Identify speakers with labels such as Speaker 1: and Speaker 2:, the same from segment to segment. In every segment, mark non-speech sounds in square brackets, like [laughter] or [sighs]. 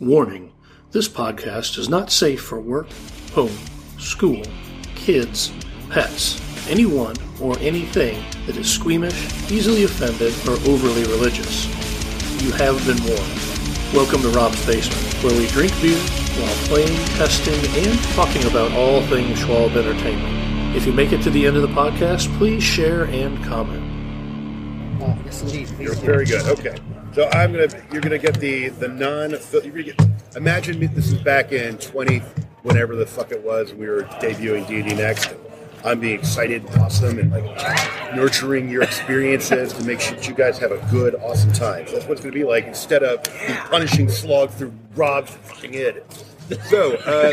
Speaker 1: Warning this podcast is not safe for work, home, school, kids, pets, anyone, or anything that is squeamish, easily offended, or overly religious. You have been warned. Welcome to Rob's Basement, where we drink beer while playing, testing, and talking about all things Schwab Entertainment. If you make it to the end of the podcast, please share and comment.
Speaker 2: Oh, yes, indeed. Please
Speaker 3: You're
Speaker 2: do.
Speaker 3: very good. Okay. So I'm gonna. You're gonna get the the non. You're gonna get, imagine me. This is back in 20, whenever the fuck it was. We were debuting D&D Next. I'm being excited, and awesome, and like nurturing your experiences to make sure that you guys have a good, awesome time. So that's what it's gonna be like instead of the punishing slog through Rob's fucking head. So uh,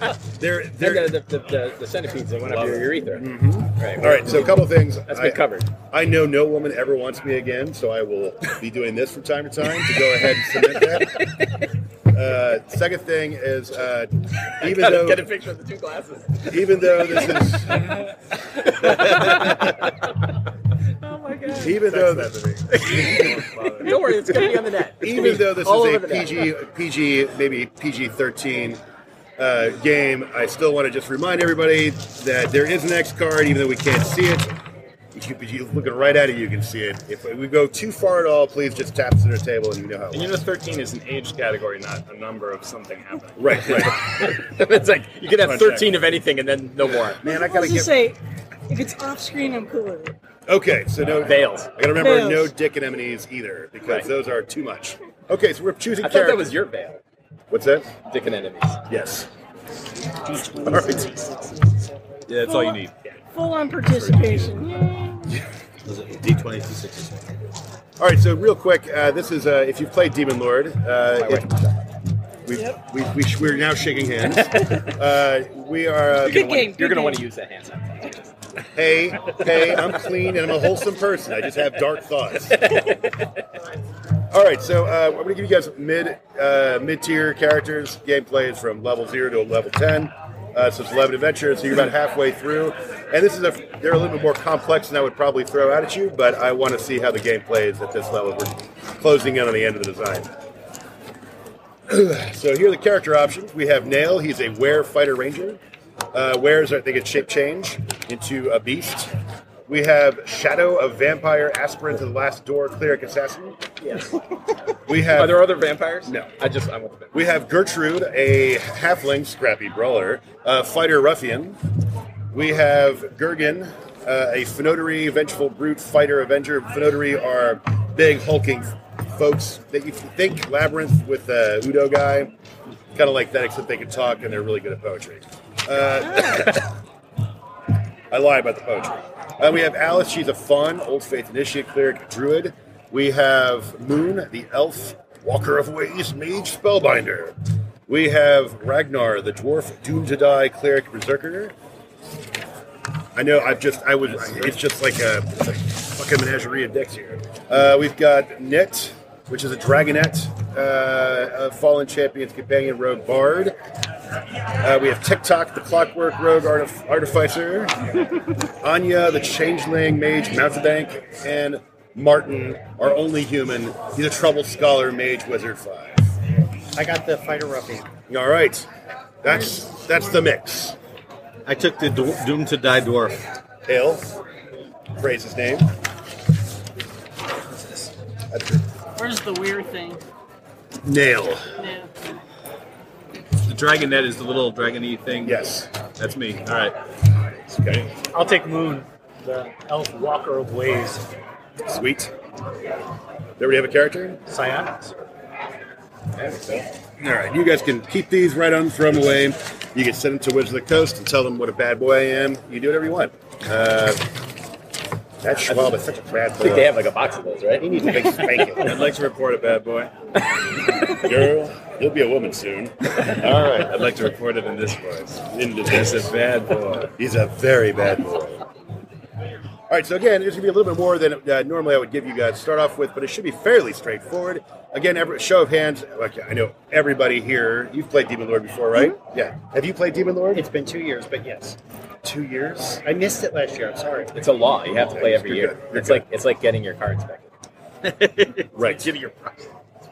Speaker 3: [laughs] there,
Speaker 4: They're,
Speaker 3: there.
Speaker 4: the, the, the, the centipedes that went up your urethra. Right.
Speaker 3: Mm-hmm. All right, so a couple things.
Speaker 4: That's
Speaker 3: I-
Speaker 4: been covered.
Speaker 3: I know no woman ever wants me again, so I will be doing this from time to time to go ahead and cement that.
Speaker 4: [laughs]
Speaker 3: Uh, second thing is, uh, even
Speaker 4: Gotta
Speaker 3: though
Speaker 4: get a picture of the two glasses.
Speaker 3: even though this is
Speaker 4: [laughs] Oh my god.
Speaker 3: even though [laughs]
Speaker 4: Don't worry, it's gonna be on the net. It's gonna
Speaker 3: even
Speaker 4: be
Speaker 3: though this
Speaker 4: all
Speaker 3: is
Speaker 4: over
Speaker 3: a
Speaker 4: the net.
Speaker 3: PG PG maybe PG thirteen uh, game, I still want to just remind everybody that there is an X card, even though we can't see it. You, but you looking right at it, you can see it. If we go too far at all, please just tap us on the table, and you know how. It
Speaker 5: And you
Speaker 3: works.
Speaker 5: know, 13 is an age category, not a number of something happening.
Speaker 3: [laughs] Right,
Speaker 5: [laughs]
Speaker 3: right.
Speaker 4: it's like you can have
Speaker 5: Fun
Speaker 4: thirteen of anything and then no more.
Speaker 3: Man, I
Speaker 6: I
Speaker 3: gotta
Speaker 6: was just
Speaker 3: get.
Speaker 6: say, if it's off screen, I'm cool with it.
Speaker 3: Okay, so no
Speaker 4: Veils.
Speaker 3: I gotta remember
Speaker 6: Veils.
Speaker 3: no dick and M&E's either because
Speaker 4: Right.
Speaker 3: those are too much. Okay, so we're choosing
Speaker 4: I thought
Speaker 3: characters.
Speaker 4: that was your veil.
Speaker 3: What's that?
Speaker 4: Dick and enemies.
Speaker 3: Yes.
Speaker 6: All
Speaker 3: right.
Speaker 7: Yeah, that's all you need.
Speaker 6: Full on participation. [laughs] Yay.
Speaker 7: D twenty two sixty.
Speaker 3: All right, so real quick, uh, this is uh, if you've played Demon Lord, uh, it- we've,
Speaker 6: Yep.
Speaker 3: we, we, we're now shaking
Speaker 4: [laughs]
Speaker 3: hands. uh, we are. Uh,
Speaker 6: Good game.
Speaker 4: You're gonna
Speaker 6: good game.
Speaker 4: want to use that hand.
Speaker 3: Hey, hey, I'm clean and I'm a wholesome person. I just have dark
Speaker 4: [laughs]
Speaker 3: thoughts. All right, so uh, I'm going to give you guys mid uh, mid tier characters. Gameplay is from level zero to level ten. Uh, so it's eleven adventures. So you're about halfway through, and this is a they're a little bit more complex than I would probably throw out at you, but I want to see how the game plays at this level. We're closing in on the end of the design. So here are the character options. We have Nail. He's a were fighter ranger. Uh, wares, I think, it's shape change into a beast. We have Shadow, a vampire aspirant to the last door cleric assassin.
Speaker 4: Yes.
Speaker 3: We
Speaker 4: Are
Speaker 3: have
Speaker 4: there other vampires?
Speaker 3: No.
Speaker 4: I just I want the vampire.
Speaker 3: we have Gertrude, a halfling scrappy brawler, a fighter ruffian. We have Gergen, uh, a Fenotary vengeful brute fighter avenger. Fenotary are big hulking folks that you think labyrinth with the Udo guy, kind of like that, except they can talk and they're really good at poetry. Uh, [coughs] I lie about the poetry. Uh, we have Alice. She's a fawn, old faith initiate cleric druid. We have Moon, the elf, walker of ways, mage, spellbinder. We have Ragnar, the dwarf, doomed to die cleric berserker. I know. I've just. I was. It's just like a, it's like fucking menagerie of dicks here. Uh, we've got Nit, which is a dragonette, uh, a fallen champion's companion rogue bard. Uh, we have TikTok, the clockwork rogue artif- artificer. Anya, the changeling mage mountebank, and Martin, our only human. He's a trouble scholar mage wizard five.
Speaker 2: I got the fighter ruffian.
Speaker 3: All right, that's that's the mix.
Speaker 7: I took the do- Doom to Die dwarf.
Speaker 3: Ale, praise his name.
Speaker 6: Where's the weird thing?
Speaker 3: Nail.
Speaker 6: No.
Speaker 7: The dragonette is the little dragony thing.
Speaker 3: Yes.
Speaker 7: that's me. All right.
Speaker 3: Okay.
Speaker 2: I'll take Moon, the elf walker of ways.
Speaker 3: Sweet. Everybody have a character?
Speaker 2: Psionics.
Speaker 3: All right, you guys can keep these right on, throw them away. You can send them to Wizards of the Coast and tell them what a bad boy I am. You do whatever you want. Uh, that Schwab is such a bad
Speaker 4: I think they
Speaker 3: boy.
Speaker 4: have like a box of those, right?
Speaker 3: He needs a big spanking.
Speaker 5: I'd like to report a
Speaker 3: [laughs]
Speaker 5: bad boy.
Speaker 3: Girl, you'll be a woman soon. All right.
Speaker 5: I'd like to report it in this voice. Into this a bad boy.
Speaker 3: He's a very bad boy. All right, so again, it's going to be a little bit more than uh, normally I would give you guys to start off with, but it should be fairly straightforward. Again, every, show of hands. Okay, I know everybody here. You've played Demon Lord before, right?
Speaker 4: Mm-hmm.
Speaker 3: Yeah. Have you played Demon Lord?
Speaker 2: It's been two years, but yes.
Speaker 3: two years.
Speaker 2: I missed it last year. I'm sorry.
Speaker 4: It's a law. You have to play
Speaker 3: You're
Speaker 4: every
Speaker 3: good.
Speaker 4: year.
Speaker 3: You're [laughs]
Speaker 4: It's
Speaker 3: good.
Speaker 4: like it's like getting your car inspected.
Speaker 3: Right.
Speaker 4: your
Speaker 3: [laughs]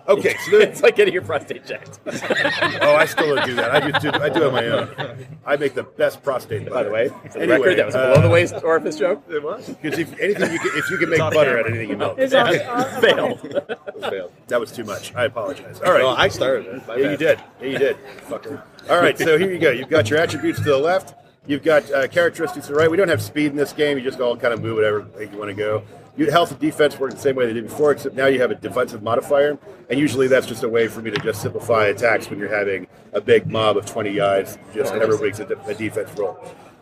Speaker 3: Okay, so
Speaker 8: it's
Speaker 3: there's,
Speaker 8: like getting your prostate checked.
Speaker 3: [laughs] oh, I still don't do that. I just do, I do it on my own. I make the best prostate.
Speaker 8: By the way, for the
Speaker 3: Anyway,
Speaker 8: record, that was a
Speaker 3: uh,
Speaker 8: below the waist orifice joke.
Speaker 5: It was.
Speaker 3: Because if anything, you can, if you can make butter out of anything you milk,
Speaker 6: It's off-
Speaker 3: [laughs]
Speaker 6: off-
Speaker 8: Fail.
Speaker 5: Failed.
Speaker 3: that was too much. I apologize. All right,
Speaker 5: No, I started it. My
Speaker 3: Yeah, you
Speaker 5: bad.
Speaker 3: did. Yeah, you did. Fucker. All right, so here you go. You've got your attributes to the left. You've got uh, characteristics to the right. We don't have speed in this game. You just all kind of move whatever way you want to go. Your health and defense work the same way they did before, except now you have a defensive modifier. And usually that's just a way for me to just simplify attacks when you're having a big mob of 20 guys.
Speaker 8: Oh,
Speaker 3: Just everybody's a, de- a defense roll.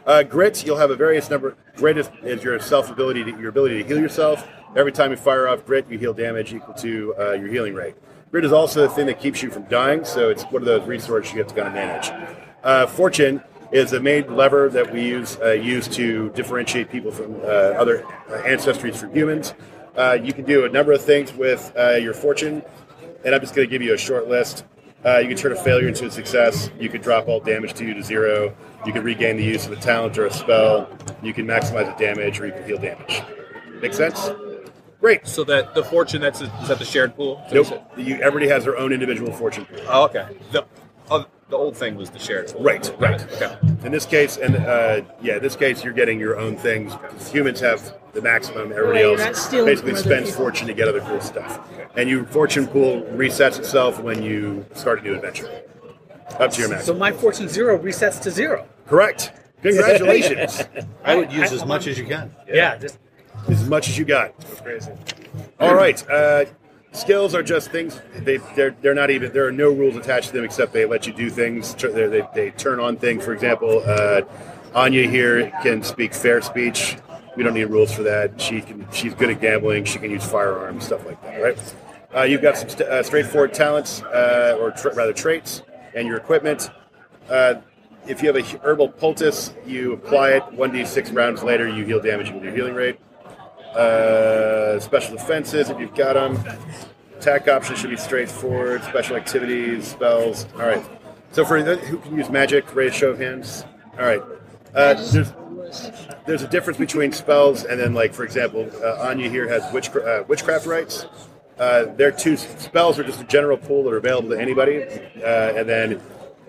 Speaker 3: Uh, grit, you'll have a various number. Grit is, is your self ability, to, your ability to heal yourself. Every time you fire off grit, you heal damage equal to uh, your healing rate. Grit is also the thing that keeps you from dying, so it's one of those resources you have to kind of manage. Uh, fortune is the main lever that we use uh, use to differentiate people from uh, other uh, ancestries from humans. Uh, you can do a number of things with uh, your fortune, and I'm just going to give you a short list. Uh, you can turn a failure into a success. You can drop all damage to you to zero. You can regain the use of a talent or a spell. You can maximize the damage, or you can heal damage. Make sense? Great.
Speaker 7: So that the fortune that's a, is that the shared pool? So
Speaker 3: Nope.
Speaker 7: is it-
Speaker 3: You, everybody has their own individual fortune pool.
Speaker 7: Oh, okay. The oh, the old thing was the shared pool.
Speaker 3: Right,
Speaker 7: Got
Speaker 3: right.
Speaker 7: it. Okay.
Speaker 3: In this case, and uh, yeah, in this case, you're getting your own things. 'cause Humans have the maximum. Everybody
Speaker 6: Right, you're not
Speaker 3: else
Speaker 6: stealing
Speaker 3: basically
Speaker 6: from other
Speaker 3: spends
Speaker 6: people.
Speaker 3: fortune to get other cool stuff. And your fortune pool resets itself when you start a new adventure. Up to your max.
Speaker 4: So my fortune zero resets to zero.
Speaker 3: Correct. Congratulations.
Speaker 5: [laughs]
Speaker 4: [laughs]
Speaker 5: I would use as much as you can.
Speaker 4: Yeah, just
Speaker 3: as much as you got.
Speaker 5: Crazy.
Speaker 3: All right. Uh, skills are just things. They they're, they're not even. There are no rules attached to them except they let you do things. tur- They they, they turn on things. For example, uh, Anya here can speak fair speech. We don't need rules for that. She can. She's good at gambling. She can use firearms, stuff like that. Right. Uh, you've got some st- uh, straightforward talents, uh, or tra- rather traits, and your equipment. Uh, if you have a h- herbal poultice, you apply it. 1d6 rounds later, you heal damage with your healing rate uh, special defenses if you've got them. Attack options should be straightforward. Special activities, spells. All right. So for the, who can use magic, raise show of hands. All right. Uh, there's, there's a difference between spells and then, like for example, uh, Anya here has witch, uh, witchcraft rights. Uh, their two s- spells are just a general pool that are available to anybody, uh, and then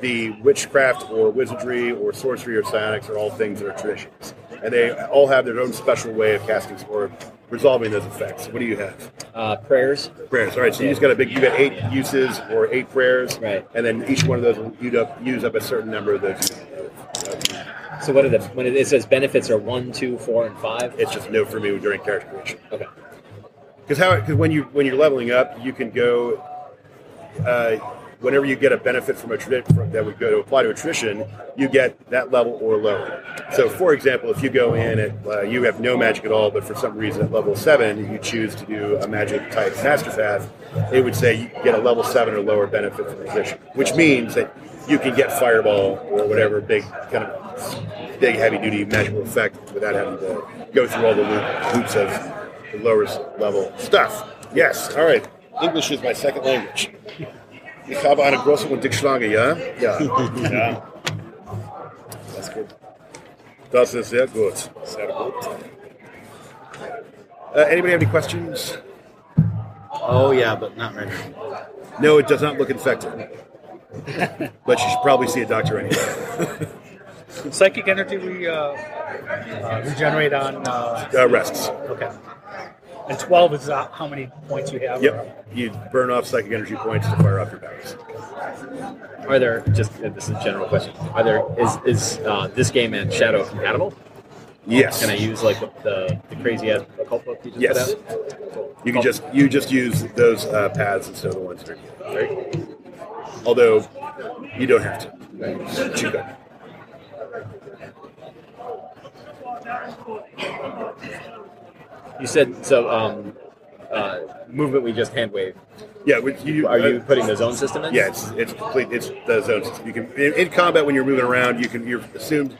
Speaker 3: the witchcraft or wizardry or sorcery or psionics are all things that are traditions, and they all have their own special way of casting or resolving those effects. What do you have?
Speaker 8: Uh, prayers.
Speaker 3: Prayers. All right. So you just got a big. You got eight uses or eight prayers,
Speaker 8: Right.
Speaker 3: And then each one of those will use up use up a certain number of those.
Speaker 8: So what are the when it, it says benefits are one, two, four, and five?
Speaker 3: It's just no for me during character creation.
Speaker 8: Okay.
Speaker 3: Because how? Because when you when you're leveling up, you can go. Uh, whenever you get a benefit from a tradition from, that would go to apply to a tradition, you get that level or lower. So, for example, if you go in at uh, you have no magic at all, but for some reason at level seven you choose to do a magic type master path, it would say you get a level seven or lower benefit from the position, which means that you can get fireball or whatever big kind of big heavy duty magical effect without having to go through all the loop, loops of the lowest level stuff. Yes. All right. English is my second language. Ich habe eine große und dicke Schlange, ja?
Speaker 6: [laughs]
Speaker 3: Ja. ja.
Speaker 5: That's good.
Speaker 3: Das ist sehr gut.
Speaker 5: Sehr gut.
Speaker 3: Uh, anybody have any questions?
Speaker 5: Oh yeah, but not right now.
Speaker 3: No, it does not look
Speaker 5: [laughs]
Speaker 3: infected. but you should probably see a doctor anyway.
Speaker 4: psychic energy we uh, uh, regenerate on. Uh,
Speaker 3: Uh, rests.
Speaker 4: okay. And twelve is uh, how many points you have.
Speaker 3: Yep. You burn off psychic energy points to fire off your powers.
Speaker 8: Are there just uh, this is a general question? Are there is is uh, this game and Shadow compatible?
Speaker 3: Yes.
Speaker 8: Can I use like the the, the crazy ass occult book you just
Speaker 3: Yes.
Speaker 8: put out?
Speaker 3: You can just you just use those uh, paths instead of the ones that are right? Although you don't have to. But you could.
Speaker 8: You said so. Um, uh, movement we just hand wave.
Speaker 3: Yeah. Would you,
Speaker 8: Are you
Speaker 3: uh,
Speaker 8: putting the zone system in?
Speaker 3: Yeah, it's, it's complete. It's the zone system. You can in, in combat when you're moving around, you can you're assumed.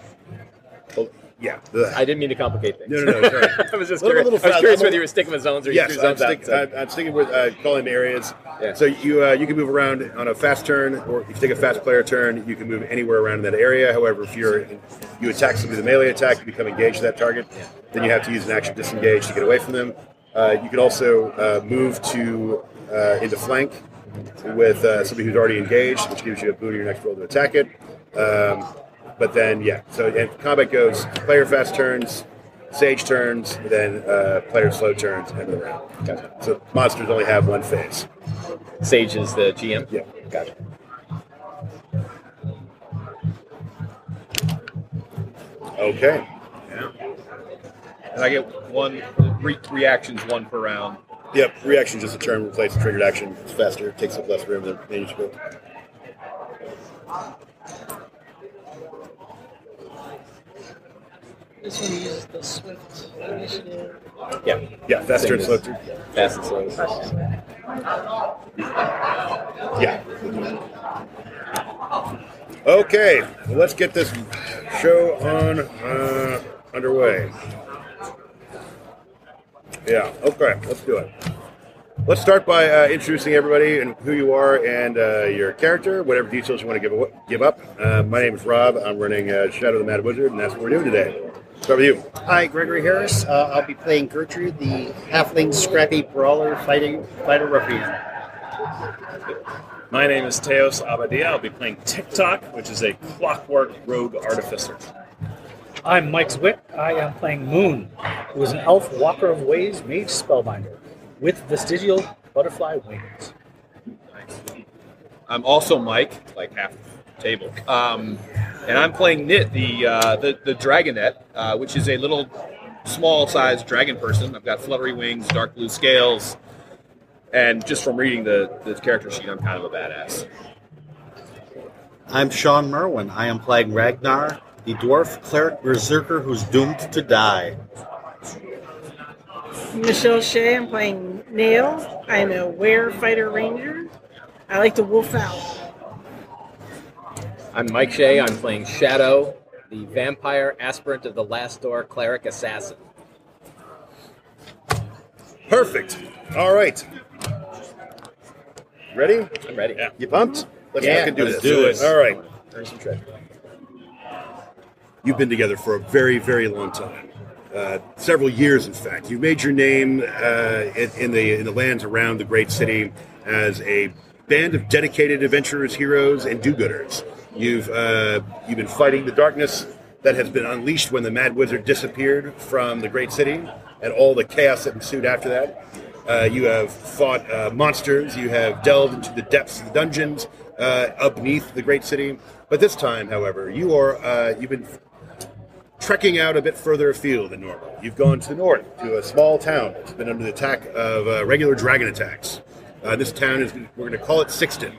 Speaker 3: Well, yeah. the-
Speaker 8: I didn't mean to complicate things.
Speaker 3: no, no, no. Sorry.
Speaker 8: [laughs] I was just
Speaker 3: Little-
Speaker 8: curious.
Speaker 3: little
Speaker 8: I was
Speaker 3: fast.
Speaker 8: curious
Speaker 3: I'm a-
Speaker 8: whether you were sticking with zones or you
Speaker 3: yes,
Speaker 8: threw
Speaker 3: I'm,
Speaker 8: zones
Speaker 3: stick,
Speaker 8: out. so-
Speaker 3: I'm, I'm sticking with uh, calling the areas.
Speaker 8: Yeah.
Speaker 3: So you uh, you can move around on a fast turn, or if you take a fast player turn, you can move anywhere around that area. However, if you're you attack somebody with a melee attack, you become engaged to that target. Then you have to use an action disengage to get away from them. Uh, you can also uh, move to uh, into flank with uh, somebody who's already engaged, which gives you a boon in your next roll to attack it. Um, but then, yeah, so and combat goes player fast turns, sage turns, then uh, player slow turns, end of the round.
Speaker 8: Gotcha.
Speaker 3: So monsters only have one phase.
Speaker 8: Sage is the GM.
Speaker 3: Yeah,
Speaker 8: Gotcha.
Speaker 3: okay.
Speaker 7: And I get one re- reactions, one per round.
Speaker 3: Yep, reaction just a turn, replace the triggered action. It's faster, takes up less room than manuscript.
Speaker 6: This one uses the swift initiative.
Speaker 8: Yeah.
Speaker 3: Yeah, faster and
Speaker 8: Same
Speaker 3: slow
Speaker 8: as-
Speaker 3: turn.
Speaker 8: Fast and slow.
Speaker 3: Yeah. Okay, well, let's get this show on uh, underway. Yeah. Okay, let's do it. Let's start by uh, introducing everybody and who you are and uh, your character, whatever details you want to give aw- give up. Uh, my name is Rob. I'm running uh, Shadow the Mad Wizard, and that's what we're doing today. Start with you.
Speaker 2: Hi, Gregory Harris. Uh, I'll be playing Gertrude, the halfling scrappy brawler fighting fighter ruffian.
Speaker 5: My name is Teos Abadia. I'll be playing TikTok, which is a clockwork rogue artificer.
Speaker 4: I'm Mike Zwick. I am playing Moon, who is an elf walker of ways mage spellbinder with vestigial butterfly wings.
Speaker 7: I'm also Mike, like half the table. Um, and I'm playing Nit, the uh, the, the dragonette, uh, which is a little small sized dragon person. I've got fluttery wings, dark blue scales, and just from reading the, the character sheet, I'm kind of a badass.
Speaker 9: I'm Sean Merwin. I am playing Ragnar, the dwarf cleric berserker who's doomed to die.
Speaker 6: Michelle Shea, I'm playing Nail. I'm a were fighter ranger. I like to wolf out.
Speaker 8: I'm Mike Shea. I'm playing Shadow, the vampire aspirant of the last door cleric assassin.
Speaker 3: Perfect. All right. Ready?
Speaker 8: I'm ready.
Speaker 5: Yeah.
Speaker 3: You pumped? Let's
Speaker 8: Yeah,
Speaker 3: fucking do
Speaker 8: let's
Speaker 3: this.
Speaker 8: do it.
Speaker 3: All right.
Speaker 8: Earn some treasure.
Speaker 3: You've been together for a very, very long time. Uh, several years, in fact. You've made your name uh, in, in the in the lands around the great city as a band of dedicated adventurers, heroes, and do-gooders. You've uh, you've been fighting the darkness that has been unleashed when the Mad Wizard disappeared from the great city, and all the chaos that ensued after that. Uh, you have fought uh, monsters. You have delved into the depths of the dungeons uh, up beneath the great city. But this time, however, you are uh, you've been trekking out a bit further afield than normal. You've gone to the north to a small town that's been under the attack of uh, regular dragon attacks. Uh, this town is we're going to call it Sixton,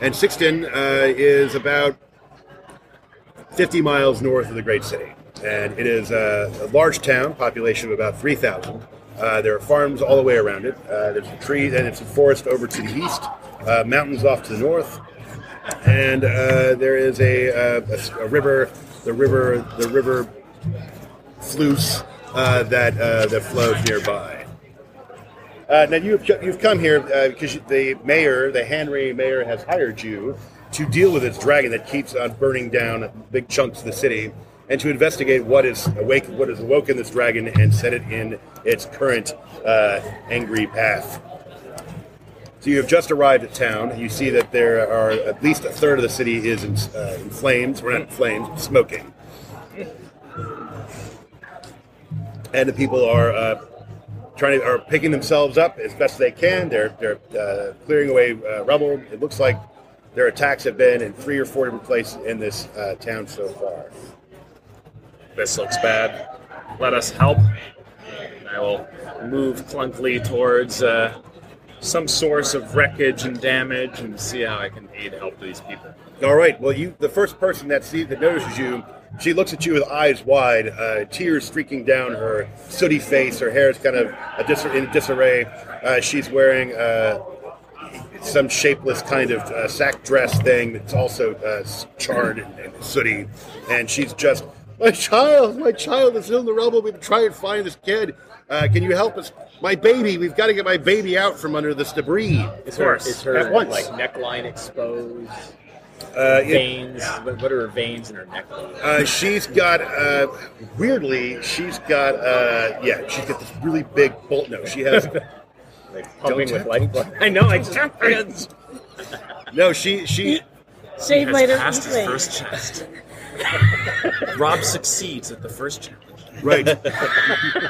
Speaker 3: and Sixton uh, is about 50 miles north of the great city. And it is uh, a, a large town, population of about 3,000. Uh, there are farms all the way around it. Uh, there's a tree, and it's a forest over to the east, uh, mountains off to the north, and uh, there is a, uh, a s- a river, the river, the river sluice uh, that uh, that flows nearby. Uh, now you've you've come here uh, because you- the mayor, the Henry mayor, has hired you to deal with this dragon that keeps on burning down big chunks of the city, and to investigate what is awake, what has awoken this dragon and set it in its current uh, angry path. So you have just arrived at town. You see that there are at least a third of the city is in, uh, in flames. We're not in flames, smoking, and the people are uh, trying to are picking themselves up as best they can. They're they're uh, clearing away uh, rubble. It looks like their attacks have been in three or four different places in this uh, town so far.
Speaker 5: This looks bad. Let us help. And I will move clunkily towards uh, some source of wreckage and damage and see how I can aid help these people.
Speaker 3: All right. Well, you the first person that sees that notices you, she looks at you with eyes wide, uh, tears streaking down her sooty face. Her hair is kind of a dis- in disarray. Uh, she's wearing uh, some shapeless kind of uh, sack dress thing that's also uh, s- charred and, and sooty, and she's just. My child, my child is in the rubble. We've tried to find this kid. Uh, can you help us? My baby, we've got to get my baby out from under this debris.
Speaker 8: Is
Speaker 5: Of
Speaker 8: her,
Speaker 5: course,
Speaker 8: is her
Speaker 3: at once.
Speaker 8: like neckline exposed?
Speaker 3: Uh, it-
Speaker 8: Veins. What, what are her veins in her neckline?
Speaker 3: Uh, she's got uh, weirdly, she's got uh, yeah, she's got this
Speaker 5: [laughs]
Speaker 3: really big bolt. No, she has
Speaker 8: Like pumping
Speaker 3: Don't-
Speaker 8: with lifeblood. I know. I just
Speaker 3: No, she she
Speaker 6: Save
Speaker 5: Has
Speaker 6: later.
Speaker 5: passed his
Speaker 6: eat later.
Speaker 5: first test. Rob succeeds at the first challenge. [laughs]
Speaker 3: right. [laughs]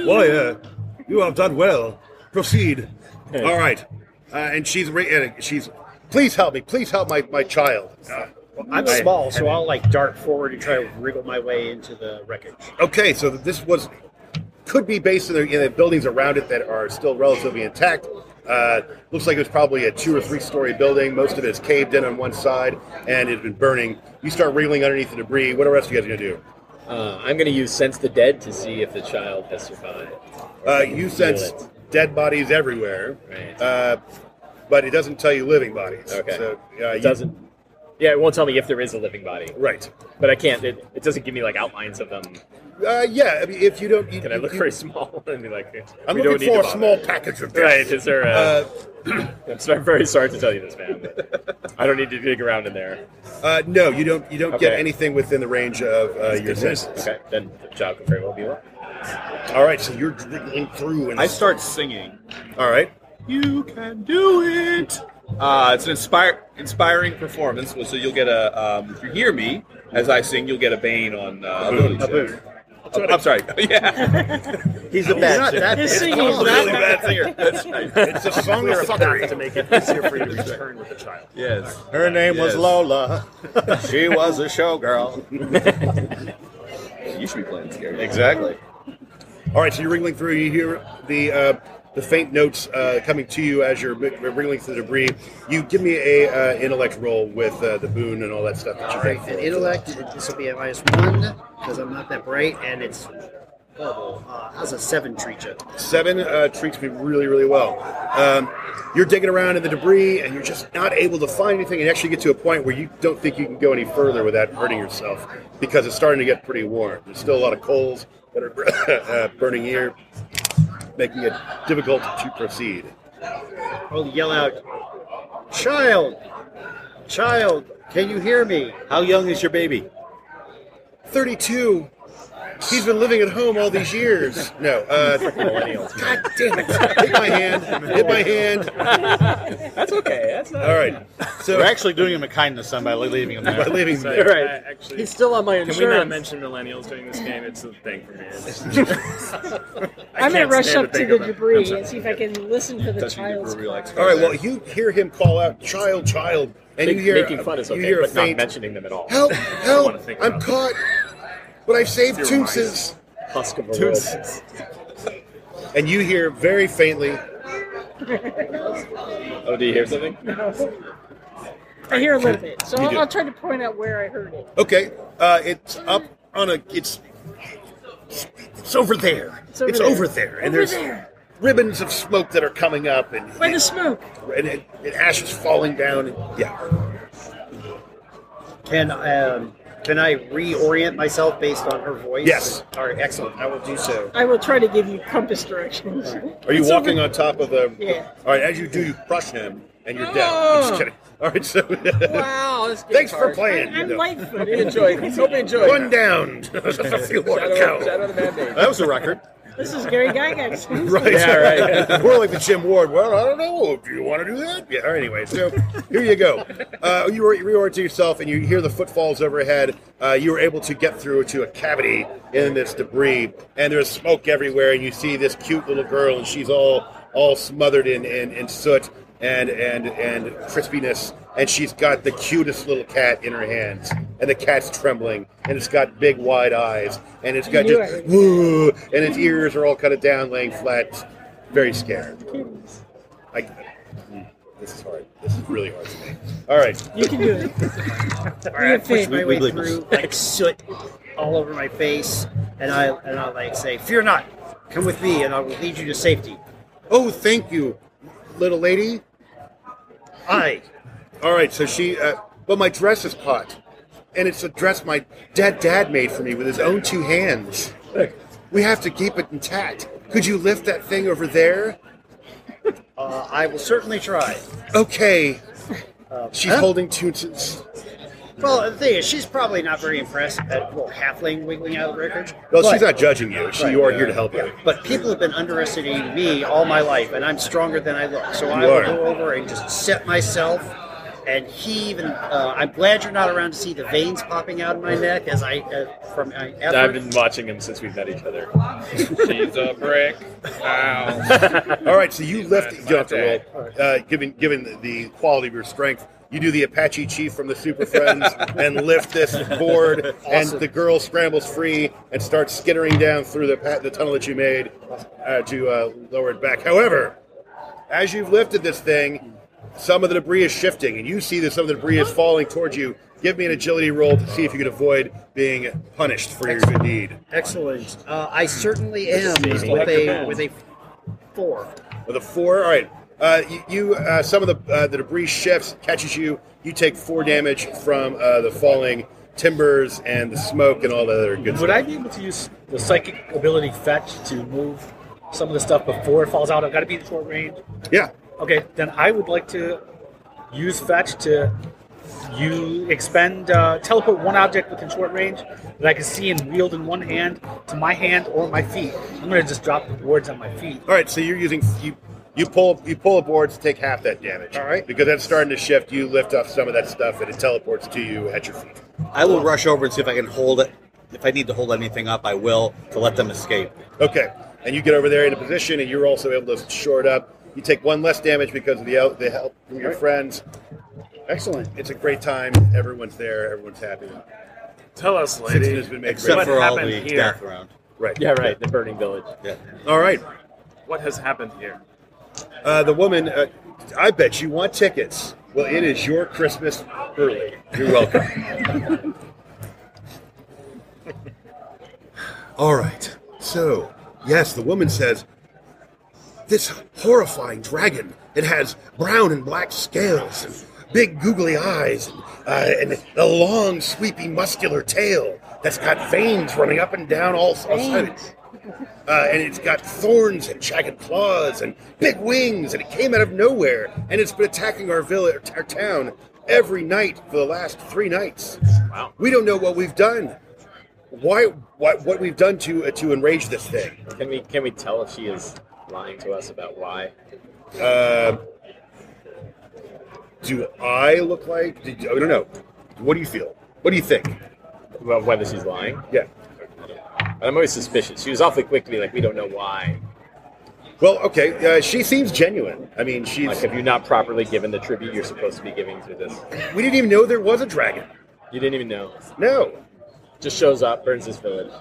Speaker 3: Warrior, you have done well. Proceed. All right, uh, and she's re- and she's. Please help me. Please help my my child. Uh,
Speaker 2: I'm
Speaker 3: I-
Speaker 2: small, so I'll like dart forward and try to wriggle my way into the wreckage.
Speaker 3: Okay, so this was could be based in the, in the buildings around it that are still relatively intact. Uh, looks like it was probably a two or three story building. Most of it is caved in on one side and it's been burning. You start wriggling underneath the debris. Whatever else you guys are gonna do?
Speaker 8: Uh, I'm going to use Sense the Dead to see if the child has survived. Or
Speaker 3: Uh,
Speaker 8: if I can
Speaker 3: you
Speaker 8: feel
Speaker 3: sense
Speaker 8: it.
Speaker 3: dead bodies everywhere,
Speaker 8: Right.
Speaker 3: uh, but it doesn't tell you living bodies.
Speaker 8: Okay.
Speaker 3: So, uh,
Speaker 8: it
Speaker 3: you-
Speaker 8: doesn't. Yeah, it won't tell me if there is a living body,
Speaker 3: Right.
Speaker 8: but I can't. It, it doesn't give me like outlines of them.
Speaker 3: Uh, yeah. I mean, if you don't, you,
Speaker 8: Can I
Speaker 3: you-
Speaker 8: look
Speaker 3: you-
Speaker 8: very
Speaker 5: [laughs]
Speaker 8: small and be like,
Speaker 3: I'm
Speaker 8: we don't
Speaker 3: looking
Speaker 8: need to
Speaker 3: for a
Speaker 8: bother.
Speaker 3: small package of this.
Speaker 8: Right? Is there a?
Speaker 3: Uh,
Speaker 8: [clears throat] I'm sorry- very sorry to tell you this, man. But I don't need to dig around in there.
Speaker 3: uh, no, you don't. You don't get
Speaker 8: Okay.
Speaker 3: anything within the range of uh, your senses.
Speaker 8: Okay, then the job could very well be one.
Speaker 3: All right, so you're dribbling through, and
Speaker 7: I [laughs] start singing.
Speaker 3: All right,
Speaker 7: You can do it. Uh, it's an inspire, inspiring performance. So you'll get a. Um, if you hear me as I sing, you'll get a bane on uh, ability.
Speaker 3: A boon.
Speaker 7: checks. I'm [laughs] sorry. yeah,
Speaker 9: He's a bad singer.
Speaker 6: His singing
Speaker 7: I'm
Speaker 6: is
Speaker 7: a really
Speaker 6: not
Speaker 7: bad singer. [laughs] That's right.
Speaker 3: it's a
Speaker 5: [laughs]
Speaker 3: song or a
Speaker 5: to
Speaker 3: fuckery.
Speaker 5: make it easier for you to return with the child.
Speaker 7: Yes.
Speaker 9: Her name was
Speaker 7: Yes.
Speaker 9: Lola. [laughs] she was
Speaker 3: [laughs]
Speaker 9: a showgirl. [laughs]
Speaker 7: You should be playing scary.
Speaker 9: Exactly.
Speaker 3: All right, so you're wriggling through. You hear the uh, the faint notes uh, coming to you as you're mi- wriggling through the debris. You give me a uh, intellect roll with uh, the boon and all that stuff. That
Speaker 2: All
Speaker 3: you
Speaker 2: right,
Speaker 3: get for
Speaker 2: and
Speaker 3: it.
Speaker 2: intellect, it- this will be a minus one because I'm not that bright, and it's horrible. Uh, how's a seven treat you?
Speaker 3: Seven uh, treats me really, really well. Um, you're digging around in the debris, and you're just not able to find anything. And actually, get to a point where you don't think you can go any further without hurting yourself because it's starting to get pretty warm. There's still a lot of coals that are [coughs] uh, burning here, making it difficult to proceed.
Speaker 2: I'll yell out, "Child, child, can you hear me?"
Speaker 9: How young is your baby?
Speaker 3: Thirty-two. He's been living at home all these years. No. Uh, [laughs]
Speaker 8: Millennials.
Speaker 3: God damn it! Hit my hand. Hit my hand.
Speaker 8: That's okay. That's not.
Speaker 3: All right. So
Speaker 9: We're actually doing him a kindness on by leaving him
Speaker 3: by
Speaker 9: there.
Speaker 3: leaving
Speaker 5: So,
Speaker 3: there.
Speaker 8: Right.
Speaker 5: uh, actually,
Speaker 8: He's still on my
Speaker 5: can
Speaker 8: insurance.
Speaker 5: we not mention millennials during this game? It's a thing for me.
Speaker 3: [laughs]
Speaker 5: It's- I
Speaker 6: I'm gonna
Speaker 5: can't
Speaker 6: rush
Speaker 5: stand
Speaker 6: up to
Speaker 5: think
Speaker 6: the
Speaker 5: of it. I'm
Speaker 6: debris
Speaker 5: sorry.
Speaker 6: and see if I can listen for the
Speaker 7: Touching the
Speaker 6: child's.
Speaker 7: brewery likes.
Speaker 3: All right. Well, you hear him call out, "Child, child," and
Speaker 8: Make-
Speaker 3: you hear
Speaker 8: making fun is
Speaker 3: you
Speaker 8: okay,
Speaker 3: hear a
Speaker 8: but not
Speaker 3: faint,
Speaker 8: mentioning them at all. [laughs]
Speaker 3: "Help!
Speaker 5: wanna
Speaker 3: Help!
Speaker 5: think
Speaker 3: I'm
Speaker 5: about
Speaker 3: caught, but I've saved
Speaker 5: Zero
Speaker 3: Toonses."
Speaker 8: Husk of a world.
Speaker 5: Toons.
Speaker 3: And you hear very faintly,
Speaker 8: Oh, do you hear something?
Speaker 6: I hear a little bit, [laughs] so
Speaker 3: do.
Speaker 6: I'll, I'll try to point out where I heard it.
Speaker 3: "Okay, uh, it's up on a it's." It's over there. It's over,
Speaker 6: over
Speaker 3: there.
Speaker 6: there.
Speaker 3: and
Speaker 6: Over
Speaker 3: there's
Speaker 6: there,
Speaker 3: ribbons of smoke that are coming up, and
Speaker 6: by the smoke.
Speaker 3: and, and, and ashes falling down. And, yeah,
Speaker 2: Can um, can I reorient myself based on her voice?
Speaker 3: Yes.
Speaker 2: All right, excellent. I will do so.
Speaker 6: I will try to give you compass directions.
Speaker 3: are you walking on top of the?
Speaker 6: Yeah.
Speaker 3: All right, as you do, you crush him, and you're dead. I'm just kidding. All right, so
Speaker 8: Oh.
Speaker 3: [laughs]
Speaker 8: Wow. This game
Speaker 3: thanks for playing.
Speaker 6: I'm
Speaker 3: you know.
Speaker 6: lightfooted.
Speaker 8: Enjoy. Hope you enjoy.
Speaker 3: One down. [laughs] A few more to go.
Speaker 8: the bad name.
Speaker 3: That was a record.
Speaker 6: This is Gary
Speaker 3: [laughs]
Speaker 6: Gygax.
Speaker 3: Right.
Speaker 8: Yeah,
Speaker 3: [laughs]
Speaker 8: right.
Speaker 3: We're like the Jim Ward. Well, I don't know. Do you want to do that? Yeah. all right, Anyway, so here you go. Uh, you re- reorient to yourself, and you hear the footfalls overhead. Uh, you were able to get through to a cavity in this debris, and there's smoke everywhere. And you see this cute little girl, and she's all all smothered in in, in soot and and and crispiness. And she's got the cutest little cat in her hands, and the cat's trembling, and it's got big wide eyes, and it's got
Speaker 6: I knew
Speaker 3: just
Speaker 6: it.
Speaker 3: woo, and its ears are all kind of down, laying flat. Very scared. I, mm, this is hard. This is really hard for me. All right.
Speaker 6: You can do it.
Speaker 2: I push my way
Speaker 9: Wiggly.
Speaker 2: through like soot all over my face, and I and I like say, "Fear not, come with me, and I will lead you to safety."
Speaker 3: Oh, thank you, little lady.
Speaker 2: I
Speaker 3: All right. So she, uh, but my dress is caught, and it's a dress my dead dad made for me with his own two hands. We have to keep it intact. Could you lift that thing over there?
Speaker 2: uh, I will certainly try.
Speaker 3: Okay. She's
Speaker 2: huh?
Speaker 3: holding Toonses.
Speaker 2: Well, the thing is, she's probably not very impressed at little halfling wiggling out of the wreckage.
Speaker 3: Well,
Speaker 2: but-
Speaker 3: she's not judging you. She,
Speaker 2: Right.
Speaker 3: you are here to help you.
Speaker 2: But people have been underestimating me all my life, and I'm stronger than I look. So I
Speaker 3: You
Speaker 2: will
Speaker 3: are.
Speaker 2: go over and just set myself. And he even, uh, I'm glad you're not around to see the veins popping out of my neck as I, uh, from my effort.
Speaker 10: I've been watching him since we've met each other.
Speaker 7: She's a brick. Wow.
Speaker 3: All right, so you left
Speaker 7: that's
Speaker 3: you don't have
Speaker 7: my
Speaker 3: to roll. Uh, given given the quality of your strength, you do the Apache chief from the Super
Speaker 7: [laughs]
Speaker 3: Friends and lift this board, and the girl scrambles free and starts skittering down through the pa- the tunnel that you made uh, to uh, lower it back. However, as you've lifted this thing, some of the debris is shifting, and you see that some of the debris is falling towards you. Give me an agility roll to see if you can avoid being punished for your good deed.
Speaker 2: [laughs] Excellent. Uh, I certainly am with
Speaker 10: Stacey.
Speaker 2: a, with a four.
Speaker 3: With a four, all right. Uh, you, you uh, some of the uh, the debris shifts, catches you. You take four damage from uh, the falling timbers and the smoke and all the other good stuff.
Speaker 4: Would I be able to use the psychic ability fetch to move some of the stuff before it falls out? I've got to be in short range.
Speaker 3: Yeah.
Speaker 4: Okay, then I would like to use fetch to you expend uh, teleport one object within short range that I can see and wield in one hand to my hand or my feet. I'm gonna just drop the boards on my feet.
Speaker 3: All right, so you're using you you pull you pull a board to take half that damage.
Speaker 2: All right.
Speaker 3: because that's starting to shift. You lift off some of that stuff and it teleports to you at your feet.
Speaker 9: I will rush over and see if I can hold it. If I need to hold anything up, I will to let them escape.
Speaker 3: Okay, and you get over there in a position, and you're also able to short up. You take one less damage because of the help, the help from your friends.
Speaker 2: Excellent.
Speaker 3: It's a great time. Everyone's there. Everyone's happy.
Speaker 5: Tell us,
Speaker 3: Sixteen
Speaker 5: lady,
Speaker 3: has been made
Speaker 9: Except
Speaker 3: great.
Speaker 9: for all
Speaker 5: happened
Speaker 9: the
Speaker 5: here?
Speaker 9: death round.
Speaker 3: Right.
Speaker 10: Yeah, right. The burning village.
Speaker 9: Yeah.
Speaker 3: All right.
Speaker 5: what has happened here?
Speaker 3: Uh, the woman, uh, I bet you want tickets. Well, it is your Christmas early. You're welcome.
Speaker 9: [laughs]
Speaker 3: All right. So, yes, the woman says, This horrifying dragon, it has brown and black scales and big googly eyes and, uh, and a long, sweeping, muscular tail that's got veins running up and down all sides uh, and it's got thorns and jagged claws and big wings, and it came out of nowhere, and it's been attacking our village, our town, every night for the last three nights. Wow. We don't know what we've done. Why? What? What we've done to uh, to enrage this thing?
Speaker 10: Can we can we tell if she is lying to us about why?
Speaker 3: Uh, do I look like? Did, I don't know. What do you feel? What do you think?
Speaker 10: Well, whether she's lying?
Speaker 3: Yeah.
Speaker 10: I'm always suspicious. She was awfully quick to be like, "We don't know why."
Speaker 3: Well, okay. Uh, she seems genuine. I mean, she's.
Speaker 10: Like, have you not properly given the tribute you're supposed to be giving to this?
Speaker 3: We didn't even know there was a dragon.
Speaker 10: You didn't even know.
Speaker 3: No.
Speaker 10: Just shows up, burns this village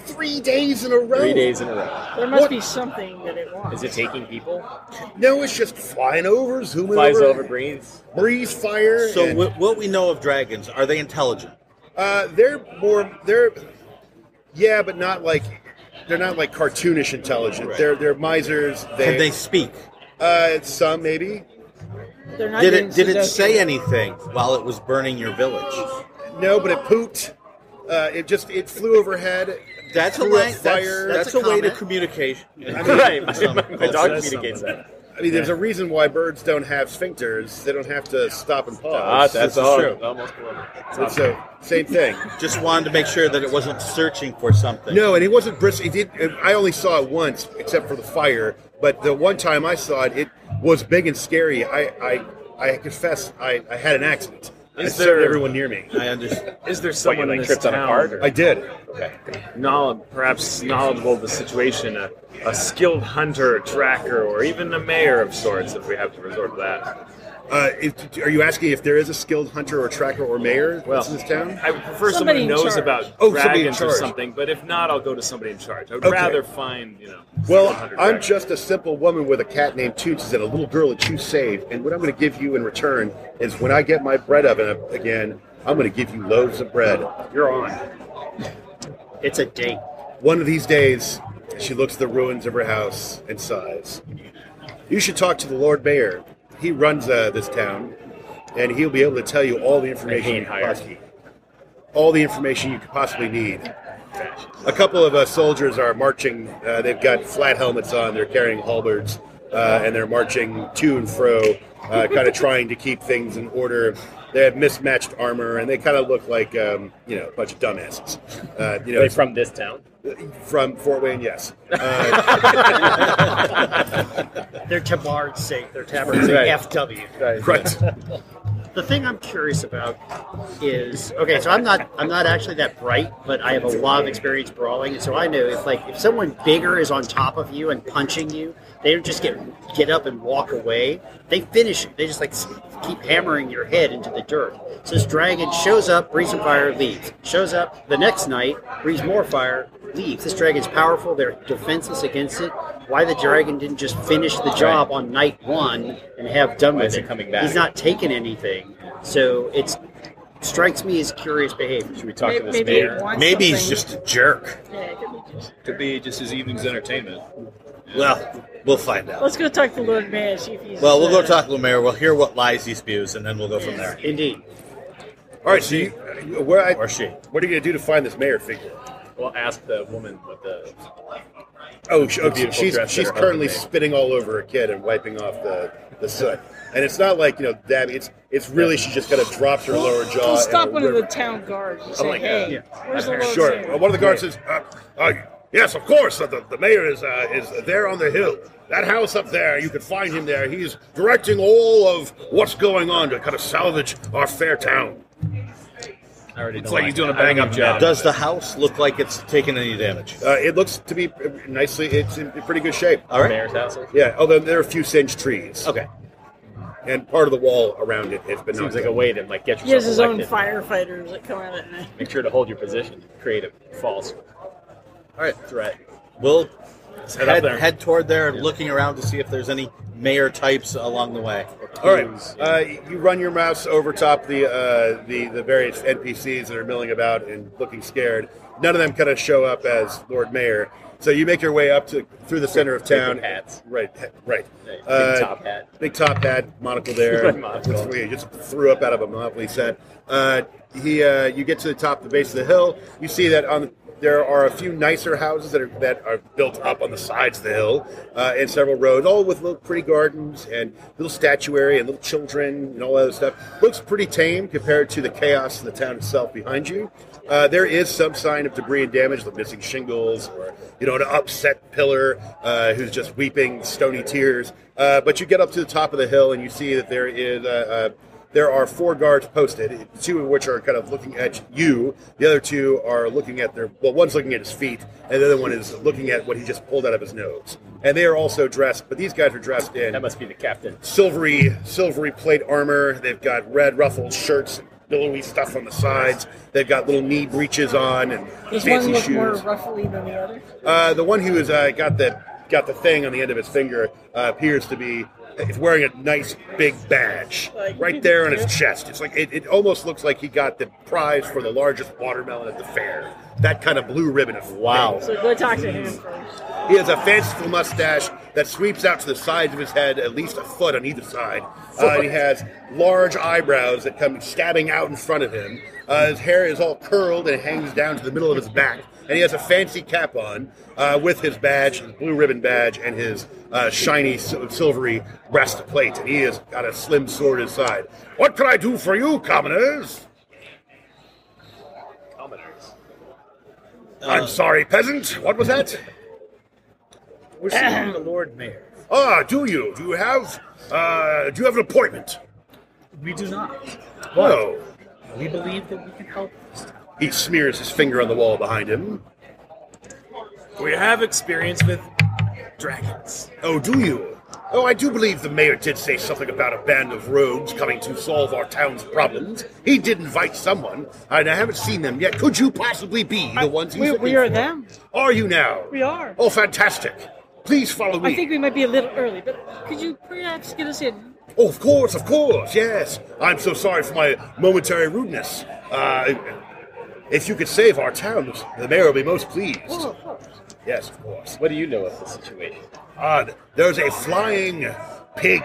Speaker 3: Three days in a row.
Speaker 10: three days in a row.
Speaker 6: There must
Speaker 3: What?
Speaker 6: be something that it
Speaker 10: Is
Speaker 6: wants.
Speaker 10: it taking people?
Speaker 3: No, it's just flying over, zooming
Speaker 10: Flies
Speaker 3: over,
Speaker 10: over, breathes.
Speaker 3: breeze, fire.
Speaker 9: So,
Speaker 3: and,
Speaker 9: what, what we know of dragons, are they intelligent?
Speaker 3: uh, they're more they're yeah, but not like they're not like cartoonish intelligent.
Speaker 9: Right.
Speaker 3: They're they're misers.
Speaker 9: Can they
Speaker 3: They,
Speaker 9: speak?
Speaker 3: uh, some maybe
Speaker 6: They're not
Speaker 9: Did
Speaker 6: being
Speaker 9: it did it
Speaker 6: seductive.
Speaker 9: say anything while it was burning your village?
Speaker 3: no, but it pooped. Uh, it just it flew overhead.
Speaker 9: That's a
Speaker 3: Through a
Speaker 9: way. That's,
Speaker 3: fire.
Speaker 9: that's
Speaker 2: That's a
Speaker 9: a way to
Speaker 2: comment.
Speaker 9: communication.
Speaker 10: [laughs] Right. My,
Speaker 9: Some-
Speaker 10: my dog
Speaker 5: says
Speaker 10: communicates
Speaker 5: something.
Speaker 10: that.
Speaker 3: I mean, there's a reason why birds don't have sphincters. They don't have to stop and pause.
Speaker 10: Ah, that's
Speaker 3: This is
Speaker 10: all.
Speaker 3: true.
Speaker 10: Almost below.
Speaker 3: And So same thing.
Speaker 9: Just wanted to make sure that it wasn't searching for something.
Speaker 3: No, and it wasn't bristle. It did. I only saw it once, except for the fire. But the one time I saw it, it was big and scary. I, I, I confess, I, I had an accident.
Speaker 5: Is
Speaker 3: I served
Speaker 5: there-
Speaker 3: everyone near me.
Speaker 9: I understand.
Speaker 5: Is there
Speaker 10: What, you
Speaker 5: someone in this
Speaker 10: like tripped on
Speaker 5: town
Speaker 10: a card? Or?
Speaker 3: I did.
Speaker 5: knowledge, perhaps knowledgeable of the situation, a, a skilled hunter, a tracker, or even a mayor of sorts, if we have to resort to that.
Speaker 3: Uh, if, are you asking if there is a skilled hunter or tracker or mayor
Speaker 5: Well,
Speaker 3: in this town?
Speaker 5: I would prefer
Speaker 6: Somebody
Speaker 5: someone who
Speaker 6: in
Speaker 5: knows
Speaker 6: charge.
Speaker 5: about
Speaker 3: Oh, somebody in
Speaker 5: dragons or
Speaker 3: charge.
Speaker 5: something, but if not, I'll go to somebody in charge. I would
Speaker 3: Okay.
Speaker 5: rather find, you know.
Speaker 3: Well,
Speaker 5: skilled hunter
Speaker 3: I'm
Speaker 5: tracker.
Speaker 3: just a simple woman with a cat named Toots and a little girl that you saved. And what I'm going to give you in return is when I get my bread oven up again, I'm going to give you loaves of bread. You're on.
Speaker 2: It's a date.
Speaker 3: One of these days, she looks at the ruins of her house and sighs. You should talk to the Lord Mayor. He runs uh, this town, and he'll be able to tell you all the information you
Speaker 10: hate
Speaker 3: could possibly, all the information you could possibly need. A couple of uh, soldiers are marching. Uh, they've got flat helmets on. They're carrying halberds. uh, and they're marching to and fro, uh, kind of trying to keep things in order. They have mismatched armor, and they kind of look like um, you know a bunch of dumbasses. Uh, you know,
Speaker 10: Are they from this town?
Speaker 3: from Fort Wayne, yes. Uh,
Speaker 2: [laughs]
Speaker 10: [laughs]
Speaker 2: They're tabard's sake. They're tabard's sake.
Speaker 3: Right.
Speaker 2: FW.
Speaker 3: Right.
Speaker 2: [laughs] The thing I'm curious about is okay. So I'm not I'm not actually that bright, but I have a lot of experience brawling, and so I know if like if someone bigger is on top of you and punching you, they don't just get get up and walk away. They finish it. They just like s- keep hammering your head into the dirt. So this dragon shows up, breathes some fire, leaves. Shows up the next night, breathes more fire, leaves. This dragon's powerful. They're defenseless against it. Why the dragon didn't just finish the job on night one and have done
Speaker 10: Why
Speaker 2: with
Speaker 10: is it
Speaker 2: it?
Speaker 10: coming back?
Speaker 2: He's not taking anything. So it strikes me as curious behavior.
Speaker 10: Should we talk to this
Speaker 6: Maybe
Speaker 10: mayor?
Speaker 6: he wants
Speaker 11: Maybe he's just
Speaker 6: something.
Speaker 11: a jerk.
Speaker 6: Yeah, it could be just-
Speaker 7: Could be just his evening's entertainment.
Speaker 11: Well, we'll find out.
Speaker 6: Let's go talk to Lord Mayor. See if he's.
Speaker 11: Well, we'll go
Speaker 6: uh,
Speaker 11: talk to the mayor. We'll hear what lies he spews, and then we'll go from there.
Speaker 2: Indeed.
Speaker 3: All right, so you, where I,
Speaker 11: Or she.
Speaker 3: what are you gonna do to find this mayor figure?
Speaker 10: We'll ask the woman with the.
Speaker 3: Oh, she, oh,
Speaker 10: beautiful
Speaker 3: she's
Speaker 10: dress that
Speaker 3: she's
Speaker 10: her
Speaker 3: currently
Speaker 10: husband made.
Speaker 3: spitting all over her kid and wiping off the, the soot. And it's not like you know dabbing. It's it's really she just kind of dropped her lower jaw.
Speaker 6: We'll
Speaker 3: in
Speaker 6: stop
Speaker 3: a
Speaker 6: one of
Speaker 3: river.
Speaker 6: the town guards and say,
Speaker 10: like,
Speaker 6: "Hey,
Speaker 10: uh,
Speaker 6: where's the Lord
Speaker 3: Sure.
Speaker 6: Mayor?"
Speaker 3: Well, one of the guards says, uh, uh, "Yes, of course. uh, The, the mayor is uh, is there on the hill. That house up there. You can find him there. He's directing all of what's going on to kind of salvage our fair town."
Speaker 10: I already
Speaker 7: It's
Speaker 10: don't
Speaker 7: like he's doing a bang up job.
Speaker 11: Does the house look like it's taken any damage?
Speaker 3: Uh, it looks to be nicely. It's in pretty good shape.
Speaker 11: All right.
Speaker 10: Mayor's house. Seems
Speaker 3: Yeah. Although there are a few singed trees.
Speaker 11: Okay.
Speaker 3: And part of the wall around it has been knocked
Speaker 10: like
Speaker 3: down.
Speaker 10: a way to like get
Speaker 6: He has
Speaker 10: yourself
Speaker 6: his own
Speaker 10: elected.
Speaker 6: firefighters that come out at night.
Speaker 10: Make sure to hold your position. Create a false
Speaker 11: All right.
Speaker 10: threat.
Speaker 11: We'll
Speaker 10: Set up
Speaker 11: head,
Speaker 10: there.
Speaker 11: head toward there and looking around to see if there's any mayor types along the way.
Speaker 3: All right, uh, you run your mouse over top the uh, the the various NPCs that are milling about and looking scared. None of them kind of show up as Lord Mayor. So you make your way up to through the center of town.
Speaker 10: Big hats.
Speaker 3: Right, right.
Speaker 10: Big
Speaker 3: Uh,
Speaker 10: top hat.
Speaker 3: Big top hat, monocle there.
Speaker 10: [laughs] Monocle.
Speaker 3: That's weird. Just threw up out of a monopoly set. Uh, he, uh, you get to the top, of the base of the hill. You see that on there are a few nicer houses that are that are built up on the sides of the hill, uh, and several roads, all with little pretty gardens and little statuary and little children and all that other stuff. Looks pretty tame compared to the chaos of the town itself behind you. Uh, there is some sign of debris and damage, like missing shingles or you know an upset pillar uh, who's just weeping stony tears. Uh, but you get up to the top of the hill and you see that there is uh, uh, there are four guards posted, two of which are kind of looking at you. The other two are looking at their well, one's looking at his feet, and the other one is looking at what he just pulled out of his nose. And they are also dressed, but these guys are dressed in
Speaker 10: That must be the captain.
Speaker 3: silvery silvery plate armor. They've got red ruffled shirts, billowy stuff on the sides. They've got little knee breeches on and
Speaker 6: Does one
Speaker 3: fancy
Speaker 6: look
Speaker 3: shoes.
Speaker 6: more ruffly than the other?
Speaker 3: Uh, the one who has uh, got the got the thing on the end of his finger uh, appears to be is wearing a nice big badge
Speaker 6: Like-
Speaker 3: right there on his chest. It's like it, it almost looks like he got the prize for the largest watermelon at the fair. That kind of blue ribbon of wow.
Speaker 6: So go talk to him first.
Speaker 3: He has a fanciful mustache that sweeps out to the sides of his head, at least a foot on either side. Uh, and he has large eyebrows that come stabbing out in front of him. Uh, his hair is all curled and hangs down to the middle of his back. And he has a fancy cap on uh, with his badge, his blue ribbon badge, and his uh, shiny, sil- silvery breastplate. And he has got a slim sword at his side. What can I do for you, commoners?
Speaker 10: Commoners.
Speaker 3: I'm sorry, peasant. What was that?
Speaker 4: We're [clears throat] seeing the Lord Mayor.
Speaker 3: Ah, do you? Do you have? Uh, do you have an appointment?
Speaker 4: We do not.
Speaker 3: Whoa.
Speaker 4: We believe that we can help this town.
Speaker 3: He smears his finger on the wall behind him.
Speaker 5: We have experience with dragons.
Speaker 3: Oh, do you? Oh, I do believe the mayor did say something about a band of rogues coming to solve our town's problems. He did invite someone, and I haven't seen them yet. Could you possibly be the ones he's
Speaker 6: We,
Speaker 3: looking
Speaker 6: we are
Speaker 3: for?
Speaker 6: them.
Speaker 3: Are you now?
Speaker 6: We are.
Speaker 3: Oh, fantastic. Please follow me.
Speaker 6: I think we might be a little early, but could you perhaps get us in?
Speaker 3: Oh, of course, of course, yes. I'm so sorry for my momentary rudeness. Uh, if you could save our town, the mayor will be most pleased.
Speaker 6: Oh, of course.
Speaker 3: Yes, of course.
Speaker 10: What do you know of the situation?
Speaker 3: Odd. There's a flying pig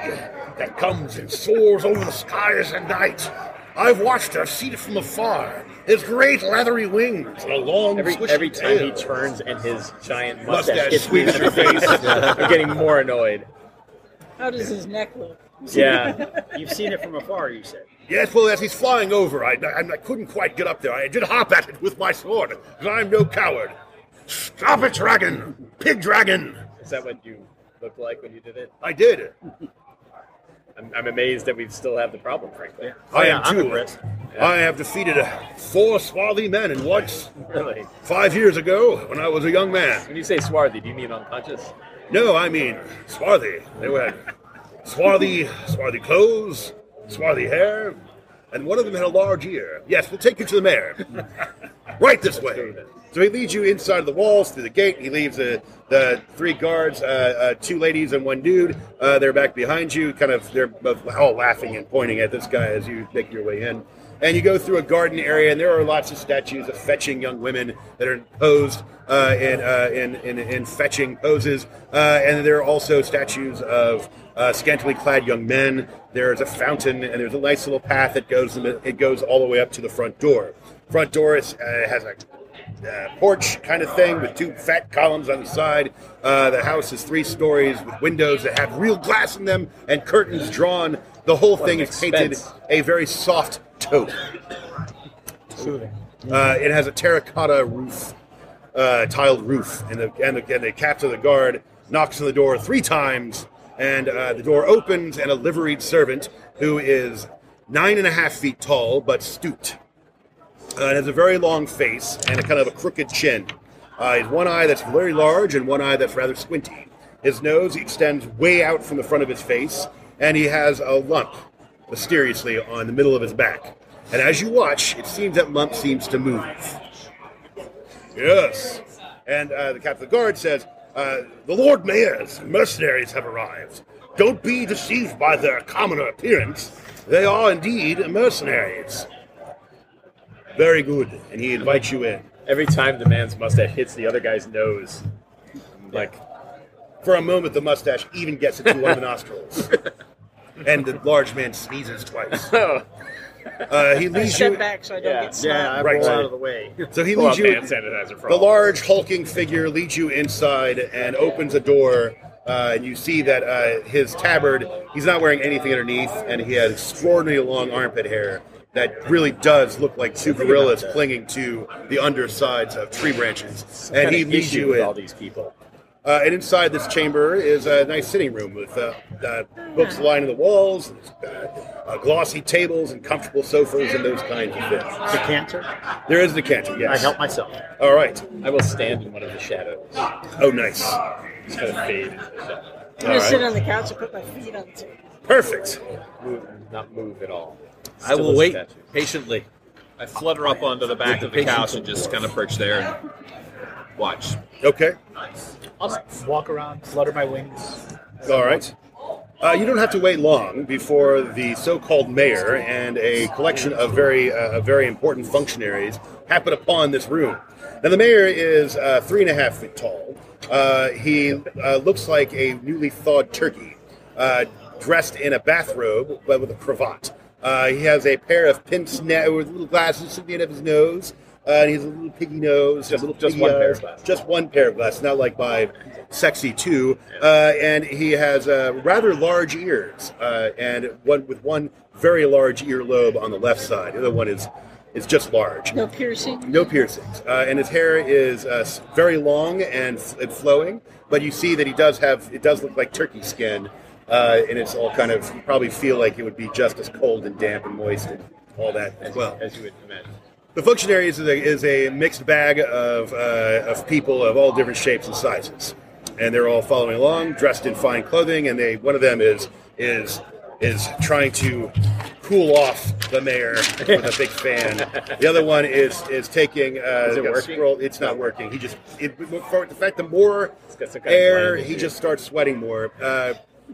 Speaker 3: that comes and soars over the skies at night. I've watched her, seen it from afar. His great leathery wings and a long,
Speaker 10: Every
Speaker 3: swishy
Speaker 10: every time he
Speaker 3: tail.
Speaker 10: turns and his giant
Speaker 3: Mustache
Speaker 10: mustache gets
Speaker 3: sweeps
Speaker 10: in your face, I'm getting more annoyed.
Speaker 6: How does his neck look? [laughs]
Speaker 2: You've seen it from afar, you said.
Speaker 3: Yes, well, as he's flying over, I, I, I couldn't quite get up there. I did hop at it with my sword, because I'm no coward. Stop it, dragon! Pig dragon!
Speaker 10: Is that what you looked like when you did it?
Speaker 3: I did.
Speaker 10: I'm, I'm amazed that we still have the problem, frankly.
Speaker 3: I am too. I have defeated uh, four swarthy men in once.
Speaker 10: Really?
Speaker 3: Five years ago, when I was a young man.
Speaker 10: When you say swarthy, do you mean unconscious?
Speaker 3: No, I mean swarthy. They had swarthy, swarthy clothes, swarthy hair, and one of them had a large ear. Yes, we'll take you to the mayor. right this way. So he leads you inside of the walls through the gate. He leaves the, the three guards, uh, uh, two ladies and one dude. Uh, they're back behind you, kind of. They're both all laughing and pointing at this guy as you make your way in. And you go through a garden area, and there are lots of statues of fetching young women that are posed uh, in, uh, in, in, in fetching poses. Uh, and there are also statues of uh, scantily clad young men. There's a fountain, and there's a nice little path that goes, it goes all the way up to the front door. Front door is, uh, has a uh, porch kind of thing with two fat columns on the side. Uh, the house is three stories with windows that have real glass in them and curtains drawn. The whole thing is painted
Speaker 10: expense.
Speaker 3: a very soft taupe. Uh, it has a terracotta roof, uh, tiled roof, and the, and the and the captain of the guard knocks on the door three times, and uh, the door opens, and a liveried servant who is nine and a half feet tall but stooped uh, and has a very long face and a kind of a crooked chin. Uh, he's one eye that's very large and one eye that's rather squinty. His nose extends way out from the front of his face, and he has a lump mysteriously on the middle of his back. And as you watch, it seems that lump seems to move. Yes. And uh, the captain of the guard says, uh, The Lord Mayor's mercenaries have arrived. Don't be deceived by their commoner appearance. They are indeed mercenaries. Very good. And he invites you in.
Speaker 10: Every time the man's mustache hits the other guy's nose, I'm like,
Speaker 3: For a moment, the mustache even gets into one of
Speaker 2: [laughs]
Speaker 3: the nostrils. and the large man sneezes twice. Uh, he
Speaker 6: I
Speaker 3: leads
Speaker 6: step
Speaker 3: you.
Speaker 6: back so I don't get snot.
Speaker 2: Oh. Yeah, I
Speaker 3: Right
Speaker 2: roll
Speaker 3: side.
Speaker 2: out of the way.
Speaker 3: So he
Speaker 10: Pull
Speaker 3: leads
Speaker 10: out
Speaker 3: you.
Speaker 10: hand sanitizer for
Speaker 3: The
Speaker 10: all.
Speaker 3: large hulking figure leads you inside and opens a door, uh, and you see that uh, his tabard. He's not wearing anything underneath, and he has extraordinarily long armpit hair that really does look like two gorillas clinging to the undersides of tree branches.
Speaker 10: Some
Speaker 3: And
Speaker 10: kind
Speaker 3: he
Speaker 10: of
Speaker 3: leads
Speaker 10: issue
Speaker 3: you
Speaker 10: with
Speaker 3: in.
Speaker 10: all these people.
Speaker 3: Uh, and inside this chamber is a nice sitting room with uh, uh, books lining the walls, uh, uh, glossy tables, and comfortable sofas, and those kinds of things.
Speaker 2: The cancer.
Speaker 3: There is the cantor,
Speaker 2: I
Speaker 3: yes.
Speaker 2: help myself.
Speaker 3: All right.
Speaker 10: I will stand in one of the shadows.
Speaker 3: Oh, nice.
Speaker 10: Just kind of fade into the shadow.
Speaker 6: I'm gonna
Speaker 3: All
Speaker 6: sit
Speaker 3: right.
Speaker 6: on the couch and put my feet on the table.
Speaker 3: Perfect.
Speaker 10: Move, not move
Speaker 12: [laughs]
Speaker 10: at all.
Speaker 11: I
Speaker 10: Still
Speaker 11: will
Speaker 10: a
Speaker 11: wait
Speaker 10: statue.
Speaker 11: patiently.
Speaker 7: I flutter up onto the back
Speaker 11: With
Speaker 7: of
Speaker 11: the
Speaker 7: the
Speaker 11: patient
Speaker 7: couch and just kind of perch there and watch.
Speaker 3: Okay.
Speaker 4: I'll just walk around, flutter my wings.
Speaker 3: All right. Uh, you don't have to wait long before the so-called mayor and a collection of very, uh, very important functionaries happen upon this room. Now, the mayor is uh, three and a half feet tall. Uh, he uh, looks like a newly thawed turkey, uh, dressed in a bathrobe but with a cravat. Uh, he has a pair of pince ne- with little glasses to the end of his nose, uh, and he has a little piggy nose, just, little
Speaker 10: just
Speaker 3: piggy
Speaker 10: one pair
Speaker 3: eyes.
Speaker 10: of glasses.
Speaker 3: just one pair of glasses, not like my sexy two. Uh, and he has uh, rather large ears, uh, and one with one very large earlobe on the left side. The other one is is just large.
Speaker 6: No piercing.
Speaker 3: No piercings, uh, and his hair is uh, s- very long and, f- and flowing. But you see that he does have it does look like turkey skin, uh, and it's all kind of you probably feel like it would be just as cold and damp and moist and all that as well.
Speaker 10: As you would imagine.
Speaker 3: The functionaries is a, is a mixed bag of, uh, of people of all different shapes and sizes, and they're all following along, dressed in fine clothing. And they one of them is is is trying to cool off the mayor with a big fan. The other one is is taking. Uh,
Speaker 10: Is it
Speaker 3: a
Speaker 10: working?
Speaker 3: scroll- It's not working. He just it, for the fact the more
Speaker 10: got some kind of
Speaker 3: air,
Speaker 10: blind
Speaker 3: he
Speaker 10: issue.
Speaker 3: just starts sweating more. Uh,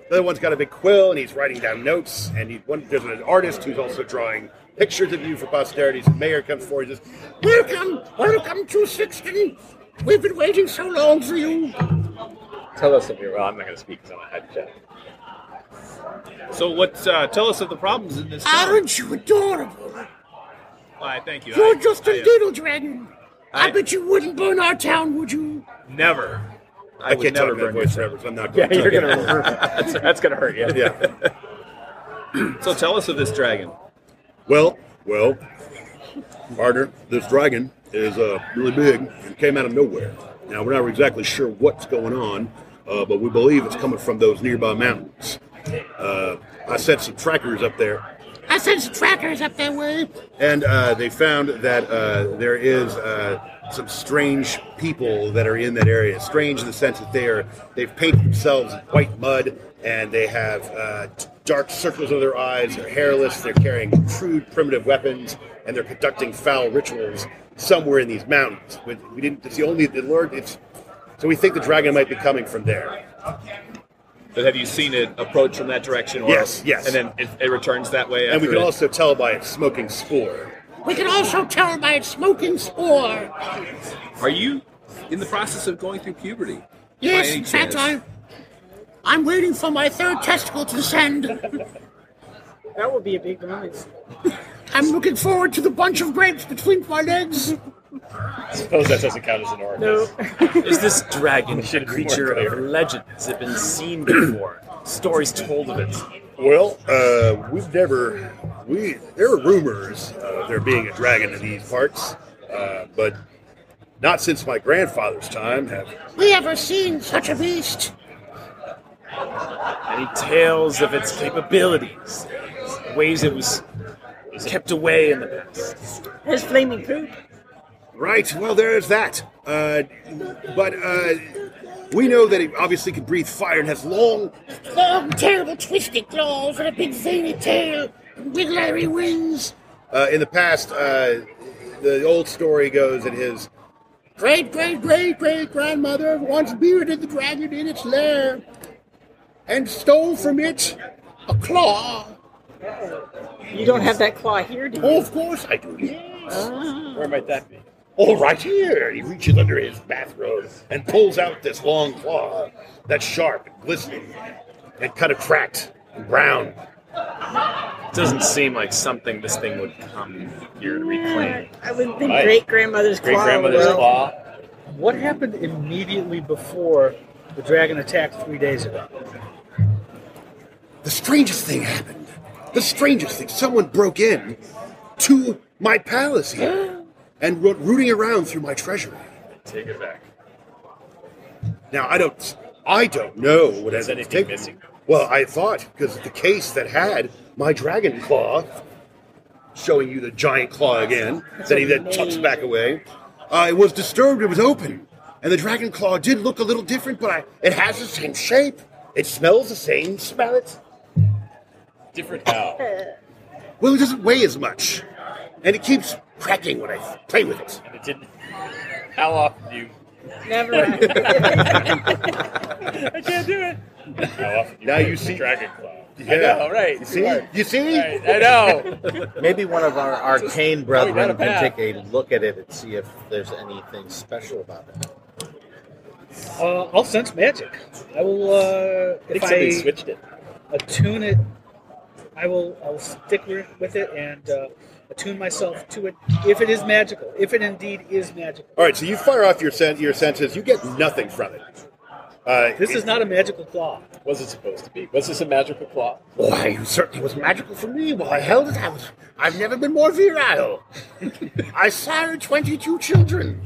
Speaker 3: the other one's got a big quill and he's writing down notes. And he, one, there's an artist who's also drawing pictures of you for posterity. So the mayor comes forward and says, Welcome, welcome to Sixton. We've been waiting so long for you.
Speaker 10: Tell us if you're. Well, I'm not going to speak because I'm a head chef.
Speaker 7: So, what? Uh, tell us of the problems in this. town.
Speaker 12: Aren't you adorable?
Speaker 7: Why, thank you.
Speaker 12: You're
Speaker 7: I-
Speaker 12: just a
Speaker 7: I, uh,
Speaker 12: little dragon. I
Speaker 7: I-
Speaker 12: bet you wouldn't burn our town, would you?
Speaker 7: Never. I, would
Speaker 3: can't
Speaker 7: never
Speaker 3: talk in that
Speaker 7: burn
Speaker 3: voice
Speaker 7: your
Speaker 3: forever, so I'm not
Speaker 10: Yeah,
Speaker 3: going
Speaker 10: you're
Speaker 3: to.
Speaker 10: gonna. [laughs] that's, that's gonna hurt you.
Speaker 3: Yeah.
Speaker 12: [laughs]
Speaker 7: So tell us of this dragon.
Speaker 3: Well, well, partner, this dragon is uh, really big and came out of nowhere. Now, we're not exactly sure what's going on, uh, but we believe it's coming from those nearby mountains. Uh, I sent some trackers up there,
Speaker 12: I sent some trackers up that way.
Speaker 3: and uh, they found that uh, there is uh, some strange people that are in that area. Strange in the sense that they are they've painted themselves white mud, and they have uh, dark circles under their eyes. They're hairless. They're carrying crude primitive weapons, and they're conducting foul rituals somewhere in these mountains. We, we didn't. It's the only the Lord. It's so we think the dragon might be coming from there.
Speaker 7: But have you seen it approach from that direction? Or,
Speaker 3: Yes, yes.
Speaker 7: And then it, it returns that way.
Speaker 3: And we
Speaker 7: after
Speaker 3: can
Speaker 7: it-
Speaker 3: also tell by its smoking spore.
Speaker 12: We can also tell by its smoking spore.
Speaker 7: Are you in the process of going through puberty?
Speaker 12: Yes,
Speaker 7: By any
Speaker 12: in fact,
Speaker 7: chance?
Speaker 12: I, I'm waiting for my third testicle to descend.
Speaker 6: That would be a big noise.
Speaker 12: I'm looking forward to the bunch of grapes between my legs.
Speaker 10: I suppose that doesn't count as an [laughs] orifice.
Speaker 5: Is this dragon a
Speaker 10: Should've been more
Speaker 5: creature of
Speaker 10: clear.
Speaker 5: legend? Has it been seen before? Stories told of it.
Speaker 3: Well, uh, we've never we there are rumors of there being a dragon in these parts, uh, but not since my grandfather's time have.
Speaker 12: We ever seen such a beast?
Speaker 5: Any tales of its capabilities? Ways it was kept away in the past.
Speaker 6: His flaming poop.
Speaker 3: Right. Well, there is that. Uh, but uh, we know that it obviously can breathe fire and has long.
Speaker 12: Long, terrible, twisted claws and a big veiny tail and wiggly wings.
Speaker 3: Uh, in the past, uh, the old story goes that his
Speaker 12: Great, great, great, great grandmother once bearded the dragon in its lair and stole from it a claw.
Speaker 6: You don't have that claw here, do you?
Speaker 12: Oh, of course I do.
Speaker 6: Ah.
Speaker 10: Where might that be?
Speaker 3: Oh, right here! He reaches under his bathrobe and pulls out this long claw that's sharp and glistening and kind of cracked and brown.
Speaker 5: Doesn't seem like something this thing would come here to reclaim.
Speaker 6: I would think
Speaker 5: Right.
Speaker 6: great grandmother's claw.
Speaker 5: Great-grandmother's
Speaker 6: will-
Speaker 5: claw.
Speaker 4: What happened immediately before the dragon attacked three days ago?
Speaker 3: The strangest thing happened. The strangest thing. Someone broke in to my palace here [gasps] and ro- rooting around through my treasury.
Speaker 5: Take it back.
Speaker 3: Now I don't, I don't know what
Speaker 5: Is
Speaker 3: has
Speaker 5: anything
Speaker 3: taken-
Speaker 5: missing?
Speaker 3: Well, I thought because the case that had my dragon claw, showing you the giant claw again, that he then chucks back away. Uh, it was disturbed. It was open, and the dragon claw did look a little different, but I, it has the same shape. It smells the same. Smell it.
Speaker 10: Different how?
Speaker 3: [laughs] Well, it doesn't weigh as much, and it keeps cracking when I play with it.
Speaker 10: And it didn't. [laughs] How often do you? [laughs]
Speaker 6: Never.
Speaker 10: I can't do it. How often do you
Speaker 3: Now
Speaker 10: play
Speaker 3: you
Speaker 10: with the
Speaker 3: see-
Speaker 10: dragon claw?
Speaker 3: Yeah.
Speaker 10: I know, right?
Speaker 3: You see? You see?
Speaker 10: Right, [laughs] I know.
Speaker 9: Maybe one of our arcane brethren
Speaker 10: right
Speaker 9: can
Speaker 10: up.
Speaker 9: take a look at it and see if there's anything special about it.
Speaker 4: Uh, I'll sense magic. I will. Uh,
Speaker 10: I think
Speaker 4: if
Speaker 10: somebody
Speaker 4: I
Speaker 10: switched it.
Speaker 4: attune it, I will. I will stick wi- with it and uh, attune myself to it. If it is magical, if it indeed is magical.
Speaker 3: [laughs] All right, so you fire off your sen- your senses. You get nothing from it. Uh,
Speaker 4: This
Speaker 3: it-
Speaker 4: is not a magical claw.
Speaker 10: Was it supposed to be? Was this a magical claw?
Speaker 12: Why, it certainly was magical for me. While I held it, I was, I've never been more
Speaker 10: [laughs]
Speaker 12: virile. I sired 22 children.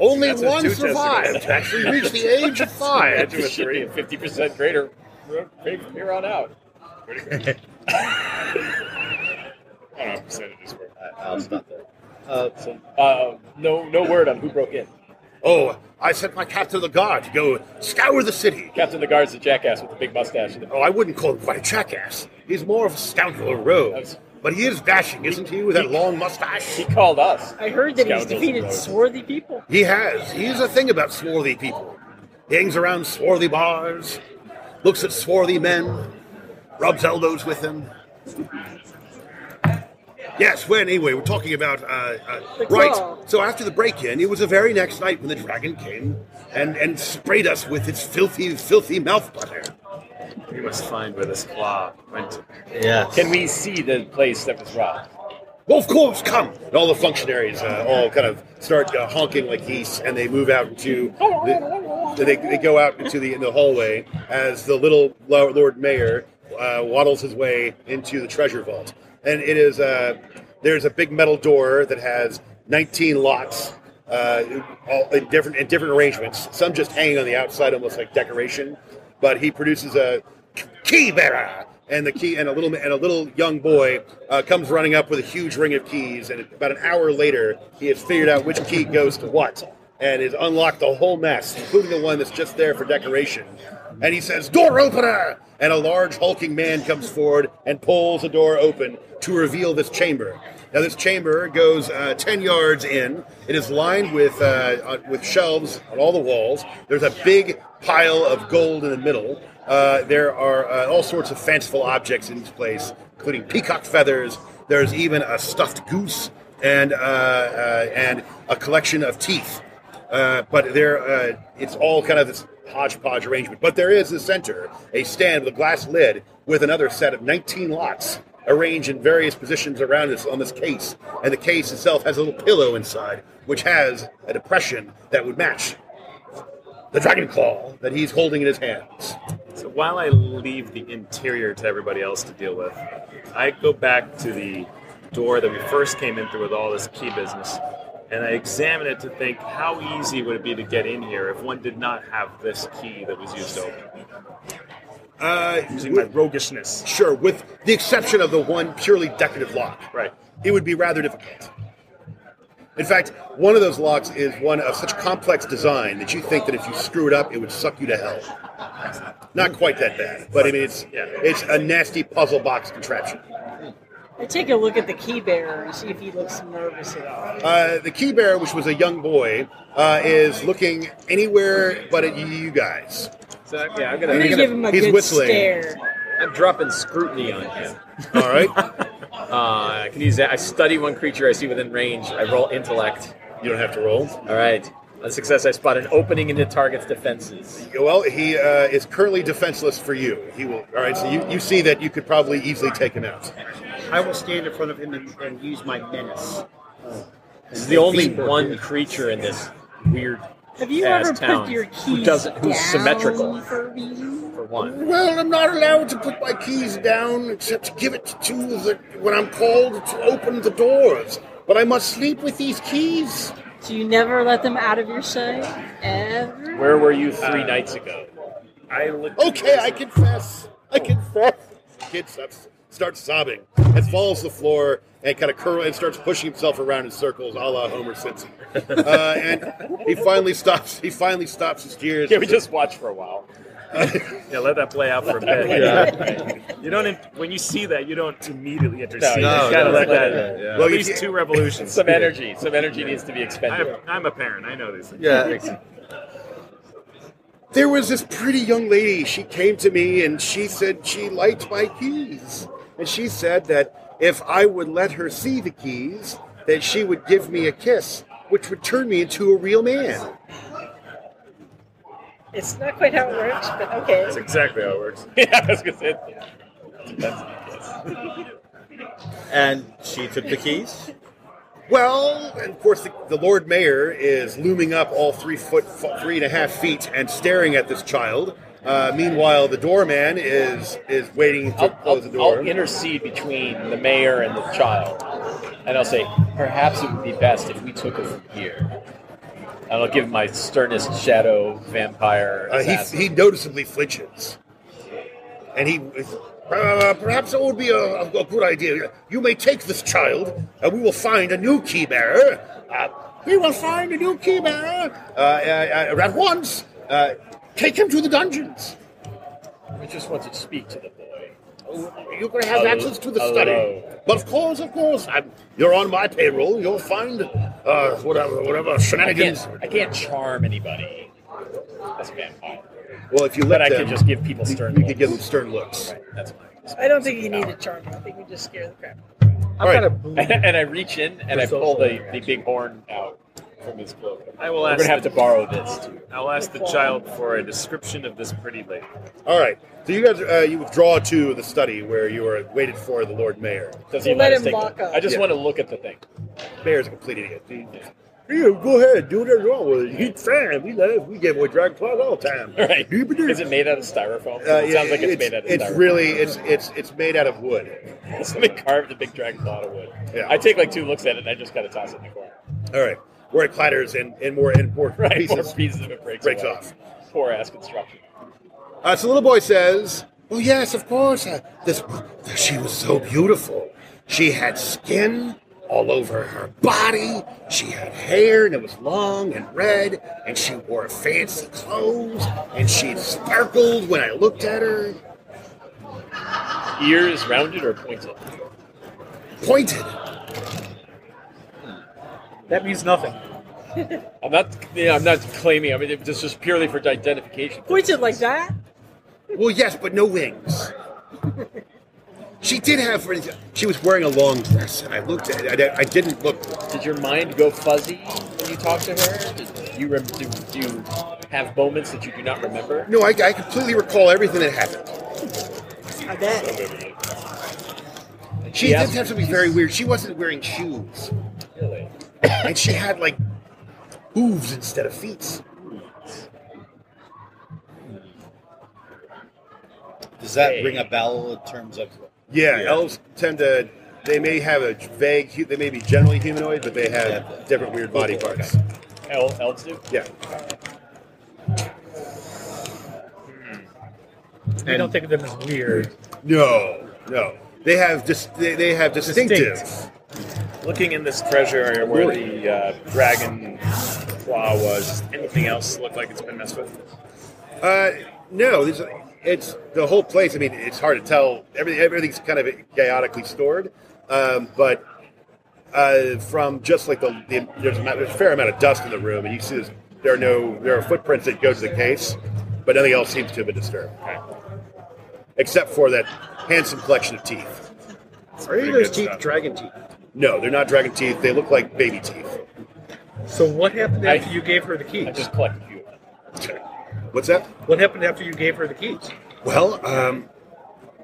Speaker 12: Only
Speaker 10: That's a
Speaker 12: one
Speaker 10: two-tester. [laughs]
Speaker 12: survived, actually reached the age of five.
Speaker 10: Graduate three, fifty percent greater. Great from here on out. Pretty good. I don't know what percentages were.
Speaker 9: I'll stop there.
Speaker 10: Uh, so, uh, no, no word on who broke in.
Speaker 3: Oh, I sent my captain of the guard to go scour the city.
Speaker 10: Captain of the guards, the jackass with the big mustache. And the,
Speaker 3: Oh, I wouldn't call him quite a jackass. He's more of a scoundrel of rogues. But he is dashing, isn't he, with that long mustache?
Speaker 10: he called us.
Speaker 6: I heard that
Speaker 10: Scoundrels
Speaker 6: he's
Speaker 10: and
Speaker 6: defeated
Speaker 10: rogues.
Speaker 6: swarthy people.
Speaker 3: He has. He's a thing about swarthy people. He hangs around swarthy bars, looks at swarthy men, rubs elbows with them. Yes, well, anyway, we're talking about. Uh, uh,
Speaker 6: The claw.
Speaker 3: right, so after the break in, it was the very next night when the dragon came and, and sprayed us with its filthy, filthy mouth butter.
Speaker 5: We must find where this claw went.
Speaker 9: Yes.
Speaker 10: Can we see the place that was robbed?
Speaker 3: Well, of course, come! And all the functionaries uh, all kind of start uh, honking like geese, and they move out into the, They, they go out into the in the hallway as the little lo- Lord Mayor uh, waddles his way into the treasure vault, and it is uh, there's a big metal door that has 19 locks, uh, all in different in different arrangements. Some just hanging on the outside, almost like decoration. But he produces a key bearer, and the key and a little and a little young boy uh, comes running up with a huge ring of keys. And about an hour later, he has figured out which key goes to what, and has unlocked the whole mess, including the one that's just there for decoration. And he says, "Door opener!" And a large hulking man comes forward and pulls the door open to reveal this chamber. Now, this chamber goes uh, ten yards in. It is lined with uh, uh, with shelves on all the walls. There's a big pile of gold in the middle. Uh, there are uh, all sorts of fanciful objects in this place, including peacock feathers. There's even a stuffed goose and uh, uh, and a collection of teeth. Uh, but there, uh, it's all kind of this hodgepodge arrangement. But there is in the center a stand with a glass lid with another set of 19 locks arranged in various positions around this on this case. And the case itself has a little pillow inside, which has a depression that would match the dragon claw that he's holding in his hands.
Speaker 5: So while I leave the interior to everybody else to deal with, I go back to the door that we first came in through with all this key business, and I examine it to think how easy would it be to get in here if one did not have this key that was used to open.
Speaker 3: Uh,
Speaker 5: Using my roguishness.
Speaker 3: Sure, with the exception of the one purely decorative lock.
Speaker 5: Right.
Speaker 3: It would be rather difficult. In fact, one of those locks is one of such complex design that you think that if you screw it up, it would suck you to hell. Not quite that bad, but I mean, it's it's a nasty puzzle box contraption.
Speaker 6: I take a look at the key bearer and see if he looks nervous at all.
Speaker 3: Uh, the key bearer, which was a young boy, uh, is looking anywhere but at you guys.
Speaker 7: So, yeah, I'm
Speaker 6: I'm
Speaker 7: gonna,
Speaker 6: gonna give him a
Speaker 3: He's
Speaker 6: good
Speaker 3: whistling.
Speaker 6: stare.
Speaker 8: I'm dropping scrutiny on him.
Speaker 3: All right.
Speaker 8: Uh, I can use that. I study one creature I see within range. I roll intellect.
Speaker 3: You don't have to roll.
Speaker 8: All right. On success, I spot an opening in the target's defenses.
Speaker 3: Well, he uh, is currently defenseless for you. He will. All right, so you, you see that you could probably easily take him out.
Speaker 2: I will stand in front of him and, and use my menace.
Speaker 8: This is the only
Speaker 10: [laughs]
Speaker 8: one creature in this weird
Speaker 6: Have you
Speaker 8: ass
Speaker 6: ever put
Speaker 8: town
Speaker 6: your
Speaker 8: who
Speaker 6: keys
Speaker 8: doesn't who's
Speaker 6: down
Speaker 8: symmetrical for one.
Speaker 12: Well, I'm not allowed to put my keys down except to give it to the when I'm called to open the doors. But I must sleep with these keys.
Speaker 6: So you never let them out of your sight? Ever?
Speaker 5: Where were you three
Speaker 10: Uh,
Speaker 5: nights ago? I looked
Speaker 3: Okay, I confess. I confess. Kid starts, starts sobbing and falls to the floor and kind of curl and starts pushing himself around in circles, a la Homer
Speaker 5: [laughs]
Speaker 3: Simpson. Uh, and he finally stops. He finally stops his tears.
Speaker 5: Can we just watch for a
Speaker 3: [laughs]
Speaker 5: while? yeah, let that play out for a bit.
Speaker 3: Oh, Yeah.
Speaker 5: You don't. in- When you see that, you don't immediately intercede.
Speaker 10: No,
Speaker 5: you gotta
Speaker 10: no,
Speaker 5: let
Speaker 10: no,
Speaker 5: that.
Speaker 10: no, yeah.
Speaker 5: At
Speaker 10: Well, you
Speaker 5: least
Speaker 10: see-
Speaker 8: [laughs]
Speaker 5: two revolutions.
Speaker 10: [laughs] Some energy. Some energy needs to be expended.
Speaker 5: I'm, I'm a parent. I know
Speaker 3: [laughs]
Speaker 5: these things.
Speaker 3: Yeah. There was this pretty young lady. She came to me and she said she liked my keys. And she said that if I would let her see the keys, that she would give me a kiss, which would turn me into a real man.
Speaker 6: It's not quite how it works, but okay.
Speaker 5: That's exactly how it works.
Speaker 10: yeah, I was gonna say.
Speaker 9: And she took the keys.
Speaker 3: Well, and of course, the, the Lord Mayor is looming up all three foot, f- three and a half feet, and staring at this child. Uh, meanwhile, the doorman is is waiting to close the door.
Speaker 10: I'll intercede between the mayor and the child, and I'll say, perhaps it would be best if we took it from here.
Speaker 8: And I'll give my sternest shadow vampire.
Speaker 3: Uh,
Speaker 8: assassin.
Speaker 3: he, he noticeably flinches. And he.
Speaker 12: Uh, perhaps it would be a, a, a good idea. You may take this child, and we will find a new key bearer. Uh, we will find a new key bearer
Speaker 3: Uh, uh, uh, at once, uh,
Speaker 12: Take him to the dungeons.
Speaker 10: We just want to speak to the boy.
Speaker 12: You can have
Speaker 10: Hello.
Speaker 12: access to the
Speaker 10: Hello.
Speaker 12: study. But of course, of course, I'm, you're on my payroll. You'll find uh, whatever, whatever shenanigans.
Speaker 10: I can't, I can't charm anybody as a vampire.
Speaker 3: well, if you let
Speaker 10: But I
Speaker 3: them,
Speaker 10: could just give people stern
Speaker 3: You, you
Speaker 10: looks.
Speaker 3: could give them stern looks.
Speaker 10: That's my.
Speaker 6: I don't think you need a charm. I think you just scare the crap.
Speaker 10: I'm gonna [laughs] and I reach in and I pull the, the big horn out from his cloak.
Speaker 5: I will
Speaker 10: We're
Speaker 5: ask.
Speaker 10: gonna have
Speaker 5: the-
Speaker 10: to borrow this. Too.
Speaker 5: I'll ask the child for a description of this pretty lady.
Speaker 3: All right. So you guys, uh, you withdraw to the study where you were waited for the Lord Mayor.
Speaker 10: Does he
Speaker 6: We'll let
Speaker 10: let, us
Speaker 6: him
Speaker 10: take
Speaker 6: walk
Speaker 10: the-
Speaker 6: up.
Speaker 10: I just
Speaker 3: Yeah.
Speaker 10: want to look at the thing.
Speaker 3: Mayor's a complete idiot. He
Speaker 12: Yeah, go ahead, do whatever you want with it. He's fine. We love. We give away dragon claws all the time.
Speaker 10: Right. Is it made out of styrofoam?
Speaker 12: Uh,
Speaker 10: it sounds like it's, made out of
Speaker 12: It's
Speaker 10: styrofoam.
Speaker 12: really it's it's it's made out of wood.
Speaker 10: [laughs] Somebody carved a big dragon claw out of wood.
Speaker 12: Yeah.
Speaker 10: I take like two looks at it and I just kind of toss it in the corner.
Speaker 12: All right, where it clatters and and more and more
Speaker 10: Right,
Speaker 12: pieces,
Speaker 10: more pieces of it breaks, away.
Speaker 12: off.
Speaker 10: Poor ass construction.
Speaker 3: Uh, so little boy says,
Speaker 12: "Oh yes, of course. Uh, this she was so beautiful. She had skin all over her body. She had hair and it was long and red. And she wore fancy clothes. And she sparkled when I looked at her.
Speaker 10: Ears rounded or pointed?
Speaker 12: Pointed.
Speaker 4: That means nothing.
Speaker 10: I'm not. Yeah, I'm not claiming. I mean, it- this is purely for identification.
Speaker 6: Pointed like that?
Speaker 12: Well, yes, but no wings. She did have. She was wearing a long dress, and I looked at. it. I, I didn't look.
Speaker 10: Did your mind go fuzzy when you talked to her? Did you rem- do, do you have moments that you do not remember?
Speaker 12: No, I, I completely recall everything that happened.
Speaker 6: I bet.
Speaker 12: She
Speaker 10: Yes.
Speaker 12: did have something very weird. She wasn't wearing shoes,
Speaker 10: Really?
Speaker 12: and she had like hooves instead of feet.
Speaker 9: Does that ring a bell in terms of?
Speaker 3: yeah, elves tend to, they may have a vague, hu- they may be generally humanoid, but they have different weird body parts.
Speaker 10: El- elves do.
Speaker 3: Yeah.
Speaker 5: Hmm.
Speaker 4: I don't think of them as weird.
Speaker 3: No, no. They have just they, they have distinctive.
Speaker 5: Looking in this treasure area where the uh, dragon claw was, anything else look like it's been messed with?
Speaker 3: Uh, no, this, it's the whole place. I mean, it's hard to tell. Everything, everything's kind of chaotically stored, um, but uh, from just like the, the there's, a, ma- there's a fair amount of dust in the room, and you see this, there are no there are footprints that go to the case, but nothing else seems to have been disturbed, except for that handsome collection of teeth.
Speaker 2: Are any of those teeth dragon teeth?
Speaker 3: No, they're not dragon teeth. They look like baby teeth.
Speaker 4: So what happened
Speaker 10: I-
Speaker 4: after you gave her the keys? I
Speaker 10: just collected you.
Speaker 3: What's that?
Speaker 4: What happened after you gave her the keys?
Speaker 12: Well, um,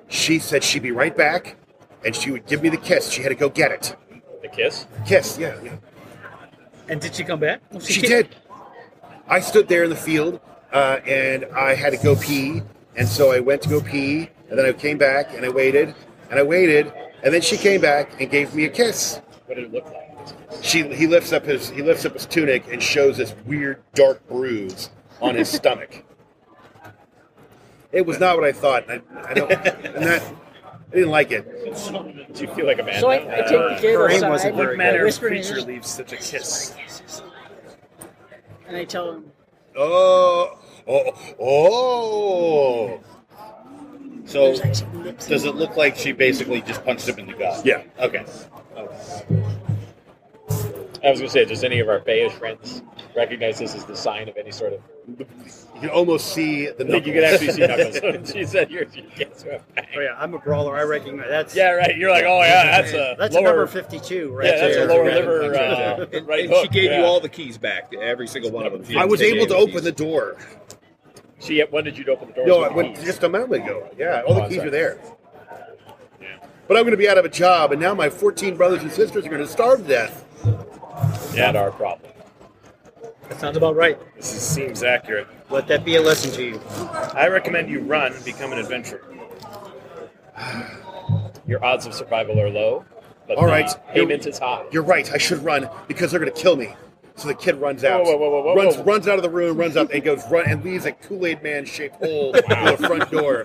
Speaker 12: she said she'd be right back, and she would give me the kiss. She had to go get it.
Speaker 10: The kiss.
Speaker 12: Kiss, yeah, yeah.
Speaker 4: And did she come back? Well,
Speaker 12: She did. I stood there in the field, uh, and I had to go pee, and so I went to go pee, and then I came back, and I waited, and I waited, and then she came back and gave me a kiss.
Speaker 10: What did it look like?
Speaker 12: She he lifts up his he lifts up his tunic and shows this weird dark bruise
Speaker 3: on his stomach. It was not what I thought. and I, I don't. and that, I didn't like it.
Speaker 10: Do you feel like a man?
Speaker 6: So I- I take the kid
Speaker 5: her aim
Speaker 6: aside,
Speaker 5: wasn't
Speaker 6: I
Speaker 5: very good.
Speaker 6: whisper in his-
Speaker 5: creature leaves such a kiss.
Speaker 6: And I tell him,
Speaker 3: Oh, oh, oh.
Speaker 11: So, does it look like she basically just punched him in the gut?
Speaker 3: Yeah.
Speaker 11: Okay.
Speaker 10: I was gonna say, does any of our Bayish friends recognize this as the sign of any sort of?
Speaker 3: You can almost see the.
Speaker 10: I think you can
Speaker 3: knuckles.
Speaker 10: actually see
Speaker 12: [laughs]
Speaker 10: knuckles. [laughs] she said, "Your your kids were bang."
Speaker 2: Oh yeah, I'm a brawler. I recognize that's.
Speaker 10: Yeah, right. You're like, oh yeah, that's a
Speaker 2: that's
Speaker 10: lower-
Speaker 2: a number fifty-two, right
Speaker 10: Yeah, that's a
Speaker 2: there.
Speaker 10: lower liver uh,
Speaker 7: [laughs]
Speaker 10: right
Speaker 7: and
Speaker 10: hook.
Speaker 7: she gave
Speaker 10: yeah.
Speaker 7: you all the keys back, every single one of them.
Speaker 3: I was
Speaker 7: She
Speaker 3: able
Speaker 7: gave
Speaker 3: to
Speaker 7: you the
Speaker 3: open the door.
Speaker 10: She when did you open the door?
Speaker 3: No, I went just a moment ago. Yeah, all
Speaker 10: Oh,
Speaker 3: the
Speaker 10: I'm
Speaker 3: keys
Speaker 10: sorry.
Speaker 3: are there. But I'm going to be out of a job, and now my 14 brothers and sisters are going to starve to death.
Speaker 10: Not our problem.
Speaker 4: That sounds about right.
Speaker 5: This is, seems accurate.
Speaker 2: Let that be a lesson to you.
Speaker 5: I recommend you run, become an adventurer. [sighs]
Speaker 10: Your odds of survival are low, but
Speaker 3: All
Speaker 10: the
Speaker 3: right.
Speaker 10: payment is high.
Speaker 3: You're right. I should run because they're going to kill me. So the kid runs out,
Speaker 10: Whoa, whoa, whoa, whoa,
Speaker 3: runs
Speaker 10: whoa.
Speaker 3: runs out of the room, runs up, and goes run and leaves a Kool Aid Man shaped hole in the front
Speaker 10: [laughs]
Speaker 3: door.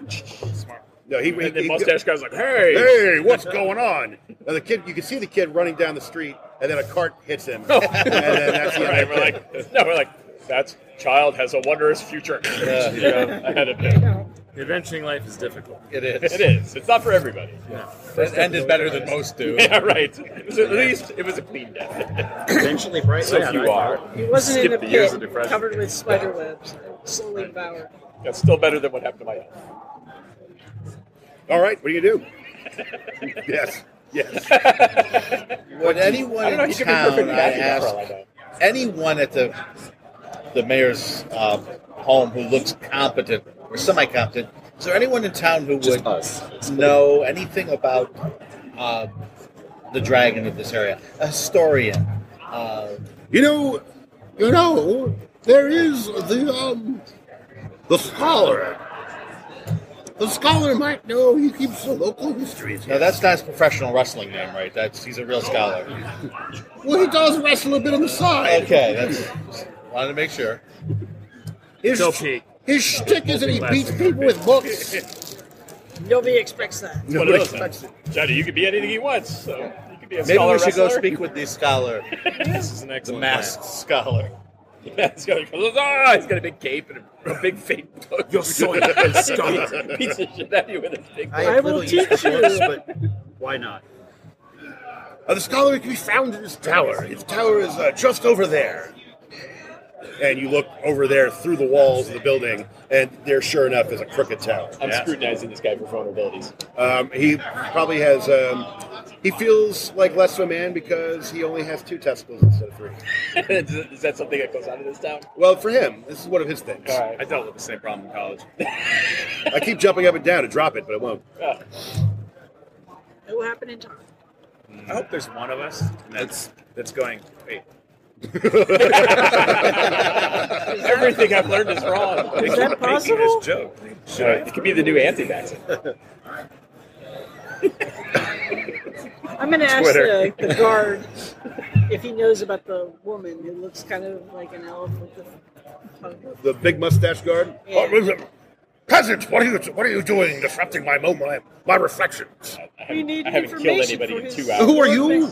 Speaker 3: No, he, he,
Speaker 5: And the
Speaker 3: he-
Speaker 5: mustache guy's like, "Hey,
Speaker 3: hey, what's going on?" Now the kid, you can see the kid running down the street, and then a cart hits
Speaker 10: [laughs]
Speaker 3: him, and then that's the end.
Speaker 10: right,
Speaker 3: of
Speaker 10: we're
Speaker 3: it.
Speaker 10: like, no, we're like, that child has a wondrous future. [laughs] you know, ahead of him.
Speaker 5: The adventuring life is difficult.
Speaker 11: It is.
Speaker 10: It is. It's not for everybody.
Speaker 11: It ended better than most do.
Speaker 10: [laughs] Yeah, right. So at least it was a clean death.
Speaker 2: Eventually, bright
Speaker 10: So
Speaker 2: light,
Speaker 10: if you
Speaker 2: I thought.
Speaker 10: are,
Speaker 6: he wasn't
Speaker 10: skip
Speaker 6: in a
Speaker 10: the years of
Speaker 6: pit
Speaker 10: depression.
Speaker 6: covered with spider webs. and Slowly devoured.
Speaker 10: That's still better than what happened to my health.
Speaker 3: All right, what do you
Speaker 10: [laughs]
Speaker 3: do? yes, yes.
Speaker 11: [laughs] Would anyone
Speaker 10: I don't know.
Speaker 11: in
Speaker 10: You could be
Speaker 11: town,
Speaker 10: perfect
Speaker 11: I
Speaker 10: Matthew for
Speaker 11: ask,
Speaker 10: all I know.
Speaker 11: anyone at the the mayor's uh, home who looks competent or semi-competent, is there anyone in town who would know anything about um, uh, the dragon of this area? A historian, uh,
Speaker 3: You know, you know, there is the um, the scholar. The scholar might know he keeps the local histories.
Speaker 9: No, that's not his professional wrestling name, right? That's he's a real scholar.
Speaker 3: Well, he does wrestle a bit on the side.
Speaker 9: Okay, that's wanted to make sure.
Speaker 3: His, his shtick is that he beats people with books.
Speaker 6: Nobody expects that.
Speaker 9: No,
Speaker 3: Nobody
Speaker 9: no.
Speaker 3: expects it.
Speaker 10: Johnny, you could be anything he wants. So you could be a
Speaker 9: Maybe
Speaker 10: scholar
Speaker 9: we should go
Speaker 10: wrestler.
Speaker 9: speak with the scholar,
Speaker 10: [laughs] this is an
Speaker 9: the
Speaker 10: excellent
Speaker 9: masked scholar.
Speaker 10: plan. Yeah, he's got, ah, he's got a big cape and a, a big fake book. You're
Speaker 13: so damn scholar.
Speaker 10: [laughs] Piece of shit out of you with a big
Speaker 13: I,
Speaker 10: book.
Speaker 13: have little use for books, but why not?
Speaker 3: Uh, the scholar can be found in his tower. His tower is uh, just over there. And you look over there through the walls of the building, and there, sure enough, is a crooked tower.
Speaker 10: I'm scrutinizing this guy for vulnerabilities.
Speaker 3: Um, he probably has. Um, he feels like less of a man because he only has two testicles instead of three.
Speaker 10: [laughs] is, is that something that goes on in this town?
Speaker 3: Well, for him, this is one of his things.
Speaker 10: All right.
Speaker 5: I dealt with the same problem in college.
Speaker 3: I keep jumping up and down to drop it, but I won't.
Speaker 10: Oh.
Speaker 6: It will happen in time.
Speaker 5: I hope there's one of us that's that's going. Wait,
Speaker 10: [laughs] Everything I've learned is wrong.
Speaker 5: They
Speaker 10: Is
Speaker 5: keep
Speaker 10: that
Speaker 5: making
Speaker 10: possible?
Speaker 5: This joke.
Speaker 10: Should I- It could be the new anti-vaxxer.
Speaker 6: [laughs] I'm going to ask
Speaker 10: Twitter.
Speaker 6: the, [laughs] the guard if he knows about the woman who looks kind of like an elf with the.
Speaker 3: The big mustache guard.
Speaker 6: Yeah.
Speaker 3: Peasant, what are you what are you doing, disrupting my moment, my reflections?
Speaker 6: We need
Speaker 10: I haven't killed
Speaker 6: information
Speaker 10: anybody
Speaker 6: for
Speaker 10: in
Speaker 6: his-
Speaker 10: two
Speaker 3: Who are you?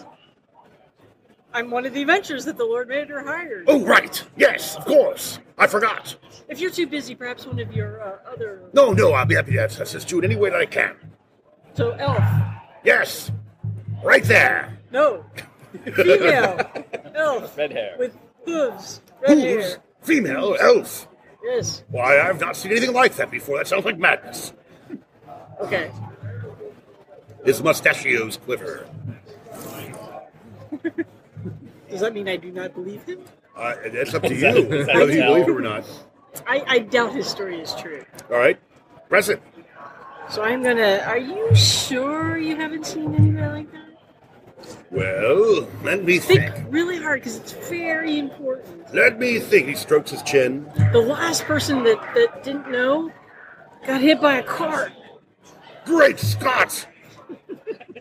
Speaker 6: I'm one of the adventurers that the Lord Mayor hired.
Speaker 3: Oh, right. Yes, of course. I forgot.
Speaker 6: If you're too busy, perhaps one of your uh, other.
Speaker 3: No, no, I'll be happy to assist you in any way that I can.
Speaker 6: So, elf.
Speaker 3: Yes, right there.
Speaker 6: No.
Speaker 3: [laughs]
Speaker 6: Female. elf.
Speaker 10: Red hair.
Speaker 6: With hooves. Red
Speaker 3: Hooves?
Speaker 6: hair.
Speaker 3: Female elf.
Speaker 6: Yes.
Speaker 3: Why, I've not seen anything like that before. That sounds like madness.
Speaker 6: Okay.
Speaker 3: His mustachios quiver.
Speaker 6: Does that mean I do not believe him?
Speaker 3: Uh, that's up to
Speaker 10: Is
Speaker 3: you
Speaker 10: that- is that
Speaker 3: whether you
Speaker 10: hell?
Speaker 3: believe it or not.
Speaker 6: I, I doubt his story is true.
Speaker 3: All right, present.
Speaker 6: So I'm gonna. Are you sure you haven't seen anybody like that?
Speaker 3: Well, let me
Speaker 6: Think
Speaker 3: think.
Speaker 6: really hard because it's very important.
Speaker 3: Let me think. He strokes his chin.
Speaker 6: The last person that, that didn't know got hit by a car.
Speaker 3: Great Scott!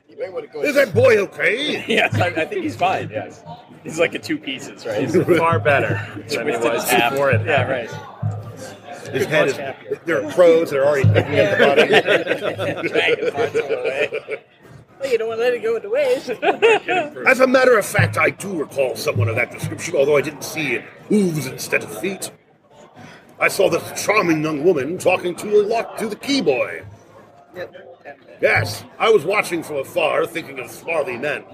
Speaker 3: Is that boy
Speaker 10: [laughs]
Speaker 3: okay?
Speaker 10: yes, I, I think he's fine. Yes, he's like in two pieces,
Speaker 3: [laughs]
Speaker 10: right? He's
Speaker 5: far better than he
Speaker 10: twisted
Speaker 5: was
Speaker 10: half.
Speaker 5: before it
Speaker 10: Yeah,
Speaker 5: happened.
Speaker 10: right.
Speaker 3: His head is. There are crows that are already picking at the body.
Speaker 6: Well, you don't want to let it go into waste. [laughs]
Speaker 3: As a matter of fact, I do recall someone of that description, although I didn't see hooves instead of feet. I saw this charming young woman talking to a lock to the key boy. Yes, I was watching from afar, thinking of swarthy men,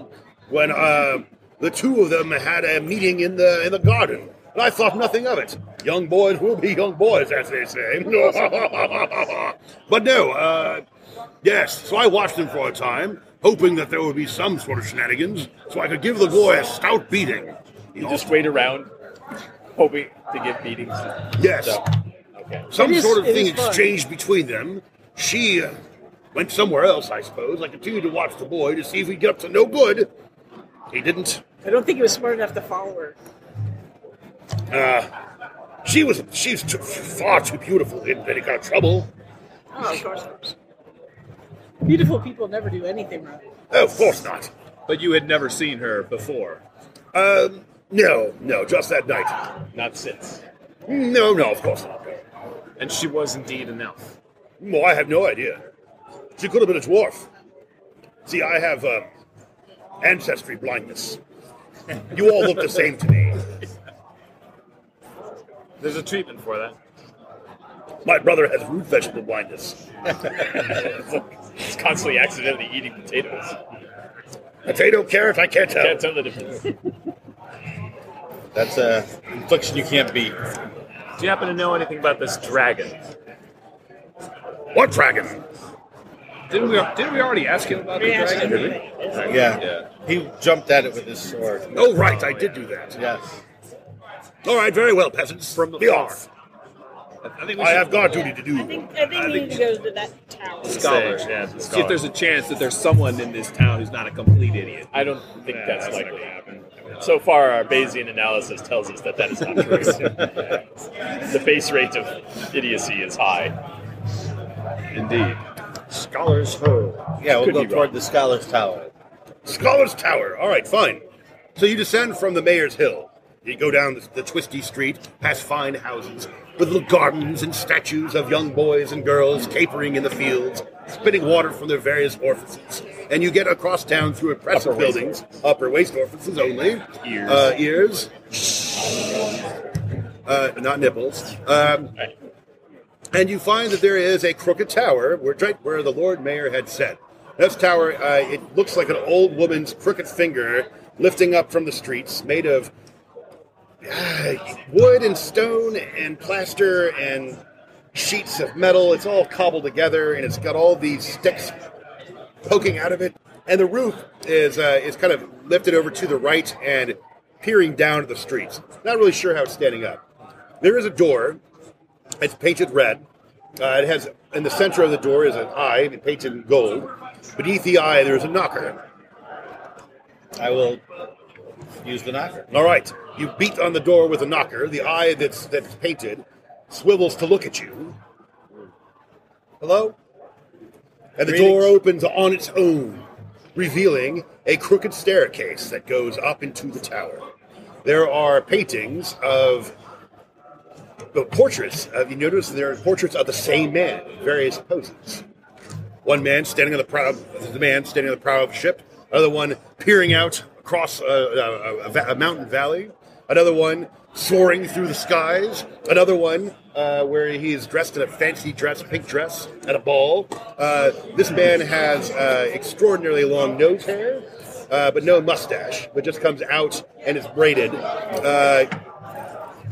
Speaker 3: when uh, the two of them had a meeting in the in the garden, and I thought nothing of it. Young boys will be young boys, as they say. [laughs]
Speaker 6: Oh,
Speaker 3: but no, uh, yes. So I watched them for a time, hoping that there would be some sort of shenanigans, so I could give the boy a stout beating.
Speaker 10: You just wait around, hoping to get beatings.
Speaker 3: Yes.
Speaker 10: So, okay.
Speaker 3: Some
Speaker 6: It is-
Speaker 3: sort of
Speaker 6: it
Speaker 3: thing
Speaker 6: is fun.
Speaker 3: exchanged between them. She uh, went somewhere else, I suppose. I continued to watch the boy to see if he'd get up to no good. He didn't.
Speaker 6: I don't think he was smart enough to follow her.
Speaker 3: Uh, she was she's too, far too beautiful in any kind of trouble.
Speaker 6: Oh, of course. not. Beautiful people never do anything wrong.
Speaker 3: Oh, of course not.
Speaker 7: But you had never seen her before.
Speaker 3: Um, no, no, just that night.
Speaker 10: Not since.
Speaker 3: No, no, of course not.
Speaker 5: And she was indeed an elf.
Speaker 3: Well, I have no idea. She could have been a dwarf. See, I have um, ancestry blindness. You all look the same to me.
Speaker 5: There's a treatment for that.
Speaker 3: My brother has root vegetable blindness.
Speaker 10: [laughs] He's constantly accidentally eating potatoes.
Speaker 3: Potato, carrot, I can't tell.
Speaker 10: Can't tell the difference.
Speaker 9: That's a infliction you can't beat.
Speaker 5: Do you happen to know anything about this dragon?
Speaker 3: What dragon?
Speaker 7: Didn't we? Didn't we already ask him about the
Speaker 6: We asked
Speaker 7: dragon?
Speaker 6: him.
Speaker 7: Did we?
Speaker 9: Yeah. He jumped at it with his sword.
Speaker 3: Oh, right, I did do that.
Speaker 9: Yes.
Speaker 3: All right, very well, peasants.
Speaker 5: From the
Speaker 3: Be off.
Speaker 5: fourth.
Speaker 7: I, think we
Speaker 3: I
Speaker 7: should-
Speaker 3: have God duty to
Speaker 6: I
Speaker 3: do.
Speaker 6: think I think you need to go to that tower.
Speaker 7: Scholar.
Speaker 5: Sage, yeah, the
Speaker 7: See if there's a chance that there's someone in this town who's not a complete idiot.
Speaker 10: I don't think that's, likely.
Speaker 5: to happen.
Speaker 10: So far, our Bayesian analysis tells us that that is not true. [laughs] the base rate of idiocy is high.
Speaker 7: Indeed.
Speaker 2: Scholars Ho.
Speaker 9: Yeah, we'll
Speaker 10: Could
Speaker 9: go
Speaker 10: be
Speaker 9: toward the Scholar's Tower.
Speaker 3: Scholar's Tower. All right, fine. So you descend from the Mayor's Hill. You go down the, the twisty street, past fine houses, with little gardens and statues of young boys and girls capering in the fields, spitting water from their various orifices. And you get across town through a press of
Speaker 7: Upper waist
Speaker 3: buildings, upper waist orifices only,
Speaker 7: Ears.
Speaker 3: uh, ears, uh, not nipples. Um, and you find that there is a crooked tower where, right where the Lord Mayor had said. This tower, uh, it looks like an old woman's crooked finger lifting up from the streets, made of uh, wood and stone and plaster and sheets of metal. It's all cobbled together, and it's got all these sticks poking out of it. And the roof is uh, is kind of lifted over to the right and peering down to the streets. Not really sure how it's standing up. There is a door. It's painted red. Uh, it has in the center of the door is an eye painted in gold. Beneath the eye there is a knocker.
Speaker 11: I will use the knocker.
Speaker 3: All right, you beat on the door with a knocker. The eye that's that's painted swivels to look at you. Hello. And the door opens on its own, revealing a crooked staircase that goes up into the tower. There are paintings of the portraits. Of, you notice there are portraits of the same man, in various poses. One man standing on the prow, the man standing on the prow of a ship. Another one peering out across a, a, a va- a mountain valley. Another one soaring through the skies. Another one uh, where he is dressed in a fancy dress, pink dress, at a ball. Uh, this man has uh, extraordinarily long nose hair, uh, but no mustache, but just comes out and is braided. Uh,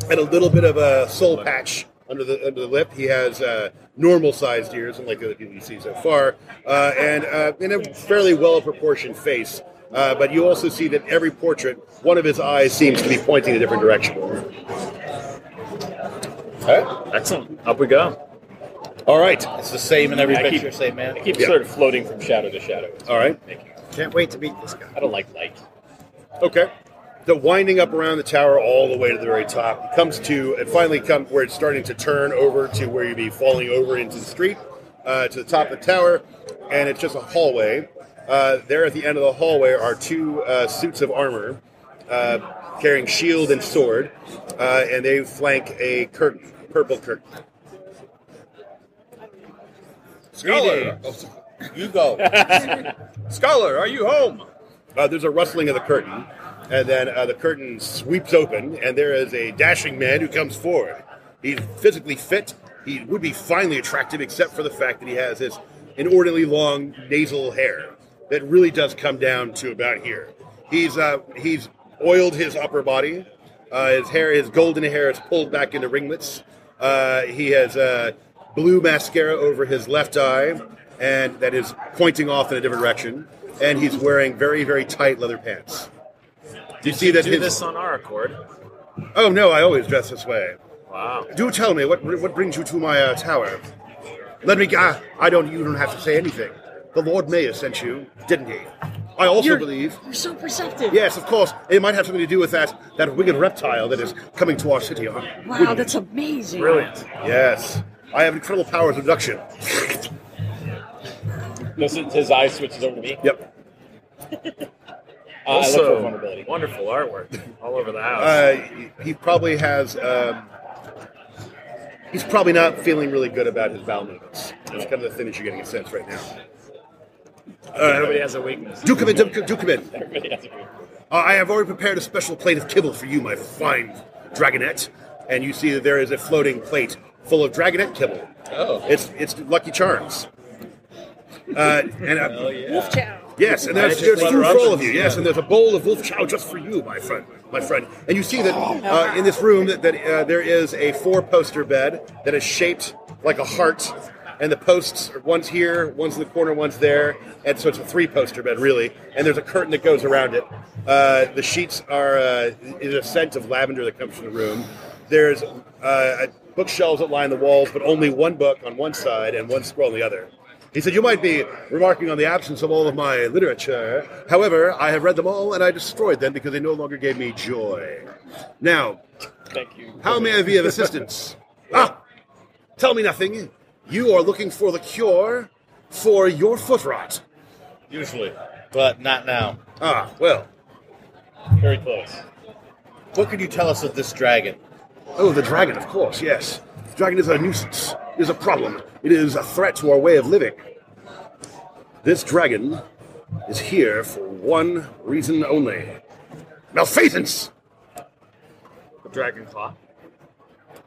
Speaker 3: and a little bit of a soul patch under the under the lip. He has uh, normal sized ears, unlike the other people you see so far, uh, and uh, in a fairly well proportioned face. Uh, but you also see that every portrait, one of his eyes seems to be pointing in a different direction.
Speaker 5: Excellent. Up we go.
Speaker 3: All right.
Speaker 11: It's the same in every
Speaker 10: I
Speaker 11: picture,
Speaker 10: keep-
Speaker 11: same man.
Speaker 10: I keep
Speaker 3: Yeah.
Speaker 10: sort of floating from shadow to shadow.
Speaker 3: All right.
Speaker 2: Can't wait to meet this guy.
Speaker 10: I don't like light.
Speaker 3: Okay. So winding up around the tower all the way to the very top, it comes to it finally comes where it's starting to turn over to where you'd be falling over into the street, uh, to the top of the tower, and it's just a hallway. Uh, there at the end of the hallway are two uh, suits of armor, uh, carrying shield and sword, uh, and they flank a curtain, purple curtain.
Speaker 7: Scholar,
Speaker 11: you go.
Speaker 7: Scholar, are you home?
Speaker 3: Uh, there's a rustling of the curtain, and then uh, the curtain sweeps open, and there is a dashing man who comes forward. He's physically fit. He would be finely attractive, except for the fact that he has this inordinately long nasal hair that really does come down to about here. He's uh, he's oiled his upper body. Uh, his hair, his golden hair, is pulled back into ringlets. Uh, he has uh, blue mascara over his left eye, and that is pointing off in a different direction. And he's wearing very, very tight leather pants. Do you see that?
Speaker 5: Do
Speaker 3: his-
Speaker 5: this on our accord.
Speaker 3: Oh no, I always dress this way.
Speaker 5: Wow.
Speaker 3: Do tell me what what brings you to my uh, tower? Let me. Uh, I don't. You don't have to say anything. The Lord Mayor sent you, didn't he? I also
Speaker 6: You're-
Speaker 3: believe.
Speaker 6: You're so perceptive.
Speaker 3: Yes, of course. It might have something to do with that that wicked reptile that is coming to our city. Wow,
Speaker 6: Wow, that's amazing.
Speaker 5: Brilliant.
Speaker 3: Yes, I have incredible powers of deduction.
Speaker 10: Does it- his eye switches over to me.
Speaker 3: Yep.
Speaker 10: Uh, I look for
Speaker 5: Also,
Speaker 10: vulnerability.
Speaker 5: wonderful artwork all over the house.
Speaker 3: Uh, he probably has. Um, he's probably not feeling really good about his bowel movements. That's kind of the thing that you're getting a sense right now.
Speaker 5: Everybody
Speaker 3: Uh,
Speaker 5: has a weakness.
Speaker 3: do come in. Do, do come in.
Speaker 10: Everybody has a weird-
Speaker 3: Uh, I have already prepared a special plate of kibble for you, my fine dragonette. And you see that there is a floating plate full of dragonette kibble.
Speaker 7: Oh.
Speaker 3: It's it's Lucky Charms. Uh, and uh,
Speaker 6: Wolf chow.
Speaker 3: Yes, and
Speaker 5: Can I
Speaker 3: there's,
Speaker 5: just
Speaker 3: there's
Speaker 5: flutter
Speaker 3: food
Speaker 5: up
Speaker 3: for all
Speaker 5: and-
Speaker 3: of you. Yes, and there's a bowl of wolf chow just for you, my friend, my friend. And you see that
Speaker 6: Oh,
Speaker 3: uh, in this room that, that uh, there is a four-poster bed that is shaped like a heart, and the posts are one's here, one's in the corner, one's there, and so it's a three-poster bed really. And there's a curtain that goes around it. Uh, the sheets are uh, is a scent of lavender that comes from the room. There's uh, a bookshelves that line the walls, but only one book on one side and one scroll on the other. He said, You might be remarking on the absence of all of my literature. However, I have read them all and I destroyed them because they no longer gave me joy. Now,
Speaker 10: Thank you.
Speaker 3: how may I be of assistance? ah, tell me nothing. You are looking for the cure for your foot rot.
Speaker 11: Usually, but not now.
Speaker 3: Ah, well.
Speaker 11: Very close. What could you tell us of this dragon?
Speaker 3: Oh, the dragon, of course, yes. The dragon is a nuisance, it is a problem, it is a threat to our way of living. This dragon is here for one reason only malfeasance!
Speaker 5: The dragon claw.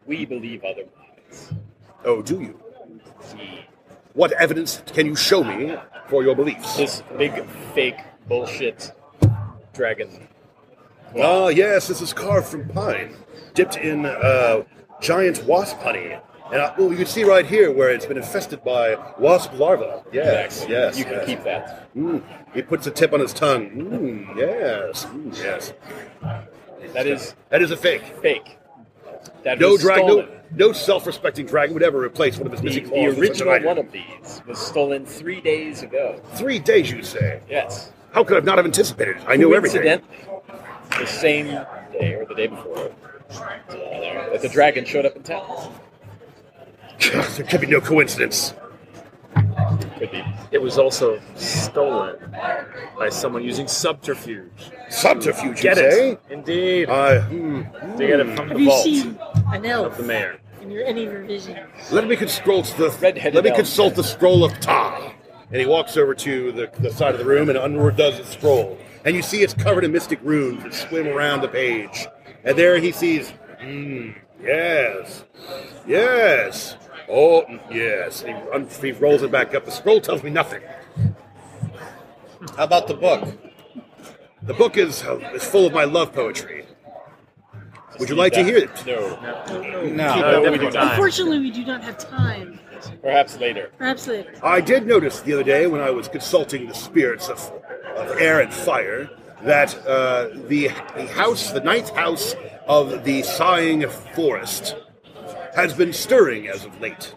Speaker 10: We believe otherwise.
Speaker 3: Oh, do you? What evidence can you show me for your beliefs?
Speaker 10: This big fake bullshit dragon.
Speaker 3: Ah, yes, this is carved from pine, dipped in uh, giant wasp honey. And I, well, you can see right here where it's been infested by wasp larvae. Yes,
Speaker 10: Exactly.
Speaker 3: yes.
Speaker 10: You can
Speaker 3: yes.
Speaker 10: keep that.
Speaker 3: Mm, he puts a tip on his tongue. Mm, yes, mm, yes.
Speaker 10: That is
Speaker 3: that is a fake.
Speaker 10: Fake. That
Speaker 3: no
Speaker 10: was
Speaker 3: dragon, no,
Speaker 10: stolen.
Speaker 3: no self-respecting dragon would ever replace one of his
Speaker 10: The,
Speaker 3: missing
Speaker 10: the
Speaker 3: claws. with such an
Speaker 10: original
Speaker 3: item.
Speaker 10: one of these was stolen three days ago.
Speaker 3: Three days, you say?
Speaker 10: Yes.
Speaker 3: How could I not have anticipated it? I knew everything.
Speaker 10: Coincidentally, The same day or the day before, that the dragon showed up in town.
Speaker 3: there could be no coincidence.
Speaker 10: Could be.
Speaker 5: It was also stolen by someone using subterfuge.
Speaker 3: Subterfuge,
Speaker 5: Get
Speaker 3: you
Speaker 5: it?
Speaker 3: say?
Speaker 5: Indeed.
Speaker 3: eh? I- hmm,
Speaker 5: They get it from
Speaker 6: Have
Speaker 5: the
Speaker 6: you
Speaker 5: vault
Speaker 6: seen an
Speaker 5: of
Speaker 6: elf
Speaker 5: the mayor.
Speaker 6: in your any of your visions?
Speaker 3: Let me consult the
Speaker 10: Red-headed
Speaker 3: Let me
Speaker 10: elf.
Speaker 3: consult the scroll of Tom. And he walks over to the, the side of the room and undoes his scroll. And you see it's covered in mystic runes that swim around the page. And there he sees, mm, yes, yes, oh mm, yes. And he, un- he rolls it back up. The scroll tells me nothing.
Speaker 11: How about the book?
Speaker 3: The book is uh, is full of my love poetry. Would you like to
Speaker 10: that.
Speaker 3: hear it?
Speaker 10: No.
Speaker 3: No,
Speaker 10: we
Speaker 3: no,
Speaker 10: do not.
Speaker 6: Unfortunately, we do not have time.
Speaker 10: Perhaps later.
Speaker 6: Perhaps later.
Speaker 3: I did notice the other day when I was consulting the spirits of, of air and fire that uh, the, the house, the ninth house of the sighing forest, has been stirring as of late.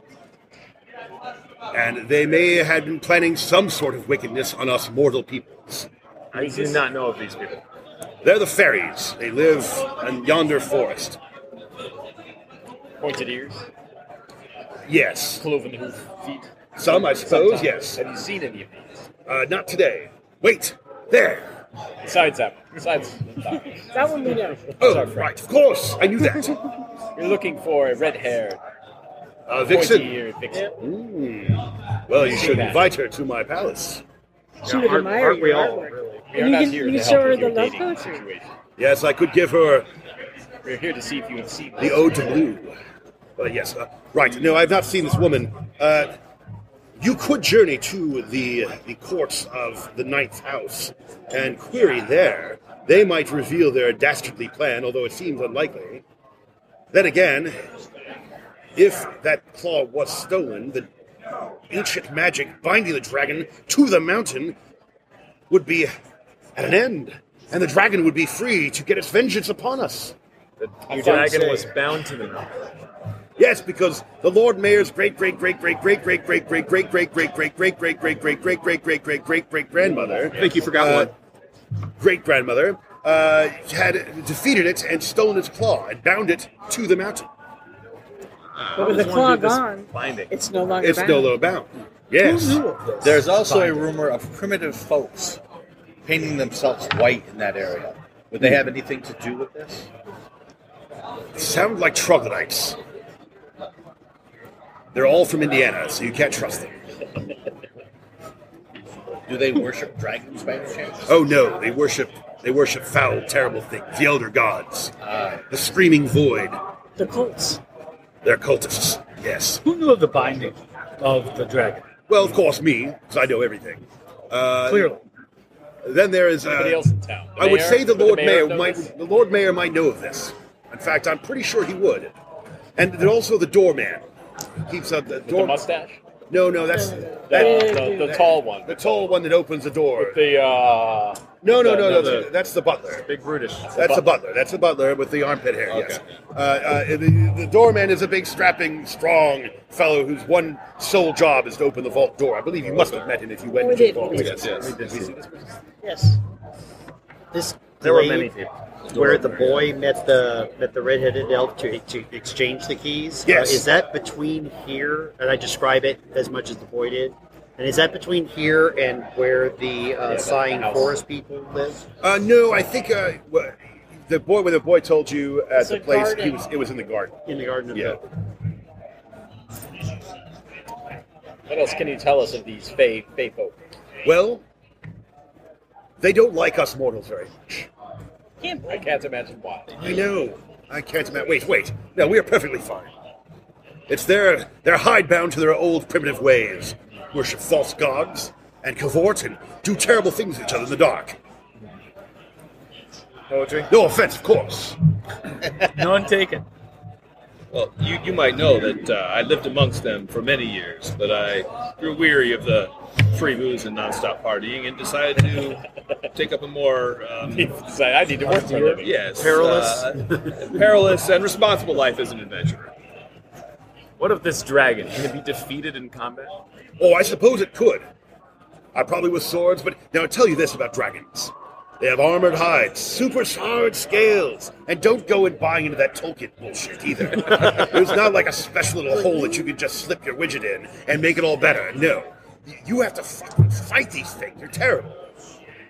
Speaker 3: And they may have been planning some sort of wickedness on us mortal peoples.
Speaker 5: I do not know of these people.
Speaker 3: They're the fairies. They live in yonder forest.
Speaker 10: Pointed ears,
Speaker 3: Yes.
Speaker 10: cloven hoof, feet.
Speaker 3: Some, I suppose,
Speaker 10: Sometimes.
Speaker 3: yes.
Speaker 10: Have you seen any of these?
Speaker 3: Uh, not today. Wait, there.
Speaker 10: Besides that one. Besides that one.
Speaker 6: That one we know.
Speaker 3: Oh, right, of course. I knew that.
Speaker 10: You're looking for a red haired,
Speaker 3: Uh, Vixen.
Speaker 10: eared vixen.
Speaker 3: Mm. Well, you should
Speaker 10: That.
Speaker 3: invite her to my palace.
Speaker 6: She would
Speaker 5: aren't-
Speaker 6: admire
Speaker 5: aren't
Speaker 6: your
Speaker 5: we all,
Speaker 6: artwork.
Speaker 5: really?
Speaker 10: We are
Speaker 6: And you
Speaker 10: not
Speaker 6: can-
Speaker 10: here
Speaker 6: you
Speaker 10: to
Speaker 6: can
Speaker 10: help
Speaker 6: show
Speaker 10: with
Speaker 6: her
Speaker 10: your
Speaker 6: the love
Speaker 10: dating
Speaker 6: poetry.
Speaker 10: situation.
Speaker 3: Yes, I could give her
Speaker 10: We're here to see if you have seen
Speaker 3: the Ode to Blue. But yes, uh, right. No, I've not seen this woman. Uh, you could journey to the the courts of the Ninth House and query there. They might reveal their dastardly plan, although it seems unlikely. Then again, if that claw was stolen, the ancient magic binding the dragon to the mountain would be at an end, and the dragon would be free to get its vengeance upon us.
Speaker 5: The
Speaker 10: I'm
Speaker 5: dragon
Speaker 10: saying-
Speaker 5: was bound to the mountain.
Speaker 3: Yes, because the Lord Mayor's great great great great great great great great great great great great great great great great great great great great great great grandmother.
Speaker 7: I think you forgot one.
Speaker 3: Great grandmother uh, had defeated it and stolen its claw and bound it to the mountain.
Speaker 6: But Uh, with the claw gone,
Speaker 5: Binding.
Speaker 6: it's no longer
Speaker 3: It's
Speaker 6: bound.
Speaker 3: no low bound. Yes.
Speaker 6: Who knew of this?
Speaker 11: There's also a rumor of primitive folks painting themselves white in that area. Would
Speaker 10: Hmm.
Speaker 11: they have anything to do with this?
Speaker 3: Sound like troglodytes. They're all from Indiana, so you can't trust them.
Speaker 11: Do they worship dragons by any chance?
Speaker 3: Oh no, they worship they worship foul, terrible things, the elder gods,
Speaker 11: Ah.
Speaker 3: the screaming void.
Speaker 6: The Colts.
Speaker 3: They're cultists. Yes.
Speaker 4: Who knew of the binding of the dragon?
Speaker 3: Well, of course, me, because I know everything. Uh,
Speaker 4: Clearly.
Speaker 3: Then there is.
Speaker 10: Anybody
Speaker 3: Uh,
Speaker 10: else in town? The
Speaker 3: I would
Speaker 10: mayor?
Speaker 3: say the
Speaker 10: Would
Speaker 3: Lord
Speaker 10: mayor
Speaker 3: Mayor,
Speaker 10: know
Speaker 3: might.
Speaker 10: this?
Speaker 3: The Lord Mayor might know of this. In fact, I'm pretty sure he would. And then also the doorman. He keeps up the
Speaker 10: With the
Speaker 3: door.
Speaker 10: mustache?
Speaker 3: No, no, that's that,
Speaker 10: the- the tall one.
Speaker 3: The tall one that opens the door.
Speaker 10: the uh,
Speaker 3: no, no,
Speaker 10: the-
Speaker 3: no, no,
Speaker 10: no, the-
Speaker 3: that's the butler.
Speaker 5: Big British.
Speaker 3: That's the butler. That's the butler with the armpit hair. Yes. Uh, uh, the, the doorman is a big, strapping, strong fellow whose one sole job is to open the vault door. I believe you must have met him if you went
Speaker 2: We
Speaker 3: into
Speaker 2: did.
Speaker 3: the vault.
Speaker 2: We did,
Speaker 3: yes.
Speaker 2: Yes. This
Speaker 3: There were
Speaker 2: glade
Speaker 3: many people.
Speaker 2: Where the boy met the met the redheaded elf to, to exchange the keys. Uh,
Speaker 3: Yes.
Speaker 2: is that between here? And I describe it as much as the boy did. And is that between here and where the uh,
Speaker 3: Yeah, that's
Speaker 2: sighing
Speaker 3: the house.
Speaker 2: forest people live?
Speaker 3: Uh, no, I think uh, wha- the boy when the boy told you at
Speaker 2: It's
Speaker 3: the
Speaker 2: a
Speaker 3: place he
Speaker 2: garden.
Speaker 3: was it was in the garden.
Speaker 2: In the garden. Of
Speaker 3: Yeah.
Speaker 10: What else can you tell us of these fae, fae folk?
Speaker 3: Well, they don't like us mortals very much.
Speaker 6: Can't
Speaker 8: I can't imagine why.
Speaker 3: I know. I can't imagine. Wait, wait. No, we are perfectly fine. It's their they're hidebound to their old primitive ways, worship false gods, and cavort and do terrible things to each other in the dark.
Speaker 5: Poetry.
Speaker 3: No offense, of course. [laughs]
Speaker 4: None taken.
Speaker 7: Well, you, you might know that uh, I lived amongst them for many years, but I grew weary of the free booze and nonstop partying and decided to take up a more.
Speaker 10: [laughs]
Speaker 7: Um,
Speaker 10: I need to work for a living.
Speaker 7: Yes.
Speaker 10: Perilous.
Speaker 7: uh, [laughs] perilous and responsible life as an adventurer.
Speaker 5: What of this dragon? Can it be defeated in combat?
Speaker 3: Oh, I suppose it could. I probably with swords, but now I tell you this about dragons. They have armored hides, super hard scales, and don't go and buy into that Tolkien bullshit either. it's not like a special little hole that you can just slip your widget in and make it all better. No. Y- You have to fucking fight these things. They're terrible.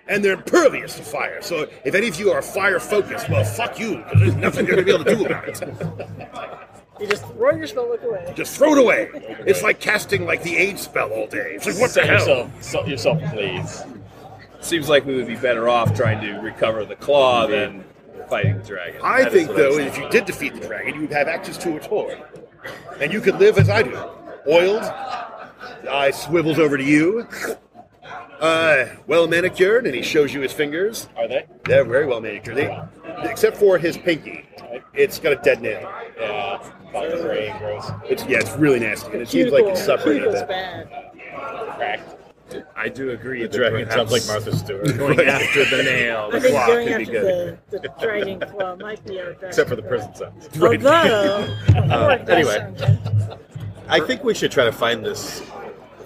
Speaker 3: And they're impervious to fire. So if any of you are fire focused, well, fuck you. 'cause There's nothing you're going to be able to do about it.
Speaker 6: You just throw your spellbook away.
Speaker 3: Just throw it away. It's like casting like the aid spell all day. It's like, what the
Speaker 7: Set
Speaker 3: hell?
Speaker 7: yourself-
Speaker 10: Sell yourself, please.
Speaker 7: Seems like we would be better off trying to recover the claw than fighting the dragon.
Speaker 3: I
Speaker 7: That is
Speaker 3: think,
Speaker 7: what I was
Speaker 3: though, if
Speaker 7: thinking.
Speaker 3: you did defeat the dragon, you'd have access to its hoard. And you could live as I do. Oiled, eye swivels over to you, uh, well manicured, and he shows you his fingers.
Speaker 10: Are they?
Speaker 3: They're very well manicured. They, except for his pinky. It's got a dead nail.
Speaker 10: Yeah, it's about gray and gross.
Speaker 3: It's, yeah, it's really nasty, and it seems like it's suffering a
Speaker 6: Cubicle's
Speaker 3: bit.
Speaker 6: bad.
Speaker 10: Cracked.
Speaker 5: I do agree.
Speaker 10: The
Speaker 5: that
Speaker 10: dragon sounds
Speaker 5: perhaps
Speaker 10: like Martha Stewart.
Speaker 5: Going after the nail,
Speaker 6: I
Speaker 5: the
Speaker 6: think
Speaker 5: claw
Speaker 6: going
Speaker 5: could be
Speaker 6: after
Speaker 5: good.
Speaker 6: the, the dragon claw might be our best.
Speaker 10: Except for the prison sentence.
Speaker 6: Although, [laughs]
Speaker 10: Uh,
Speaker 6: Lord, that
Speaker 10: anyway.
Speaker 6: sounds-
Speaker 9: I think we should try to find this.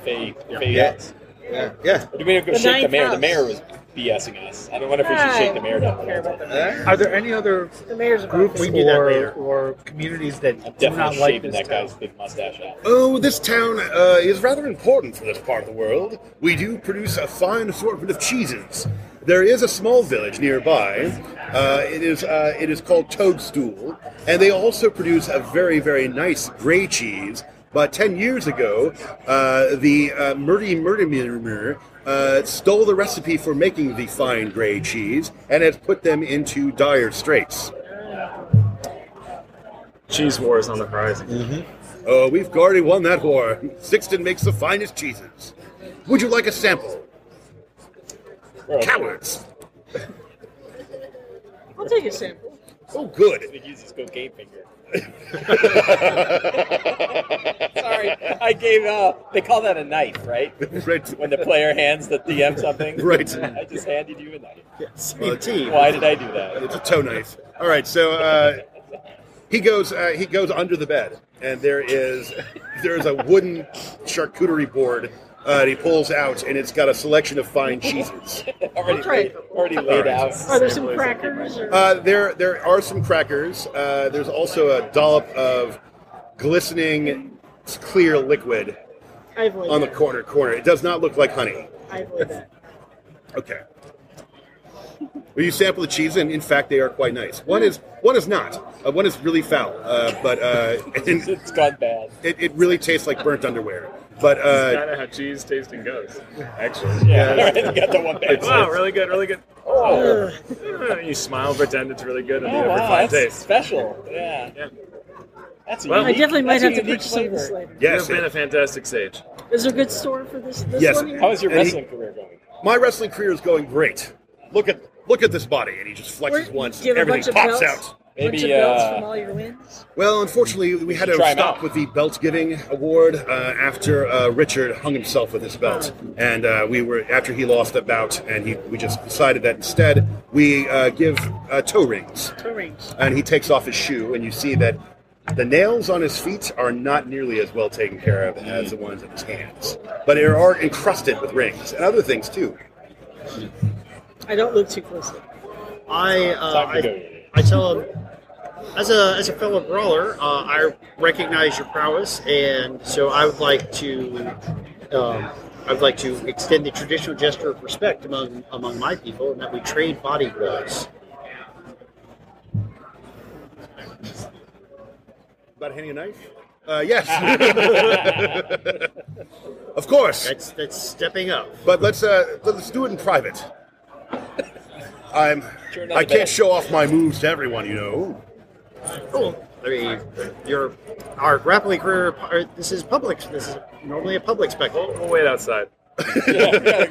Speaker 10: Fae, fae
Speaker 9: Yeah.
Speaker 10: gods.
Speaker 9: Yeah. Yeah.
Speaker 10: What do you mean I'm going to
Speaker 6: The
Speaker 10: shake the
Speaker 6: ninth
Speaker 10: mayor? The
Speaker 6: house.
Speaker 10: mayor was BSing us. I don't wonder if we should shake the mayor
Speaker 6: I
Speaker 10: down.
Speaker 6: don't care about the
Speaker 9: Eh?
Speaker 6: mayor.
Speaker 4: Are there any other
Speaker 6: The mayor's about
Speaker 4: groups
Speaker 6: this.
Speaker 2: do that
Speaker 4: or,
Speaker 2: later.
Speaker 4: or communities
Speaker 10: I'm
Speaker 4: that do not
Speaker 10: definitely
Speaker 4: like
Speaker 10: shaving
Speaker 4: this
Speaker 10: that
Speaker 4: town?
Speaker 10: guy's big mustache out.
Speaker 3: Oh, this town uh, is rather important for this part of the world. We do produce a fine assortment of cheeses. There is a small village nearby. Uh, it is uh, it is called Toadstool, and they also produce a very very nice gray cheese. But ten years ago, uh, the uh, Murdy Murdermer uh, stole the recipe for making the fine gray cheese and has put them into dire straits.
Speaker 5: Cheese war is on the horizon.
Speaker 3: Oh, we've already won that war. Sixton makes the finest cheeses. Would you like a sample?
Speaker 10: Well-
Speaker 3: Cowards!
Speaker 6: I'll take a sample.
Speaker 3: Oh, good.
Speaker 10: He uses cocaine
Speaker 3: [laughs]
Speaker 10: finger. Sorry,
Speaker 3: Sorry.
Speaker 10: I gave. Uh, they call that a knife, right?
Speaker 3: Right.
Speaker 10: When the player hands the DM something.
Speaker 3: Right.
Speaker 10: I just handed you a knife. [laughs]
Speaker 3: Well,
Speaker 2: Team.
Speaker 10: Why did I do that?
Speaker 3: It's a toe knife. All right, so uh, he goes. Uh, he goes under the bed, and there is [laughs] there is a wooden charcuterie board. Uh, that he pulls out, and it's got a selection of fine cheeses.
Speaker 10: Already,
Speaker 6: try
Speaker 10: laid,
Speaker 6: it.
Speaker 10: already laid out.
Speaker 6: Are there some crackers? Or
Speaker 3: Uh, there, there are some crackers. Uh, there's also a dollop of glistening clear liquid
Speaker 6: I avoid
Speaker 3: on the
Speaker 6: that.
Speaker 3: corner corner. It does not look like honey.
Speaker 6: I avoid that.
Speaker 3: Okay. Well, you sample the cheese, and in fact, they are quite nice. One is one is not. Uh, one is really foul, uh, but uh, and
Speaker 10: [laughs] It's gone bad.
Speaker 3: it, it really tastes like burnt underwear. But
Speaker 5: That's
Speaker 3: uh,
Speaker 5: kind of how cheese tasting goes.
Speaker 10: Actually, yeah. [laughs] already got the one bad.
Speaker 5: wow, really good, really
Speaker 6: [laughs]
Speaker 5: good.
Speaker 10: Oh,
Speaker 5: Uh, you smile, pretend it's really good, and you
Speaker 10: oh,
Speaker 5: never
Speaker 10: wow,
Speaker 5: find
Speaker 10: that's
Speaker 5: taste.
Speaker 10: [laughs] special. Yeah.
Speaker 5: Yeah.
Speaker 10: That's a
Speaker 5: Well,
Speaker 6: I
Speaker 10: unique-
Speaker 6: definitely might
Speaker 10: that's a
Speaker 6: have to
Speaker 10: unique
Speaker 6: purchase some of this
Speaker 10: flavor.
Speaker 6: later.
Speaker 3: yes,
Speaker 5: You've been a fantastic sage.
Speaker 6: Is there a good store for this? this
Speaker 3: Yes.
Speaker 6: One here?
Speaker 10: How is your
Speaker 3: And he-
Speaker 10: wrestling career going?
Speaker 3: my wrestling career is going great. Look at look at this body, and he just flexes
Speaker 6: Where-
Speaker 3: once,
Speaker 6: do you
Speaker 3: and
Speaker 6: have a
Speaker 3: everything
Speaker 6: bunch
Speaker 3: pops
Speaker 6: of belts?
Speaker 3: out.
Speaker 6: Bunch of
Speaker 10: Maybe
Speaker 6: bills
Speaker 10: uh,
Speaker 6: from all your wins.
Speaker 3: Well, unfortunately, we had to
Speaker 10: Try 'em
Speaker 3: stop
Speaker 10: out.
Speaker 3: with the belt giving award uh, after uh, Richard hung himself with his belt, and uh, we were after he lost the bout, and he, we just decided that instead we uh, give uh, toe rings,
Speaker 6: Two rings.
Speaker 3: and he takes off his shoe, and you see that the nails on his feet are not nearly as well taken care of as the ones on his hands, but they are encrusted with rings and other things too.
Speaker 6: I don't look too closely.
Speaker 2: I, uh, I, I tell him, as a, as a fellow brawler, uh, I recognize your prowess, and so I would like to, um, I would like to extend the traditional gesture of respect among among my people, and that we trade body blows.
Speaker 3: About handing a knife? Uh, yes. of course.
Speaker 2: That's that's stepping up.
Speaker 3: But let's uh, let's do it in private. I'm
Speaker 2: Sure, not
Speaker 3: I
Speaker 2: a
Speaker 3: can't
Speaker 2: bad-
Speaker 3: show off my moves to everyone, you know.
Speaker 2: Cool. I mean, your our grappling career. uh, This is public. This is normally a public spectacle. We'll, wait
Speaker 10: [laughs]
Speaker 2: outside.
Speaker 10: already-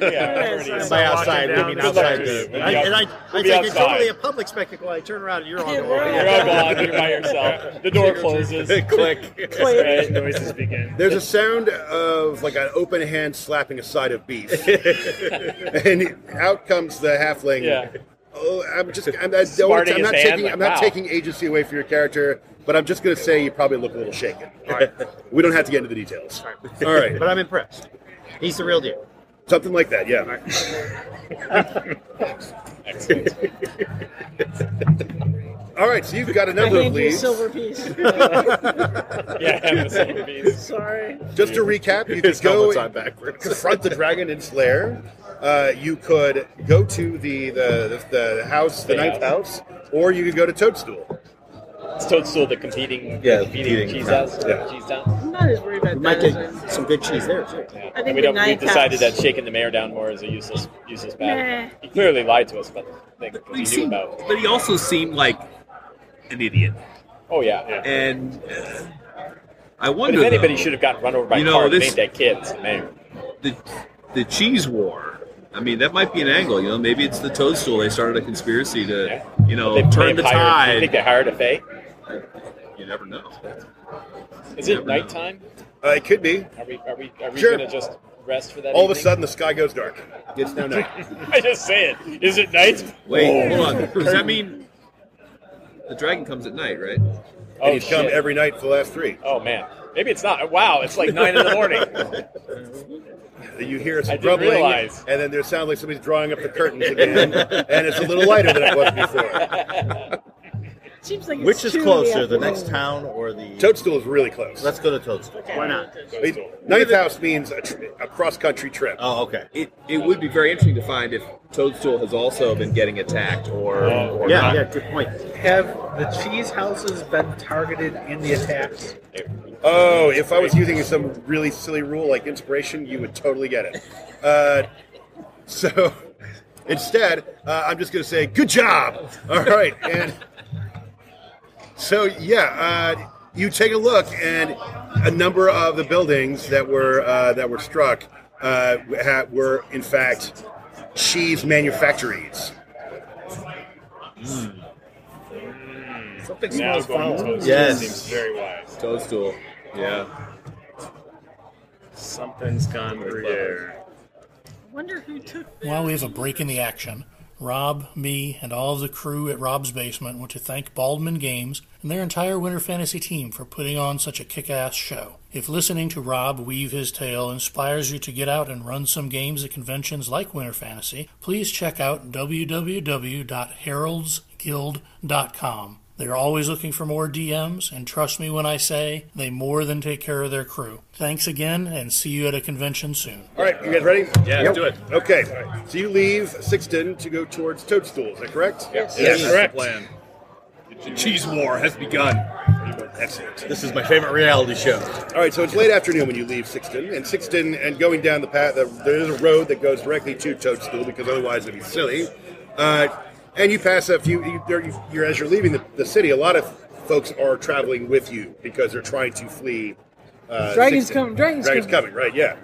Speaker 2: [laughs] by outside,
Speaker 10: Walking
Speaker 2: I mean
Speaker 10: down the
Speaker 2: outside.
Speaker 10: stairs.
Speaker 2: And I, and I, I
Speaker 10: We'll be
Speaker 2: think it's
Speaker 10: outside.
Speaker 2: totally a public spectacle. I turn around and you're on the wall.
Speaker 10: You're all gone. You're by yourself. The door closes.
Speaker 3: [laughs] Click.
Speaker 10: Right, noises begin.
Speaker 3: There's a sound of like an open hand slapping a side of beef, and out comes the halfling.
Speaker 10: Yeah.
Speaker 3: Oh, I'm just. I'm, I don't,
Speaker 10: Smarting
Speaker 3: I'm
Speaker 10: his
Speaker 3: not
Speaker 10: hand,
Speaker 3: taking.
Speaker 10: like,
Speaker 3: I'm not
Speaker 10: wow.
Speaker 3: taking agency away from your character, but I'm just going to say you probably look a little shaken. [laughs] we don't have to get into the details. All right.
Speaker 2: [laughs] But I'm impressed. He's the real deal.
Speaker 3: Something like that, yeah. All right, so you've got a number of
Speaker 6: I hand you a
Speaker 3: leads.
Speaker 10: [laughs]
Speaker 6: silver piece.
Speaker 3: Yeah, I have a silver piece.
Speaker 6: Sorry.
Speaker 3: Just to recap, you could go
Speaker 6: helmet's on
Speaker 3: backwards. confront the dragon in Slayer. Uh, you could go to the the, the, the house, the
Speaker 10: Yeah.
Speaker 3: ninth house, or you could go to Toadstool.
Speaker 10: It's Toadstool, the competing,
Speaker 3: Yeah,
Speaker 10: competing,
Speaker 3: competing
Speaker 10: cheese
Speaker 3: towns,
Speaker 10: house.
Speaker 3: yeah.
Speaker 10: Cheese town.
Speaker 6: I'm not as worried about
Speaker 2: We
Speaker 6: that.
Speaker 2: might
Speaker 6: as I-
Speaker 2: get some good cheese there too.
Speaker 6: I think
Speaker 10: we
Speaker 6: the
Speaker 10: don't. We've
Speaker 6: ninth
Speaker 10: decided
Speaker 6: house.
Speaker 10: that shaking the mayor down more is a useless, useless battle.
Speaker 6: Nah.
Speaker 10: He clearly lied to us about the thing because he knew
Speaker 7: He seemed-
Speaker 10: about.
Speaker 7: but he also seemed like an idiot.
Speaker 10: Oh yeah. yeah.
Speaker 7: And uh, I
Speaker 10: But
Speaker 7: wonder
Speaker 10: if anybody
Speaker 7: though,
Speaker 10: should have gotten run over by
Speaker 7: you
Speaker 10: a
Speaker 7: know,
Speaker 10: car, it
Speaker 7: this-
Speaker 10: ain't that kid. It's the mayor.
Speaker 7: the the cheese war. I mean, that might be an angle. You know, maybe it's the toadstool. They started a conspiracy to, you know,
Speaker 10: They may
Speaker 7: turn
Speaker 10: have
Speaker 7: the
Speaker 10: hired-
Speaker 7: tide.
Speaker 10: You think they hired a fake?
Speaker 7: You never know.
Speaker 10: Is
Speaker 7: You never
Speaker 10: it
Speaker 7: know.
Speaker 10: nighttime?
Speaker 3: Uh, it could be.
Speaker 10: Are we? Are we? Are we
Speaker 3: Sure.
Speaker 10: gonna just rest for that?
Speaker 3: All of a
Speaker 10: evening?
Speaker 3: sudden, the sky goes dark. It's now night.
Speaker 10: [laughs] I just say it. Is it night? Oh.
Speaker 7: Wait, hold on. Does that mean the dragon comes at night, right?
Speaker 10: Oh, he's come shit.
Speaker 3: every [laughs] night for the last three. [laughs]
Speaker 10: Oh man, maybe it's not. Wow, it's like nine in the morning.
Speaker 3: You hear
Speaker 10: I
Speaker 3: some
Speaker 10: didn't
Speaker 3: grumbling,
Speaker 10: realize.
Speaker 3: and then there sounds like somebody's drawing up the curtains again, and it's a little lighter than it was before.
Speaker 10: [laughs]
Speaker 6: Seems like it's
Speaker 9: Which is
Speaker 6: two in
Speaker 9: closer, the
Speaker 6: afternoon.
Speaker 9: next town or the?
Speaker 3: Toadstool is really close.
Speaker 9: Let's go to Toadstool.
Speaker 6: Why not?
Speaker 3: I mean, ninth house means a, tr- a cross country trip.
Speaker 9: Oh, okay.
Speaker 7: It it would be very interesting to find if Toadstool has also been getting attacked or, or
Speaker 2: yeah,
Speaker 7: not.
Speaker 2: yeah, good point.
Speaker 4: Have the cheese houses been targeted in the attacks?
Speaker 3: Oh, if I was using some really silly rule like inspiration, you would totally get it. Uh, so [laughs] instead, uh, I'm just going to say, good job. All right. And so, yeah, uh, you take a look, and a number of the buildings that were uh, that were struck uh, ha- were, in fact, cheese manufactories.
Speaker 4: Mm. Something
Speaker 10: Now
Speaker 4: smells
Speaker 10: going to
Speaker 4: foul.
Speaker 10: Toadstool
Speaker 9: Yes.
Speaker 10: seems very wise.
Speaker 7: Toadstool. Yeah.
Speaker 10: Something's gone gruyere.
Speaker 6: I wonder who took
Speaker 1: While we have a break in the action, Rob, me, and all of the crew at Rob's Basement want to thank Baldwin Games and their entire Winter Fantasy team for putting on such a kick ass show. If listening to Rob weave his tale inspires you to get out and run some games at conventions like Winter Fantasy, please check out www.heraldsguild.com. They're always looking for more DMs, and trust me when I say they more than take care of their crew. Thanks again, and see you at a convention soon.
Speaker 3: All right, you guys ready?
Speaker 10: Yeah, let's do it.
Speaker 3: Okay, so you leave Sixton to go towards Toadstool. Is that correct?
Speaker 10: Yes.
Speaker 3: yes,
Speaker 7: That's
Speaker 3: correct.
Speaker 7: The plan. The cheese war has begun.
Speaker 3: Excellent.
Speaker 9: This is my favorite reality show.
Speaker 3: All right, so it's late afternoon when you leave Sixton, and Sixton, and going down the path, there is a road that goes directly to Toadstool because otherwise it'd be silly. Uh, and you pass a few. You, there, you're as you're leaving the, the city, a lot of folks are traveling with you because they're trying to flee. Uh,
Speaker 6: Dragons
Speaker 3: Sixton.
Speaker 6: come, dragons
Speaker 3: dragons
Speaker 6: come.
Speaker 3: coming, right? Yeah.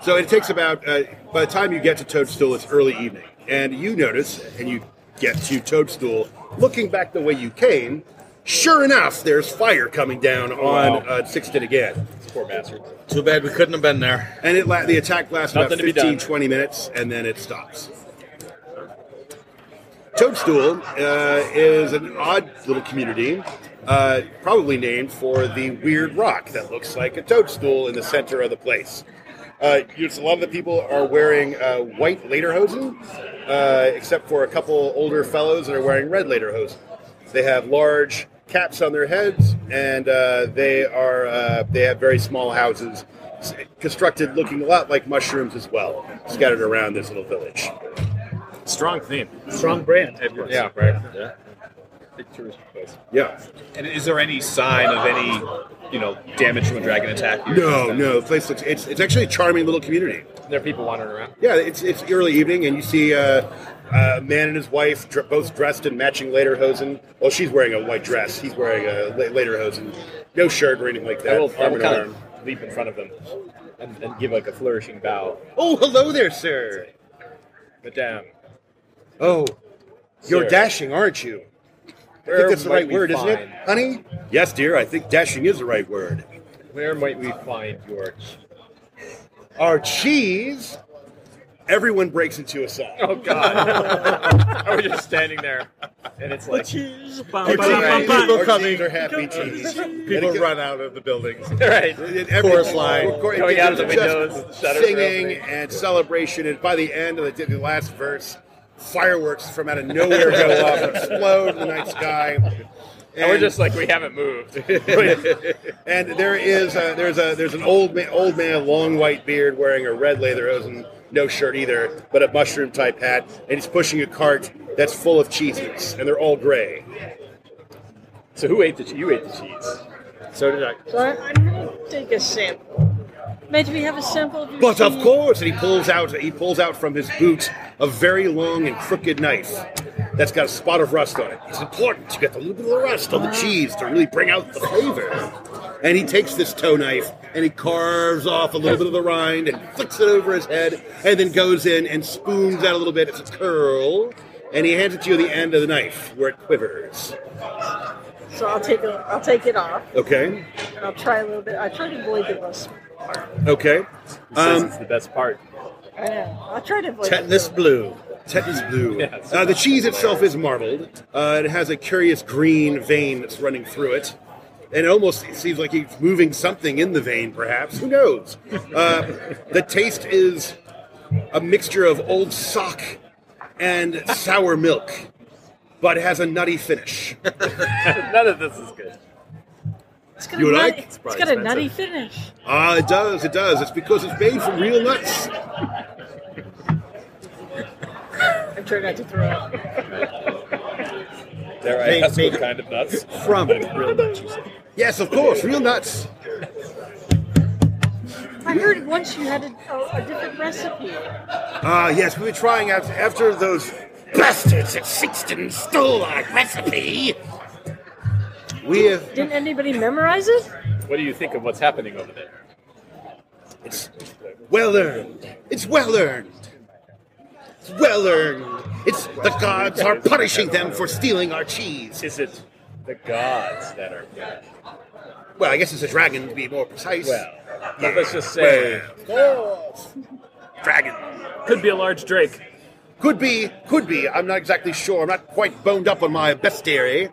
Speaker 3: So it takes about uh, by the time you get to Toadstool, it's early evening, and you notice, and you get to Toadstool, looking back the way you came, Sure enough, there's fire coming down on
Speaker 11: Wow.
Speaker 3: uh, Sixth It Again.
Speaker 7: Poor bastard.
Speaker 11: Too bad we couldn't have been there.
Speaker 3: And it la- the attack lasts
Speaker 11: Nothing to be
Speaker 3: about 15,
Speaker 11: done.
Speaker 3: 20 minutes, and then it stops. Toadstool uh, is an odd little community, uh, probably named for the weird rock that looks like a toadstool in the center of the place. Uh, you- a lot of the people are wearing uh, white lederhosen, uh, except for a couple older fellows that are wearing red lederhosen. They have large caps on their heads, and uh, they are uh, they have very small houses s- constructed looking a lot like mushrooms as well, scattered around this little village.
Speaker 5: Strong theme.
Speaker 4: Strong brand.
Speaker 7: Edwards.
Speaker 3: Yeah.
Speaker 7: right. Yeah. Big tourist place.
Speaker 3: Yeah.
Speaker 7: And is there any sign of any, you know, damage from a dragon attack? Here?
Speaker 3: No, no, the place looks it's it's actually a charming little community.
Speaker 7: There are people wandering around.
Speaker 3: Yeah, it's it's early evening, and you see uh, a man and his wife dr- both dressed in matching lederhosen. Well, she's wearing a white dress. He's wearing a la- lederhosen, no shirt or anything like that.
Speaker 10: I will, I
Speaker 3: arm
Speaker 10: will
Speaker 3: in
Speaker 10: kind
Speaker 3: arm.
Speaker 10: of leap in front of them and, and give like a flourishing bow.
Speaker 11: Oh, hello there, sir.
Speaker 10: Madame.
Speaker 3: Oh, you're
Speaker 10: Sir.
Speaker 3: dashing, aren't you? I
Speaker 10: Where
Speaker 3: think that's the
Speaker 10: might
Speaker 3: right
Speaker 10: we
Speaker 3: word, isn't it,
Speaker 10: find-
Speaker 3: honey? Yes, dear. I think dashing is the right word.
Speaker 10: Where might we
Speaker 3: [laughs]
Speaker 10: find your
Speaker 3: Our cheese. Everyone breaks into a song.
Speaker 10: Oh [laughs] God! I was just standing there, and it's like
Speaker 3: Our cheese- our cheese are happy cheese.
Speaker 11: People run out of the
Speaker 10: [laughs]
Speaker 11: buildings.
Speaker 10: Right.
Speaker 3: Every-
Speaker 11: Chorus line.
Speaker 3: Cor-
Speaker 11: Going out of the
Speaker 3: just
Speaker 11: windows, the shutters are
Speaker 3: singing
Speaker 11: opening.
Speaker 3: and celebration, and by the end of the, the last verse, fireworks from out of nowhere go
Speaker 10: [laughs]
Speaker 3: off, explode in the night sky.
Speaker 10: And we're just like we haven't
Speaker 3: [laughs]
Speaker 10: moved.
Speaker 3: and there is a, there's a there's an old man, old man, long white beard, wearing a red lederhosen, no shirt either, but a mushroom type hat, and he's pushing a cart that's full of cheeses, and they're all gray.
Speaker 10: So who ate the you ate the cheese?
Speaker 3: So did I.
Speaker 6: So I- I'm going to take a sample. May we have a sample of your
Speaker 3: But of
Speaker 6: cheese?
Speaker 3: course, and he pulls out he pulls out from his boot a very long and crooked knife that's got a spot of rust on it. It's important to get a little bit of the rust on the cheese to really bring out the flavor. And he takes this toe knife and he carves off a little bit of the rind and flicks it over his head, and then goes in and spoons out a little bit. It's a curl, and he hands it to you at the end of the knife where it quivers.
Speaker 6: So I'll take a, I'll take it off
Speaker 3: Okay,
Speaker 6: and I'll try a little bit. I try to avoid the rust.
Speaker 3: okay. Um,
Speaker 10: says it's the best part.
Speaker 6: I know. I'll try to avoid the
Speaker 3: Tetanus blue. Tetanus
Speaker 10: [laughs]
Speaker 3: blue. uh, the cheese itself is marbled. Uh, it has a curious green vein that's running through it. And it almost seems like he's moving something in the vein, perhaps. Who knows? Uh, the taste is a mixture of old sock and sour milk, but it has a nutty finish.
Speaker 10: [laughs] None of this is good.
Speaker 6: It's got
Speaker 3: You
Speaker 6: a
Speaker 3: would
Speaker 6: nutty-
Speaker 3: like?
Speaker 6: It's
Speaker 3: It's
Speaker 6: got
Speaker 3: probably
Speaker 6: a nutty finish.
Speaker 3: Ah, it does, it does. It's because it's made from real nuts.
Speaker 6: I'm trying not to throw up.
Speaker 10: There I
Speaker 3: Make-
Speaker 10: asked
Speaker 3: make-
Speaker 10: what kind of nuts.
Speaker 3: From.
Speaker 7: [laughs]
Speaker 10: real nuts. you said.
Speaker 3: Yes, of course, real nuts.
Speaker 6: I heard once you had a, a, a different recipe.
Speaker 3: Ah, yes, we were trying out after those bastards at Sixton stole our recipe. We have.
Speaker 6: Didn't anybody memorize it?
Speaker 10: What do you think of what's happening over there?
Speaker 3: It's well earned. It's well earned. It's well earned. It's the gods are punishing them for stealing our cheese.
Speaker 10: Is it the gods that are?
Speaker 3: Well, I guess it's a dragon to be more precise.
Speaker 10: Well,
Speaker 3: Yeah.
Speaker 10: let's just say
Speaker 3: Well,
Speaker 2: [laughs]
Speaker 3: dragon
Speaker 10: could be a large drake.
Speaker 3: could be, could be. I'm not exactly sure. I'm not quite boned up on my best
Speaker 10: [laughs]
Speaker 3: theory.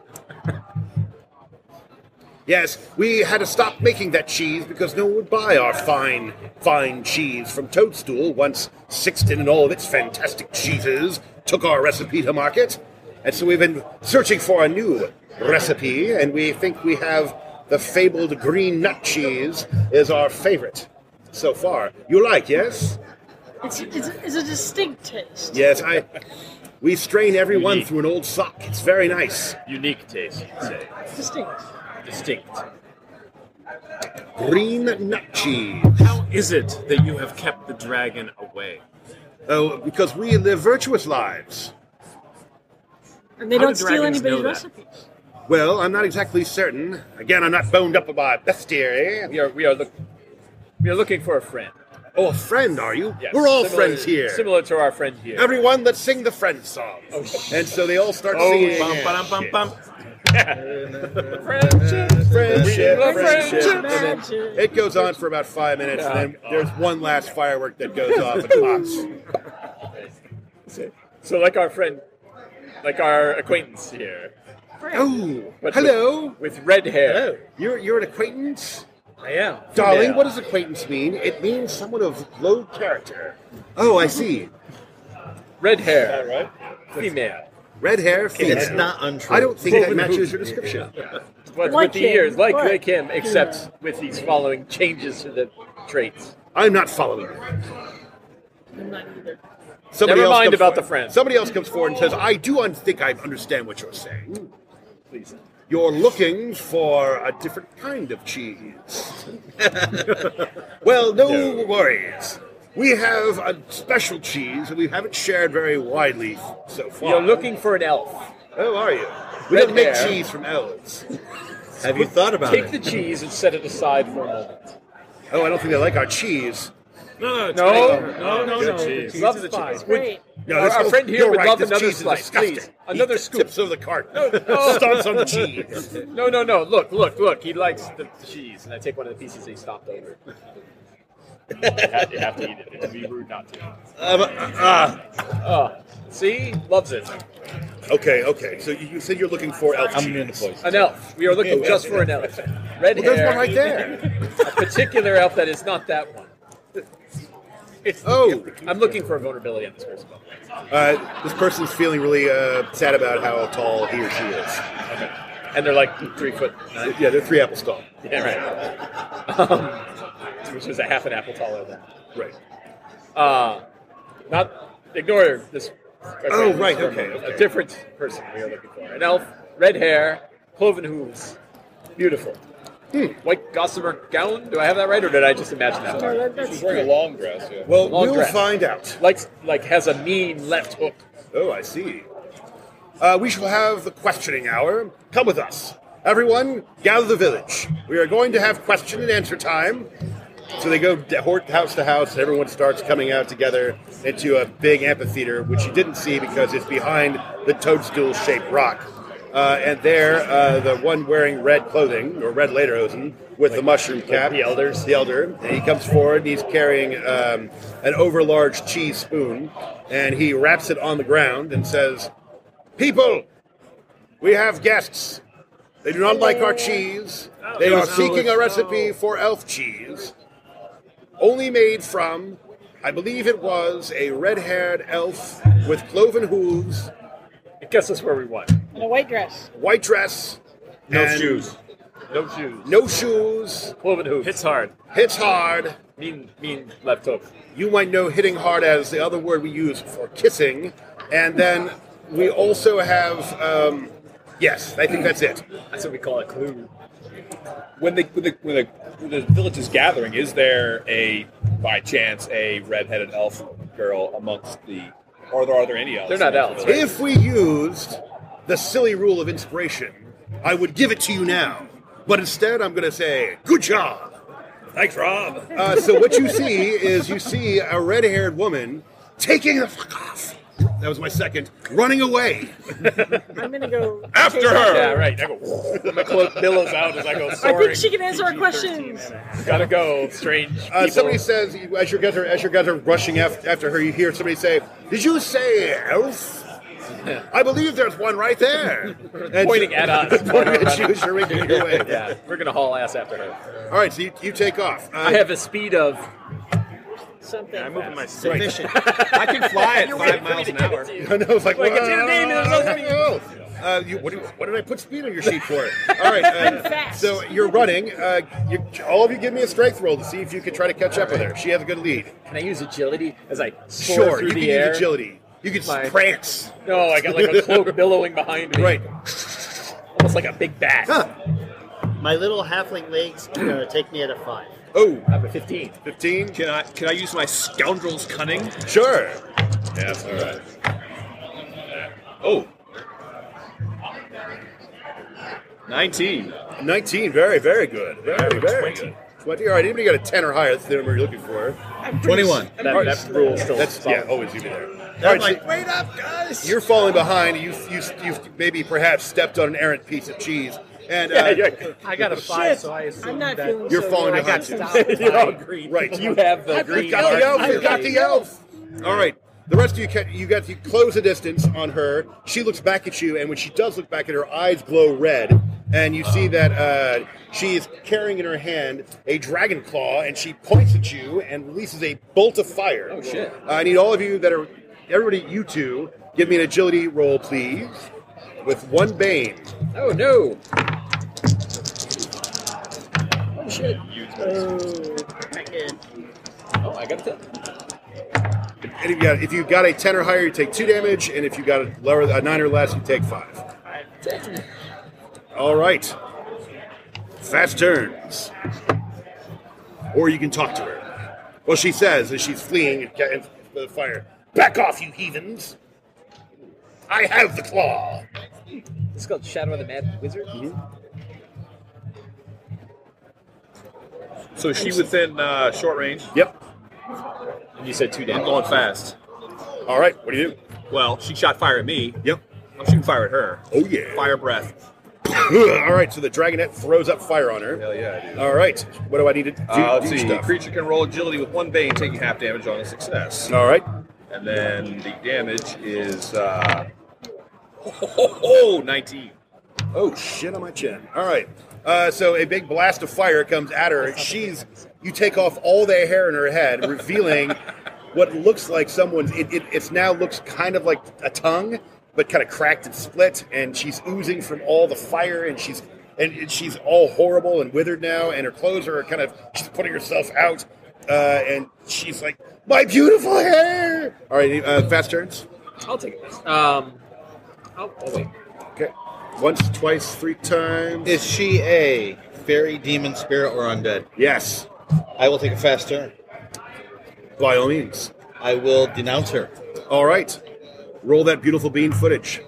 Speaker 3: Yes, we had to stop making that cheese because no one would buy our fine, fine cheese from Toadstool once Sixton and all of its fantastic cheeses took our recipe to market. And so we've been searching for a new recipe, and we think we have the fabled green nut cheese is our favorite so far. You like, yes?
Speaker 6: It's, it's, it's a distinct taste.
Speaker 3: Yes, I. We strain everyone through an old sock. It's very nice.
Speaker 10: Unique taste, you'd say.
Speaker 6: Distinct.
Speaker 10: Distinct.
Speaker 3: Green nut cheese.
Speaker 10: How is it that you have kept the dragon away?
Speaker 3: Oh, because we live virtuous lives.
Speaker 6: And they
Speaker 10: How do
Speaker 6: don't steal
Speaker 10: dragons
Speaker 6: anybody's
Speaker 10: know that?
Speaker 6: recipes.
Speaker 3: Well, I'm not exactly certain. Again, I'm not boned up about bestiary.
Speaker 10: We are we are look, we are looking for a friend.
Speaker 3: Oh, a friend, are you?
Speaker 10: Yes,
Speaker 3: We're all
Speaker 10: similar-
Speaker 3: friends here.
Speaker 10: Similar to our friend here.
Speaker 3: Everyone, let's sing the friend song. and so they all start
Speaker 10: Oh,
Speaker 3: singing.
Speaker 10: bum, ba-dum, bum, bum.
Speaker 3: friendship, friendship, friendship. And then It goes on for about five minutes, and then there's one last firework that goes off and pops.
Speaker 14: So, so like our friend, like our acquaintance here.
Speaker 3: Oh,
Speaker 14: But
Speaker 3: hello.
Speaker 14: With, with red hair.
Speaker 3: You're you're an acquaintance.
Speaker 15: I am.
Speaker 3: Darling,
Speaker 14: Yeah.
Speaker 3: what does acquaintance mean? It means someone of low character. Oh, I see.
Speaker 10: Red hair.
Speaker 3: Is
Speaker 14: that
Speaker 10: right? Female.
Speaker 3: Red hair,
Speaker 10: It's
Speaker 3: female.
Speaker 10: not untrue.
Speaker 3: I don't think
Speaker 10: Well,
Speaker 3: that
Speaker 10: with-
Speaker 3: matches your description.
Speaker 10: But
Speaker 3: Like
Speaker 10: with the
Speaker 3: him,
Speaker 10: ears, like,
Speaker 3: right.
Speaker 10: like him, except with these following changes to the traits.
Speaker 3: I'm not following you.
Speaker 6: I'm not either.
Speaker 10: Never mind
Speaker 3: comes
Speaker 10: about
Speaker 3: forward-
Speaker 10: the friend.
Speaker 3: Somebody else comes forward and says, "I do un- think I understand what you're saying. Please, you're looking for a different kind of cheese. [laughs] well, no, worries. We have a special cheese that we haven't shared very widely f- so far.
Speaker 10: You're looking for an elf.
Speaker 3: Oh, are you? We
Speaker 10: Red
Speaker 3: don't make
Speaker 10: hair.
Speaker 3: cheese from elves.
Speaker 16: Have you thought about
Speaker 10: Take
Speaker 16: it?
Speaker 10: the cheese and set it aside for a moment.
Speaker 3: Oh, I don't think they like our cheese.
Speaker 14: No,
Speaker 10: No, no, no, no. Love the cheese. Would- our, our friend here would love another slice, please. Another scoop.
Speaker 3: Tips of the cart. [laughs]
Speaker 10: No, Oh. no.
Speaker 3: Stomps on the cheese.
Speaker 10: No, no, no. Look, look, look. He likes the cheese, and I take one of the pieces he stopped over.
Speaker 14: You have, you have to eat it. It would be rude not
Speaker 16: Um,
Speaker 14: to.
Speaker 16: uh,
Speaker 10: Oh, see, loves it.
Speaker 3: Okay, okay. So you you said you're looking for elf cheese.
Speaker 10: An elf. We are looking just for an elf. Red
Speaker 3: Well,
Speaker 10: hair.
Speaker 3: there's one right there.
Speaker 10: A particular elf that is not that one. It's,
Speaker 3: oh,
Speaker 10: I'm looking for a vulnerability on this person. by the way.
Speaker 3: Uh, this person's feeling really uh, sad about how tall he or she is.
Speaker 10: And they're like three foot nine.
Speaker 3: Yeah, they're three apples tall.
Speaker 10: [laughs] Yeah, right. Um, [laughs] which is a half an apple taller than.
Speaker 3: Right.
Speaker 10: Uh, not ignore this.
Speaker 3: Oh, right,
Speaker 10: for a moment.
Speaker 3: okay, okay.
Speaker 10: A different person we are looking for. An elf, red hair, cloven hooves, beautiful.
Speaker 3: Hmm.
Speaker 10: White gossamer gown. Do I have that right, or did I just imagine that?
Speaker 6: No, that- that's She's wearing a good.
Speaker 10: long dress. Yeah.
Speaker 3: Well, we'll find out.
Speaker 10: Likes like has a mean left hook.
Speaker 3: Oh, I see. Uh, we shall have the questioning hour. Come with us. Everyone, gather the village. We are going to have question and answer time. So they go d- hor- house to house, and everyone starts coming out together into a big amphitheater, which you didn't see because it's behind the toadstool shaped rock. Uh, and there, uh, the one wearing red clothing, or red lederhosen, with the mushroom cap. the elders. The elder. And he comes forward, and he's carrying um, an overlarge cheese spoon, and he wraps it on the ground and says, People, we have guests. They do not like our cheese. They are seeking a recipe for elf cheese, only made from, I believe it was, a red haired elf with cloven hooves.
Speaker 10: Guess that's where we went.
Speaker 6: In a white dress.
Speaker 3: White dress.
Speaker 14: No
Speaker 3: and
Speaker 14: shoes. No shoes.
Speaker 3: No shoes.
Speaker 10: Cloven hooves.
Speaker 14: Hits hard.
Speaker 3: Hits hard.
Speaker 10: Mean, mean left hook.
Speaker 3: You might know hitting hard as the other word we use for kissing. And then we also have, um, yes, I think that's it.
Speaker 10: That's what we call a clue.
Speaker 7: When the when the, when the when the village is gathering, is there a by chance a red-headed elf girl amongst the? Are there are there any elves?
Speaker 10: They're not elves, right?
Speaker 3: If we used the silly rule of inspiration, I would give it to you now. But instead, I'm going to say, good job.
Speaker 14: Thanks, Rob.
Speaker 3: Uh, so what you see is you see a red-haired woman taking the fuck off. That was my second. Running away.
Speaker 6: I'm gonna go
Speaker 3: After her.
Speaker 14: Yeah, right. I go. [laughs] My cloak billows out as I go.
Speaker 6: I
Speaker 14: Soaring.
Speaker 6: think she can answer our questions.
Speaker 14: Gotta go. Strange.
Speaker 3: Uh,
Speaker 14: people.
Speaker 3: somebody says, as you guys are as you guys are rushing af- after her, you hear somebody say, "Did you say elf?" I believe there's one
Speaker 14: [laughs]
Speaker 3: right there. And-
Speaker 10: Pointing at us.
Speaker 3: [laughs] pointing at you as you're making your way.
Speaker 10: yeah, we're gonna haul ass after her.
Speaker 3: All right, so you, you take off. Uh,
Speaker 10: I have a speed of
Speaker 6: Something.
Speaker 14: I'm moving my
Speaker 3: Submission.
Speaker 7: I can fly at
Speaker 10: You
Speaker 7: five
Speaker 10: waited for me
Speaker 7: miles
Speaker 10: to
Speaker 7: an
Speaker 10: give it
Speaker 7: hour.
Speaker 10: to you.
Speaker 3: [laughs] I know, it's like,
Speaker 10: Like,
Speaker 3: "Whoa,
Speaker 10: it's your name, it's not
Speaker 3: whoa, whoa, whoa." Uh, you, what, do you- what did I put speed on your sheet for? All right, uh,
Speaker 6: fast.
Speaker 3: so you're running. Uh, you, all of you, give me a strength roll to see if you can try to catch up with her. She has a good lead.
Speaker 10: Can I use agility as I soar
Speaker 3: Sure,
Speaker 10: through
Speaker 3: you can
Speaker 10: the
Speaker 3: use
Speaker 10: air?
Speaker 3: agility. You can
Speaker 10: My-
Speaker 3: prance.
Speaker 10: No, I got like
Speaker 3: [laughs]
Speaker 10: a cloak billowing behind me,
Speaker 3: Right.
Speaker 10: almost like a big bat.
Speaker 2: My little halfling legs are going to take me at a five.
Speaker 3: Oh,
Speaker 10: I have a 15.
Speaker 3: 15?
Speaker 7: Can I can I use my scoundrel's cunning?
Speaker 3: Sure.
Speaker 7: Yeah, all right. Oh. 19.
Speaker 3: 19. Very, very good. Very, very good. Twenty. All right. Anybody got a ten or higher? That's the number you're looking for.
Speaker 9: Twenty-one.
Speaker 3: All right,
Speaker 5: that rule still
Speaker 3: That's yeah.
Speaker 5: solid.
Speaker 3: Always you be there. All
Speaker 11: I'm
Speaker 3: right,
Speaker 11: like,
Speaker 3: so
Speaker 11: wait up, guys.
Speaker 3: you're falling behind. You you you've maybe perhaps stepped on an errant piece of cheese.
Speaker 10: [laughs]
Speaker 3: And uh,
Speaker 4: I got a five, so I assume
Speaker 6: I'm not
Speaker 4: that
Speaker 6: feeling
Speaker 3: You're
Speaker 6: so
Speaker 3: falling
Speaker 6: good.
Speaker 3: behind.
Speaker 6: I got
Speaker 10: [laughs]
Speaker 3: you.
Speaker 6: stopped.
Speaker 3: [laughs] You're all
Speaker 6: by-
Speaker 3: green. Right.
Speaker 10: You have the
Speaker 3: I've
Speaker 10: green
Speaker 3: got the elf.
Speaker 10: mark.
Speaker 3: I've got the elf. All right. The rest of you, ca- you got to close the distance on her. She looks back at you, and when she does look back at her, eyes glow red, and you see that uh, she is carrying in her hand a dragon claw, and she points at you and releases a bolt of fire. Oh
Speaker 7: shit.
Speaker 3: I need all of you that are, everybody, you two, give me an agility roll, please, with one bane.
Speaker 7: Oh no!
Speaker 2: Oh, shit.
Speaker 7: Oh, I got that.
Speaker 3: And if you got, if you got a ten or higher, you take two damage, and if you got a lower a nine or less, you take five. All right. Fast turns, or you can talk to her. Well, she says as she's fleeing at the fire. Back off, you heathens! I have the claw. Mm-hmm.
Speaker 8: It's called Shadow of the Mad Wizard.
Speaker 7: So is she within uh, short range.
Speaker 3: Yep.
Speaker 7: And you said two damage. I'm going fast.
Speaker 3: All right. What do you do?
Speaker 7: Well, she shot fire at me.
Speaker 3: Yep.
Speaker 7: I'm shooting fire at her.
Speaker 3: Oh yeah.
Speaker 7: Fire breath.
Speaker 3: All right. So the dragonette throws up fire on her.
Speaker 7: Hell yeah, dude.
Speaker 3: All right. What do I need to do?
Speaker 7: Uh, let's
Speaker 3: do
Speaker 7: see.
Speaker 3: stuff?
Speaker 7: Creature can roll agility with one bane, taking half damage on a success.
Speaker 3: All right.
Speaker 7: And then the damage is uh, [laughs] ho, ho, ho, 19.
Speaker 3: Oh shit on my chin. All right. Uh, so a big blast of fire comes at her. She's you take off all the hair in her head, revealing what looks like someone's. It, it it's now looks kind of like a tongue, but kind of cracked and split. And she's oozing from all the fire, and she's and she's all horrible and withered now. And her clothes are kind of she's putting herself out, uh, and she's like, "My beautiful hair." All right, uh, fast turns.
Speaker 8: I'll take it. Um, I'll, oh wait.
Speaker 3: Okay, once, twice, three times.
Speaker 9: Is she a fairy, demon, spirit, or undead?
Speaker 3: Yes,
Speaker 9: I will take a fast turn.
Speaker 3: by all means.
Speaker 9: I will denounce her.
Speaker 3: All right. Roll that beautiful bean footage.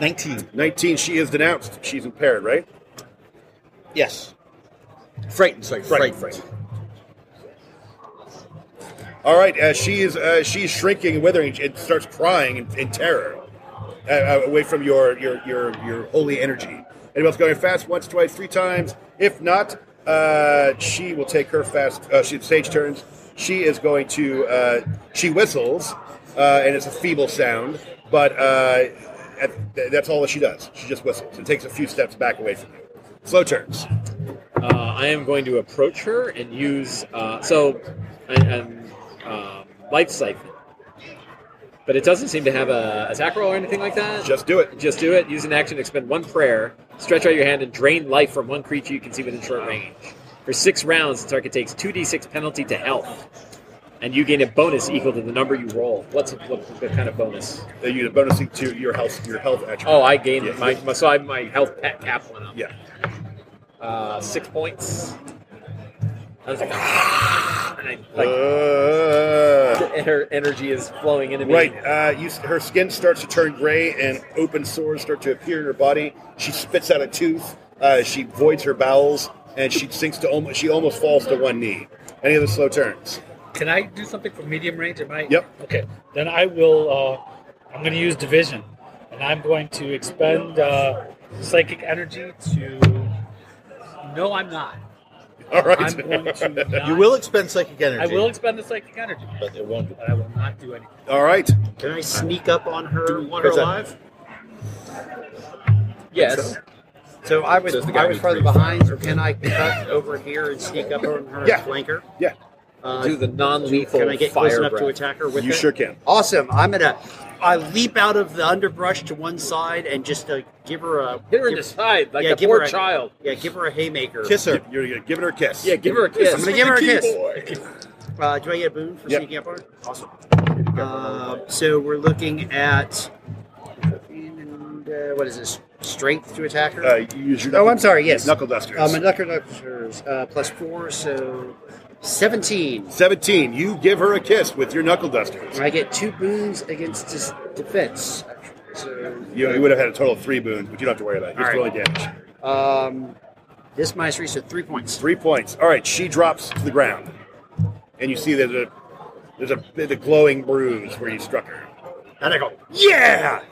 Speaker 9: 19.
Speaker 3: 19, she is denounced. She's impaired, right?
Speaker 9: Yes. Frightened, sorry.
Speaker 3: Frightened, All right, uh, she is uh, she's shrinking and withering and starts crying in, in terror uh, uh, away from your, your your your holy energy. Anybody else going fast once, twice, three times? If not, uh, she will take her fast. Uh, she stage turns. She is going to uh, she whistles, uh, and it's a feeble sound, but uh, at, th- that's all that she does. She just whistles and takes a few steps back away from you. Slow turns.
Speaker 10: Uh, I am going to approach her and use. Uh, so, I, I'm um, life siphon, but it doesn't seem to have a attack roll or anything like that.
Speaker 3: Just do it.
Speaker 10: Just do it. Use an action, to expend one prayer, stretch out your hand, and drain life from one creature you can see within short range. For six rounds, the target takes 2d6 penalty to health, and you gain a bonus equal to the number you roll. What's a, what, what kind of bonus?
Speaker 3: Then you bonusing to your health your health attribute.
Speaker 10: Oh, I gained
Speaker 3: Yeah.
Speaker 10: my, my so I my health pet cap went up.
Speaker 3: Yeah.
Speaker 10: Uh, six points. I was like, "Ah," and I, like
Speaker 3: Uh,
Speaker 10: and her energy is flowing into me.
Speaker 3: right. Uh, you, her skin starts to turn gray, and open sores start to appear in her body. She spits out a tooth. Uh, she voids her bowels, and she sinks to almost. She almost falls to one knee. Any other slow turns?
Speaker 4: Can I do something for medium range? Am I?
Speaker 3: Yep.
Speaker 4: Okay. Then I will. Uh, I'm going to use division, and I'm going to expend uh, psychic energy to. No, I'm not.
Speaker 3: All right.
Speaker 4: I'm going to.
Speaker 9: [laughs]
Speaker 4: Not,
Speaker 9: You will expend psychic energy.
Speaker 4: I will expend the psychic energy,
Speaker 9: But it won't.
Speaker 4: but I will not do anything.
Speaker 3: All right.
Speaker 2: Can I sneak up on her while her
Speaker 7: Chris, I-
Speaker 2: alive?
Speaker 8: Yes.
Speaker 2: So I was
Speaker 7: Says the guy
Speaker 2: I was
Speaker 7: who's
Speaker 2: further
Speaker 7: pretty
Speaker 2: behind, so can I cut over here and sneak up on her
Speaker 3: Yeah.
Speaker 2: and flank her?
Speaker 3: Yeah.
Speaker 2: Uh,
Speaker 8: Do the non-lethal
Speaker 2: can I get
Speaker 8: fire
Speaker 2: close enough to
Speaker 8: breath.
Speaker 2: attack her with
Speaker 3: You
Speaker 2: it?
Speaker 3: sure can.
Speaker 2: Awesome. I'm gonna I leap out of the underbrush to one side and just uh, give her a
Speaker 8: Hit her in
Speaker 2: give-
Speaker 8: the side like
Speaker 2: yeah,
Speaker 8: a
Speaker 2: give
Speaker 8: poor
Speaker 2: her a-
Speaker 8: child.
Speaker 2: yeah, give her a haymaker.
Speaker 9: Kiss her.
Speaker 3: You're, you're giving her a kiss.
Speaker 8: Yeah, give her a kiss.
Speaker 2: I'm gonna give her a kiss.
Speaker 3: Boy.
Speaker 2: Uh, do I get a boon for
Speaker 3: Yep.
Speaker 2: sneaking up on her? Awesome. Uh, so we're looking at and, uh, what is this? Strength to attack her.
Speaker 3: Uh, you use your
Speaker 2: Oh,
Speaker 3: knuckle-
Speaker 2: I'm sorry, yes.
Speaker 3: Knuckle dusters.
Speaker 2: Uh, my knuckle knuckles uh, plus four, so seventeen.
Speaker 3: 17. You give her a kiss with your knuckle dusters.
Speaker 2: And I get two boons against dis- defense. actually. So
Speaker 3: You, you would have had a total of three boons, but you don't have to worry about it. uh, You're
Speaker 2: All
Speaker 3: still
Speaker 2: right.
Speaker 3: only damage.
Speaker 2: Um, this minus three, so three points.
Speaker 3: Three points. All right, she drops to the ground, and you see there's a there's a there's a glowing bruise where you struck her.
Speaker 2: And I go,
Speaker 3: yeah.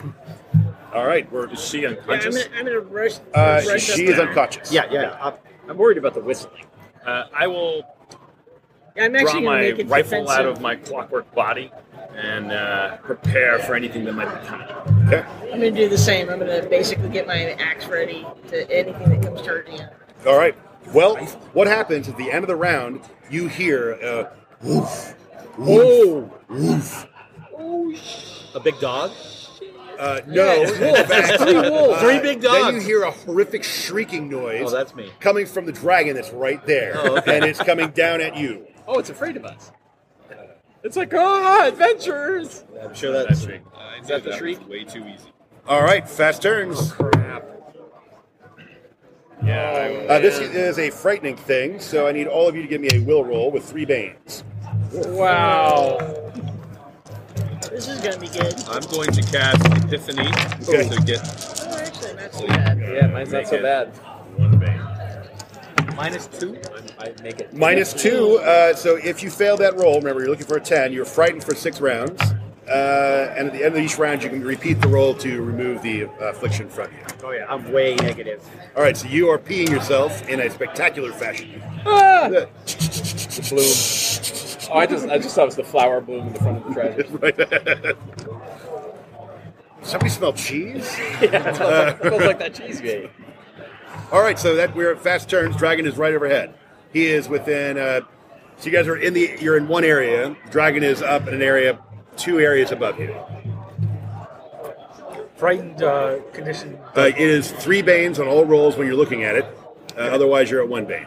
Speaker 3: All right, we're is she
Speaker 6: I'm
Speaker 3: unconscious?
Speaker 6: gonna, I'm gonna rush.
Speaker 3: Uh,
Speaker 6: rush
Speaker 3: she
Speaker 6: up
Speaker 3: is
Speaker 6: there.
Speaker 3: unconscious.
Speaker 2: Yeah, yeah. I'm,
Speaker 5: I'm worried about the whistling. Uh, I will
Speaker 6: Yeah, I'm actually
Speaker 5: draw
Speaker 6: gonna
Speaker 5: my
Speaker 6: make it
Speaker 5: rifle
Speaker 6: defensive.
Speaker 5: out of my clockwork body and uh, prepare for anything that might be coming.
Speaker 6: I'm gonna do the same. I'm gonna basically get my axe ready to anything that comes charging. in.
Speaker 3: All right. Well, what happens at the end of the round? You hear uh, woof,
Speaker 8: Oh.
Speaker 3: woof, woof.
Speaker 8: A big dog?
Speaker 3: Uh, no, [laughs]
Speaker 8: Yeah, wolf.
Speaker 3: Back.
Speaker 8: Three wolves. Three
Speaker 3: then
Speaker 8: big dogs.
Speaker 3: you hear a horrific shrieking noise.
Speaker 8: Oh, that's me.
Speaker 3: Coming from the dragon that's right there,
Speaker 8: Oh, okay.
Speaker 3: and it's coming down at you.
Speaker 8: Oh, it's afraid of us. It's like, ah, adventures!
Speaker 3: I'm
Speaker 7: sure that's true.
Speaker 8: Is that the shriek?
Speaker 7: Way too easy.
Speaker 3: All right, fast turns.
Speaker 2: Oh,
Speaker 5: Yeah.
Speaker 3: Uh, this is a frightening thing, so I need all of you to give me a will roll with three banes.
Speaker 4: Wow.
Speaker 6: This is gonna be good.
Speaker 7: I'm going to cast Epiphany
Speaker 3: Okay.
Speaker 7: to get
Speaker 6: Oh, actually, not so bad.
Speaker 10: Yeah, mine's not
Speaker 7: Make
Speaker 10: so
Speaker 7: it.
Speaker 10: bad.
Speaker 5: One bang.
Speaker 8: Minus two?
Speaker 10: I make it.
Speaker 3: Minus two. Uh, so if you fail that roll, remember you're looking for a ten. You're frightened for six rounds, uh, and at the end of each round, you can repeat the roll to remove the uh, affliction from you.
Speaker 2: oh yeah, I'm way negative.
Speaker 3: All right, so you are peeing yourself in a spectacular fashion.
Speaker 6: Oh!
Speaker 3: Bloom.
Speaker 10: Oh, I just I just thought it was the flower bloom in the
Speaker 3: [laughs]
Speaker 10: front of the treasure.
Speaker 3: Somebody smell cheese?
Speaker 10: [laughs] yeah, it smells like, it smells like that cheese game.
Speaker 3: All right, so that we're at fast turns. Dragon is right overhead. He is within. Uh, so you guys are in the. You're in one area. Dragon is up in an area, two areas above you.
Speaker 4: Frightened uh, condition.
Speaker 3: Uh, it is three banes on all rolls when you're looking at it. Uh, otherwise, you're at one bane.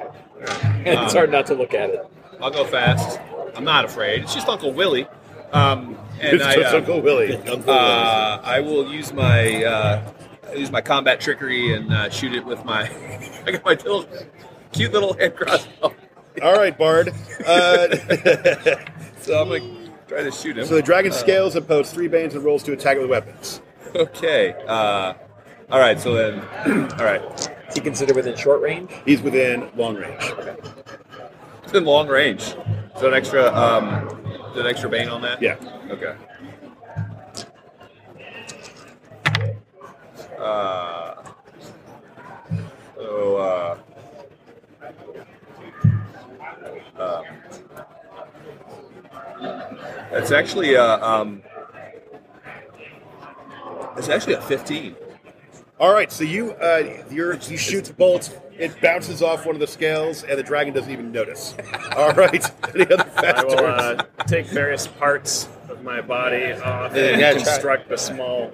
Speaker 10: [laughs] it's hard not to look at it.
Speaker 7: Um, I'll go fast. I'm not afraid. It's just Uncle Willie. Um, and
Speaker 3: It's
Speaker 7: I,
Speaker 3: just
Speaker 7: uh,
Speaker 3: Uncle Willie. Uncle
Speaker 7: Uh, I will use my uh, I use my combat trickery and uh, shoot it with my. [laughs] I got my little cute little hand crossbow.
Speaker 3: Um, All right, Bard. [laughs] Uh,
Speaker 7: [laughs] So I'm gonna try to shoot him.
Speaker 3: so the dragon
Speaker 7: Uh,
Speaker 3: scales and posts three banes and rolls to attack it with weapons.
Speaker 7: Okay. Uh, all right. So then, [clears throat] all right.
Speaker 10: Is he considered within short range?
Speaker 3: He's within long range.
Speaker 7: It's in long range. So an extra, um, is there an extra bane on that.
Speaker 3: Yeah.
Speaker 7: Okay. Uh, so, uh, um, it's actually a, um, it's actually a 15.
Speaker 3: All right, so you uh, you're, you shoot the bolt. It bounces off one of the scales, and the dragon doesn't even notice. [laughs] All right, any other
Speaker 5: [laughs] I
Speaker 3: fast
Speaker 5: will
Speaker 3: turns?
Speaker 5: uh, take various parts of my body off
Speaker 3: Yeah,
Speaker 5: and
Speaker 3: yeah, try it.
Speaker 5: construct a small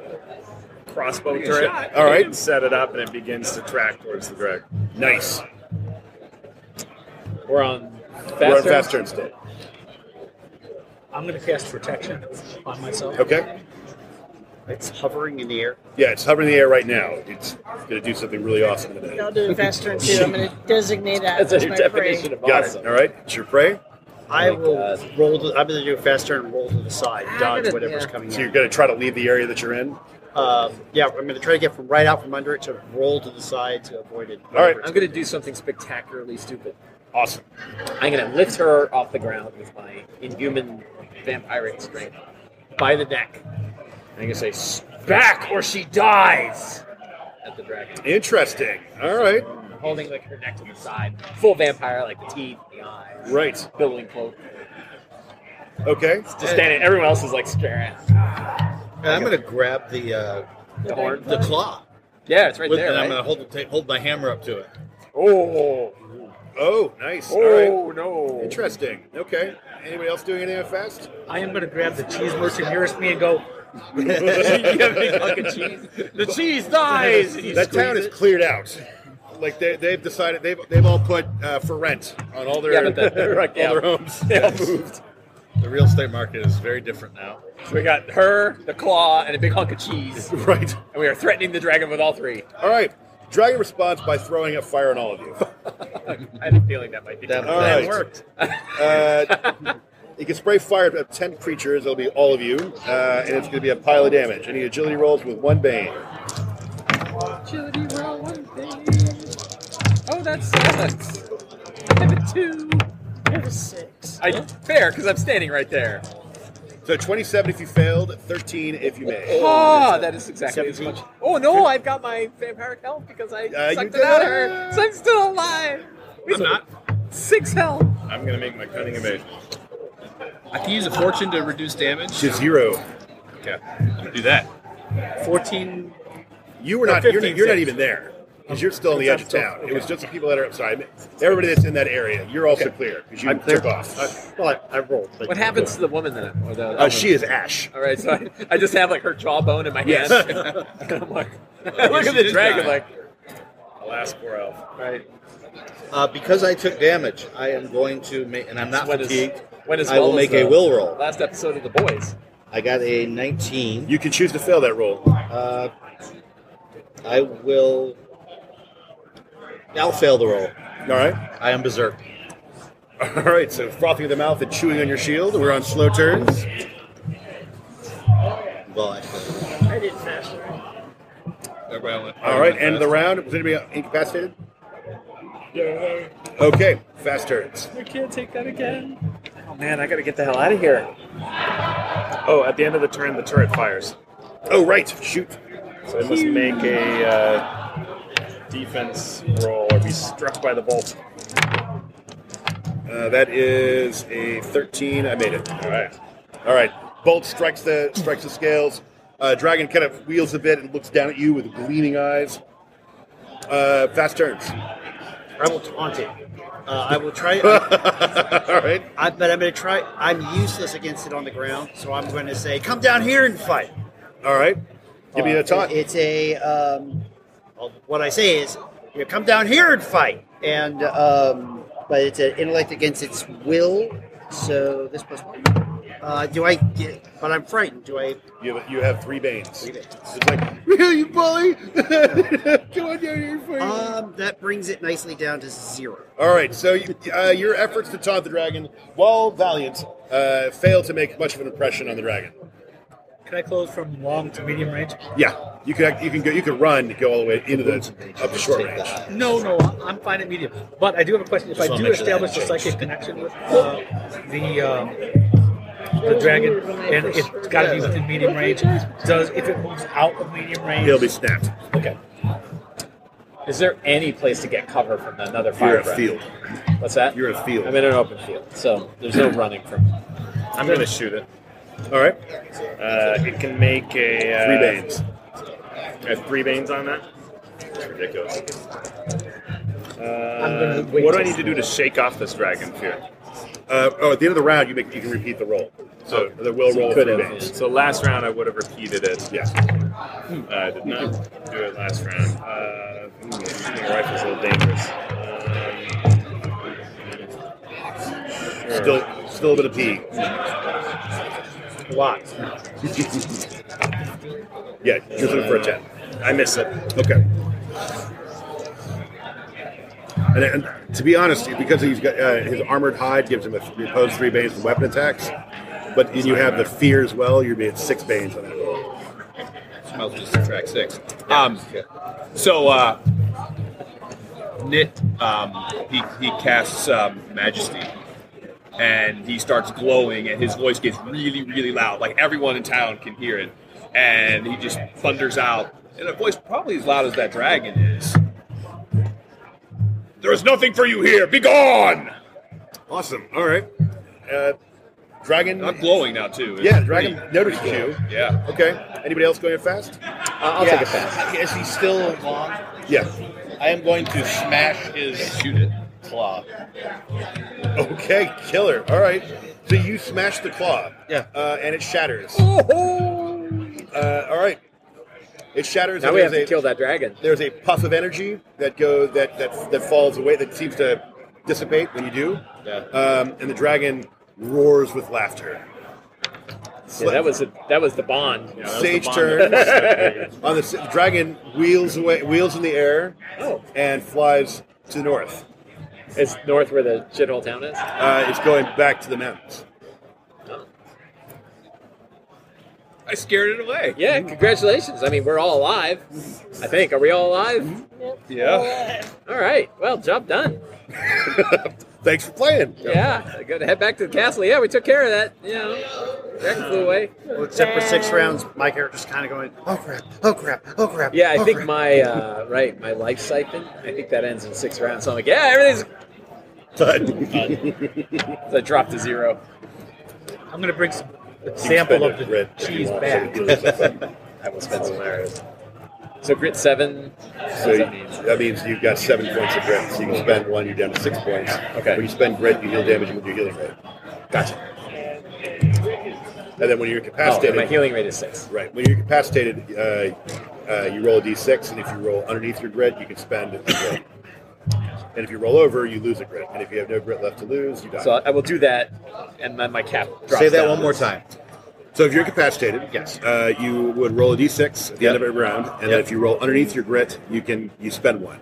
Speaker 5: crossbow
Speaker 7: Give it a
Speaker 5: turret.
Speaker 7: shot.
Speaker 3: All right.
Speaker 5: And set it up, and it begins to track towards the drag.
Speaker 3: nice.
Speaker 10: We're on fast
Speaker 3: We're on
Speaker 10: turn?
Speaker 3: fast turns still.
Speaker 4: I'm gonna cast protection on
Speaker 10: uh,
Speaker 4: myself.
Speaker 3: Okay.
Speaker 2: It's hovering in the air.
Speaker 3: Yeah, it's hovering in the air right now. It's going to do something really awesome today.
Speaker 6: I'll do a fast turn too. I'm gonna designate that
Speaker 10: That's
Speaker 6: as
Speaker 10: your
Speaker 6: my
Speaker 10: definition
Speaker 6: prey.
Speaker 10: of
Speaker 3: Got
Speaker 10: awesome.
Speaker 3: it. All right, it's your prey. Oh
Speaker 2: I
Speaker 10: Thank
Speaker 2: will
Speaker 10: God.
Speaker 2: roll. To, I'm going to do a fast turn and roll to the side,
Speaker 6: I'm
Speaker 2: dodge
Speaker 6: gonna-
Speaker 2: whatever's
Speaker 6: yeah.
Speaker 2: coming
Speaker 3: So you're
Speaker 2: in.
Speaker 3: going to try to leave the area that you're in.
Speaker 2: Um, yeah, I'm going to try to get from right out from under it to roll to the side to avoid it.
Speaker 3: All right.
Speaker 10: I'm gonna do something spectacularly stupid.
Speaker 3: Awesome.
Speaker 10: I'm gonna lift her off the ground with my inhuman vampiric strength by the neck. And I'm gonna say, "S- "Back or she dies!" at the dragon,
Speaker 3: Interesting. All right.
Speaker 10: holding like her neck to the side, full vampire, like the teeth, the eyes,
Speaker 3: Right.
Speaker 10: billowing cloak.
Speaker 3: Okay.
Speaker 10: Just standing. Everyone else is like staring.
Speaker 11: And I'm going to grab the uh,
Speaker 10: The horn.
Speaker 11: the claw,
Speaker 10: Yeah, it's right
Speaker 11: with-
Speaker 10: there.
Speaker 11: and I'm
Speaker 10: right?
Speaker 11: going to hold the ta- hold my hammer up to it.
Speaker 10: Oh,
Speaker 3: Oh, nice. All right.
Speaker 10: oh no!
Speaker 3: Interesting. Okay. Anybody else doing anything fast?
Speaker 4: I am gonna grab the cheese merchant nearest me
Speaker 9: [laughs]
Speaker 4: and go. [laughs]
Speaker 8: The cheese dies! And you
Speaker 3: That
Speaker 8: squeeze
Speaker 3: town is
Speaker 8: it.
Speaker 3: cleared out. Like they, they've decided they've they've all put uh, for rent on all their
Speaker 10: Yeah, but that-
Speaker 3: [laughs] all their homes.
Speaker 10: They all moved.
Speaker 11: The real estate market is very different now.
Speaker 10: So we got her, the claw, and a big hunk
Speaker 8: [laughs]
Speaker 10: of cheese,
Speaker 3: Right.
Speaker 10: and we are threatening the dragon with all three.
Speaker 3: All right. Dragon responds by throwing a fire on all of you.
Speaker 10: I had a feeling that might be.
Speaker 11: That-
Speaker 3: All
Speaker 11: that
Speaker 3: right.
Speaker 11: worked.
Speaker 3: [laughs] Uh, you can spray fire at ten creatures. It'll be all of you, uh, and it's going to be a pile of damage. Any agility rolls with one bane.
Speaker 6: Agility roll one.
Speaker 8: Oh, that sucks. I have a two. I have a six. [laughs] I, fair, because I'm standing right there.
Speaker 3: So 27 if you failed, 13 if you made.
Speaker 8: Ah, that is exactly as much. Oh no, I've got my vampiric health because I
Speaker 3: Uh, you
Speaker 8: sucked
Speaker 3: did
Speaker 8: it out
Speaker 3: it.
Speaker 8: of her, so I'm still alive.
Speaker 5: I'm not.
Speaker 8: Six health.
Speaker 5: I'm gonna make my cunning evasion.
Speaker 7: I can use a fortune to reduce damage.
Speaker 3: To zero.
Speaker 7: Okay, I'm gonna do that.
Speaker 4: 14.
Speaker 3: You were
Speaker 7: No,
Speaker 3: not. You're,
Speaker 7: 15,
Speaker 3: you're not
Speaker 7: six.
Speaker 3: even there because you're still on the edge of town. It was
Speaker 2: okay.
Speaker 3: just the people that are outside. Everybody that's in that area, you're also clear because you
Speaker 2: I'm clear.
Speaker 3: took off.
Speaker 2: well, I, I rolled. But
Speaker 8: What happens to the woman then? Or the
Speaker 3: Uh, she is Ash.
Speaker 8: All right, so I, I just have like her jawbone in my hand. [laughs]
Speaker 3: [laughs] Yes.
Speaker 10: [laughs]
Speaker 8: And I'm like, I
Speaker 7: I
Speaker 8: look at
Speaker 7: guess she
Speaker 8: the
Speaker 7: did
Speaker 8: dragon
Speaker 7: die.
Speaker 8: like,
Speaker 5: Alas, poor elf.
Speaker 8: right.
Speaker 9: Uh, because I took damage, I am going to make, and I'm not
Speaker 8: When is-
Speaker 9: fatigued.
Speaker 8: when is
Speaker 9: I will
Speaker 8: Wallace,
Speaker 9: make a
Speaker 8: uh,
Speaker 9: will roll.
Speaker 8: Last episode of The Boys.
Speaker 9: I got a 19.
Speaker 3: You can choose to fail that roll.
Speaker 9: Uh, I will. I'll fail the roll.
Speaker 3: All right.
Speaker 9: I am berserk.
Speaker 3: All right. So frothing at the mouth and chewing on your shield. We're on slow turns.
Speaker 9: Well, actually,
Speaker 2: I did faster.
Speaker 7: Everybody went-
Speaker 3: All right. End of the round. Was anybody incapacitated?
Speaker 8: Yeah.
Speaker 3: Okay. Fast turns.
Speaker 8: We can't take that again.
Speaker 5: Oh man, I gotta get the hell out of here. Oh, at the end of the turn, the turret fires.
Speaker 3: Oh right. Shoot.
Speaker 5: So I must make a uh, defense roll or be struck by the bolt.
Speaker 3: Uh, that is a 13. I made it.
Speaker 5: All right.
Speaker 3: All right. Bolt strikes the strikes the scales. Uh, dragon kind of wheels a bit and looks down at you with gleaming eyes. Uh, fast turns.
Speaker 2: I will taunt it. Uh, I will
Speaker 3: [laughs]
Speaker 2: try.
Speaker 3: All right.
Speaker 2: I, but I'm going to try. I'm useless against it on the ground, so I'm going to say, "Come down here and fight."
Speaker 3: All right. Give me
Speaker 2: Uh,
Speaker 3: a taunt.
Speaker 2: it- it's a. Um, well, what I say is, you know, come down here and fight. And um, but it's an intellect against its will, so this plus one. Uh, do I get? But I'm frightened. Do I?
Speaker 3: You have, you have three banes.
Speaker 2: Three banes.
Speaker 3: It's like, really, you bully? [laughs] Come on down here for you.
Speaker 2: Um, that brings it nicely down to zero.
Speaker 3: All right. So you, uh, your efforts to taunt the dragon, while valiant, uh, fail to make much of an impression on the dragon.
Speaker 4: Can I close from long to medium range?
Speaker 3: Yeah. You can you can go you can run to go all the way into the up to short range.
Speaker 4: No, no, I'm fine at medium. But I do have a question. If
Speaker 9: Just
Speaker 4: I
Speaker 9: wanna
Speaker 4: do
Speaker 9: make sure that
Speaker 4: establish a
Speaker 9: hasn't
Speaker 4: psychic connection with uh, the um, the dragon, and it's got to be within medium range, does if it moves out of medium range?
Speaker 3: He'll be snapped.
Speaker 8: Okay. Is there any place to get cover from another
Speaker 3: You're
Speaker 8: fire
Speaker 3: a
Speaker 8: breath?
Speaker 3: field.
Speaker 8: What's that?
Speaker 3: You're a field.
Speaker 8: I'm in an open field, so there's no running from.
Speaker 5: I'm gonna shoot it.
Speaker 3: All right.
Speaker 5: Uh, it can make a uh,
Speaker 3: Three banes.
Speaker 5: I have three banes on that. That's ridiculous.
Speaker 4: gonna
Speaker 5: Uh,
Speaker 4: wait
Speaker 5: what do I
Speaker 4: till-
Speaker 5: need to do to shake off this dragon fear?
Speaker 3: Uh, oh, at the end of the round, you make you can repeat the roll. So the will roll
Speaker 5: Could
Speaker 3: three
Speaker 5: have.
Speaker 3: banes.
Speaker 5: So last round I would have repeated it.
Speaker 3: Yeah.
Speaker 5: Uh, I did not do it last round. Uh, ooh, my rifle's a little dangerous. Um, sure.
Speaker 3: Still, still a bit of pee.
Speaker 2: Lots.
Speaker 3: [laughs] Yeah, just look for a ten.
Speaker 5: I miss it.
Speaker 3: Okay. And, and to be honest, because he's got uh, his armored hide gives him a repose three banes from weapon attacks, but then you have the fear as well. You're being six banes on that roll.
Speaker 7: Might as well just subtract six. Um, so uh, Nit, um, he, he casts um, Majesty, and he starts glowing, and his voice gets really, really loud. Like everyone in town can hear it, and he just thunders out in a voice probably as loud as that dragon is. There is nothing for you here. Be gone.
Speaker 3: Awesome. All right. Uh, dragon.
Speaker 7: I'm glowing now too. It's
Speaker 3: Yeah, dragon
Speaker 7: pretty-
Speaker 3: noticed
Speaker 7: pretty cool.
Speaker 3: you.
Speaker 7: Yeah.
Speaker 3: Okay. Anybody else going fast?
Speaker 8: I'll
Speaker 11: yeah.
Speaker 8: take a pass.
Speaker 11: Is he still long?
Speaker 3: Yeah.
Speaker 11: I am going to smash his
Speaker 7: Shoot it.
Speaker 11: claw.
Speaker 3: Okay, killer. All right. So you smash the claw.
Speaker 11: Yeah.
Speaker 3: Uh, and it shatters.
Speaker 8: Oh.
Speaker 3: Uh, all right. It shatters.
Speaker 10: Now
Speaker 3: and
Speaker 10: we have
Speaker 3: there's
Speaker 10: to
Speaker 3: a-
Speaker 10: kill that dragon.
Speaker 3: There's a puff of energy that go that that that falls away that seems to dissipate when you do.
Speaker 7: Yeah.
Speaker 3: Um, and the dragon roars with laughter.
Speaker 10: Yeah, that was a, that was the bond.
Speaker 5: Yeah, that was the
Speaker 3: Sage
Speaker 5: bond.
Speaker 3: turn.
Speaker 5: [laughs]
Speaker 3: On the s- the dragon wheels away, wheels in the air,
Speaker 10: Oh,
Speaker 3: and flies to the north.
Speaker 10: it's north where the shithole town is.
Speaker 3: Uh, it's going back to the mountains.
Speaker 10: I scared it away. Yeah, congratulations. I mean, we're all alive. I think. Are we all alive?
Speaker 7: Yeah.
Speaker 10: All right. Well, job done.
Speaker 3: [laughs] Thanks for playing.
Speaker 10: Yeah. I got to head back to the castle. Yeah, we took care of that. You know, dragon flew away.
Speaker 2: Well, except for six rounds, my character's kind of going, oh crap, oh crap, oh crap.
Speaker 10: Yeah, I
Speaker 2: oh
Speaker 10: think
Speaker 2: crap."
Speaker 10: my uh, right, my life siphon. I think that ends in six rounds. So I'm like, yeah, everything's [laughs] done. I dropped to zero.
Speaker 4: I'm gonna bring some a sample of
Speaker 10: spend it,
Speaker 4: the
Speaker 10: Red, if you
Speaker 4: cheese
Speaker 10: want, so
Speaker 4: back.
Speaker 10: we can do something. I will spend some arrows. So grit seven.
Speaker 3: So that means you've got seven points of grit. So you can spend one, you're down to six points. Okay. When you spend grit, you heal damage with your healing rate. Gotcha. And then when you're incapacitated,
Speaker 10: Oh, my healing rate is six.
Speaker 3: Right. When you're incapacitated, uh, uh, you roll a d6, and if you roll underneath your grit, you can spend a grit. and if you roll over, you lose a grit. And if you have no grit left to lose, you die.
Speaker 10: So I will do that, and then my cap. Drops
Speaker 3: Say that
Speaker 10: down.
Speaker 3: one more time. So if you're incapacitated, yes, uh, you would roll a d6 at the end of every round, and then if you roll underneath your grit, you can you spend one.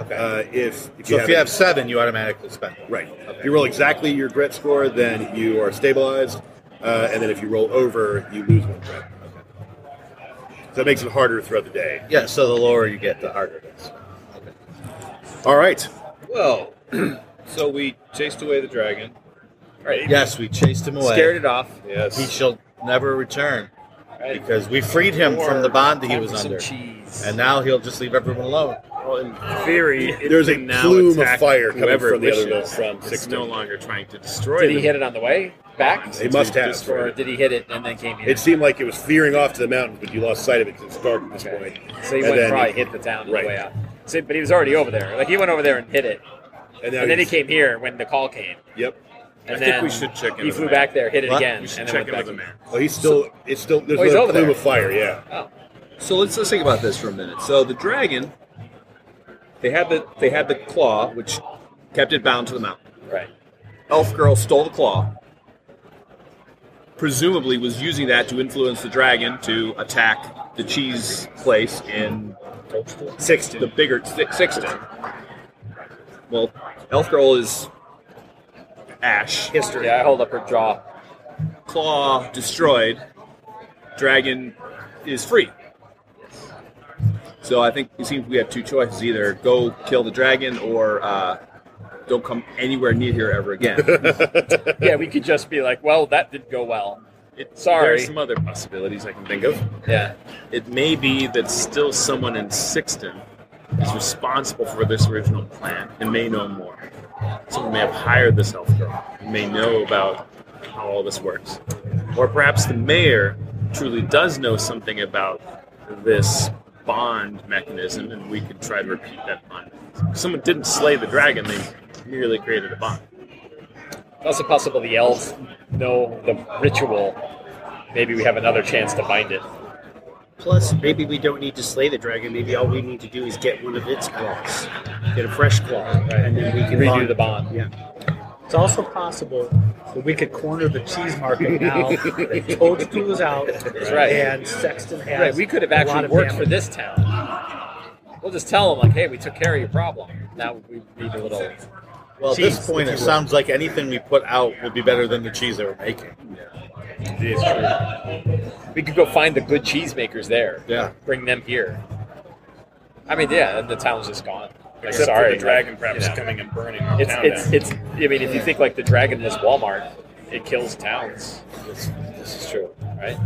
Speaker 3: Okay. Uh, if if
Speaker 9: So if you have seven,
Speaker 3: you automatically spend one. Right. If you roll exactly your grit score, then you are stabilized, uh, and then if you roll over, you lose one grit. So it makes it harder throughout the day.
Speaker 9: Yeah, so the lower you get, the harder it is.
Speaker 3: All right.
Speaker 7: Well, [clears throat] so we chased away the dragon. Right.
Speaker 9: Yes, we chased him away.
Speaker 7: Scared it off.
Speaker 9: Yes. He shall never return because we freed him from the bond that he was under. And now he'll just leave everyone alone.
Speaker 5: Well, in theory, it
Speaker 9: There's a
Speaker 5: can now
Speaker 9: plume of
Speaker 5: attack
Speaker 9: fire coming
Speaker 5: whoever
Speaker 9: from the other
Speaker 5: wishes.
Speaker 9: from
Speaker 5: It's
Speaker 9: 16.
Speaker 5: no longer trying to destroy.
Speaker 10: Did he
Speaker 5: them.
Speaker 10: hit it on the way back?
Speaker 3: He must have.
Speaker 10: Just- Or did he hit it and then came here?
Speaker 3: It seemed like it was veering off to the mountains, but you lost sight of it because it's dark at this point.
Speaker 10: So he
Speaker 3: And
Speaker 10: went
Speaker 3: then-
Speaker 10: probably hit the town on the
Speaker 3: Right.
Speaker 10: way out. So, but he was already over there. Like he went over there and hit it,
Speaker 3: and,
Speaker 5: now
Speaker 10: then he
Speaker 5: he's-
Speaker 10: came here when the call came.
Speaker 3: Yep.
Speaker 10: And
Speaker 5: I
Speaker 10: then
Speaker 5: think we should check in.
Speaker 10: He
Speaker 5: with
Speaker 10: flew
Speaker 5: the
Speaker 10: back
Speaker 5: mayor.
Speaker 10: there, hit it
Speaker 5: What?
Speaker 10: again,
Speaker 5: We should
Speaker 10: and then
Speaker 5: check
Speaker 10: went
Speaker 5: in with
Speaker 10: back.
Speaker 5: the mayor.
Speaker 3: Oh, he's still. it's still. There's
Speaker 7: Oh, he's
Speaker 3: another
Speaker 7: over
Speaker 3: plume
Speaker 7: there. Oh.
Speaker 3: of fire. Yeah.
Speaker 7: So let's just think about this for a minute. So the dragon, they had the they had the claw, which kept it bound to the mountain.
Speaker 10: Right.
Speaker 7: Elf girl stole the claw. Presumably, was using that to influence the dragon to attack the cheese place in Sixton, the bigger Si- Sixton. Well, Elf girl is ash
Speaker 10: history. Yeah, I hold up her jaw.
Speaker 7: Claw destroyed. Dragon is free. So I think it seems we have two choices: either go kill the dragon, or uh, don't come anywhere near here ever again.
Speaker 10: [laughs]
Speaker 3: Oh,
Speaker 10: yeah, we could just be like, well, that didn't go well.
Speaker 5: There are
Speaker 10: Sorry.
Speaker 5: some other possibilities I can think of.
Speaker 10: Yeah.
Speaker 5: It may be that still someone in Sixton is responsible for this original plan and may know more. Someone may have hired this elf girl and may know about how all this works. Or perhaps the mayor truly does know something about this bond mechanism and we could try to repeat that bond. Someone didn't slay the dragon, they merely created a bond.
Speaker 10: Also possible the elves know the ritual. Maybe we have another chance to bind it.
Speaker 2: Plus, maybe we don't need to slay the dragon. Maybe all we need to do is get one of its claws, get a fresh claw, and then we can
Speaker 4: Redo
Speaker 2: bond.
Speaker 4: the
Speaker 10: bond.
Speaker 2: Yeah.
Speaker 4: It's also possible that we could corner the cheese
Speaker 10: [laughs]
Speaker 4: market now. that Toadstool is out,
Speaker 10: right.
Speaker 4: and Sexton has.
Speaker 10: Right, we could have
Speaker 4: a lot
Speaker 10: actually
Speaker 4: of
Speaker 10: worked for
Speaker 4: damage.
Speaker 10: this town. We'll just tell them like, hey, we took care of your problem. Now we need a little.
Speaker 9: Well, at this
Speaker 10: cheese,
Speaker 9: point,
Speaker 10: if you
Speaker 9: it
Speaker 10: will.
Speaker 9: sounds like anything we put out will be better than the cheese that we're making.
Speaker 10: We could go find the good cheesemakers there.
Speaker 9: Yeah.
Speaker 10: Bring them here. I mean, yeah, the town's just gone. Like,
Speaker 5: Except for
Speaker 10: sorry,
Speaker 5: the
Speaker 10: like,
Speaker 5: dragon
Speaker 10: you
Speaker 5: perhaps
Speaker 10: know.
Speaker 5: coming and burning our
Speaker 10: it's,
Speaker 5: town
Speaker 10: It's,
Speaker 5: down.
Speaker 10: it's, I mean, if you think like the dragon was Walmart, it kills towns. This, this is true, right?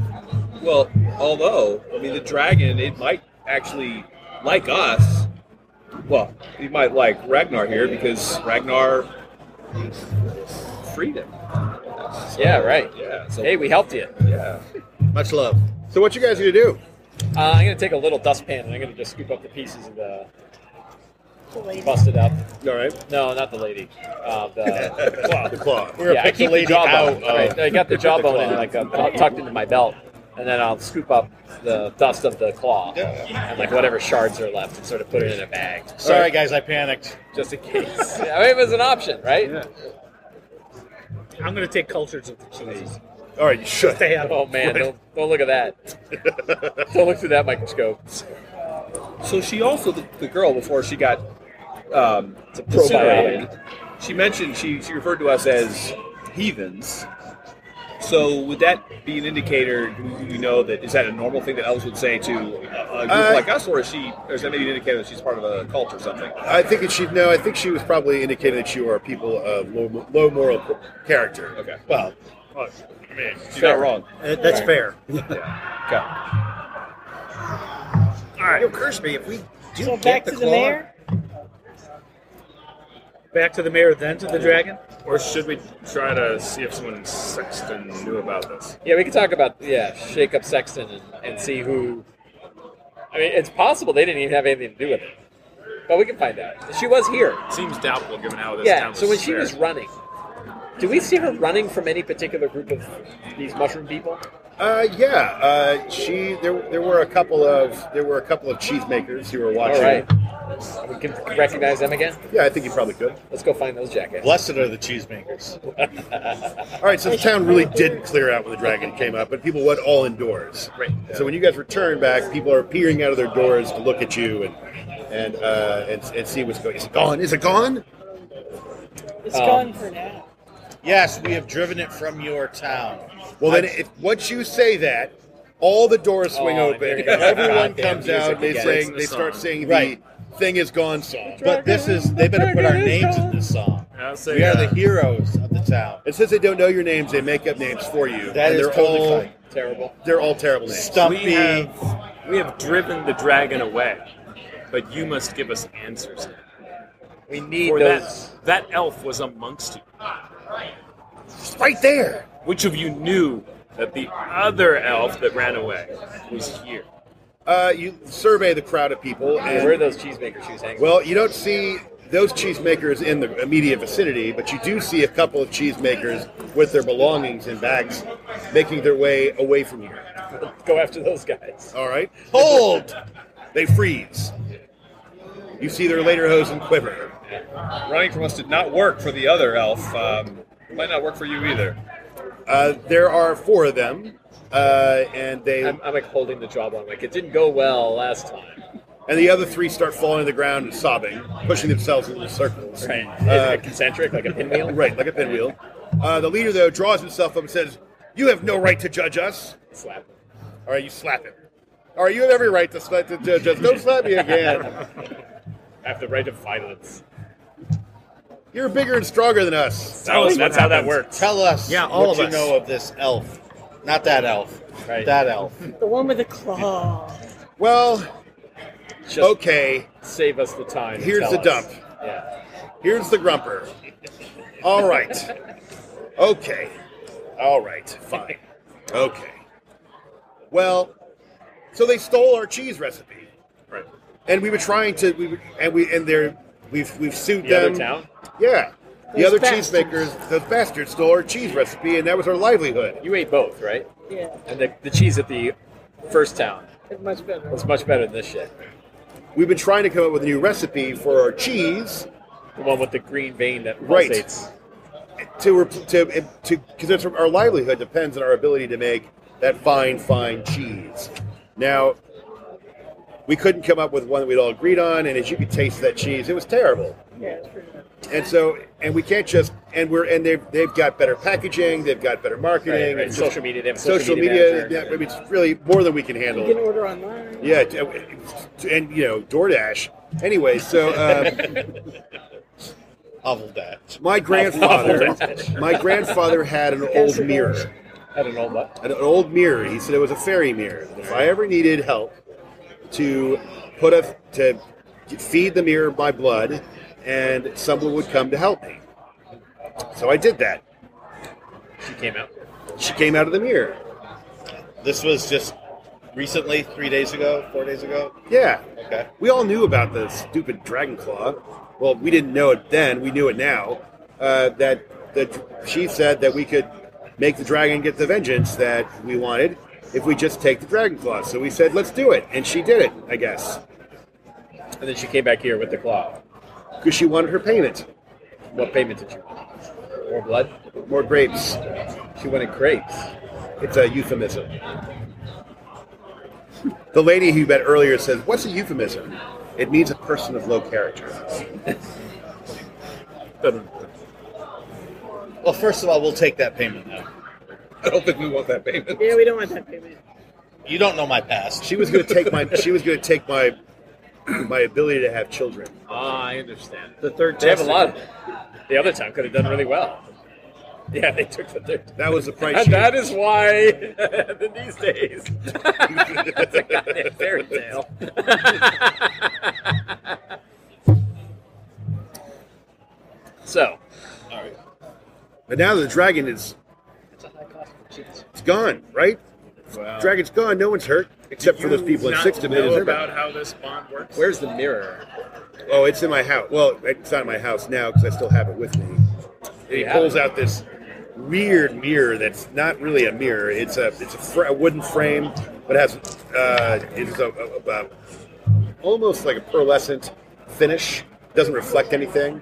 Speaker 7: Well, although I mean the dragon, it might actually like us. Well, he might like Ragnar here because Ragnar freed him.
Speaker 10: Yeah, right.
Speaker 7: Yeah.
Speaker 10: hey, we helped you.
Speaker 7: Yeah.
Speaker 9: Much love.
Speaker 3: So what you guys gonna do?
Speaker 10: Uh, I'm gonna take a little dustpan and I'm gonna just scoop up the pieces of the busted up.
Speaker 3: All right.
Speaker 10: No, not the lady. Uh, the, the claw.
Speaker 3: [laughs] The claw. We're
Speaker 10: Yeah,
Speaker 3: gonna
Speaker 10: I
Speaker 3: pick
Speaker 10: keep
Speaker 3: the
Speaker 10: the
Speaker 3: lady
Speaker 10: jawbone.
Speaker 3: out of-
Speaker 10: right, I got
Speaker 3: [laughs]
Speaker 10: the
Speaker 3: the
Speaker 10: jawbone
Speaker 3: claw.
Speaker 10: in like a, tucked into my belt, and then I'll scoop up the dust of the claw and like whatever shards are left, and sort of put it in a bag.
Speaker 9: Sorry, guys, I panicked.
Speaker 10: Just in case. I mean, it was an option, right?
Speaker 4: I'm going to take cultures of the cheese.
Speaker 3: All right, you should.
Speaker 4: Stay out of
Speaker 10: Oh
Speaker 4: it.
Speaker 10: man, don't, don't look at that. don't look through that microscope.
Speaker 7: So she also the, the girl before she got um,
Speaker 10: probiotic.
Speaker 7: incinerated, She mentioned she she referred to us as heathens. So would that be an indicator? do You know that is that a normal thing that elves would say to a, a group
Speaker 3: Uh,
Speaker 7: like us, or is she? Or is that maybe an indicator that she's part of a cult or something?
Speaker 3: I think it should. No, I think she was probably indicating that you are people of low, low moral character.
Speaker 7: Okay.
Speaker 3: Well,
Speaker 5: Well, I mean,
Speaker 7: She's not wrong.
Speaker 2: Uh, that's fair.
Speaker 7: yeah.
Speaker 2: All right. It occurs to me if we do
Speaker 6: So
Speaker 2: get
Speaker 6: back to the
Speaker 2: claw-
Speaker 6: mayor.
Speaker 4: Back to the mayor, then to the dragon.
Speaker 5: Or should we try to see if someone in Sexton knew about this?
Speaker 10: Yeah, we could talk about yeah, shake up Sexton and, and see who. I mean, it's possible they didn't even have anything to do with it, but we can find out. She was here.
Speaker 5: Seems doubtful given how this
Speaker 10: Yeah.
Speaker 5: town
Speaker 10: So when she
Speaker 5: fair.
Speaker 10: was running, do we see her running from any particular group of these mushroom people?
Speaker 3: Uh, yeah, uh, she. There, there were a couple of there were a couple of cheese makers who were watching.
Speaker 10: All right. We can recognize them again.
Speaker 3: Yeah, I think you probably could.
Speaker 10: Let's go find those jackets.
Speaker 11: Blessed are
Speaker 10: [laughs]
Speaker 11: the cheesemakers.
Speaker 3: [laughs] All right, so the town really did clear out when the dragon came up, but people went all indoors. Right. So when you guys return back, people are peering out of their doors to look at you and and uh, and, and see what's going. Is it gone? Is it gone?
Speaker 6: It's
Speaker 3: Um,
Speaker 6: gone for now.
Speaker 11: Yes, we have driven it from your town.
Speaker 3: Well, then, if once you say that, all the doors swing
Speaker 11: Oh, there
Speaker 3: open.
Speaker 11: you
Speaker 3: and
Speaker 11: go.
Speaker 3: Everyone
Speaker 11: Goddamn
Speaker 3: comes
Speaker 11: music
Speaker 3: out. They
Speaker 11: again.
Speaker 3: sing.
Speaker 11: Sing
Speaker 3: They
Speaker 11: the
Speaker 3: start
Speaker 11: song.
Speaker 3: singing
Speaker 11: Right.
Speaker 3: the "Thing Is Gone" song.
Speaker 11: But this is, they better put our names in this song.
Speaker 5: I'll say,
Speaker 11: We are the
Speaker 5: uh,
Speaker 11: heroes of the town.
Speaker 3: And since they don't know your names, they make up names for you.
Speaker 11: That
Speaker 3: and
Speaker 11: is
Speaker 3: they're
Speaker 11: totally
Speaker 3: all
Speaker 11: fine.
Speaker 10: Terrible.
Speaker 3: They're all terrible names.
Speaker 5: We have, we have driven the dragon away, but you must give us answers.
Speaker 10: We need
Speaker 5: For
Speaker 10: those-
Speaker 5: That, that elf was amongst you.
Speaker 3: It's right there.
Speaker 5: Which of you knew that the other elf that ran away was here?
Speaker 3: Uh, you survey the crowd of people. And,
Speaker 10: Where are those cheesemaker shoes hanging?
Speaker 3: Well, you don't see those cheesemakers in the immediate vicinity, but you do see a couple of cheesemakers with their belongings in bags making their way away from you.
Speaker 10: go after those guys.
Speaker 3: All right. Hold! they freeze. You see their later hose and quiver.
Speaker 7: Running from us did not work for the other elf. Um, might not work for you either.
Speaker 3: Uh, there are four of them, uh, and they.
Speaker 10: I'm, I'm like holding the jawbone. Like it didn't go well last time.
Speaker 3: and the other three start falling to the ground and sobbing, pushing themselves into circles.
Speaker 10: Right.
Speaker 3: Uh,
Speaker 10: Like concentric, like a pinwheel.
Speaker 3: Right, like a pinwheel. Uh, the leader, though, draws himself up and says, You have no right to judge us.
Speaker 10: Slap.
Speaker 3: All right, you slap him. All right, you have every right to, slap, to judge us. Don't slap me again.
Speaker 10: [laughs] I have the right of violence.
Speaker 3: You're bigger and stronger than us.
Speaker 11: Tell us
Speaker 3: Yeah, all
Speaker 11: what
Speaker 3: of
Speaker 11: you
Speaker 3: us.
Speaker 11: know of this elf. Not that elf.
Speaker 10: Right.
Speaker 11: That
Speaker 3: [laughs]
Speaker 11: elf.
Speaker 6: The one with the claw.
Speaker 3: Well,
Speaker 10: Just
Speaker 3: okay,
Speaker 10: Save us the time. and
Speaker 3: here's
Speaker 10: tell
Speaker 3: the
Speaker 10: us.
Speaker 3: dump.
Speaker 10: Yeah.
Speaker 3: Here's the grumper. All right. Okay. All right. Fine. Okay. Well, so they stole our cheese recipe,
Speaker 5: Right.
Speaker 3: and we were trying to we were, and we and they're we've we've sued
Speaker 10: The
Speaker 3: them.
Speaker 10: other town.
Speaker 3: Yeah. The
Speaker 6: Those
Speaker 3: other
Speaker 6: bastards.
Speaker 3: cheesemakers, those bastards, stole our cheese recipe, and that was our livelihood.
Speaker 10: You ate both, right?
Speaker 6: Yeah,
Speaker 10: And the, the cheese at the first town
Speaker 6: it's much better.
Speaker 10: was much better than this shit.
Speaker 3: We've been trying to come up with a new recipe for our cheese
Speaker 10: The one with the green vein that
Speaker 3: Right.
Speaker 10: pulsates.
Speaker 3: to repl- to to because our livelihood depends on our ability to make that fine fine cheese. Now, we couldn't come up with one that we'd all agreed on, and as you could taste that cheese, it was terrible.
Speaker 6: Yeah, it's pretty good.
Speaker 3: And so, and we can't just and we're and they've they've got better packaging, they've got better marketing,
Speaker 10: Right, right.
Speaker 3: and
Speaker 10: Social media, they have a social
Speaker 3: social,
Speaker 10: media
Speaker 3: media.
Speaker 10: manager.
Speaker 3: yeah, I mean, it's really more than we can
Speaker 6: You
Speaker 3: handle.
Speaker 6: can order online.
Speaker 3: Yeah, t- and you know DoorDash. Anyway, so um,
Speaker 11: Hovel that.
Speaker 3: my grandfather, my grandfather had an old mirror,
Speaker 10: Had an old what?
Speaker 3: an old mirror. He said it was a fairy mirror. If I ever needed help to put a to feed the mirror my blood, and someone would come to help me. So I did that.
Speaker 10: She came out.
Speaker 3: She came out of the mirror.
Speaker 11: This was just recently, three days ago, four days ago.
Speaker 3: Yeah,
Speaker 11: Okay.
Speaker 3: we all knew about the stupid dragon claw. Well, we didn't know it then. We knew it now. Uh, that that she said that we could make the dragon get the vengeance that we wanted if we just take the dragon claw. So we said, let's do it, and she did it. I guess
Speaker 10: And then she came back here with the claw.
Speaker 3: because she wanted her payment.
Speaker 10: What payment did you want? More blood?
Speaker 3: More grapes.
Speaker 10: She wanted grapes.
Speaker 3: It's a euphemism. The lady who you met earlier says, "What's a euphemism? It means a person of low
Speaker 5: [laughs]
Speaker 3: character."
Speaker 11: Well, first of all, we'll take that payment now.
Speaker 7: I don't think we want that payment.
Speaker 6: Yeah, we don't want that payment.
Speaker 11: You don't know my past.
Speaker 3: She was going to take my. She was going to take my [clears throat] my ability to have children.
Speaker 10: Ah, I understand.
Speaker 2: The third
Speaker 10: They have a
Speaker 3: testicle.
Speaker 10: lot. Of The other time could have done really well. Yeah, they took the third.
Speaker 3: That was the price.
Speaker 10: And
Speaker 3: she-
Speaker 10: that is why [laughs] in these
Speaker 3: [laughs]
Speaker 10: days it's a goddamn fairy tale. so,
Speaker 7: all right.
Speaker 3: But now the dragon is it's gone, right?
Speaker 5: Wow.
Speaker 3: Dragon's gone. No one's hurt except for those people in
Speaker 5: Not
Speaker 3: six
Speaker 5: know
Speaker 3: minutes.
Speaker 5: about how this bond works.
Speaker 7: Where's the mirror?
Speaker 3: Oh, it's in my house. Well, it's not in my house now because I still have it with me. And he
Speaker 7: Yeah.
Speaker 3: pulls out this weird mirror that's not really a mirror. It's a it's a, fr- a wooden frame, but has uh, it's a, a- a- almost like a pearlescent finish. Doesn't reflect anything,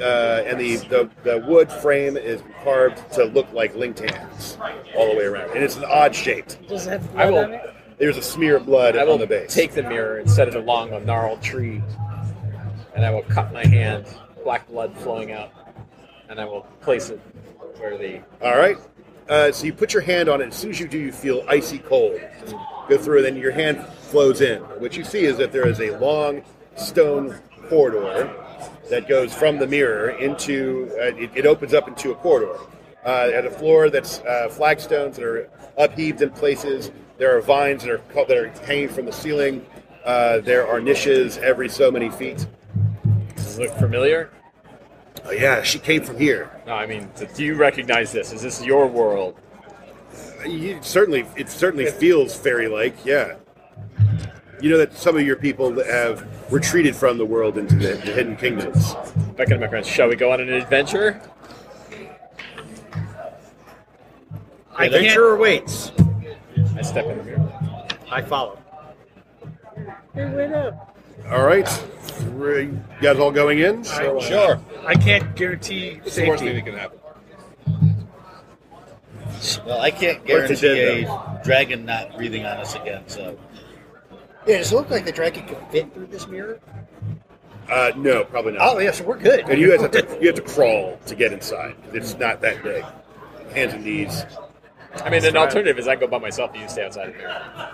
Speaker 3: uh, and the, the the wood frame is carved to look like linked hands all the way around, and it's an odd shape.
Speaker 6: Does it have
Speaker 10: I
Speaker 6: blood
Speaker 10: will-
Speaker 6: on it?
Speaker 3: There's a smear of [laughs] blood
Speaker 10: I will
Speaker 3: on the base.
Speaker 10: take the mirror and set it along a gnarled tree, and I will cut my hand, black blood flowing out, and I will place it where the
Speaker 3: All right. Uh, so you put your hand on it. As soon as you do, you feel icy cold. Go through, and then your hand flows in. What you see is that there is a long stone corridor that goes from the mirror into. Uh, it, it opens up into a corridor. Uh, at a floor that's uh, flagstones that are upheaved in places. There are vines that are cut- that are hanging from the ceiling. Uh, there are niches every so many feet.
Speaker 10: Does it look familiar?
Speaker 3: Oh yeah, she came from here.
Speaker 10: No, I mean, do you recognize this? Is this your world?
Speaker 3: You, certainly, it certainly feels fairy-like. Yeah. You know that some of your people that have retreated from the world into the, the hidden kingdoms.
Speaker 10: Becca and my friends, shall we go on an adventure?
Speaker 2: I Adventure awaits.
Speaker 10: I step in the mirror.
Speaker 2: I follow.
Speaker 6: It went up.
Speaker 3: All right, Three- you guys all going in?
Speaker 11: Sure.
Speaker 4: I can't guarantee
Speaker 11: It's the worst
Speaker 4: safety.
Speaker 11: thing that can happen. Well, I can't
Speaker 3: What's
Speaker 11: guarantee
Speaker 3: it did,
Speaker 11: a dragon not breathing on us again. So
Speaker 2: Yeah, does it look like the dragon could fit through this mirror?
Speaker 3: Uh, no, probably not.
Speaker 2: Oh yeah, so we're good.
Speaker 3: And you guys have to you have to crawl to get inside. It's not that big. Hands and knees.
Speaker 10: I mean, an alternative is I go by myself and you stay outside the mirror.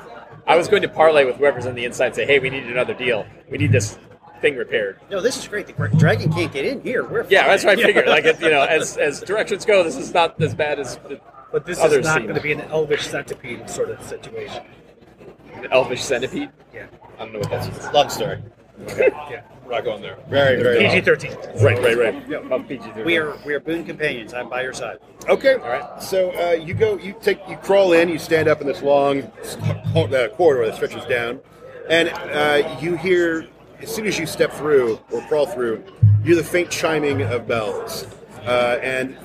Speaker 10: I was going to parlay with whoever's on the inside and say, hey, we need another deal. We need this thing repaired.
Speaker 2: No, this is great. The gra- dragon can't get in here. We're
Speaker 10: Yeah, that's what I
Speaker 2: fine.
Speaker 10: figured. Like, it, you know, as, as directions go, this is not as bad as the
Speaker 4: But this
Speaker 10: others
Speaker 4: is not
Speaker 10: seem.
Speaker 4: going to be an elvish centipede sort of situation.
Speaker 10: An elvish centipede?
Speaker 4: Yeah.
Speaker 10: I don't know what that's.
Speaker 11: long story.
Speaker 4: Yeah.
Speaker 7: We're not going there.
Speaker 11: Very, very long.
Speaker 4: PG-13.
Speaker 3: Right, right, right.
Speaker 2: We are we are boon companions. I'm by your side.
Speaker 3: Okay. All right. So uh, you go, you take, you crawl in, you stand up in this long cor- uh, corridor that stretches down, and uh, you hear as soon as you step through or crawl through, you hear the faint chiming of bells, uh, and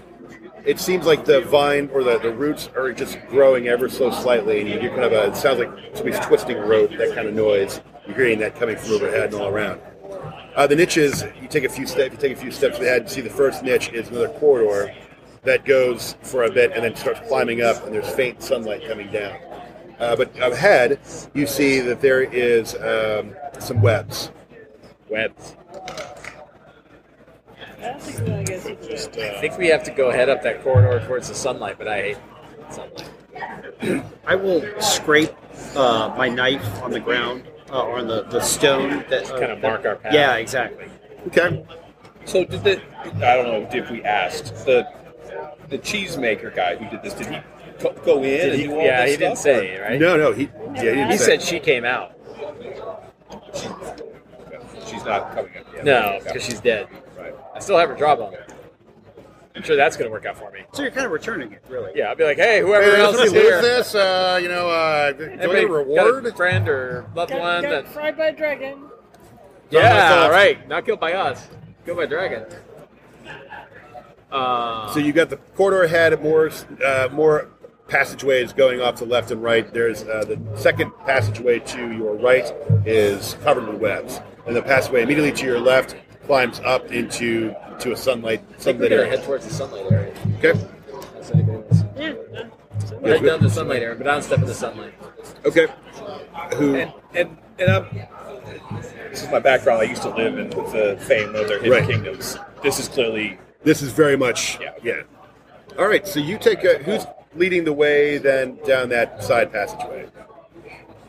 Speaker 3: it seems like the vine or the, the roots are just growing ever so slightly, and you hear kind of a it sounds like somebody's twisting rope, that kind of noise. You're hearing that coming from overhead and all around. Uh, the niches, you take a few steps, you take a few steps ahead, you see the first niche is another corridor that goes for a bit and then starts climbing up, and there's faint sunlight coming down. Uh, but ahead, you see that there is um, some webs.
Speaker 10: Webs.
Speaker 6: I don't think we're gonna get super
Speaker 10: Just, uh, I think we have to go head up that corridor towards the sunlight, but I hate sunlight.
Speaker 2: [clears throat] I will scrape uh, my knife on the ground uh, or on the, the stone that uh,
Speaker 10: Just kinda
Speaker 2: that-
Speaker 10: mark our path.
Speaker 2: Yeah, exactly.
Speaker 3: Okay.
Speaker 7: So did the I don't know if we asked the the cheesemaker guy who did this. Did he co- go in?
Speaker 10: Did
Speaker 7: and
Speaker 10: he-
Speaker 7: do all
Speaker 10: yeah,
Speaker 7: this
Speaker 10: he didn't
Speaker 7: stuff,
Speaker 10: say,
Speaker 7: or-
Speaker 10: right?
Speaker 3: No, no, he, yeah, he didn't
Speaker 10: He
Speaker 3: say.
Speaker 10: said she came out.
Speaker 7: She's not coming up yet.
Speaker 10: No, because she's dead.
Speaker 7: Right.
Speaker 10: I still have her job on. I'm sure that's going to work out for me.
Speaker 2: So you're kind of returning it, really.
Speaker 10: Yeah, I'll be like, hey, whoever
Speaker 3: Hey,
Speaker 10: else
Speaker 3: listen,
Speaker 10: is
Speaker 3: who's
Speaker 10: here.
Speaker 3: this? Uh, you know, uh, do I get
Speaker 10: Anybody
Speaker 3: a reward?
Speaker 10: Got a friend or loved
Speaker 6: Got,
Speaker 10: one?
Speaker 6: got
Speaker 10: That,
Speaker 6: fried by a dragon.
Speaker 10: yeah,
Speaker 3: myself.
Speaker 10: right. Not killed by us. Killed by dragon. Uh,
Speaker 3: So you got the corridor ahead, more uh, more passageways going off to left and right. There's uh, the second passageway to your right is covered with webs, and the passageway immediately to your left climbs up into to a sunlight
Speaker 10: I think we're
Speaker 3: sunlit
Speaker 10: going to head
Speaker 3: area.
Speaker 10: towards the sunlight area.
Speaker 3: Okay.
Speaker 10: Unless anybody wants-
Speaker 6: Yeah.
Speaker 10: We'll head down to the sunlight area, but I don't step in the sunlight.
Speaker 3: Okay. Who?
Speaker 7: And and and I'm. This is my background. I used to live in the fame of their hidden
Speaker 3: Right.
Speaker 7: kingdoms. This is clearly
Speaker 3: This is very much.
Speaker 7: Yeah.
Speaker 3: Yeah. All right. So you take a, who's leading the way then down that side passageway.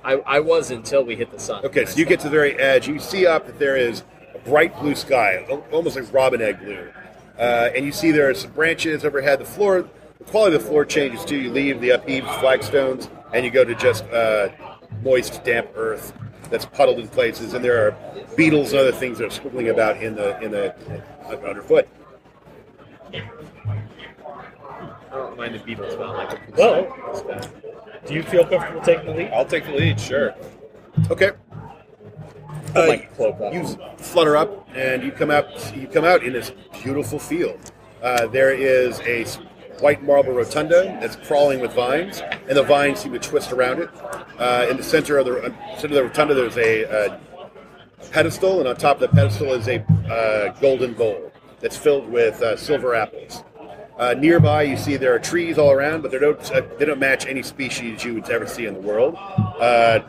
Speaker 10: I, I was until we hit the sun.
Speaker 3: Okay, so you get to the very edge. You see up that there is a bright blue sky, al- almost like robin egg blue. Uh, and you see there are some branches overhead. The floor, the quality of the floor changes too. You leave the upheaved flagstones and you go to just uh, moist, damp earth that's puddled in places. And there are beetles and other things that are squibbling about in the in the uh, underfoot.
Speaker 10: I don't mind the Beatles, but I like the
Speaker 4: Well, do you feel comfortable taking the lead?
Speaker 7: I'll take the lead, sure.
Speaker 3: Okay.
Speaker 10: Put my cloak up.
Speaker 3: You flutter up, and you come out. You come out in this beautiful field. Uh, there is a s- white marble rotunda that's crawling with vines, and the vines seem to twist around it. Uh, in the center of the uh, center of the rotunda, there's a uh, pedestal, and on top of the pedestal is a uh, golden bowl that's filled with uh, silver apples. Uh, nearby, you see there are trees all around, but they don't uh, they don't match any species you would ever see in the world. Uh,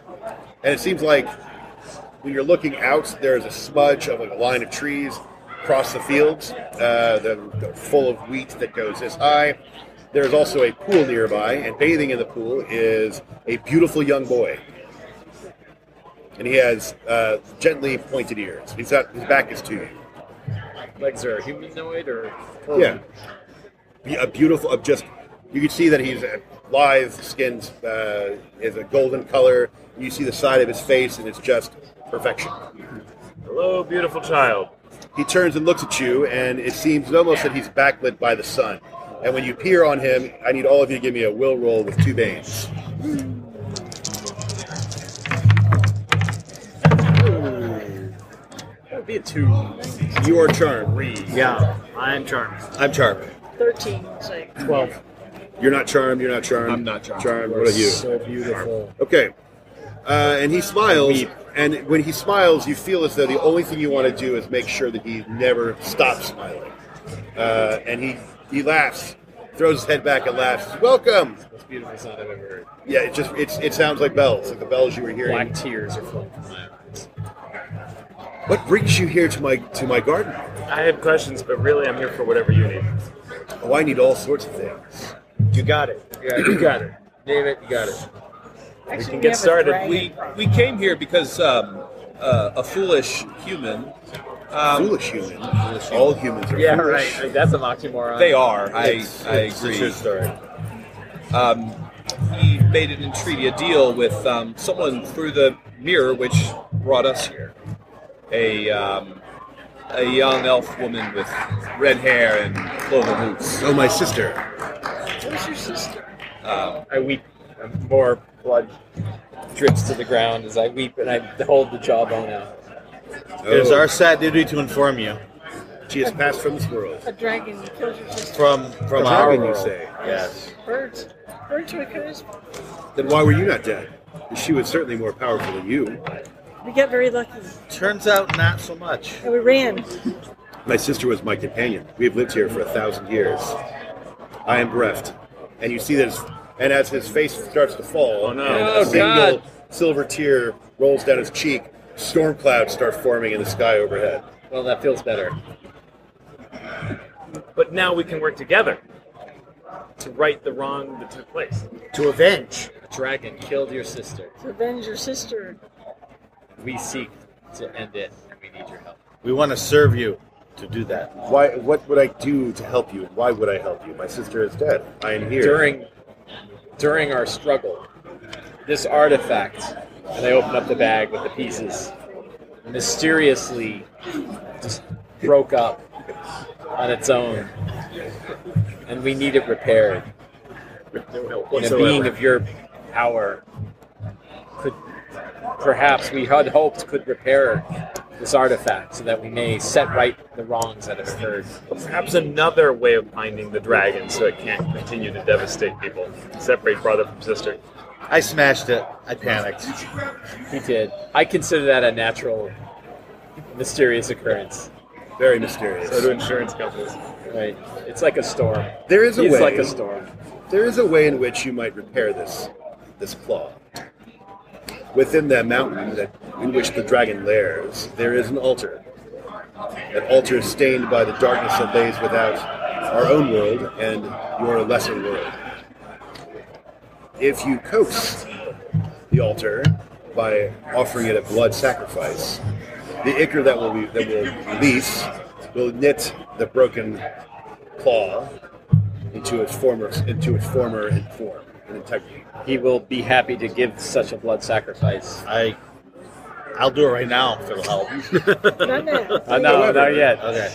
Speaker 3: and it seems like when you're looking out, there's a smudge of like a line of trees across the fields, uh, they're full of wheat that goes this high. There's also a pool nearby, and bathing in the pool is a beautiful young boy, and he has uh, gently pointed ears. He's got his back is to you.
Speaker 10: legs are humanoid or
Speaker 3: Yeah. Be- A beautiful, of just you can see that he's uh, lithe skins uh, is a golden color. You see the side of his face, and it's just perfection.
Speaker 5: Hello, beautiful child.
Speaker 3: He turns and looks at you, and it seems almost that he's backlit by the sun. And when you peer on him, I need all of you to give me a will roll with two banes.
Speaker 10: That would be a two.
Speaker 3: You are charmed.
Speaker 2: Yeah, I'm charmed.
Speaker 3: I'm charmed.
Speaker 6: 13. It's like
Speaker 2: 12.
Speaker 3: You're not charmed. You're not charmed.
Speaker 7: I'm not charmed.
Speaker 3: Charmed. What are you?
Speaker 7: So
Speaker 3: beautiful. Okay. Uh, and he smiles, and when he smiles, you feel as though the only thing you want to do is make sure that he never stops smiling. Uh, and he he laughs, throws his head back and laughs. Welcome.
Speaker 10: Most beautiful sound I've ever heard.
Speaker 3: Yeah, it just it's, it sounds like bells, like the bells you were hearing.
Speaker 10: Black tears are flowing from my eyes.
Speaker 3: What brings you here to my to my garden?
Speaker 5: I have questions, but really I'm here for whatever you need.
Speaker 3: Oh, I need all sorts of things.
Speaker 2: You got it.
Speaker 7: Yeah, you got it. David, you got it.
Speaker 6: Actually,
Speaker 5: can get
Speaker 6: have a
Speaker 5: started.
Speaker 6: dragon
Speaker 7: We
Speaker 6: problem.
Speaker 7: we came here because um, uh, a foolish human. Um,
Speaker 3: foolish human.
Speaker 7: Foolish human.
Speaker 3: All humans are
Speaker 10: Yeah,
Speaker 3: foolish.
Speaker 10: right. Like, That's an oxymoron.
Speaker 7: They are. I,
Speaker 3: It's-
Speaker 7: I
Speaker 3: it's a
Speaker 7: agree.
Speaker 3: true story.
Speaker 7: Um, he made an entreaty, a deal with um, someone through the mirror, which brought us here. A um, a young elf woman with red hair and cloven hooves.
Speaker 3: Oh, my sister.
Speaker 6: Who's your sister?
Speaker 7: Um,
Speaker 10: I weep. Um, More blood drips to the ground as I weep and I hold the jawbone out.
Speaker 9: It is
Speaker 3: Oh.
Speaker 9: our sad duty to inform you
Speaker 3: She has passed from this world.
Speaker 6: A dragon kills your sister.
Speaker 9: from from
Speaker 3: From
Speaker 9: our
Speaker 3: Dragon, you
Speaker 9: world.
Speaker 3: say?
Speaker 9: Yes.
Speaker 6: Birds. Birds would kill us.
Speaker 3: Then why were you not dead? She was certainly more powerful than you.
Speaker 6: We got very lucky.
Speaker 9: Turns out not so much.
Speaker 6: And we ran.
Speaker 3: My sister was my companion. We have lived here for a thousand years. I am bereft. And you see this, and as his face starts to fall,
Speaker 5: Oh, no.
Speaker 3: and
Speaker 10: Oh,
Speaker 3: a single
Speaker 10: God.
Speaker 3: silver tear rolls down his cheek, storm clouds start forming in the sky overhead.
Speaker 10: Well, that feels better.
Speaker 5: But now we can work together to right the wrong that took place.
Speaker 2: To avenge.
Speaker 10: A dragon killed your sister.
Speaker 6: To avenge your sister.
Speaker 10: We seek to end it, and we need your help.
Speaker 9: We want to serve you to do that.
Speaker 3: Why? What would I do to help you? And why would I help you? My sister is dead. I am here.
Speaker 10: During during our struggle, this artifact, and I open up the bag with the pieces, mysteriously just broke up on its own, and we need it repaired.
Speaker 5: No help
Speaker 10: And a being
Speaker 5: whatsoever.
Speaker 10: of your power could perhaps we had hoped could repair this artifact so that we may set right the wrongs that have occurred.
Speaker 5: Perhaps another way of binding the dragon so it can't continue to
Speaker 3: [laughs]
Speaker 5: devastate people. Separate brother from sister.
Speaker 9: I smashed it. I panicked.
Speaker 10: He did. I consider that a natural, mysterious occurrence.
Speaker 3: Very mysterious.
Speaker 5: So do insurance companies.
Speaker 10: Right. It's like a storm.
Speaker 3: there is a
Speaker 10: it's
Speaker 3: way.
Speaker 10: like a storm.
Speaker 3: There is a way in which you might repair this this claw. Within that mountain that in which the dragon lairs, there is an altar. An altar stained by the darkness that lays without our own world and your lesser world. if you coax the altar by offering it a blood sacrifice, the ichor that will be, that will release will knit the broken claw into its former into its former form and integrity.
Speaker 10: He will be happy to give such a blood sacrifice.
Speaker 11: I, I'll do it right now if it'll
Speaker 3: [laughs]
Speaker 11: help.
Speaker 6: Not now.
Speaker 10: Uh, no,
Speaker 3: However,
Speaker 10: not yet.
Speaker 11: Okay.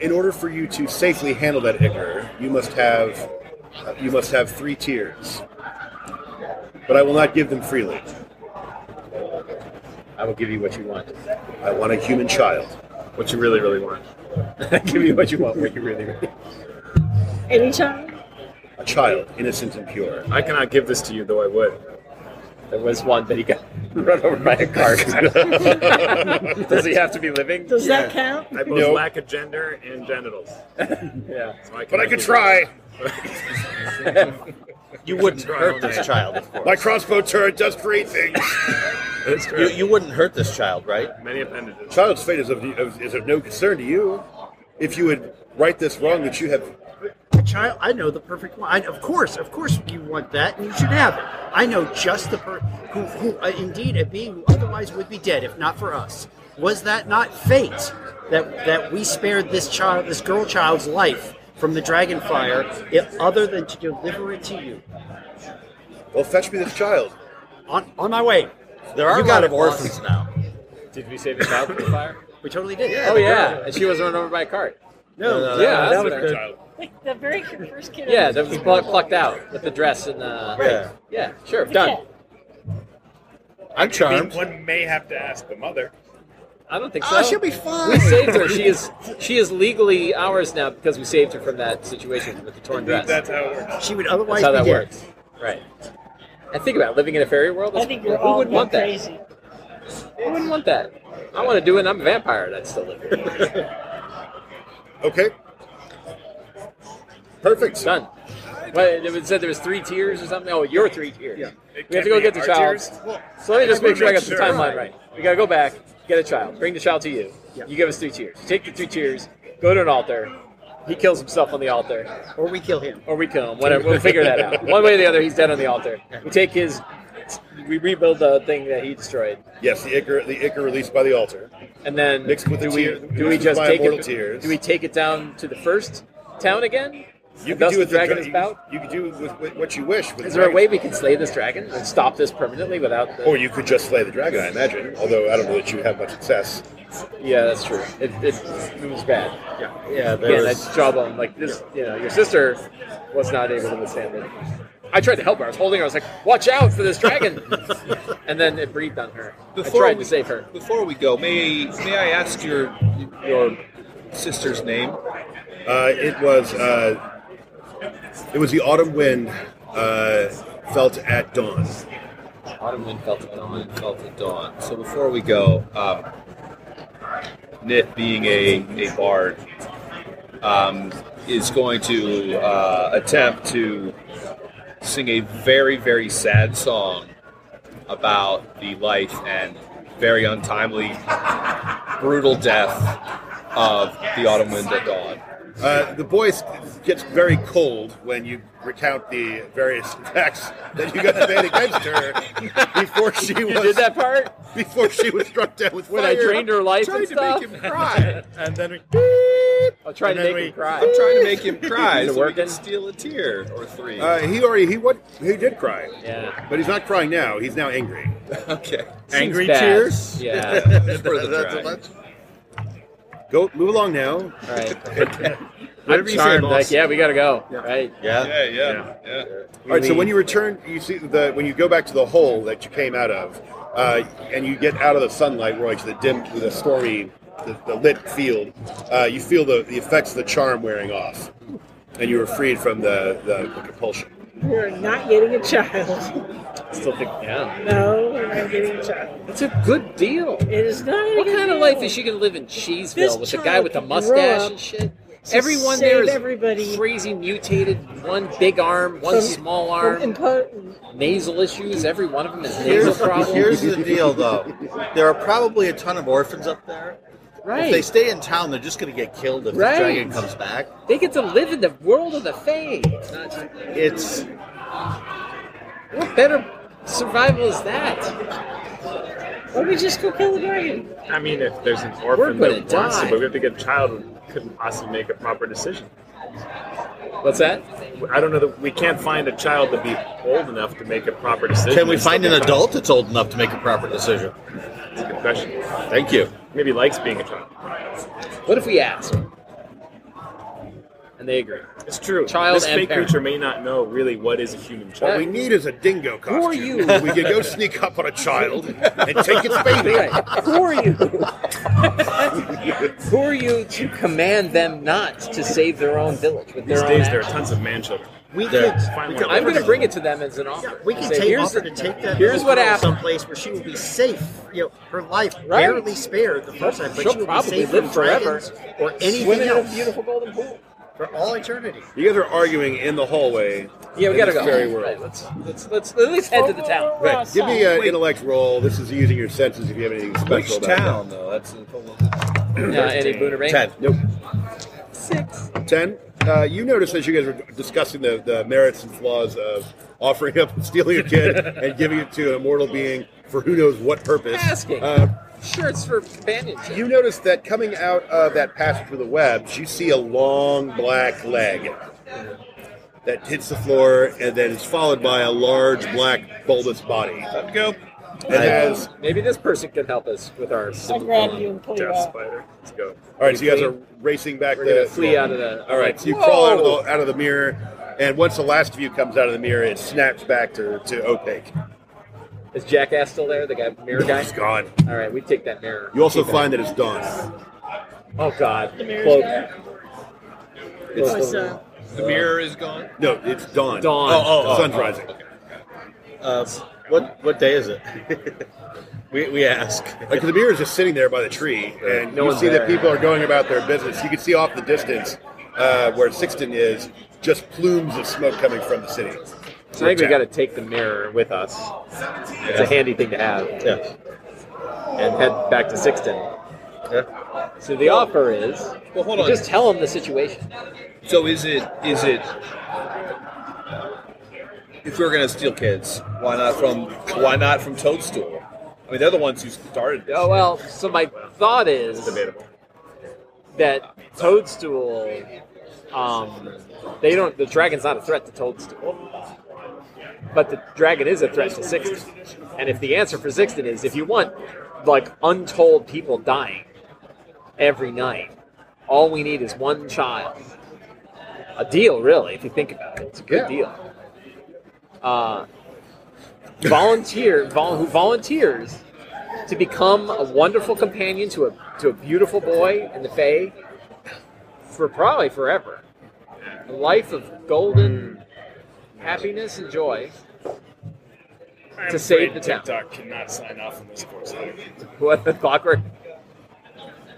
Speaker 3: In order for you to safely handle that ichor, you must have uh, you must have three tiers. But I will not give them freely.
Speaker 10: I will give you what you want.
Speaker 3: I want a human child.
Speaker 5: What you really, really want.
Speaker 10: give you what you want, what you really want.
Speaker 6: Anytime.
Speaker 3: A child, innocent and pure.
Speaker 5: I cannot give this to you, though I would.
Speaker 10: There was one that he got [laughs] run over by
Speaker 5: [laughs]
Speaker 10: a car. Does he have to be living?
Speaker 6: Does that count?
Speaker 5: I both
Speaker 10: No.
Speaker 5: lack a gender and
Speaker 10: [laughs]
Speaker 5: genitals. yeah. So
Speaker 12: But I could try.
Speaker 5: [laughs]
Speaker 11: You wouldn't
Speaker 5: Try all
Speaker 11: hurt this
Speaker 5: night.
Speaker 11: child, of course.
Speaker 12: My crossbow turret does
Speaker 11: [laughs]
Speaker 12: great things.
Speaker 11: You, you wouldn't hurt this child, right?
Speaker 5: Many appendages.
Speaker 3: Child's fate is of, of, is of no concern to you. If you would right this wrong that you have,
Speaker 2: A child, I know the perfect one. I, of course, of course, you want that, and you should have it. I know just the per who, who uh, indeed, a being who otherwise would be dead if not for us. Was that not fate that that we spared this child, this girl child's life from the dragon fire, if other than to deliver it to you?
Speaker 3: well, fetch me this child.
Speaker 2: On on my way.
Speaker 11: There are
Speaker 2: You
Speaker 11: a
Speaker 2: got
Speaker 11: lot
Speaker 2: it,
Speaker 11: of
Speaker 2: boss.
Speaker 11: orphans now.
Speaker 10: Did we save the child from the fire?
Speaker 2: We totally did.
Speaker 10: oh yeah, and she was run over by a cart.
Speaker 2: No,
Speaker 10: yeah, that was good.
Speaker 6: Like the very first kid.
Speaker 10: Yeah, that was pluck, plucked out with the dress and the.
Speaker 11: Right.
Speaker 10: Yeah, sure, done.
Speaker 11: I'm charmed.
Speaker 8: One may have to ask the mother.
Speaker 10: I don't think so.
Speaker 11: Ah, she'll be fine.
Speaker 10: We saved her. She is she is legally ours now because we saved her from that situation with the torn dress.
Speaker 8: That's how it works.
Speaker 2: She would
Speaker 10: That's
Speaker 2: otherwise
Speaker 10: how
Speaker 2: be
Speaker 10: that
Speaker 2: dead.
Speaker 10: works. Right. And think about it, living in a fairy world.
Speaker 6: I think
Speaker 10: who
Speaker 6: you're all
Speaker 10: would want that?
Speaker 6: crazy.
Speaker 10: I wouldn't want that. I want to do it. and I'm a vampire. That's still living.
Speaker 2: [laughs]
Speaker 3: Okay. Perfect.
Speaker 10: Done. But it was- said there was three tiers or something. Oh, your three tiers.
Speaker 2: Yeah.
Speaker 10: We have to go get the
Speaker 8: Our
Speaker 10: child.
Speaker 8: tears?
Speaker 10: So let me just
Speaker 8: I wanna
Speaker 10: make sure I
Speaker 8: make
Speaker 10: got the
Speaker 8: sure.
Speaker 10: timeline right. We gotta go back, get a child, bring the child to you.
Speaker 2: Yeah.
Speaker 10: You give us three tiers. You take the two tiers, go to an altar. He kills himself on the altar,
Speaker 2: Or we kill him.
Speaker 10: or we kill him. Whatever. We'll figure
Speaker 2: [laughs]
Speaker 10: that out. One way or the other, he's dead on the altar. We take his. We rebuild the thing that he destroyed,
Speaker 3: Yes, the ichor, the ichor released by the altar.
Speaker 10: and then
Speaker 3: Mixed with
Speaker 10: do
Speaker 3: the
Speaker 10: we
Speaker 3: tear-
Speaker 10: do we
Speaker 3: mixed
Speaker 10: just
Speaker 3: with my
Speaker 10: take
Speaker 3: immortal
Speaker 10: it?
Speaker 3: tears.
Speaker 10: Do we take it down to the first town again?
Speaker 3: You
Speaker 10: And
Speaker 3: can do
Speaker 10: thus the
Speaker 3: with
Speaker 10: dragon
Speaker 3: dra-
Speaker 10: is bound.
Speaker 3: You can do with, with what you wish. With
Speaker 10: Is
Speaker 3: the
Speaker 10: there a
Speaker 3: dragon.
Speaker 10: way we can slay this dragon and stop this permanently without? The,
Speaker 3: Or you could just slay the dragon, I imagine. Although I don't know that you would have much success.
Speaker 10: yeah, that's true. It, it, it was bad.
Speaker 2: Yeah. Yeah.
Speaker 10: Again, that's jawbone. Like this, you know, your sister was not able to withstand it. I tried to help her. I was holding her. I was like, "Watch out for this dragon!"
Speaker 3: [laughs]
Speaker 10: and then it breathed on her.
Speaker 11: Before
Speaker 10: I tried
Speaker 11: we-
Speaker 10: to save her.
Speaker 11: Before we go, may may I ask your your sister's name?
Speaker 3: Uh, it was uh, it was the autumn wind uh, felt at dawn.
Speaker 11: Autumn wind felt at dawn, felt at dawn. So before we go, um, Nit, being a, a bard, um, is going to uh, attempt to sing a very, very sad song about the life and very untimely, brutal death of the autumn wind at dawn.
Speaker 3: Uh, the voice gets very cold when you recount the various [laughs] attacks that you got made against her before she
Speaker 10: You
Speaker 3: was
Speaker 10: did that part
Speaker 3: before she was struck down with
Speaker 10: when
Speaker 3: fire.
Speaker 10: I drained her life
Speaker 11: Trying to
Speaker 10: and stuff.
Speaker 11: make him
Speaker 10: [laughs]
Speaker 11: cry.
Speaker 8: And then we,
Speaker 10: I'll try
Speaker 8: and
Speaker 10: to
Speaker 8: then
Speaker 10: make
Speaker 8: we-
Speaker 10: him cry.
Speaker 11: I'm trying to make him cry
Speaker 10: [laughs] Is it
Speaker 11: so we
Speaker 10: working?
Speaker 11: can steal a tear or three.
Speaker 3: Uh, he already he what he did cry,
Speaker 10: Yeah.
Speaker 3: but he's not crying now. He's now angry.
Speaker 11: [laughs] okay.
Speaker 8: angry
Speaker 10: Seems bad.
Speaker 8: tears.
Speaker 3: [laughs]
Speaker 10: Yeah.
Speaker 11: For the
Speaker 3: That's
Speaker 11: dragon.
Speaker 3: Go move along now.
Speaker 10: All right.
Speaker 3: [laughs]
Speaker 5: Whatever
Speaker 10: I'm
Speaker 5: you say,
Speaker 10: charmed.
Speaker 5: boss.
Speaker 10: Like, yeah, we gotta go. Right.
Speaker 9: Yeah.
Speaker 11: Yeah, yeah, yeah.
Speaker 3: All right. So when you return, you see the when you go back to the hole that you came out of, uh, and you get out of the sunlight, Roy, to the dim, to the stormy, the, the lit field. Uh, you feel the, the effects of the charm wearing off, and you are freed from the, the, the compulsion.
Speaker 6: We're not getting a child.
Speaker 10: Still think. Yeah.
Speaker 6: No, we're not getting a child.
Speaker 10: It's a good deal.
Speaker 6: It is not. a
Speaker 10: What
Speaker 6: good
Speaker 10: kind of
Speaker 6: deal.
Speaker 10: life is she gonna live in Cheeseville
Speaker 6: This
Speaker 10: with the
Speaker 6: child
Speaker 10: guy with the
Speaker 6: can grow
Speaker 10: mustache
Speaker 6: up
Speaker 10: and shit?
Speaker 6: to
Speaker 10: Everyone
Speaker 6: save
Speaker 10: there is
Speaker 6: everybody
Speaker 10: crazy mutated. One big arm, one
Speaker 6: from-
Speaker 10: small
Speaker 6: from
Speaker 10: arm.
Speaker 6: impo-
Speaker 10: nasal issues. Every one of them is nasal
Speaker 9: Here's,
Speaker 10: problems.
Speaker 9: here's the deal, though. There are probably a ton of orphans up there.
Speaker 10: right.
Speaker 9: If they
Speaker 10: They,
Speaker 9: stay in town, they're just going to get killed if
Speaker 10: Right.
Speaker 9: the dragon comes back.
Speaker 10: get to live in the world of the fae. It's not-
Speaker 9: It's
Speaker 10: What better survival is that?
Speaker 6: Why do we just go kill the dragon?
Speaker 5: I mean, if there's an
Speaker 10: We're
Speaker 5: orphan
Speaker 10: gonna
Speaker 5: that wants
Speaker 10: die.
Speaker 5: it, but we have to get a child who couldn't possibly make a proper decision.
Speaker 10: What's that?
Speaker 5: I don't know that we can't find a child to be old enough to make a proper decision.
Speaker 9: Can we
Speaker 5: It's still
Speaker 9: find an
Speaker 5: a child.
Speaker 9: adult that's old enough to make a proper decision?
Speaker 5: That's a good question.
Speaker 9: Thank you.
Speaker 5: Maybe he likes being a child.
Speaker 10: What if we ask? And they agree.
Speaker 5: It's true.
Speaker 10: Child
Speaker 5: this
Speaker 10: and
Speaker 5: fake
Speaker 10: parent.
Speaker 5: creature may not know really what is a human child.
Speaker 3: What we need is a dingo costume.
Speaker 10: Who are you?
Speaker 3: We could go sneak up on a child
Speaker 10: [laughs]
Speaker 3: and take its baby.
Speaker 10: Right. Who are you? Who are you to command them not to save their own village with
Speaker 5: These
Speaker 10: their
Speaker 5: days,
Speaker 10: own
Speaker 5: there are
Speaker 10: actions?
Speaker 5: tons of man children.
Speaker 2: We
Speaker 5: There.
Speaker 2: could.
Speaker 5: Find
Speaker 2: we
Speaker 5: one.
Speaker 2: could
Speaker 10: I'm going to
Speaker 2: offer-
Speaker 10: bring it to them as an offer.
Speaker 2: We can
Speaker 10: Say,
Speaker 2: take
Speaker 10: here's
Speaker 2: offer
Speaker 10: the-
Speaker 2: to take that
Speaker 10: Here's
Speaker 2: little
Speaker 10: what
Speaker 2: girl
Speaker 10: happened.
Speaker 2: someplace where she will be safe. You know, her life
Speaker 10: Right.
Speaker 2: barely spared the first time, but
Speaker 10: She'll
Speaker 2: she will be
Speaker 10: probably
Speaker 2: safe
Speaker 10: live
Speaker 2: from
Speaker 10: forever.
Speaker 2: dragons or anything
Speaker 10: Swimming in a
Speaker 2: else
Speaker 10: beautiful golden pool.
Speaker 2: for all eternity.
Speaker 3: You guys are arguing in the hallway.
Speaker 10: Yeah, we
Speaker 3: in
Speaker 10: gotta
Speaker 3: this
Speaker 10: go.
Speaker 3: Very world.
Speaker 10: Right, let's, let's let's at least head to the town.
Speaker 3: Right. Give me an intellect roll. This is using your senses if you have anything special
Speaker 11: Which
Speaker 3: about
Speaker 11: town,
Speaker 3: that.
Speaker 11: though? That's a total.
Speaker 10: Uh, any boomerang?
Speaker 3: Ten. Nope.
Speaker 6: Six.
Speaker 3: Ten. Uh, you notice as you guys were discussing the, the merits and flaws of offering up and stealing a kid and giving it to an immortal being for who knows what purpose.
Speaker 10: Asking.
Speaker 3: Uh,
Speaker 10: Sure, it's for companionship.
Speaker 3: You notice that coming out of that passage with the webs, you see a long black leg that hits the floor and then is followed by a large black bulbous body. Time to go. It has.
Speaker 10: Maybe this person can help us with our.
Speaker 6: I grab you and pull you
Speaker 5: Death
Speaker 6: out.
Speaker 5: spider. Let's go.
Speaker 3: All right, so you guys are racing back
Speaker 10: We're
Speaker 3: the.
Speaker 10: gonna flee out of the.
Speaker 3: All right, so you crawl out of the out of the mirror, and once the last of you comes out of the mirror, it snaps back to, to opaque.
Speaker 10: Is Jackass still there? The guy, mirror guy.
Speaker 3: It's gone.
Speaker 10: All right, we take that mirror.
Speaker 3: You also
Speaker 10: Keep it.
Speaker 3: find that it's dawn.
Speaker 10: Oh God,
Speaker 6: The mirror's
Speaker 10: cloak.
Speaker 6: gone?
Speaker 3: It's-
Speaker 6: Oh, it's, uh,
Speaker 11: The mirror is gone.
Speaker 3: No, it's dawn.
Speaker 10: Dawn.
Speaker 3: Oh, oh,
Speaker 11: Dawn.
Speaker 3: sun's rising.
Speaker 11: Uh, what what day is
Speaker 9: [laughs]
Speaker 11: it? we, we ask.
Speaker 3: Like the mirror is just sitting there by the tree, and
Speaker 10: No
Speaker 3: you
Speaker 10: one's
Speaker 3: see
Speaker 10: there.
Speaker 3: that people are going about their business. You can see off the distance uh, where Sixton is, just plumes of smoke coming from the city.
Speaker 10: So I think we got to take the mirror with us. It's a handy thing to have.
Speaker 11: Yeah.
Speaker 10: And head back to Sixton. So the offer is,
Speaker 11: Well, hold
Speaker 10: you
Speaker 11: on.
Speaker 10: just tell him the situation.
Speaker 11: So is it is it if we we're gonna steal kids, why not from why not from Toadstool? I mean, they're the ones who started. This.
Speaker 10: Oh well. So my thought is
Speaker 5: Debatable.
Speaker 10: that Toadstool, um, they don't. The dragon's not a threat to Toadstool, but the dragon is a threat to Sixton. And if the answer for Sixton is, if you want, like untold people dying every night, all we need is one child. A deal, really, if you think about it, it's a good deal. Uh, volunteer, vol- who volunteers to become a wonderful companion to a to a beautiful boy in the Fae for probably forever. A life of golden happiness and joy.
Speaker 5: I'm
Speaker 10: To save
Speaker 5: afraid
Speaker 10: the town.
Speaker 5: TikTok cannot sign off on this course.
Speaker 10: [laughs] What the clockwork?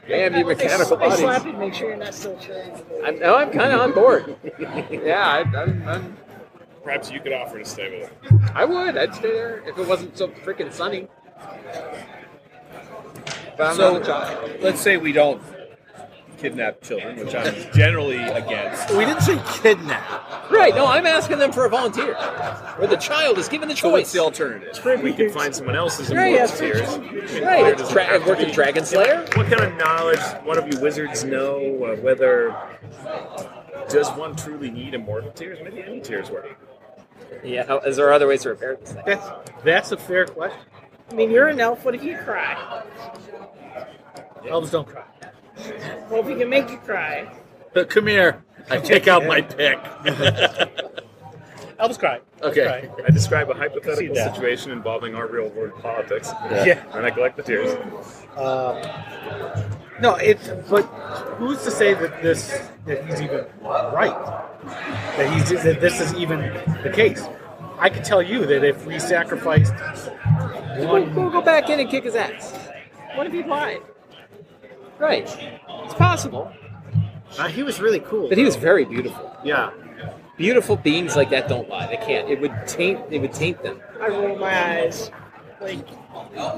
Speaker 10: Damn you,
Speaker 6: They,
Speaker 10: mechanical
Speaker 6: they
Speaker 10: bodies.
Speaker 6: slap you to make sure you're not still trained.
Speaker 10: I'm, no, I'm kind of on board. Yeah, I, I'm, I'm,
Speaker 5: Perhaps you could offer to stay with him.
Speaker 10: I would. I'd stay there if it wasn't so freaking sunny. But I'm not a child.
Speaker 11: Let's say we don't kidnap children, which I'm generally against.
Speaker 9: We didn't say kidnap.
Speaker 10: Right? No, I'm asking them for a volunteer, where the child is given the
Speaker 11: So what's
Speaker 10: choice.
Speaker 11: the alternative?
Speaker 5: We could find someone else's
Speaker 10: Right,
Speaker 5: immortal
Speaker 10: yeah.
Speaker 5: spheres.
Speaker 10: Right, Dra- uh, work in Dragon Slayer.
Speaker 5: What kind of knowledge, one of you wizards, know uh, whether does one truly need immortal tears? Maybe any tears work.
Speaker 10: Yeah, how- is there other ways to repair this thing?
Speaker 4: That's that's a fair question.
Speaker 6: I mean, you're an elf. What if you cry?
Speaker 4: Elves don't cry.
Speaker 6: Well, if we can make you cry,
Speaker 8: Come here.
Speaker 5: [laughs]
Speaker 8: I take out my pick.
Speaker 4: Elves cry. Elves
Speaker 8: Okay.
Speaker 4: cry.
Speaker 5: I describe a
Speaker 4: see
Speaker 5: hypothetical
Speaker 4: that.
Speaker 5: situation involving our real world politics,
Speaker 4: Yeah.
Speaker 5: and I collect the tears.
Speaker 4: Um, no, it. But who's to say that this that he's even right? That he's that this is even the case. I could tell you that if we sacrificed
Speaker 10: We'll,
Speaker 4: one,
Speaker 10: we'll go back in and kick his ass.
Speaker 6: what if he lied?
Speaker 10: Right. It's possible.
Speaker 2: Uh, he was really cool.
Speaker 10: But he was very beautiful.
Speaker 2: yeah.
Speaker 10: Beautiful beings like that don't lie. They can't. It would taint it would taint them.
Speaker 6: I roll my eyes. Like,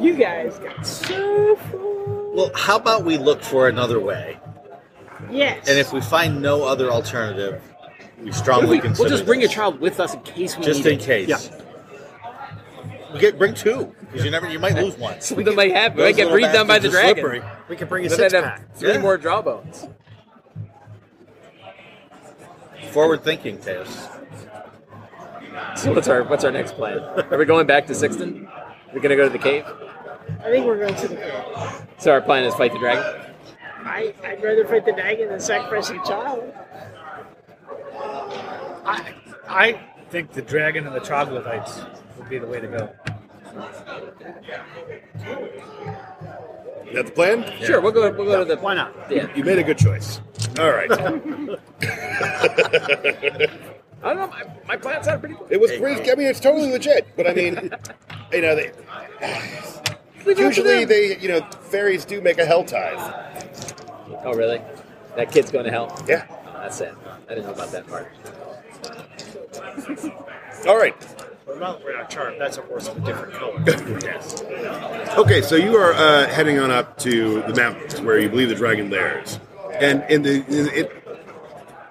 Speaker 6: you guys got so full.
Speaker 9: Well, how about we look for another way?
Speaker 6: Yes.
Speaker 9: And if we find no other alternative, we
Speaker 10: What if
Speaker 9: strongly
Speaker 10: we-
Speaker 9: consider.
Speaker 10: we'll just bring a
Speaker 9: this.
Speaker 10: child with us in case we
Speaker 9: Just
Speaker 10: need
Speaker 9: in
Speaker 10: it.
Speaker 9: case.
Speaker 2: Yeah.
Speaker 9: get bring two because you never you might lose one.
Speaker 8: Something might happen. Might
Speaker 9: Those
Speaker 8: get
Speaker 9: little
Speaker 8: breathed down by the
Speaker 9: bastards are
Speaker 8: dragon.
Speaker 9: slippery.
Speaker 2: We could bring a
Speaker 8: Then I'd
Speaker 2: six
Speaker 8: have
Speaker 2: pack.
Speaker 8: Three
Speaker 9: Yeah.
Speaker 8: more jawbones.
Speaker 9: Forward thinking, Tails.
Speaker 10: So what's our what's our next plan? Are we going back to Sixton? Are we gonna go to the cave?
Speaker 6: I think we're going to the girl.
Speaker 10: So our plan is fight the dragon.
Speaker 6: I, I'd rather fight the dragon than sacrifice a
Speaker 10: [laughs]
Speaker 6: child.
Speaker 4: I think the dragon and the troglodytes would be the way to go.
Speaker 3: That's the plan?
Speaker 10: Sure, we'll go. We'll go to the.
Speaker 2: Why
Speaker 7: [laughs]
Speaker 2: not?
Speaker 10: Yeah.
Speaker 3: You made a good choice. All [laughs] right.
Speaker 8: I don't know. My, my plan sounded pretty cool.
Speaker 3: It was pretty. I mean, it's totally legit. But I mean, you know, they, usually they, you know, fairies do make a hell tithe.
Speaker 10: Oh really? That kid's going to hell.
Speaker 3: Yeah.
Speaker 10: Oh, that's sad. I didn't know about that part.
Speaker 3: All right.
Speaker 2: We're not, we're not charmed. That's a horse of a different color. yes.
Speaker 10: [laughs]
Speaker 3: Okay, so you are uh, heading on up to the mountains where you believe the dragon lairs, and in the in it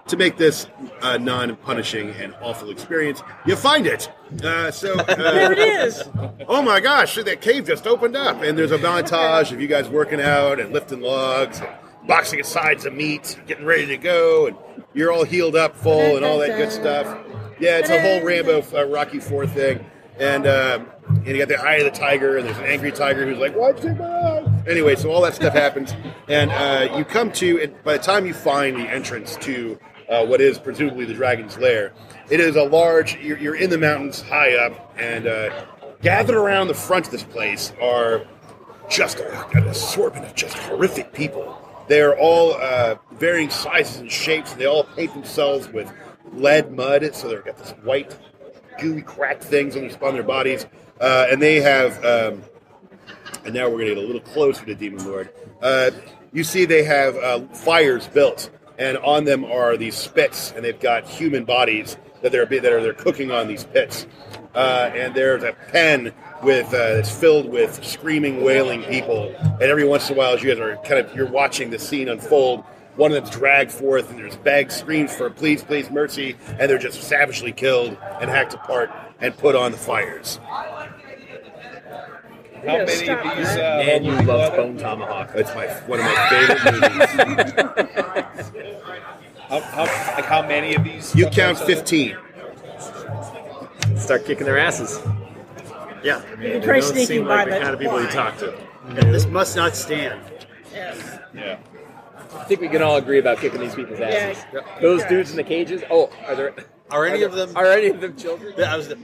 Speaker 3: to make this a non-punishing and awful experience, you find it. Uh,
Speaker 6: [laughs]
Speaker 3: so uh,
Speaker 6: There it is.
Speaker 3: Oh my gosh, that cave just opened up, and there's a montage of you guys working out and lifting logs, and boxing of sides of meat, getting ready to go, and you're all healed up, full, and all that good stuff. Yeah, it's a whole Rambo uh, Rocky Four thing, and um, and you got the eye of the tiger, and there's an angry tiger who's like, "Why'd you take my eye?" Anyway, so all that stuff happens, and uh, you come to. And by the time you find the entrance to uh, what is presumably the dragon's lair, it is a large. You're, you're in the mountains, high up, and uh, gathered around the front of this place are just a- an assortment of just horrific people. They are all uh, varying sizes and shapes, and they all paint themselves with lead mud, so they've got this white, gooey, cracked things on their, on their bodies, uh, and they have. Um, and now we're going to get a little closer to Demon Lord. Uh, you see, they have uh, fires built, and on them are these spits, and they've got human bodies that they're that are they're cooking on these pits. Uh, and there's a pen with uh, that's filled with screaming, wailing people. And every once in a while, as you guys are kind of you're watching the scene unfold, one of them's dragged forth, and there's bag screams for "Please, please, mercy!" and they're just savagely killed and hacked apart and put on the fires.
Speaker 7: How many of these? Uh,
Speaker 10: Man, you love Bone Tomahawk.
Speaker 3: That's my one of my favorite movies.
Speaker 7: [laughs] How, how, like how many of these?
Speaker 3: You count fifteen.
Speaker 10: Start kicking their asses.
Speaker 2: Yeah.
Speaker 5: I mean,
Speaker 6: You can
Speaker 5: they
Speaker 6: try
Speaker 5: don't
Speaker 6: sneaking
Speaker 5: seem
Speaker 6: by,
Speaker 5: like the
Speaker 6: but
Speaker 5: kind of people you
Speaker 6: why?
Speaker 5: talk
Speaker 6: [laughs]
Speaker 5: to.
Speaker 2: This must not stand.
Speaker 6: Yes.
Speaker 7: Yeah.
Speaker 10: I think we can all agree about kicking these people's asses.
Speaker 6: Yeah.
Speaker 10: Those dudes in the cages. Oh, are there?
Speaker 9: Are any
Speaker 10: there-
Speaker 9: of them?
Speaker 10: Are any of them children?
Speaker 9: I
Speaker 10: [laughs]
Speaker 9: was not,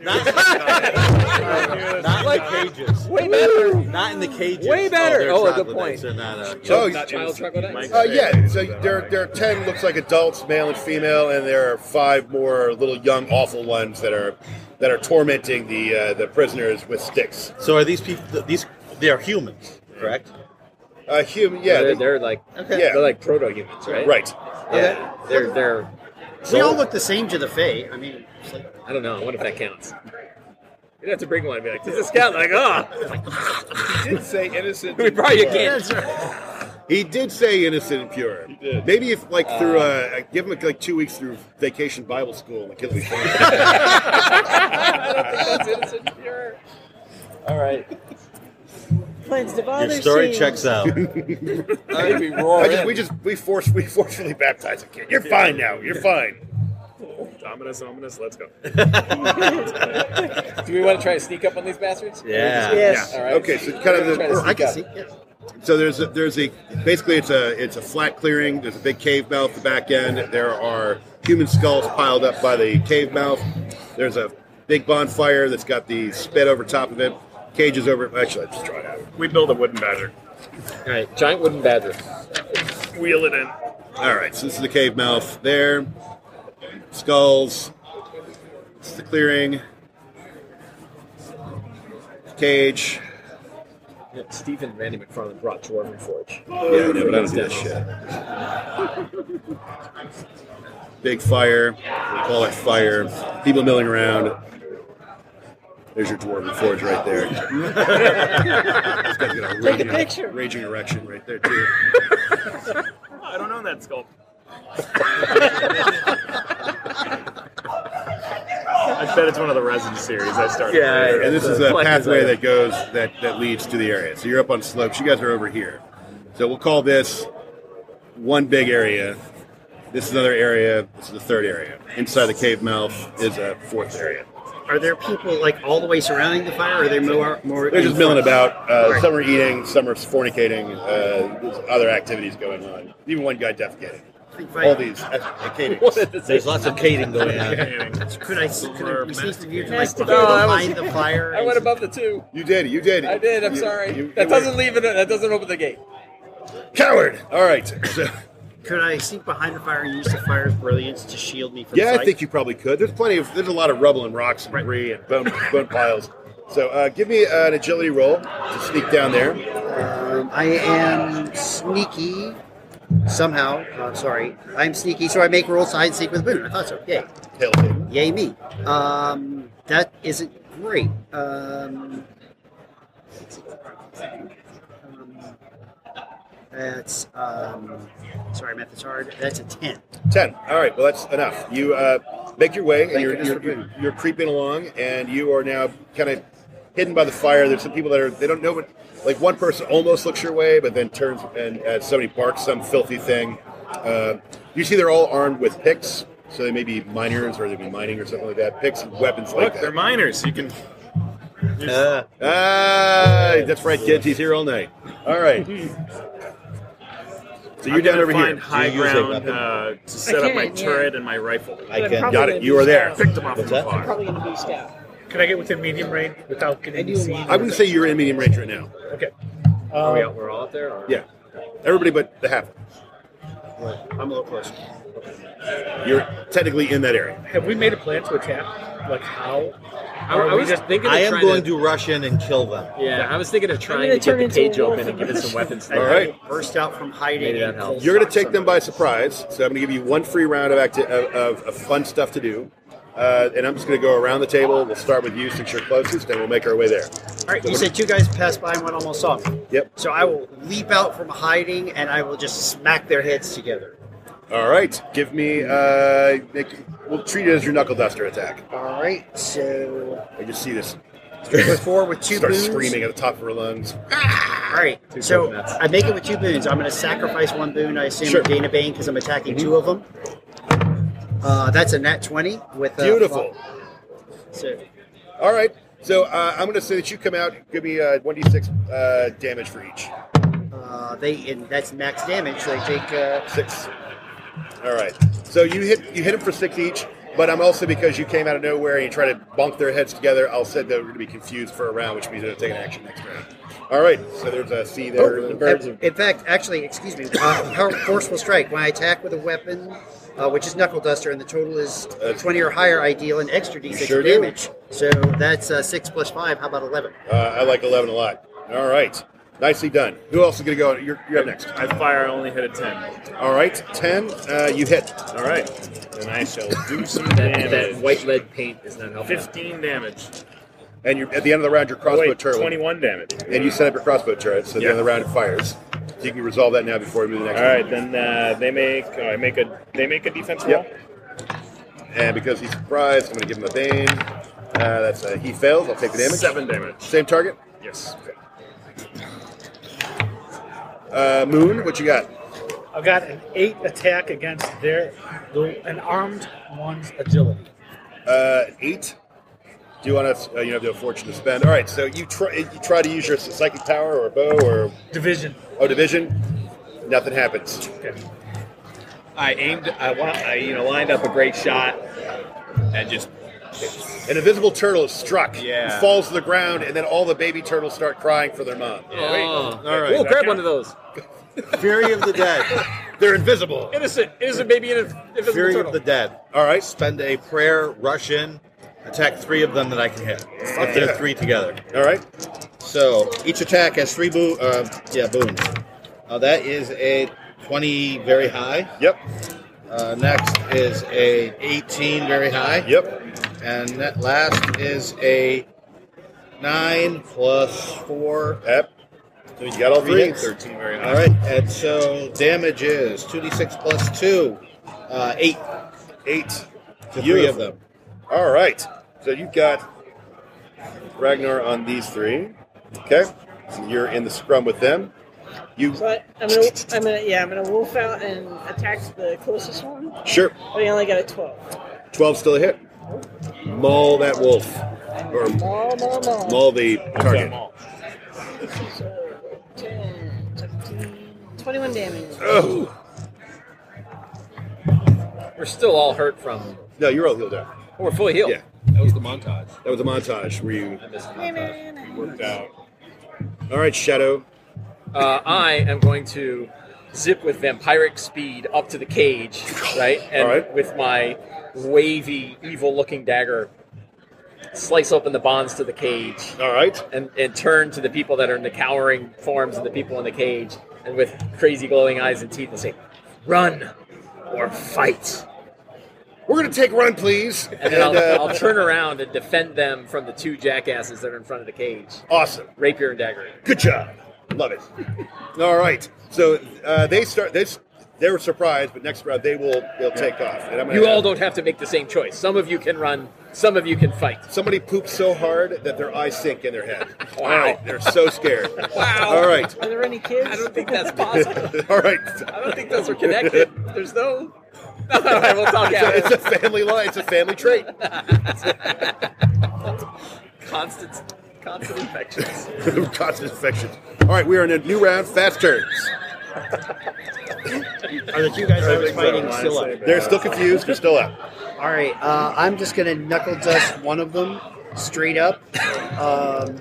Speaker 9: not in the cages.
Speaker 10: Way better.
Speaker 9: Not in the cages.
Speaker 10: Way better.
Speaker 9: they're
Speaker 10: Oh, good point.
Speaker 9: troglodytes. They're not, uh,
Speaker 3: Oh,
Speaker 10: Not child troglodytes.
Speaker 3: Uh, yeah, so there, there are 10 looks like adults, male and female, and there are five more little young, awful ones that are that are tormenting the uh, the prisoners with sticks.
Speaker 9: so are these people? These they are humans, correct?
Speaker 3: Uh, human,
Speaker 10: Yeah,
Speaker 3: yeah,
Speaker 10: they're,
Speaker 3: they-
Speaker 10: they're like
Speaker 9: Okay.
Speaker 3: Yeah.
Speaker 10: they're like proto humans, right?
Speaker 3: right.
Speaker 10: Yeah. They're they're.
Speaker 2: We all look the same to the Fae. I mean, it's like,
Speaker 10: I don't know. I wonder if that counts. You'd have to bring one and be like, "Does this count?" Like, oh,
Speaker 7: You did say innocent.
Speaker 10: [laughs] we probably
Speaker 2: yeah,
Speaker 10: can't.
Speaker 2: that's right.
Speaker 3: He did say innocent and pure.
Speaker 7: did.
Speaker 3: Maybe if, like, through, uh, I give him like two weeks through vacation Bible school, and the kid will be fine.
Speaker 10: I don't think that's innocent pure. All right.
Speaker 6: Plans to
Speaker 9: Your story checks out.
Speaker 8: I'd be
Speaker 3: I
Speaker 8: roaring.
Speaker 3: just, we just, we force, we forcefully baptize a kid. You're fine now. You're fine.
Speaker 5: Dominus, ominous, let's go.
Speaker 10: Do we want to try to sneak up on these bastards?
Speaker 9: Yeah.
Speaker 6: Yes.
Speaker 10: All right.
Speaker 3: Okay, so kind of
Speaker 10: Try
Speaker 3: the, Oh,
Speaker 10: to
Speaker 2: I
Speaker 10: sneak
Speaker 2: can
Speaker 10: up.
Speaker 2: see. Yeah.
Speaker 3: So there's a, there's a basically it's a it's a flat clearing. There's a big cave mouth at the back end. There are human skulls piled up by the cave mouth. There's a big bonfire that's got the spit over top of it. Cages over. Actually, I just draw it out.
Speaker 5: We build a wooden badger.
Speaker 10: All right. Giant wooden badger.
Speaker 5: Wheel it in.
Speaker 3: All right, so this is the cave mouth there. Skulls. It's the clearing. Cage.
Speaker 10: Yeah, Steve and Randy McFarland brought Dwarven Forge.
Speaker 3: Yeah, I know, but I don't do that shit.
Speaker 10: [laughs]
Speaker 3: Big fire. They call it fire. People milling around. There's your dwarven forge right
Speaker 6: [laughs]
Speaker 3: there. This guy's got
Speaker 6: Take a
Speaker 3: raging-
Speaker 6: picture.
Speaker 3: Raging erection right there too.
Speaker 5: I don't own that
Speaker 3: [laughs]
Speaker 5: sculpt. I bet it's one of the resin series I started. with.
Speaker 3: and this is a
Speaker 5: Collector's
Speaker 3: pathway
Speaker 5: item.
Speaker 3: that goes that that leads to the area. So you're up on slopes. You guys are over here. So we'll call this one big area. This is another area. This is the third area. Inside the cave mouth is a fourth area.
Speaker 2: Are there people like all the way surrounding the fire? Or are there more? more
Speaker 3: They're just milling about. Uh,
Speaker 2: Right.
Speaker 3: Some are eating. Some are fornicating. Uh, there's other activities going on. Even one guy defecating. All these uh, [laughs] catings.
Speaker 9: There's lots of cating going on.
Speaker 2: Could I could I resist you to like
Speaker 3: Nasty.
Speaker 2: go
Speaker 3: No, that was-
Speaker 2: behind the fire?
Speaker 8: I went above the two.
Speaker 3: You did. You did.
Speaker 8: I did. I'm
Speaker 3: You-
Speaker 8: sorry.
Speaker 3: you-
Speaker 8: that
Speaker 3: you were-
Speaker 8: doesn't leave it. That doesn't open the gate.
Speaker 3: Coward. All right. So,
Speaker 2: Could I sneak behind the fire and use the fire's brilliance to shield me from?
Speaker 3: yeah, I
Speaker 2: sight?
Speaker 3: think you probably could. There's plenty of. There's a lot of rubble and rocks and debris and bone, bone piles. So uh, give me an agility roll to sneak down there.
Speaker 2: Um, I am sneaky somehow. I'm sorry. I'm sneaky, so I make rolls to hide and seek with Boone. I thought so. Yay.
Speaker 3: Hell
Speaker 2: Yay me. Um, that isn't great. Um, um, that's, um, sorry, math is hard. That's a 10.
Speaker 3: Ten. All right. Well, that's enough. You uh, make your way, and
Speaker 2: Thank
Speaker 3: you're,
Speaker 2: goodness
Speaker 3: you're,
Speaker 2: for
Speaker 3: you're, you're creeping along, and you are now kind of hidden by the fire. There's some people that are they don't know, but like one person almost looks your way, but then turns and uh, somebody barks some filthy thing. Uh, you see, they're all armed with picks, so they may be miners or they've been mining or something like that. Picks and weapons like
Speaker 5: Look,
Speaker 3: that.
Speaker 5: they're miners. You can.
Speaker 3: Ah, ah, that's right, kids. He's here all night. All right. So you're
Speaker 5: I'm
Speaker 3: down
Speaker 5: gonna
Speaker 3: over
Speaker 5: find
Speaker 3: here.
Speaker 5: high
Speaker 3: Do you use a
Speaker 5: ground
Speaker 3: weapon?
Speaker 5: uh, to set up my
Speaker 6: can, yeah.
Speaker 5: turret and my rifle.
Speaker 3: I can. Got it. You are there.
Speaker 5: Picked them off
Speaker 3: What's
Speaker 5: from
Speaker 3: that?
Speaker 5: afar.
Speaker 6: Probably gonna be stabbed.
Speaker 4: Can I get within medium range without getting seen?
Speaker 3: I wouldn't say you're in medium range right now.
Speaker 4: Okay.
Speaker 8: Are we
Speaker 4: Um,
Speaker 8: out? We're all out there. Or?
Speaker 3: Yeah. Everybody but the half.
Speaker 2: I'm a little close.
Speaker 3: You're technically in that area.
Speaker 4: have we made a plan to attack? Like how?
Speaker 10: I, I was thinking of
Speaker 9: I am
Speaker 10: trying
Speaker 9: going
Speaker 10: to,
Speaker 9: to rush in and kill them.
Speaker 10: Yeah, I was thinking of trying
Speaker 6: gonna
Speaker 10: to
Speaker 6: turn
Speaker 10: get the
Speaker 6: into a
Speaker 10: page
Speaker 6: wolf
Speaker 10: open and
Speaker 6: and
Speaker 10: give it some weapons.
Speaker 2: And
Speaker 3: All right.
Speaker 2: I burst out from hiding.
Speaker 10: Maybe that
Speaker 2: and
Speaker 10: helps.
Speaker 2: cold
Speaker 3: You're going to
Speaker 2: shock
Speaker 3: take them by
Speaker 2: somebody.
Speaker 3: surprise, so I'm going to give you one free round of, acti- of, of, of fun stuff to do. Uh, and I'm just going to go around the table. We'll start with you since you're closest, and we'll make our way there.
Speaker 2: All right, you said two guys passed by and one almost saw me.
Speaker 3: Yep.
Speaker 2: So I will leap out from hiding and I will just smack their heads together.
Speaker 3: All right. Give me. Uh, make, we'll treat it as your knuckle duster attack.
Speaker 2: All right, so
Speaker 3: I just see this.
Speaker 2: three plus four with two
Speaker 3: Start
Speaker 2: boons.
Speaker 3: screaming at the top of her lungs.
Speaker 2: All right, so I make it with two boons. I'm going to sacrifice one boon, I assume,
Speaker 3: Sure. Mm-hmm.
Speaker 2: and gain a bane because I'm attacking two of them. Uh, that's a nat 20 with a.
Speaker 3: Beautiful.
Speaker 2: So,
Speaker 3: All right. So uh, I'm going to say that you come out. Give me uh, 1d6 uh, damage for each.
Speaker 2: uh, they and that's max damage. They take. Uh,
Speaker 3: Six. All right. So you hit you hit them for six each, but I'm also because you came out of nowhere and you try to bump their heads together. I'll say they're going to be confused for a round, which means they're going to take an action next round. All right. So there's a C uh, there.
Speaker 2: Oh,
Speaker 3: The birds
Speaker 2: in,
Speaker 3: are-
Speaker 2: in fact, actually, excuse me. Uh, power- forceful strike. When I attack with a weapon, uh, which is knuckle duster, and the total is
Speaker 3: Uh,
Speaker 2: 20 or higher, I deal an extra d6
Speaker 3: sure do.
Speaker 2: damage. So that's uh, six plus five. How about 11?
Speaker 3: uh, I like eleven a lot. All right. Nicely done. Who else is going to go? You're, you're up next.
Speaker 5: I fire. I only hit a ten.
Speaker 3: All right. Ten. Uh, you hit. All right.
Speaker 5: And I shall do some
Speaker 10: That, that
Speaker 5: damage.
Speaker 10: white lead paint is not helping.
Speaker 5: Fifteen damage.
Speaker 3: And you're at the end of the round. Your crossbow
Speaker 5: Wait,
Speaker 3: turret. will-
Speaker 5: twenty-one damage.
Speaker 3: And you set up your crossbow turret, so at the
Speaker 5: Yeah.
Speaker 3: end of the round it fires. So you can resolve that now before we move to the next
Speaker 5: All right, then uh, they make. oh, I make a. They make a defense roll.
Speaker 3: Yep. one. And because he's surprised, I'm going to give him a bane. Uh, that's uh, he fails. I'll take the damage.
Speaker 5: Seven damage.
Speaker 3: Same target.
Speaker 5: Yes.
Speaker 3: Uh, Moon, what you got?
Speaker 4: I got an eight attack against their the, an armed one's agility.
Speaker 3: Uh, eight. Do you want to? Uh, you have to have fortune to spend. All right. So you try. You try to use your psychic power or bow or
Speaker 4: Division.
Speaker 3: oh division. Nothing happens.
Speaker 7: I aimed. I want. I you know lined up a great shot and just
Speaker 3: An invisible turtle is struck.
Speaker 7: Yeah.
Speaker 3: It falls to the ground, and then all the baby turtles start crying for their mom.
Speaker 10: Oh,
Speaker 3: All right.
Speaker 10: We'll grab one of those.
Speaker 9: Fury of the Dead.
Speaker 3: They're invisible.
Speaker 10: Innocent, innocent baby in a invisible
Speaker 9: Fury
Speaker 10: turtle.
Speaker 9: of the Dead.
Speaker 3: All right.
Speaker 9: Spend a prayer, rush in, attack three of them that I can hit. If
Speaker 3: yeah.
Speaker 9: they're three together.
Speaker 3: All right.
Speaker 9: So each attack has three boo. Uh, yeah, boons. Uh, that is a twenty, very high.
Speaker 3: Yep.
Speaker 9: Uh, next is a eighteen, very high.
Speaker 3: Yep.
Speaker 9: And that last is a nine plus four.
Speaker 3: Yep. So you got all three. hits.
Speaker 7: thirteen very high.
Speaker 9: All right, and so damage is two d six plus two, uh, eight
Speaker 3: Eight.
Speaker 9: to three
Speaker 3: Beautiful.
Speaker 9: of them.
Speaker 3: All right. So you've got Ragnar on these three. Okay. So you're in the scrum with them. You
Speaker 6: But I'm gonna, I'm gonna, yeah, I'm gonna wolf out and attack the closest one.
Speaker 3: sure.
Speaker 6: But he only got a twelve.
Speaker 3: 12 still a hit. Maul that wolf. Or
Speaker 6: Maul, maul, maul.
Speaker 3: maul the target.
Speaker 6: So, 10, 17, Twenty-one damage.
Speaker 3: Oh.
Speaker 10: We're still all hurt from.
Speaker 3: No, you're all healed up.
Speaker 10: Oh, We're fully healed.
Speaker 3: Yeah.
Speaker 10: That was the montage.
Speaker 3: That was a montage where you
Speaker 6: montage.
Speaker 3: worked out. All right, Shadow.
Speaker 10: Uh, I am going to zip with vampiric speed up to the cage, right? And
Speaker 3: All right.
Speaker 10: with my wavy, evil looking dagger, slice open the bonds to the cage.
Speaker 3: All right.
Speaker 10: And, and turn to the people that are in the cowering forms of the people in the cage, and with crazy glowing eyes and teeth, and say, Run or fight.
Speaker 3: We're going to take run, please.
Speaker 10: And then [laughs] I'll,
Speaker 3: uh,
Speaker 10: I'll turn around and defend them from the two jackasses that are in front of the cage.
Speaker 3: Awesome.
Speaker 10: Rapier and dagger.
Speaker 3: Good job. Love it. All right. So uh, they start. They, s- they were surprised, but next round they will they'll take off. And I'm gonna
Speaker 10: You
Speaker 3: have-
Speaker 10: all don't have to make the same choice. Some of you can run, some of you can fight.
Speaker 3: Somebody pooped so hard that their eyes sink in their
Speaker 10: [laughs]
Speaker 3: head. All right. They're so scared. wow. All right.
Speaker 6: Are there any kids? I don't
Speaker 10: think
Speaker 6: [laughs]
Speaker 10: that's possible.
Speaker 3: All right.
Speaker 10: I don't think those are connected. There's no. [laughs] All right, we'll talk
Speaker 3: It's a,
Speaker 10: after.
Speaker 3: it's a family line. It's a family trait.
Speaker 10: [laughs] Constant, constant infections.
Speaker 3: [laughs] Constant infection. All right, we are in a new round. Fast turns.
Speaker 10: [laughs]
Speaker 2: Are the two guys I was fighting still up?
Speaker 3: They're still confused. They're still up.
Speaker 2: All right, uh, I'm just gonna knuckle dust one of them straight up. Um,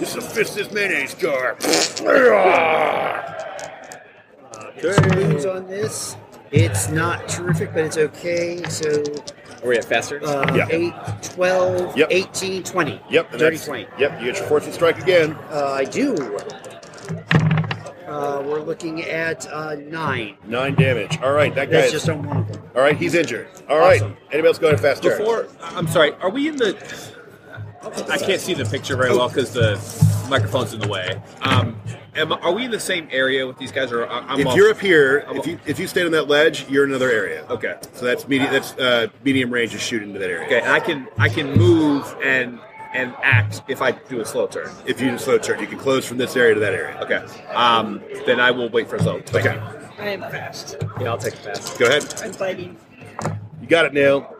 Speaker 3: This is a fist. This mayonnaise jar.
Speaker 2: uh, get some wounds on this. It's not terrific, but it's okay. So
Speaker 10: Are we at faster?
Speaker 2: uh,
Speaker 3: Yeah.
Speaker 2: 8, 12,
Speaker 3: Yep.
Speaker 2: 18, 20.
Speaker 3: Yep. and
Speaker 2: Dirty
Speaker 3: that's-
Speaker 2: 20.
Speaker 3: Yep. You get your fortune strike again.
Speaker 2: Uh, I do. Uh, we're looking at uh, 9.
Speaker 3: Nine damage. All right, that guy.
Speaker 2: That's
Speaker 3: Is,
Speaker 2: just on one of them.
Speaker 3: all right, he's injured. All right.
Speaker 2: Awesome.
Speaker 3: Anybody else going to fast turn?
Speaker 7: Before, I'm sorry, are we in the. I can't see the picture very well because the microphone's in the way. Um, am, are we in the same area with these guys? Or I- I'm
Speaker 3: if
Speaker 7: off-
Speaker 3: you're up here,
Speaker 7: I'm
Speaker 3: if
Speaker 7: off-
Speaker 3: you if you stayed on that ledge, you're in another area.
Speaker 7: Okay.
Speaker 3: So that's medium. That's uh, medium range is shooting into that area.
Speaker 7: Okay, and I can I can move and and act if I do a slow turn.
Speaker 3: If you do slow turn, you can close from this area to that area.
Speaker 7: Okay. Um, then I will wait for a slow. Thank
Speaker 3: Okay.
Speaker 7: you.
Speaker 6: I am fast.
Speaker 10: Yeah, I'll take it fast.
Speaker 3: Go ahead.
Speaker 6: I'm fighting.
Speaker 3: You got it, Neil.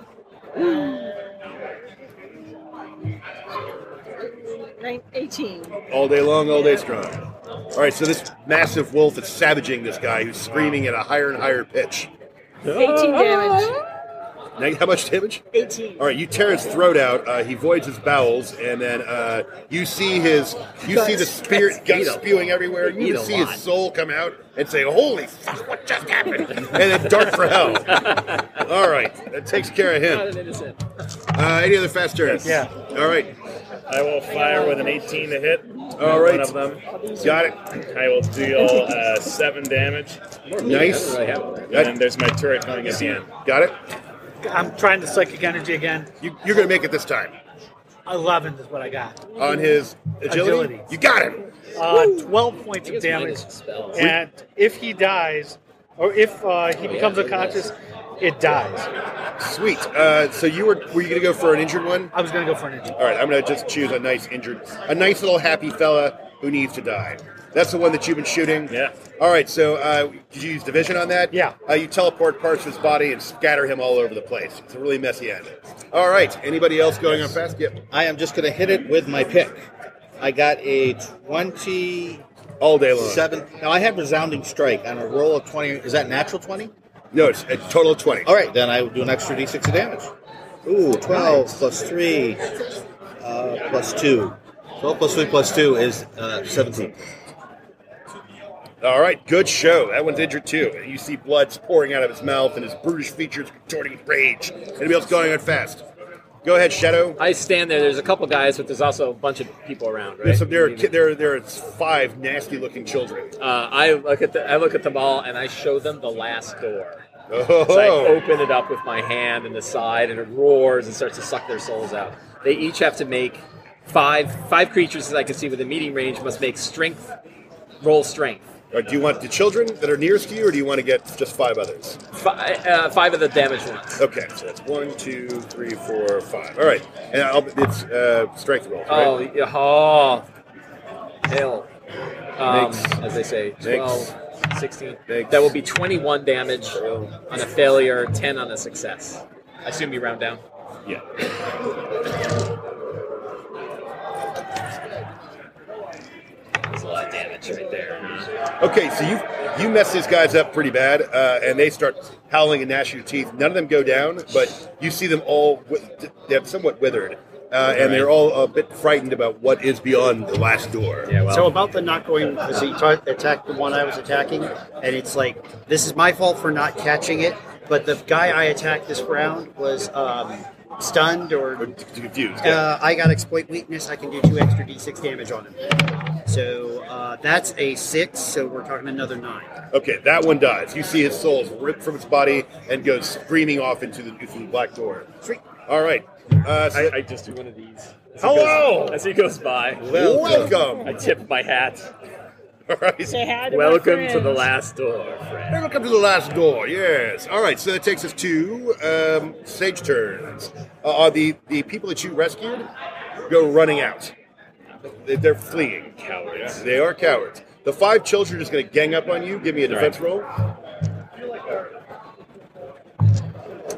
Speaker 6: 9, 18.
Speaker 3: All day long, all day strong. All right. So this massive wolf is savaging this guy who's screaming at a higher and higher pitch.
Speaker 6: 18 damage.
Speaker 3: Now, how much damage?
Speaker 6: 18.
Speaker 3: All right, you tear his throat out. Uh, he voids his bowels, and then uh, you see his you see the spirit
Speaker 10: guts
Speaker 3: guts
Speaker 10: eat a-
Speaker 3: spewing everywhere.
Speaker 10: eat
Speaker 3: You
Speaker 10: a
Speaker 3: can see his
Speaker 10: lot.
Speaker 3: soul come out and say, "Holy fuck, what just happened?" and then dart for
Speaker 10: [laughs]
Speaker 3: hell. All right, that takes care of
Speaker 10: Not
Speaker 3: him.
Speaker 10: an innocent.
Speaker 3: Uh, any other fast turns?
Speaker 4: Yeah.
Speaker 3: All right,
Speaker 5: I will fire with an 18 to hit.
Speaker 3: All right.
Speaker 5: One of them.
Speaker 3: got it.
Speaker 5: I will deal uh, seven damage.
Speaker 3: Nice.
Speaker 10: I have one.
Speaker 5: And then there's my turret coming again.
Speaker 3: Got it.
Speaker 4: I'm trying to psychic energy again.
Speaker 3: You, you're gonna make it this time
Speaker 4: Eleven is what I got.
Speaker 3: on his agility.
Speaker 4: Agility.
Speaker 3: You got him.
Speaker 4: Uh, Twelve points
Speaker 10: I
Speaker 4: of
Speaker 10: guess mine
Speaker 4: damage.
Speaker 10: is spells.
Speaker 4: and if he dies, or if uh,
Speaker 10: Oh,
Speaker 4: he becomes unconscious, it dies.
Speaker 3: Sweet. Uh, so you were were you gonna go for an injured one?
Speaker 4: I was gonna go for an injury.
Speaker 3: All right, I'm gonna just choose a nice injured, a nice little happy fella who needs to die. That's the one that you've been shooting.
Speaker 5: Yeah.
Speaker 3: All right, so uh, did you use division on that?
Speaker 4: Yeah.
Speaker 3: Uh, you teleport parts of his body and scatter him all over the place. It's a really messy end. All right. Anybody else going on fast? Yep.
Speaker 9: I am just going to hit it with my pick. I got a 27.
Speaker 3: All day long.
Speaker 9: Now, I had resounding strike on a roll of 20. Is that natural 20?
Speaker 3: No, it's a total of twenty.
Speaker 9: All right, then I will do an extra d6 of damage. Ooh, 12 plus 3 uh, plus 2. 12 plus 3 plus 2 is uh, 17.
Speaker 3: All right. Good show. That one's injured too. And You see blood pouring out of his mouth and his brutish features contorting with rage. Anybody else going on fast? Go ahead, Shadow.
Speaker 10: I stand there. There's a couple guys, but there's also a bunch of people around, right?
Speaker 3: There's some, there, are, ki- there, are- there are five nasty-looking children.
Speaker 10: Uh, I look at the I look at them all, and I show them the last door.
Speaker 3: Oh,
Speaker 10: So I open it up with my hand and the side, and it roars and starts to suck their souls out. They each have to make five five creatures that I can see within meeting range must make strength roll strength.
Speaker 3: Or do you want the children that are nearest to you, or do you want to get just five others?
Speaker 8: Five, uh, five of the damaged ones.
Speaker 3: Okay, so that's one, two, three, four, five. All right, and I'll, it's uh, strength roll.
Speaker 8: Oh,
Speaker 3: right?
Speaker 8: yeah, oh, hell. Um,
Speaker 3: Makes-
Speaker 8: as they say,
Speaker 3: makes-
Speaker 8: 12, 16. That will be 21 damage on a failure, 10 on a success. I assume you round down.
Speaker 3: Yeah.
Speaker 8: That's a lot of damage right there.
Speaker 3: Okay, so you you mess these guys up pretty bad, uh, and they start howling and gnashing your teeth. None of them go down, but you see them all wi- they're somewhat withered, uh, and they're all a bit frightened about what is beyond the last door. Yeah,
Speaker 2: so about the not going, so you ta- attacked the one I was attacking, and it's like this is my fault for not catching it. But the guy I attacked this round was um, stunned or
Speaker 3: confused.
Speaker 2: Uh, I got exploit weakness. I can do two extra d6 damage on him. So uh, that's a six. So we're talking another nine.
Speaker 3: Okay, that one dies. You see his soul is ripped from its body and goes screaming off into the, into the black door.
Speaker 2: Sweet.
Speaker 3: All right. Uh, so
Speaker 10: I just do one of these. As he
Speaker 3: Hello!
Speaker 10: goes- as he goes by.
Speaker 3: Welcome. Welcome.
Speaker 10: I tip my hat.
Speaker 3: All right.
Speaker 10: Say hi to my Welcome to the friends. last door, friend.
Speaker 3: Hey, welcome to the last door. Yes. All right. So that takes us to um, sage turns. Uh, are the the people that you rescued go running out? They- They're fleeing. Cowards. They are cowards. The five children are just going to gang up on you. Give me a
Speaker 10: All right.
Speaker 3: defense roll.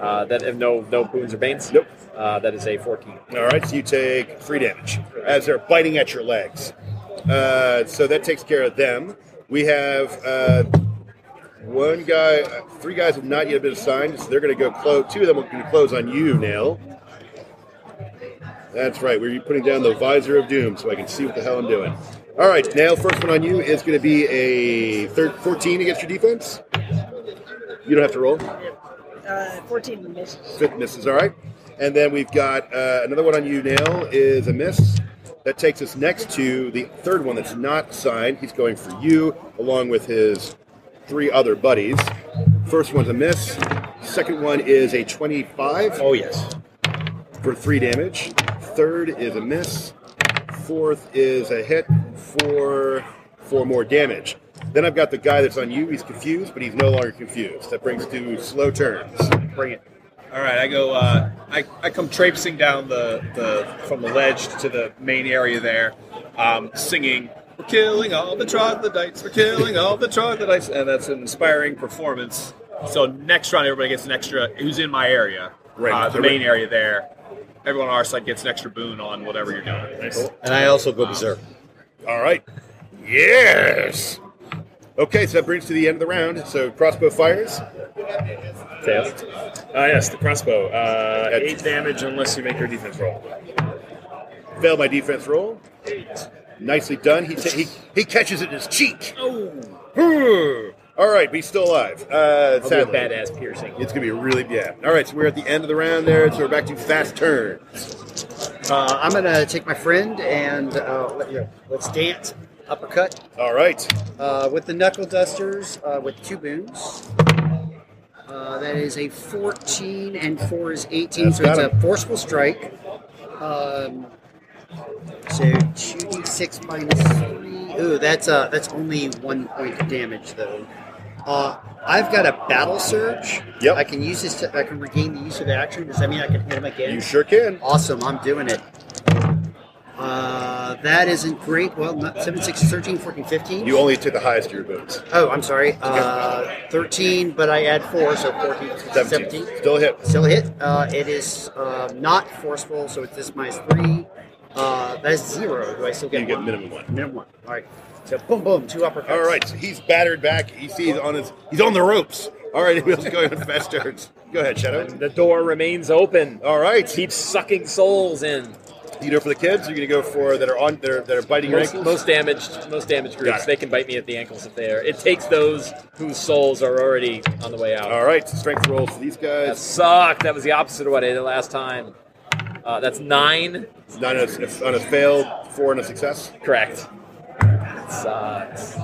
Speaker 8: Uh, that have no no boons or banes.
Speaker 3: Nope.
Speaker 8: Uh, that is a 14.
Speaker 3: All right, so you take three damage as they're biting at your legs. Uh, so that takes care of them. We have uh, one guy, uh, three guys have not yet been assigned, so they're going to go close. Two of them are going to close on you, Nail. That's right. We're putting down the visor of doom so I can see what the hell I'm doing. All right, Nail. First one on you is going to be a thir- 14 against your defense. You don't have to roll.
Speaker 6: Uh, 14 misses.
Speaker 3: Fifth misses, all right. And then we've got uh, another one on you now is a miss. That takes us next to the third one that's not signed. He's going for you along with his three other buddies. First one's a miss. Second one is a 25. Oh,
Speaker 2: yes.
Speaker 3: For three damage. Third is a miss. Fourth is a hit for four more damage. Then I've got the guy that's on you. He's confused, but he's no longer confused. That brings to slow turns.
Speaker 2: Bring it.
Speaker 7: All right, I go. Uh, I, I come traipsing down the, the from the ledge to the main area there, um, singing. We're killing all the troglodytes. We're killing all the troglodytes, and that's an inspiring performance. So next round, everybody gets an extra. Who's in my area?
Speaker 9: Right.
Speaker 7: uh, the main area there. Everyone on our side gets an extra boon on whatever you're doing.
Speaker 9: And I also go berserk.
Speaker 3: All right. Yes. Okay, so that brings to the end of the round. So crossbow fires.
Speaker 17: Fails.
Speaker 5: ah,
Speaker 17: Uh, yes, the crossbow. Uh, eight damage unless you make your defense roll.
Speaker 3: Fail my defense roll. Nicely done. He, ta- he he catches it in his cheek. Oh. All right, but he's still alive. Uh,
Speaker 8: That'll
Speaker 3: sadly.
Speaker 8: be a badass piercing.
Speaker 3: It's gonna be really yeah. All right, so we're at the end of the round there. So we're back to fast turns.
Speaker 2: Uh, I'm gonna take my friend and uh, let, you let's dance uppercut.
Speaker 3: All right.
Speaker 2: Uh, with the knuckle dusters, uh, with two boons. Uh, that is a 14 and four is 18,
Speaker 3: That's
Speaker 2: so it's
Speaker 3: got
Speaker 2: a forceful strike. Um, so 2d6 minus three. Ooh, that's uh, that's only one point of damage though. Uh, I've got a battle surge. Yep. I can use this. To, I can regain the use of the action. Does that mean I can hit him again?
Speaker 3: You sure can.
Speaker 2: Awesome. I'm doing it. Uh, that isn't great. Well, not, 7, 6, 13, 14, 15.
Speaker 3: You only took the highest of your boots.
Speaker 2: Oh, I'm sorry. Uh, 13, but I add 4, so 14, 17.
Speaker 3: Still a hit.
Speaker 2: Still a hit. Uh, it is uh, not forceful, so it's this minus 3. Uh, that is 0. Do I still get
Speaker 3: You get
Speaker 2: one?
Speaker 3: minimum one.
Speaker 2: Minimum 1. All right. So boom, boom, two uppercuts.
Speaker 3: All right, so he's battered back. You see, he's on his he's on the ropes. All right, [laughs] who else is going on fast turns? Go ahead, Shadow.
Speaker 8: The door remains open.
Speaker 3: All right.
Speaker 8: Keep sucking souls in.
Speaker 3: You know, for the kids, you're gonna go for that are on that are, that are biting your
Speaker 8: Most,
Speaker 3: ankles.
Speaker 8: most damaged, most damaged
Speaker 3: Got
Speaker 8: groups.
Speaker 3: it.
Speaker 8: They can bite me at the ankles if they are. It takes those whose souls are already on the way out.
Speaker 3: All right, strength rolls for these guys.
Speaker 8: That sucked. That was the opposite of what I did last time. Uh, that's nine.
Speaker 3: Nine on a, on a fail, four on a success.
Speaker 8: Correct. That sucks.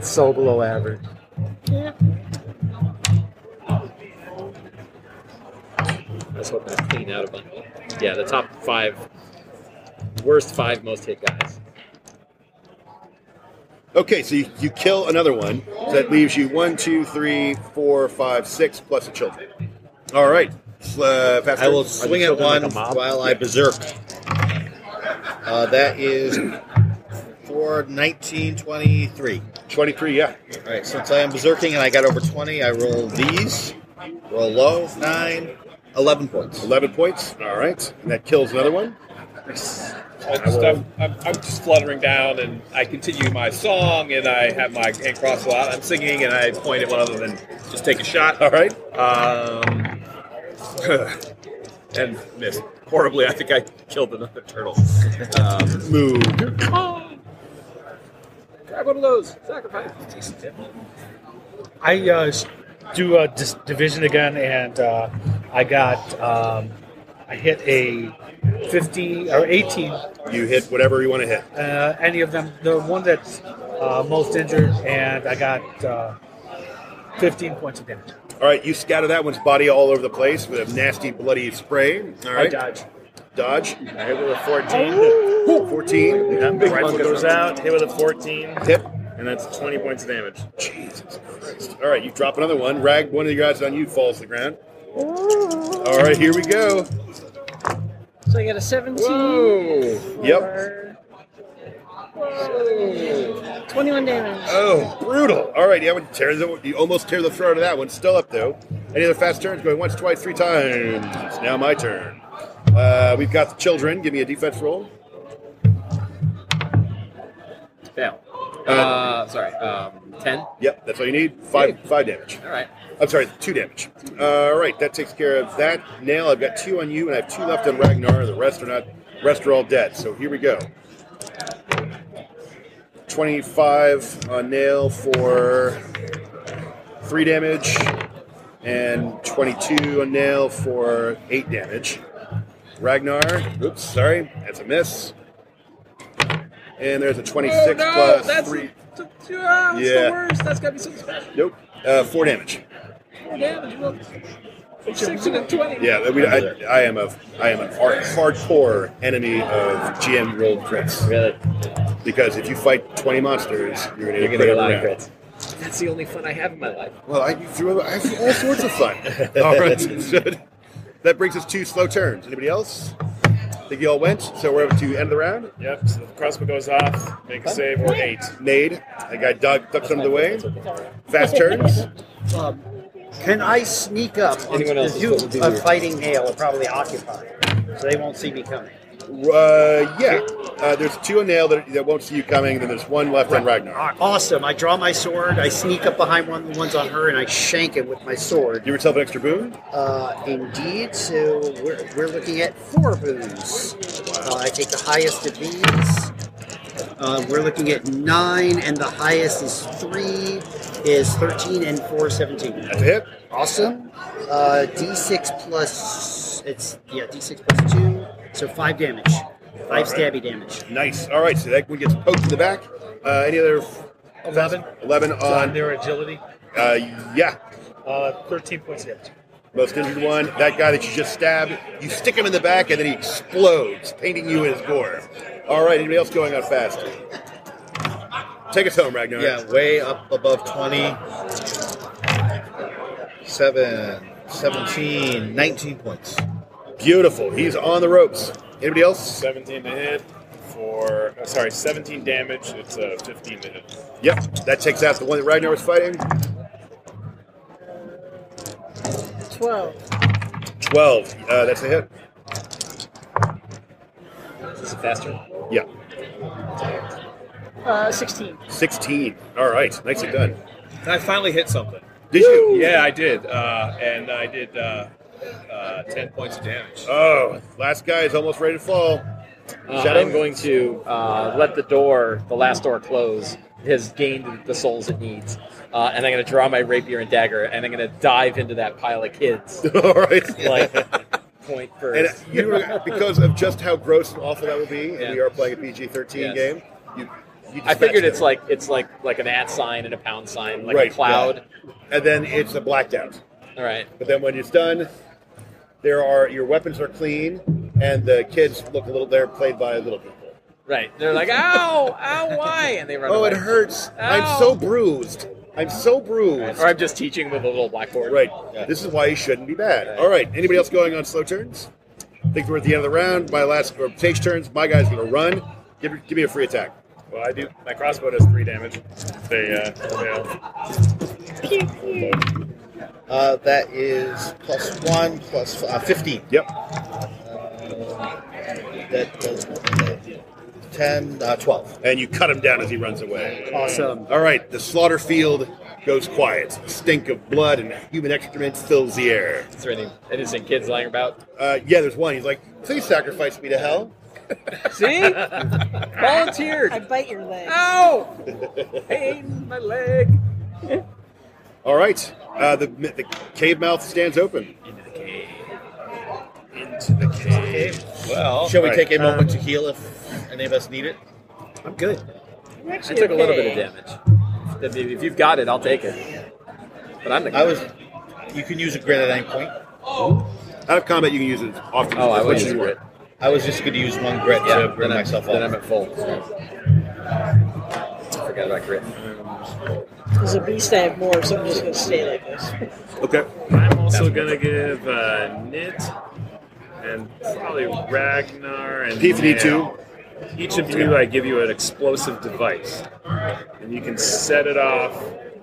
Speaker 8: So below average. I was hoping to clean out a bunch. Yeah, the top [laughs] five, worst five most hit guys.
Speaker 3: Okay, so you, you kill another one. So that leaves you one, two, three, four, five, six, plus the children. All right. S- Uh, Pastor,
Speaker 9: I will
Speaker 3: are the
Speaker 9: swing at
Speaker 3: children
Speaker 9: one
Speaker 3: like a mob?
Speaker 9: while I berserk. Uh, that is for 19, 23.
Speaker 3: 23, yeah.
Speaker 9: All right, since I am berserking and I got over 20, I roll these. Roll low, 9, 11 points.
Speaker 3: 11 points, all right. And that kills another one.
Speaker 7: I just, I'm, I'm, I'm just fluttering down, and I continue my song, and I have my hand crossed out. I'm singing, and I point at one of them and just take a shot.
Speaker 3: All right.
Speaker 7: Um, [laughs] and miss horribly. I think I killed another turtle. Um,
Speaker 3: Move.
Speaker 7: Grab one of those. Sacrifice. Decent tip.
Speaker 4: I uh, s- do a dis- division again, and uh, I got um, I hit a fifty or eighteen.
Speaker 3: You hit whatever you want to hit.
Speaker 4: Uh, any of them? The one that's uh, most injured, and I got uh, fifteen points of damage.
Speaker 3: All right, you scatter that one's body all over the place with a nasty, bloody spray. All right.
Speaker 5: dodge.
Speaker 3: Dodge.
Speaker 5: I hit with a 14.
Speaker 3: 14.
Speaker 5: Yeah,
Speaker 3: Big
Speaker 5: rifle
Speaker 3: bunker.
Speaker 5: goes out, hit with a 14.
Speaker 3: Hit.
Speaker 5: And that's 20 points of damage.
Speaker 3: Jesus Christ. All right, you drop another one. Rag, one of the guys on you falls to the ground. All right, here we go.
Speaker 6: So I got a 17.
Speaker 3: Yep.
Speaker 6: Whoa. 21 damage.
Speaker 3: Oh, brutal. All right, yeah, would tear the, you almost tear the throat of that one. Still up, though. Any other fast turns? Going once, twice, three times. It's now my turn. Uh, we've got the children. Give me a defense roll.
Speaker 10: Fail. Uh, sorry. Um, ten.
Speaker 3: Yep, that's all you need. Five, five damage.
Speaker 10: All right.
Speaker 3: I'm sorry, two damage. All right, that takes care of that. Nail, I've got two on you, and I have two left on Ragnar. The rest are not. Rest are all dead. So here we go. Twenty-five on Nail for three damage, and twenty-two on Nail for eight damage. Ragnar, oops, sorry, that's a miss. And there's a twenty-six
Speaker 18: Oh, no,
Speaker 3: plus
Speaker 18: that's-
Speaker 3: three.
Speaker 18: Yeah,
Speaker 3: that's the Yeah.
Speaker 18: worst. That's gotta be something special.
Speaker 3: Nope, uh, four damage. Yeah, we, I, I am a I am an ar- hardcore enemy of GM rolled crits.
Speaker 10: Really?
Speaker 3: Because if you fight twenty monsters, you're gonna,
Speaker 10: You're
Speaker 3: get
Speaker 10: gonna get a
Speaker 3: crit
Speaker 10: lot
Speaker 3: every
Speaker 10: of
Speaker 3: round.
Speaker 10: crits. That's the only fun I have in my life.
Speaker 3: Well, I threw I have all sorts of fun. all right, [laughs] so that brings us to slow turns. Anybody else? think you all went, so we're up to end of the round.
Speaker 5: Yep, so the crossbow goes off. Make a save or 8.
Speaker 3: Nade, that guy dug, ducks under the way. Fast turns.
Speaker 2: [laughs] Um, can I sneak up on
Speaker 3: Anyone
Speaker 2: the
Speaker 3: else
Speaker 2: two
Speaker 3: is what we do
Speaker 2: of
Speaker 3: here.
Speaker 2: fighting hail are probably occupied, so they won't see me coming.
Speaker 3: Uh, yeah, uh, there's two on nail that, that won't see you coming. Then there's one left on Ragnar.
Speaker 2: Awesome! I draw my sword. I sneak up behind one of the ones on her, and I shank it with my sword.
Speaker 3: Give yourself an extra boon.
Speaker 2: Uh, indeed. So we're, we're looking at four boons. Uh, I take the highest of these. Uh, we're looking at nine, and the highest is three, is 13, and four, 17. That's
Speaker 3: a hit.
Speaker 2: Awesome. Uh, D6 plus, it's, yeah, D6 plus two, so five damage. Five
Speaker 3: All right.
Speaker 2: stabby damage.
Speaker 3: Nice. All right, so that one gets poked in the back. Uh, any other?
Speaker 4: Eleven.
Speaker 3: Eleven
Speaker 4: So on
Speaker 3: on.
Speaker 4: their agility,
Speaker 3: Uh, yeah,
Speaker 4: uh, thirteen points of damage.
Speaker 3: most injured one. That guy that you just stabbed. You stick him in the back, and then he explodes, painting you in his gore. All right. Anybody else going on fast? Take us home, Ragnar.
Speaker 9: Yeah, way up above 20. 7, 17, 19 points.
Speaker 3: Beautiful. He's on the ropes. Anybody else?
Speaker 5: 17 to hit for, oh, sorry, 17 damage. It's uh, a 15 to hit.
Speaker 3: Yep. That takes out the one that Ragnar was fighting.
Speaker 6: 12.
Speaker 3: Twelve. Uh, that's a hit.
Speaker 10: Is this a faster?
Speaker 3: Yeah.
Speaker 6: Uh, 16.
Speaker 3: Sixteen. All right. Nicely done.
Speaker 7: And I finally hit something.
Speaker 3: Did you?
Speaker 7: Yeah, I did. Uh, and I did uh, uh, 10 points of damage.
Speaker 3: Oh, last guy is almost ready to fall.
Speaker 10: Uh,
Speaker 3: Shadow?
Speaker 10: I'm going to uh, let the door, the last door, close. It has gained the souls it needs. Uh, and I'm going to draw my rapier and dagger, and I'm going to dive into that pile of kids.
Speaker 3: [laughs] All right. [laughs]
Speaker 10: Like, point
Speaker 3: And
Speaker 10: first.
Speaker 3: you were, because of just how gross and awful that would be, and we are playing a PG-13
Speaker 10: Yes.
Speaker 3: game. You, you
Speaker 10: I figured
Speaker 3: dispatched
Speaker 10: it's
Speaker 3: them.
Speaker 10: like it's like like an at sign and a pound sign, like
Speaker 3: Right,
Speaker 10: a cloud.
Speaker 3: and then it's a blacked out.
Speaker 10: All right.
Speaker 3: But then when it's done, there are your weapons are clean, and the kids look a little. They're played by little people.
Speaker 19: Right. They're like, ow, ow, why? And they run.
Speaker 3: Oh,
Speaker 19: away.
Speaker 3: it hurts.
Speaker 19: Ow.
Speaker 3: I'm so bruised. I'm so bruised.
Speaker 19: Or I'm just teaching with a little blackboard.
Speaker 3: Right. This is why you shouldn't be bad. All right. Anybody else going on slow turns? I think we're at the end of the round. My last or takes turns. My guy's going to run. Give, give me a free attack.
Speaker 5: Well, I do. My crossbow does three damage. They uh, fail.
Speaker 9: Uh, that is plus one, plus uh, 15.
Speaker 3: Yep.
Speaker 9: That does uh, 10, uh, 12.
Speaker 3: And you cut him down as he runs away.
Speaker 9: Awesome.
Speaker 3: All right. The slaughter field goes quiet. The stink of blood and human excrement fills the air.
Speaker 19: Is there any innocent kids lying about?
Speaker 3: Uh, yeah, there's one. He's like, please sacrifice me to hell.
Speaker 19: See?
Speaker 3: [laughs]
Speaker 19: Volunteered.
Speaker 6: I bite your leg.
Speaker 19: Ow! Pain, my leg.
Speaker 3: All right. Uh, the, the cave mouth stands open.
Speaker 20: Into the cave.
Speaker 9: Well, shall we
Speaker 3: right.
Speaker 9: take a moment
Speaker 3: Um,
Speaker 9: to heal if any of us need it?
Speaker 10: I'm good.
Speaker 6: I'm
Speaker 10: I
Speaker 6: actually
Speaker 10: took a little
Speaker 6: okay.
Speaker 10: bit of damage. If you've got it, I'll take it. But I'm the
Speaker 9: I was. You can use a grit at any point.
Speaker 3: Out of combat, you can use it often.
Speaker 10: Oh, I
Speaker 9: As much
Speaker 10: was
Speaker 9: as you
Speaker 10: grit.
Speaker 9: want. I was just going to use one grit
Speaker 10: Yeah,
Speaker 9: to bring
Speaker 10: then I'm-
Speaker 9: myself up.
Speaker 10: then I'm at full. I forgot about grit.
Speaker 6: As a beast, I have more, so I'm just going to stay like this.
Speaker 3: Okay.
Speaker 5: I'm also gonna give uh, Nit and probably Ragnar and
Speaker 3: P3 two.
Speaker 5: Nail. Each of you, I give you an explosive device, and you can set it off.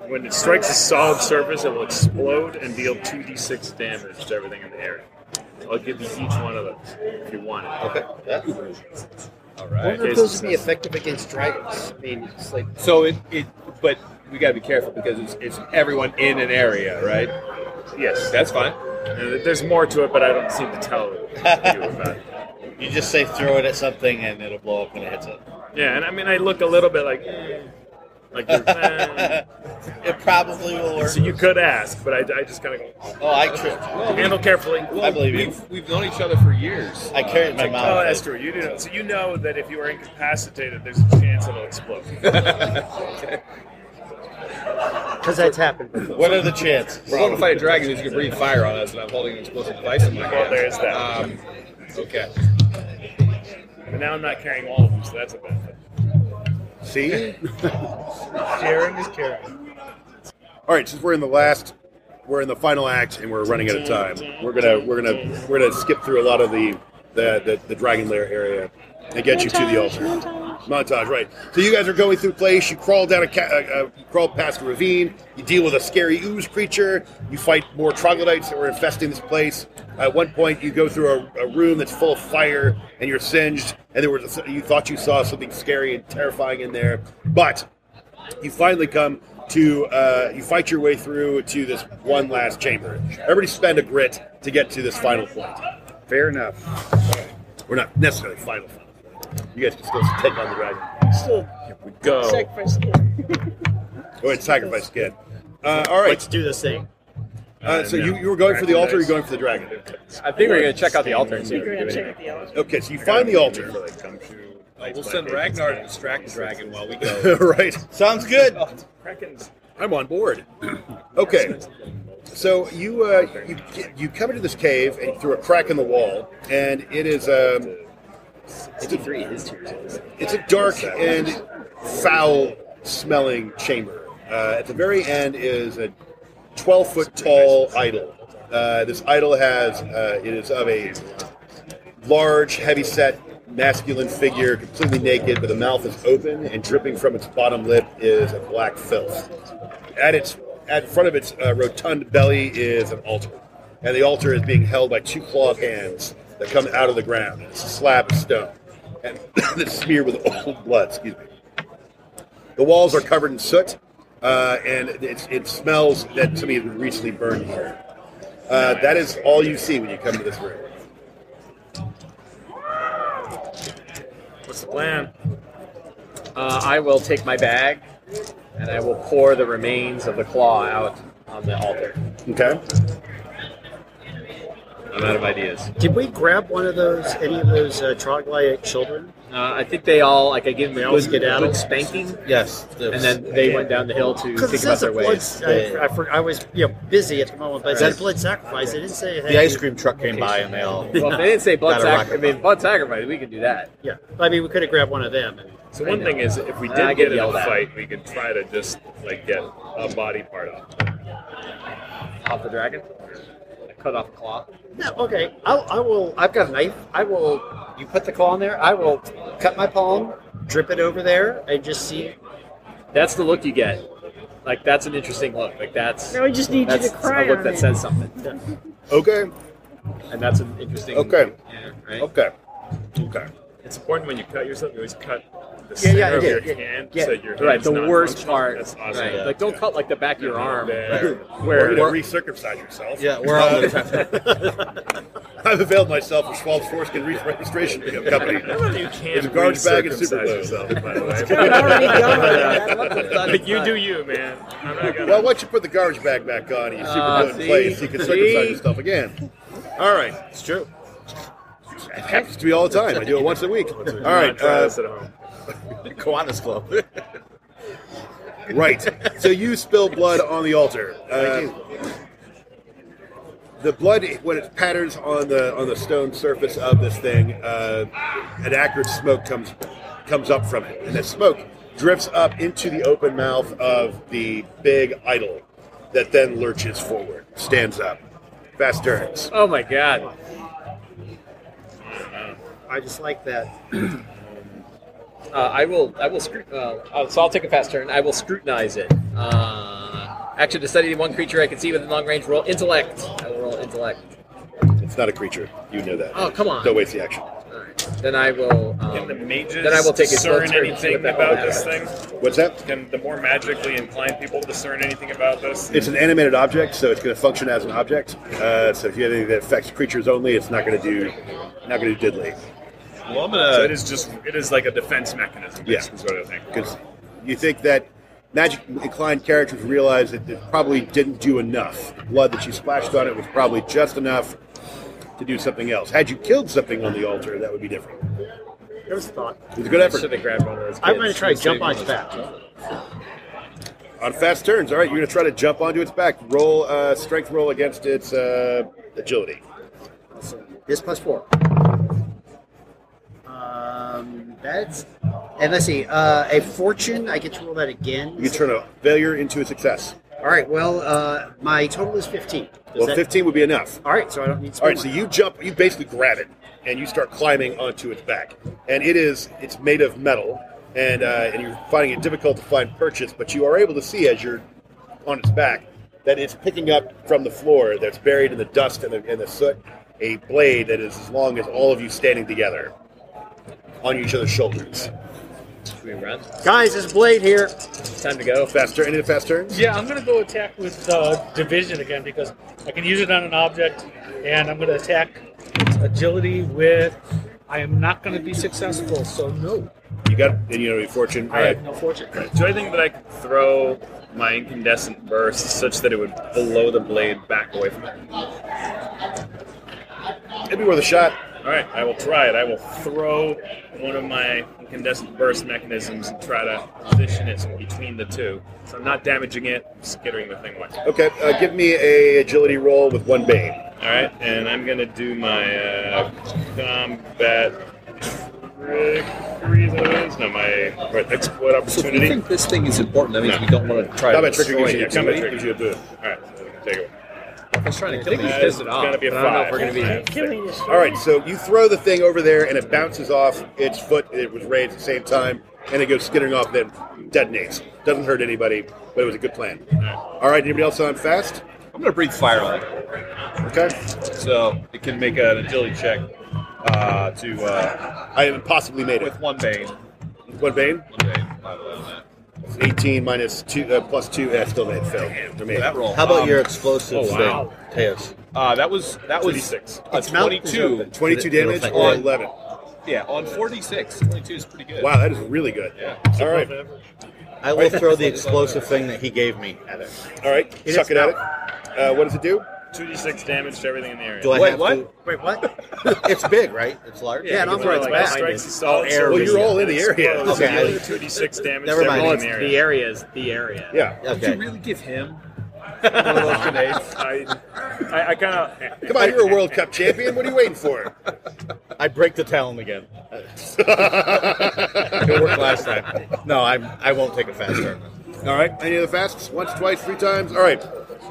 Speaker 5: When it strikes a solid surface, it will explode and deal 2d6 damage to everything in the area. I'll give you each one of those if you want it.
Speaker 9: Okay.
Speaker 5: All
Speaker 9: I wonder if those would be effective against dragons. I mean, it's like
Speaker 7: So it, it but we got to be careful because it's, it's everyone in an area, right?
Speaker 5: Yes.
Speaker 7: That's fine.
Speaker 5: There's more to it, but I don't seem to tell you about it.
Speaker 9: [laughs] you just say throw it at something and it'll blow up when it hits it.
Speaker 5: Yeah, and I mean, I look a little bit like, eh, like
Speaker 9: [laughs]
Speaker 5: you're, eh.
Speaker 9: It probably will work.
Speaker 5: So you could ask, but I, I just kind of go.
Speaker 9: Oh, I tripped.
Speaker 5: Handle carefully.
Speaker 9: I believe you.
Speaker 7: We've, we've known each other for years.
Speaker 9: I carried my
Speaker 5: Like,
Speaker 9: mouth.
Speaker 5: oh, that's true. You do know. So you know that if you are incapacitated, there's a chance it'll
Speaker 9: [laughs]
Speaker 5: explode.
Speaker 2: Because that's happened before.
Speaker 9: [laughs] What are the chances?
Speaker 7: We're going to fight a dragon who's going to breathe fire on us, and I'm holding an explosive device in my hand.
Speaker 5: Well, there's that.
Speaker 7: Um, okay.
Speaker 5: but now I'm not carrying all of them, so that's a benefit.
Speaker 19: [laughs]
Speaker 3: See?
Speaker 4: Sharing is caring.
Speaker 3: All right, since we're in the last, we're in the final act, and we're running out of time. We're gonna we're gonna we're gonna skip through a lot of the the the, the dragon lair area and get you to the altar. Montage. right? So you guys are going through place. You crawl down a ca- uh, uh, you crawl past a ravine. You deal with a scary ooze creature. You fight more troglodytes that were infesting this place. At one point, you go through a, a room that's full of fire, and you're singed. And there was a, you thought you saw something scary and terrifying in there, but you finally come to uh, you fight your way through to this one last chamber. Everybody spend a grit to get to this final point.
Speaker 2: Fair enough.
Speaker 3: We're not necessarily final final. point. You guys can still take on the dragon.
Speaker 6: Still
Speaker 3: Here we go.
Speaker 6: sacrifice.
Speaker 3: Go ahead, sacrifice kid. Uh, all right,
Speaker 2: Let's do this thing.
Speaker 3: Uh, so you, you were going for the altar. You're going for the dragon.
Speaker 10: I think we're gonna check out the altar and see if we
Speaker 6: We're
Speaker 10: can
Speaker 6: going to
Speaker 10: do
Speaker 6: check
Speaker 10: anything.
Speaker 6: out the altar.
Speaker 3: Okay, so you find the altar. [laughs]
Speaker 7: We'll send Ragnar to distract the dragon while we go.
Speaker 3: right.
Speaker 9: Sounds good.
Speaker 5: [laughs]
Speaker 2: Oh.
Speaker 5: Krakens.
Speaker 3: I'm on board. [clears throat] Okay. So you, uh, you you come into this cave and through a crack in the wall, and it is um,
Speaker 10: Fifty-three is tears.
Speaker 3: It's a dark and foul smelling chamber. Uh, at the very end is a 12 foot tall idol. Uh, this idol has, uh, it is of a large, heavy set, masculine figure, completely naked, but the mouth is open, and dripping from its bottom lip is a black filth. At its at front of its uh, rotund belly is an altar, and the altar is being held by two clawed hands that come out of the ground. It's a slab of stone, and [coughs] it's smeared with old blood. Excuse me. The walls are covered in soot, uh, and it, it smells that to me has been recently burned here. Uh, that is all you see when you come to this room.
Speaker 5: What's the plan?
Speaker 10: Uh, I will take my bag and I will pour the remains of the claw out on the altar.
Speaker 3: Okay.
Speaker 7: I'm out of ideas.
Speaker 2: Did we grab one of those, any of those uh, troglodyte children?
Speaker 8: Uh, I think they all like I gave them
Speaker 2: They
Speaker 8: a
Speaker 2: all
Speaker 8: good,
Speaker 2: skedaddled?
Speaker 8: good spanking.
Speaker 9: Yes,
Speaker 8: and then they went down the hill to
Speaker 2: 'Cause it
Speaker 8: think about
Speaker 2: says
Speaker 8: their
Speaker 2: a blood-
Speaker 8: ways.
Speaker 2: I, I, for- I was you know, busy at the moment, but it said blood sacrifice. It didn't say hey,
Speaker 9: The ice cream truck came by and they all.
Speaker 8: [laughs] Well, if they didn't say blood
Speaker 9: Got a
Speaker 8: sacrifice, I
Speaker 9: rocket.
Speaker 8: mean blood sacrifice. We can do that.
Speaker 2: Yeah, I mean we could have grabbed one of them. And,
Speaker 5: So one thing is, if we
Speaker 8: I
Speaker 5: did
Speaker 8: get
Speaker 5: get in a
Speaker 8: yelled at.
Speaker 5: fight, we could try to just like get a body part off.
Speaker 8: Off the dragon. Cut off a claw.
Speaker 2: No, okay, I'll, I will. I've got a knife. I will. You put the claw in there. I will cut my palm, drip it over there, and just see.
Speaker 8: That's the look you get. Like that's an interesting look. Like that's.
Speaker 6: [laughs] Now I just need you
Speaker 8: that's
Speaker 6: to cry
Speaker 8: A look
Speaker 6: on
Speaker 8: that
Speaker 6: it.
Speaker 8: says something,
Speaker 3: Okay.
Speaker 8: and that's an interesting.
Speaker 3: Okay.
Speaker 8: Yeah, right?
Speaker 3: Okay. Okay.
Speaker 5: It's important when you cut yourself, you always cut
Speaker 8: Yeah,
Speaker 5: the center
Speaker 8: yeah, I
Speaker 5: of your
Speaker 8: did, yeah,
Speaker 5: hand
Speaker 8: yeah.
Speaker 5: so your hand's
Speaker 8: Right, the
Speaker 5: not
Speaker 8: worst
Speaker 5: functioning.
Speaker 8: part,
Speaker 5: That's awesome.
Speaker 8: right. Like don't cut like the back of your arm.
Speaker 3: [laughs]
Speaker 5: There.
Speaker 3: Where
Speaker 8: Where
Speaker 3: you know, recircumcise yourself. Uh,
Speaker 9: Yeah, we're all
Speaker 3: [laughs] I've availed myself of Schwab's Foreskin Registration [laughs] Company.
Speaker 5: You
Speaker 3: It's a
Speaker 5: can't
Speaker 3: garbage bag and
Speaker 5: recircumcise
Speaker 3: super glue.
Speaker 5: yourself, by the way. [laughs]
Speaker 3: [laughs]
Speaker 5: But you do you, man. I'm not gonna.
Speaker 3: Well, once you put the garbage bag back on and you super
Speaker 7: Ah,
Speaker 3: glue it in
Speaker 7: see?
Speaker 3: place, you can circumcise
Speaker 7: See?
Speaker 3: yourself again. All right. It's true. It happens to me all the time. I do it once a week. All
Speaker 5: I'm not
Speaker 3: right.
Speaker 5: trying
Speaker 3: Uh,
Speaker 5: this
Speaker 3: [laughs]
Speaker 5: at home.
Speaker 9: Kiwanis Club.
Speaker 3: right. So you spill blood on the altar. Uh, the blood, when it patterns on the on the stone surface of this thing, uh, an acrid smoke comes comes up from it, and that smoke drifts up into the open mouth of the big idol, that then lurches forward, stands up, fast turns.
Speaker 8: Oh my god.
Speaker 2: I just like that.
Speaker 8: Uh, I will. I will. Scru- uh, uh, so I'll take a fast turn. I will scrutinize it. Uh, action to study the one creature I can see within long range. Roll intellect. I will roll intellect.
Speaker 3: It's not a creature. You know that.
Speaker 8: Oh, come on.
Speaker 3: Don't waste the action.
Speaker 8: Then I will. Um,
Speaker 5: Can the mages
Speaker 8: then I will take a
Speaker 5: discern
Speaker 8: closer
Speaker 5: anything
Speaker 8: look at
Speaker 5: about
Speaker 8: that.
Speaker 5: this thing?
Speaker 3: What's that?
Speaker 5: Can the more magically inclined people discern anything about this?
Speaker 3: It's an animated object, so it's going to function as an object. Uh, so if you have anything that affects creatures only, it's not going to do not going to do diddly.
Speaker 5: Well, I'm gonna. So it is just. It is like a defense mechanism.
Speaker 3: Yeah.
Speaker 5: Is what I think.
Speaker 3: because you think that magic inclined characters realize that it probably didn't do enough. The blood that you splashed on it was probably just enough to do something else. Had you killed something on the altar, that would be different.
Speaker 2: It was a thought.
Speaker 3: It was a good effort.
Speaker 8: Should have grabbed one of those.
Speaker 2: I'm
Speaker 8: kids.
Speaker 2: going to try to jump on its back.
Speaker 3: On fast turns, all right, you're going to try to jump onto its back. Roll uh, strength roll against its uh, agility.
Speaker 2: This plus four. Um, that's and let's see. Uh, a fortune. I get to roll that again.
Speaker 3: You can turn a failure into a success.
Speaker 2: All right. Well, uh, my total is fifteen. Does
Speaker 3: well,
Speaker 2: that-
Speaker 3: 15 would be enough.
Speaker 2: All right. So I don't need. to
Speaker 3: All right, so
Speaker 2: spend
Speaker 3: you jump, you basically grab it, and you start climbing onto its back. And it is, it's made of metal, and uh, and you're finding it difficult to find purchase, but you are able to see as you're on its back that it's picking up from the floor that's buried in the dust and the, and the soot a blade that is as long as all of you standing together on each other's shoulders.
Speaker 8: Should we run?
Speaker 2: one. Guys, there's a blade here.
Speaker 8: Time to go.
Speaker 3: Faster, any of the fast turns?
Speaker 4: Yeah, I'm gonna go attack with uh, division again because I can use it on an object, and I'm gonna attack its agility with. I am not gonna be successful, so no.
Speaker 3: You got, and you know, your fortune.
Speaker 4: I have no fortune.
Speaker 5: Do I think that I could throw my incandescent burst such that it would blow the blade back away from it?
Speaker 3: It'd be worth a shot.
Speaker 5: All right, I will try it. I will throw one of my incandescent burst mechanisms and try to position it between the two. So I'm not damaging it, I'm skittering the thing away.
Speaker 3: Okay, uh, give me a agility roll with one bane.
Speaker 5: All right, and I'm gonna do my uh, combat trickery. is that what it is? No, my or exploit
Speaker 7: So if you
Speaker 5: opportunity.
Speaker 7: think this thing is important, that means
Speaker 5: No.
Speaker 7: we don't want to try to
Speaker 3: Combat trickery
Speaker 7: destroy
Speaker 3: gives you-
Speaker 7: it.
Speaker 3: combat
Speaker 7: right?
Speaker 3: trickery gives you a boost.
Speaker 5: All right, so take it.
Speaker 7: I was trying to kill
Speaker 5: Uh,
Speaker 7: these guys.
Speaker 5: it's gonna be a
Speaker 8: But
Speaker 5: five.
Speaker 8: I don't know if we're gonna be-
Speaker 5: I have
Speaker 6: Killing
Speaker 5: six.
Speaker 6: is
Speaker 3: All right, so you throw the thing over there, and it bounces off its foot. It was raised at the same time, and it goes skittering off. Then detonates. Doesn't hurt anybody, but it was a good plan. All right, anybody else on fast?
Speaker 7: I'm going to breathe fire on it.
Speaker 3: Okay,
Speaker 7: So it can make an agility check uh, to uh,
Speaker 3: I haven't possibly made it.
Speaker 7: with one bane.
Speaker 3: One bane,
Speaker 7: One bane, by the way, on that.
Speaker 3: eighteen minus two uh, plus two. Yeah, still made it. Fail. For me.
Speaker 7: That roll.
Speaker 9: How about
Speaker 7: Um,
Speaker 9: your explosive
Speaker 7: oh, wow.
Speaker 9: thing, Teos?
Speaker 7: Uh, that was that was
Speaker 5: 2d6.
Speaker 7: a
Speaker 2: Its mouth is
Speaker 7: 22.
Speaker 2: open.
Speaker 3: Twenty-two
Speaker 9: Did it- did it
Speaker 3: damage
Speaker 9: affect
Speaker 3: or
Speaker 9: it?
Speaker 3: eleven.
Speaker 7: Yeah, on 46. 22 is pretty good.
Speaker 3: Wow, that is really good.
Speaker 7: Yeah.
Speaker 3: All right, [laughs]
Speaker 9: I will throw the explosive thing that he gave me at it.
Speaker 3: all right. Suck it at it. Uh, what does it do?
Speaker 5: 2d6 damage to everything in the area.
Speaker 9: Do I Wait, have what? to-
Speaker 2: Wait, what?
Speaker 9: it's big, right? It's
Speaker 5: [laughs]
Speaker 9: large.
Speaker 5: Yeah, and I'm right
Speaker 9: it's
Speaker 5: back.
Speaker 9: Strikes
Speaker 5: Strikes
Speaker 9: the
Speaker 5: the
Speaker 9: solid
Speaker 5: solid
Speaker 9: air.
Speaker 5: surface.
Speaker 9: Well, you're all in the
Speaker 5: Explodes.
Speaker 9: area.
Speaker 5: So
Speaker 9: Okay,
Speaker 5: you're
Speaker 9: I-
Speaker 5: doing 2d6 damage
Speaker 9: Never
Speaker 5: to everything
Speaker 9: mind. Well,
Speaker 5: in the
Speaker 9: it's
Speaker 5: area.
Speaker 9: the
Speaker 8: area is the area.
Speaker 9: Yeah,
Speaker 5: Did
Speaker 9: okay.
Speaker 5: you really
Speaker 8: give
Speaker 3: [laughs]
Speaker 8: him
Speaker 5: one of those grenades? I, I, I kind of.
Speaker 3: Come on, you're a World Cup champion. What are you waiting for?
Speaker 9: I break the talon again.
Speaker 3: [laughs]
Speaker 9: it worked last time. No, I'm, I won't take a fast turn.
Speaker 3: All right. Any of the fasts? Once, twice, three times. All right.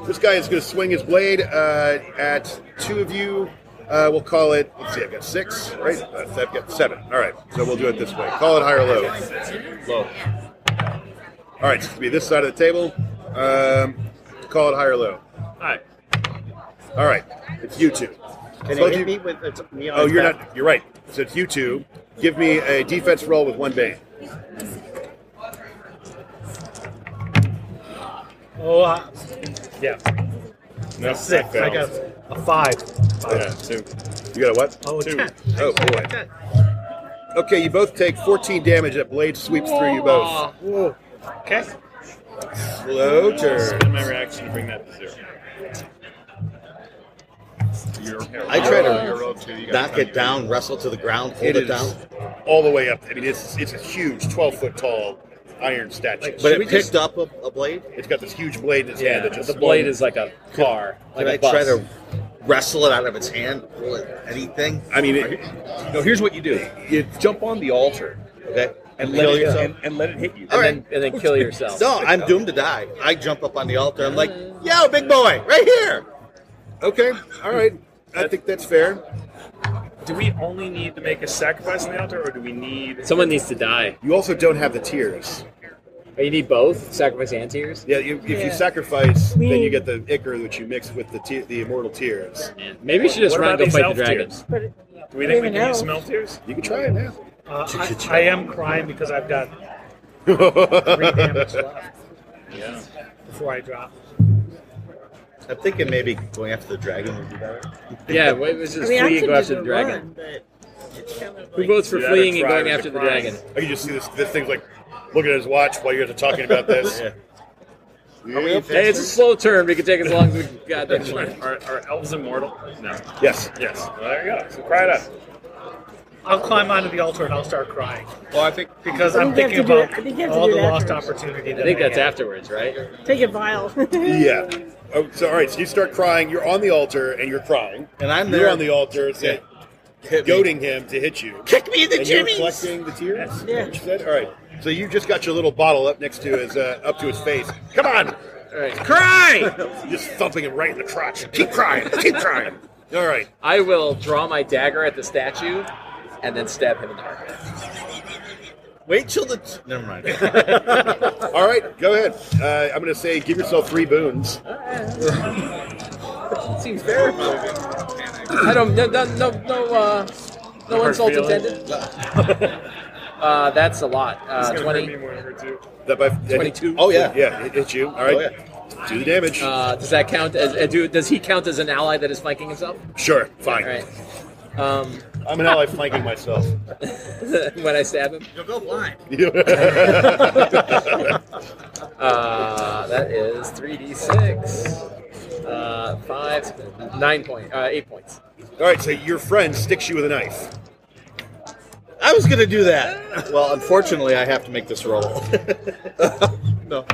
Speaker 3: This guy is going to swing his blade uh, at two of you. Uh, we'll call it. Let's see. I've got six, right? Uh, I've got seven. All right. So we'll do it this way. Call it high or low. Low. All right. It's going to be this side of the table. Um, call it high or low.
Speaker 5: Hi.
Speaker 3: All right. It's you two.
Speaker 2: Can
Speaker 3: So
Speaker 2: it
Speaker 3: you-
Speaker 2: hit me with it's me on
Speaker 3: Oh,
Speaker 2: its
Speaker 3: you're
Speaker 2: back?
Speaker 3: not. You're right. So it's you two. Give me a defense roll with one bane.
Speaker 4: Oh, uh, yeah.
Speaker 3: No,
Speaker 4: six.
Speaker 3: that
Speaker 4: I got
Speaker 3: fails.
Speaker 4: a five.
Speaker 3: Yeah, two. You got a what?
Speaker 4: Oh, a
Speaker 3: two.
Speaker 4: ten.
Speaker 3: Oh, boy. Okay, you both take 14 damage. That blade sweeps through you both.
Speaker 4: Whoa. Okay.
Speaker 3: Slow turn.
Speaker 5: Spend my reaction to bring that to zero.
Speaker 9: I try to
Speaker 3: You're up too. You got
Speaker 9: knock
Speaker 3: plenty
Speaker 9: it down, wrestle to the ground, hold
Speaker 3: It
Speaker 9: it,
Speaker 3: is
Speaker 9: down.
Speaker 3: all the way up. I mean, it's it's a huge 12 foot tall iron statue.
Speaker 9: but it picked up a, a blade?
Speaker 3: It's got this huge blade in its hand that just
Speaker 9: a
Speaker 3: car,
Speaker 9: Can
Speaker 3: like a
Speaker 9: I try
Speaker 3: bus.
Speaker 9: to wrestle it out of its hand? Pull it, anything?
Speaker 3: I mean,
Speaker 7: no. Here's what you do: you jump on the altar,
Speaker 9: okay,
Speaker 7: and let it
Speaker 9: Kill
Speaker 7: and, and let it hit you,
Speaker 9: All right. No, I'm doomed to die. I jump up on the altar. I'm like, yo, big boy, right here.
Speaker 3: Okay, all right. I think that's fair.
Speaker 5: Do we only need to make a sacrifice on the altar, or do we need
Speaker 10: Someone needs to die.
Speaker 3: You also don't have the tears.
Speaker 10: Oh, you need both sacrifice and tears.
Speaker 3: Yeah, you, if you
Speaker 10: Yeah.
Speaker 3: sacrifice,
Speaker 10: We
Speaker 3: then you
Speaker 10: need-
Speaker 3: get the ichor, which you mix with the te- the immortal tears.
Speaker 10: Maybe we should just run and go fight the dragons.
Speaker 5: Do we think we can use some elf tears?
Speaker 3: You can try it now.
Speaker 4: Uh, I, I am crying because
Speaker 3: [laughs]
Speaker 4: I've got
Speaker 3: three
Speaker 4: damage left
Speaker 5: Yeah.
Speaker 4: before I drop.
Speaker 9: I'm thinking maybe going after the dragon would be better.
Speaker 10: Yeah, wait, let's just flee and go after the dragon. Who votes for
Speaker 3: Yeah,
Speaker 10: fleeing
Speaker 3: they're
Speaker 10: and going
Speaker 3: trying,
Speaker 10: after the
Speaker 3: they're trying.
Speaker 10: dragon?
Speaker 3: I can just see this. This thing's like looking at his watch while you guys are talking about this.
Speaker 10: Hey, it's a slow turn. We can take as long as we goddamn
Speaker 5: That's
Speaker 10: want.
Speaker 5: right. Are, are elves immortal? No.
Speaker 3: Yes.
Speaker 5: Yes. Well, there you go. So cry it out.
Speaker 4: I'll climb onto the altar and I'll start crying.
Speaker 7: Well, I think
Speaker 4: because
Speaker 6: I
Speaker 4: I'm
Speaker 6: think
Speaker 4: thinking
Speaker 6: Oh, you have
Speaker 4: about
Speaker 6: to do it- I think you have to
Speaker 4: all
Speaker 6: do
Speaker 4: the
Speaker 6: it
Speaker 4: lost
Speaker 6: afterwards.
Speaker 4: opportunity.
Speaker 10: I
Speaker 4: That
Speaker 10: think
Speaker 4: I
Speaker 10: that's
Speaker 4: had.
Speaker 10: afterwards, right?
Speaker 6: Take it vile. [laughs]
Speaker 3: yeah. Oh, so all right. So you start crying. You're on the altar and you're crying.
Speaker 9: And I'm
Speaker 3: you're
Speaker 9: there.
Speaker 3: on the altar, so goading him to hit you.
Speaker 9: Kick me in the
Speaker 3: and you're
Speaker 9: jimmies!
Speaker 3: collecting the tears. Yeah. You said? All right. So you just got your little bottle up next to his uh, up to his face. Come on. Cry! [laughs] just thumping him right in the crotch. Keep crying. Keep crying. All right.
Speaker 8: I will draw my dagger at the statue and then stab him in the heart.
Speaker 9: Wait till the. T- Never
Speaker 8: [laughs]
Speaker 9: mind.
Speaker 3: [laughs] All right. Go ahead. Uh, I'm going to say give yourself three boons.
Speaker 8: Seems fair. I don't. No. No. No. No, uh,
Speaker 5: No
Speaker 8: no
Speaker 5: hurt
Speaker 8: insult
Speaker 5: feelings.
Speaker 8: intended. uh, that's a lot. Uh, Twenty.
Speaker 3: That by
Speaker 8: 22?
Speaker 3: Oh yeah, Oh, yeah, it hit you. All right, do the damage.
Speaker 8: Uh, does that count as? Uh, do, does he count as an ally that is flanking himself?
Speaker 3: sure, fine.
Speaker 8: All right. Um,
Speaker 3: I'm an ally flanking myself.
Speaker 8: [laughs] when I stab him,
Speaker 2: You'll
Speaker 8: [laughs]
Speaker 2: go blind.
Speaker 3: [laughs]
Speaker 8: uh, that is three d six. Uh, five, nine point, uh, eight points.
Speaker 3: All right, so your friend sticks you with a knife.
Speaker 9: I was gonna do that. Well, unfortunately, I have to make this roll. [laughs] no,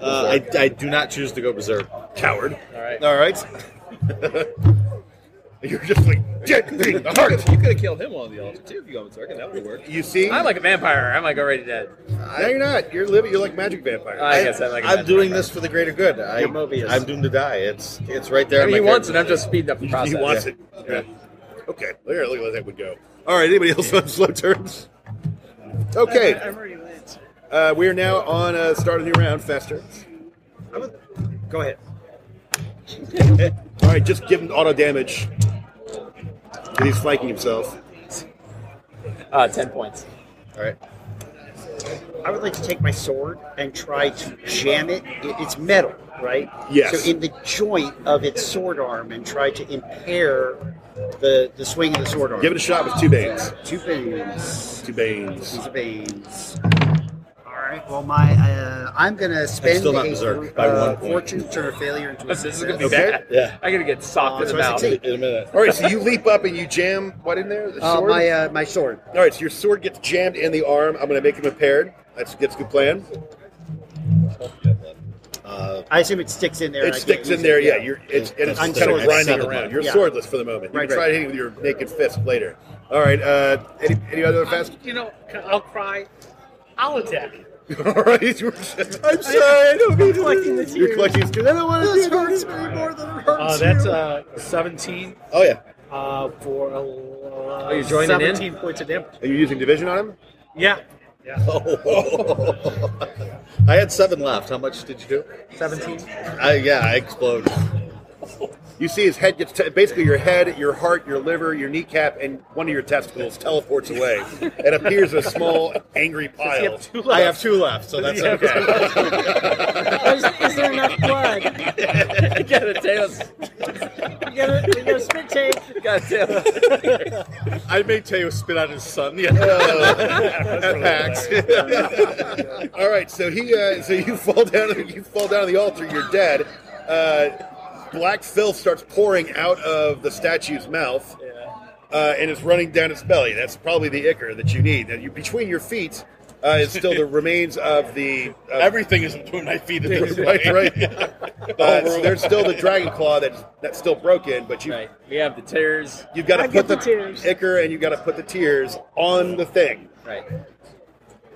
Speaker 9: uh, I, I do not choose to go berserk.
Speaker 3: Coward.
Speaker 8: All right.
Speaker 9: All right. [laughs]
Speaker 3: You're just like get me in the heart.
Speaker 7: You could have killed him on the altar too if you go with Tarkin. That would have worked.
Speaker 3: You see?
Speaker 8: I'm like a vampire. I'm like already dead.
Speaker 3: no, you're not. You're living. You're like magic vampire.
Speaker 8: I guess I'm like. a
Speaker 9: I'm
Speaker 8: vampire.
Speaker 9: doing this for the greater good. I,
Speaker 8: You're Mobius.
Speaker 9: I'm doomed to die. It's it's right there.
Speaker 8: I
Speaker 9: in
Speaker 8: mean,
Speaker 9: my
Speaker 8: he wants it.
Speaker 9: character
Speaker 8: I'm just speeding up
Speaker 9: [laughs]
Speaker 8: the process.
Speaker 3: [laughs] he wants
Speaker 9: yeah.
Speaker 3: it. Yeah. Okay, there. Look at that
Speaker 8: [laughs]
Speaker 3: would go. All right. Anybody else on slow turns? [laughs] Okay,
Speaker 6: I've already went.
Speaker 3: uh, we are now on uh, start a new round. Faster.
Speaker 2: Go ahead.
Speaker 3: All right, just give him auto damage. And he's flanking himself.
Speaker 8: Uh, ten points.
Speaker 9: All right.
Speaker 2: I would like to take my sword and try to jam it. it it's metal, right?
Speaker 3: Yes.
Speaker 2: So in the joint of its sword arm and try to impair the the swing of the sword arm.
Speaker 3: Give it a shot with two banes.
Speaker 2: Two banes.
Speaker 3: Two banes.
Speaker 2: Two banes. All right. Well, my uh, I'm gonna spend
Speaker 9: still not
Speaker 2: a uh,
Speaker 9: berserk by one point.
Speaker 2: fortune to turn a failure into a
Speaker 8: This is
Speaker 2: success.
Speaker 8: gonna be bad.
Speaker 9: Yeah.
Speaker 8: I'm gonna get socked
Speaker 2: Uh,
Speaker 8: in the
Speaker 2: so I
Speaker 8: mouth.
Speaker 2: succeed.
Speaker 9: In a minute.
Speaker 3: All right,
Speaker 2: [laughs]
Speaker 3: so you leap up and you jam what in there? The
Speaker 2: Uh,
Speaker 3: sword?
Speaker 2: my, uh, my sword.
Speaker 3: All right, so your sword gets jammed in the arm. I'm going to make him impaired. That's that's a good plan.
Speaker 9: Uh,
Speaker 2: I assume it sticks in there.
Speaker 3: it
Speaker 2: and I
Speaker 3: sticks
Speaker 2: can't
Speaker 3: in
Speaker 2: use
Speaker 3: there,
Speaker 2: it,
Speaker 3: yeah. You're it's and it's
Speaker 2: I'm
Speaker 3: kind of
Speaker 2: swordless.
Speaker 3: grinding
Speaker 2: Seven
Speaker 3: around.
Speaker 2: points.
Speaker 3: You're
Speaker 2: Yeah.
Speaker 3: swordless for the moment. You
Speaker 2: Right,
Speaker 3: can try
Speaker 2: right.
Speaker 3: hitting with your naked fist later. All right. Uh, any any other fast? [laughs]
Speaker 4: You know, I'll cry. I'll attack.
Speaker 3: All right. You're, I'm sorry. I don't mean to. Collecting the you're collecting tears. I don't want to do hurts me more than it
Speaker 4: Uh, that's uh, 17.
Speaker 3: Oh yeah.
Speaker 4: Uh, for uh,
Speaker 3: Are you joining in?
Speaker 4: 17 points of damage.
Speaker 3: Are you using division on him?
Speaker 4: Yeah.
Speaker 3: [laughs]
Speaker 4: Yeah.
Speaker 9: Oh. I had seven left. How much did you do?
Speaker 4: 17.
Speaker 9: I, yeah, I explode.
Speaker 3: You see his head gets te- basically your head, your heart, your liver, your kneecap, and one of your testicles teleports away and appears in a small angry pile.
Speaker 4: have two
Speaker 9: I have two left, [laughs]
Speaker 8: [laughs]
Speaker 9: so that's okay.
Speaker 6: is, is there enough
Speaker 8: [laughs]
Speaker 6: blood?
Speaker 8: You got a tail.
Speaker 6: You gotta, you gotta spit take.
Speaker 8: You got a tail.
Speaker 9: [laughs] I made Teo spit out his son. [laughs] Yeah.
Speaker 3: At PAX. [laughs] All right, so he, uh, so you fall down, [laughs] you fall down the altar. You're dead. Uh, black filth starts pouring out of the statue's mouth, uh, and it's running down its belly. That's probably the ichor that you need. Now, you between your feet uh, is still
Speaker 9: [laughs]
Speaker 3: the remains of the. Of,
Speaker 9: Everything is between my
Speaker 3: [laughs]
Speaker 9: feet at this
Speaker 3: right,
Speaker 9: point.
Speaker 3: right.
Speaker 9: [laughs]
Speaker 3: Uh, so there's still the dragon claw that's that's still broken, but you
Speaker 8: We have the tears.
Speaker 3: you've got
Speaker 6: I
Speaker 3: to
Speaker 6: get
Speaker 3: put
Speaker 6: the
Speaker 3: the,
Speaker 6: tears.
Speaker 3: ichor and you've got to put the tears on the thing.
Speaker 8: Right.
Speaker 3: [laughs]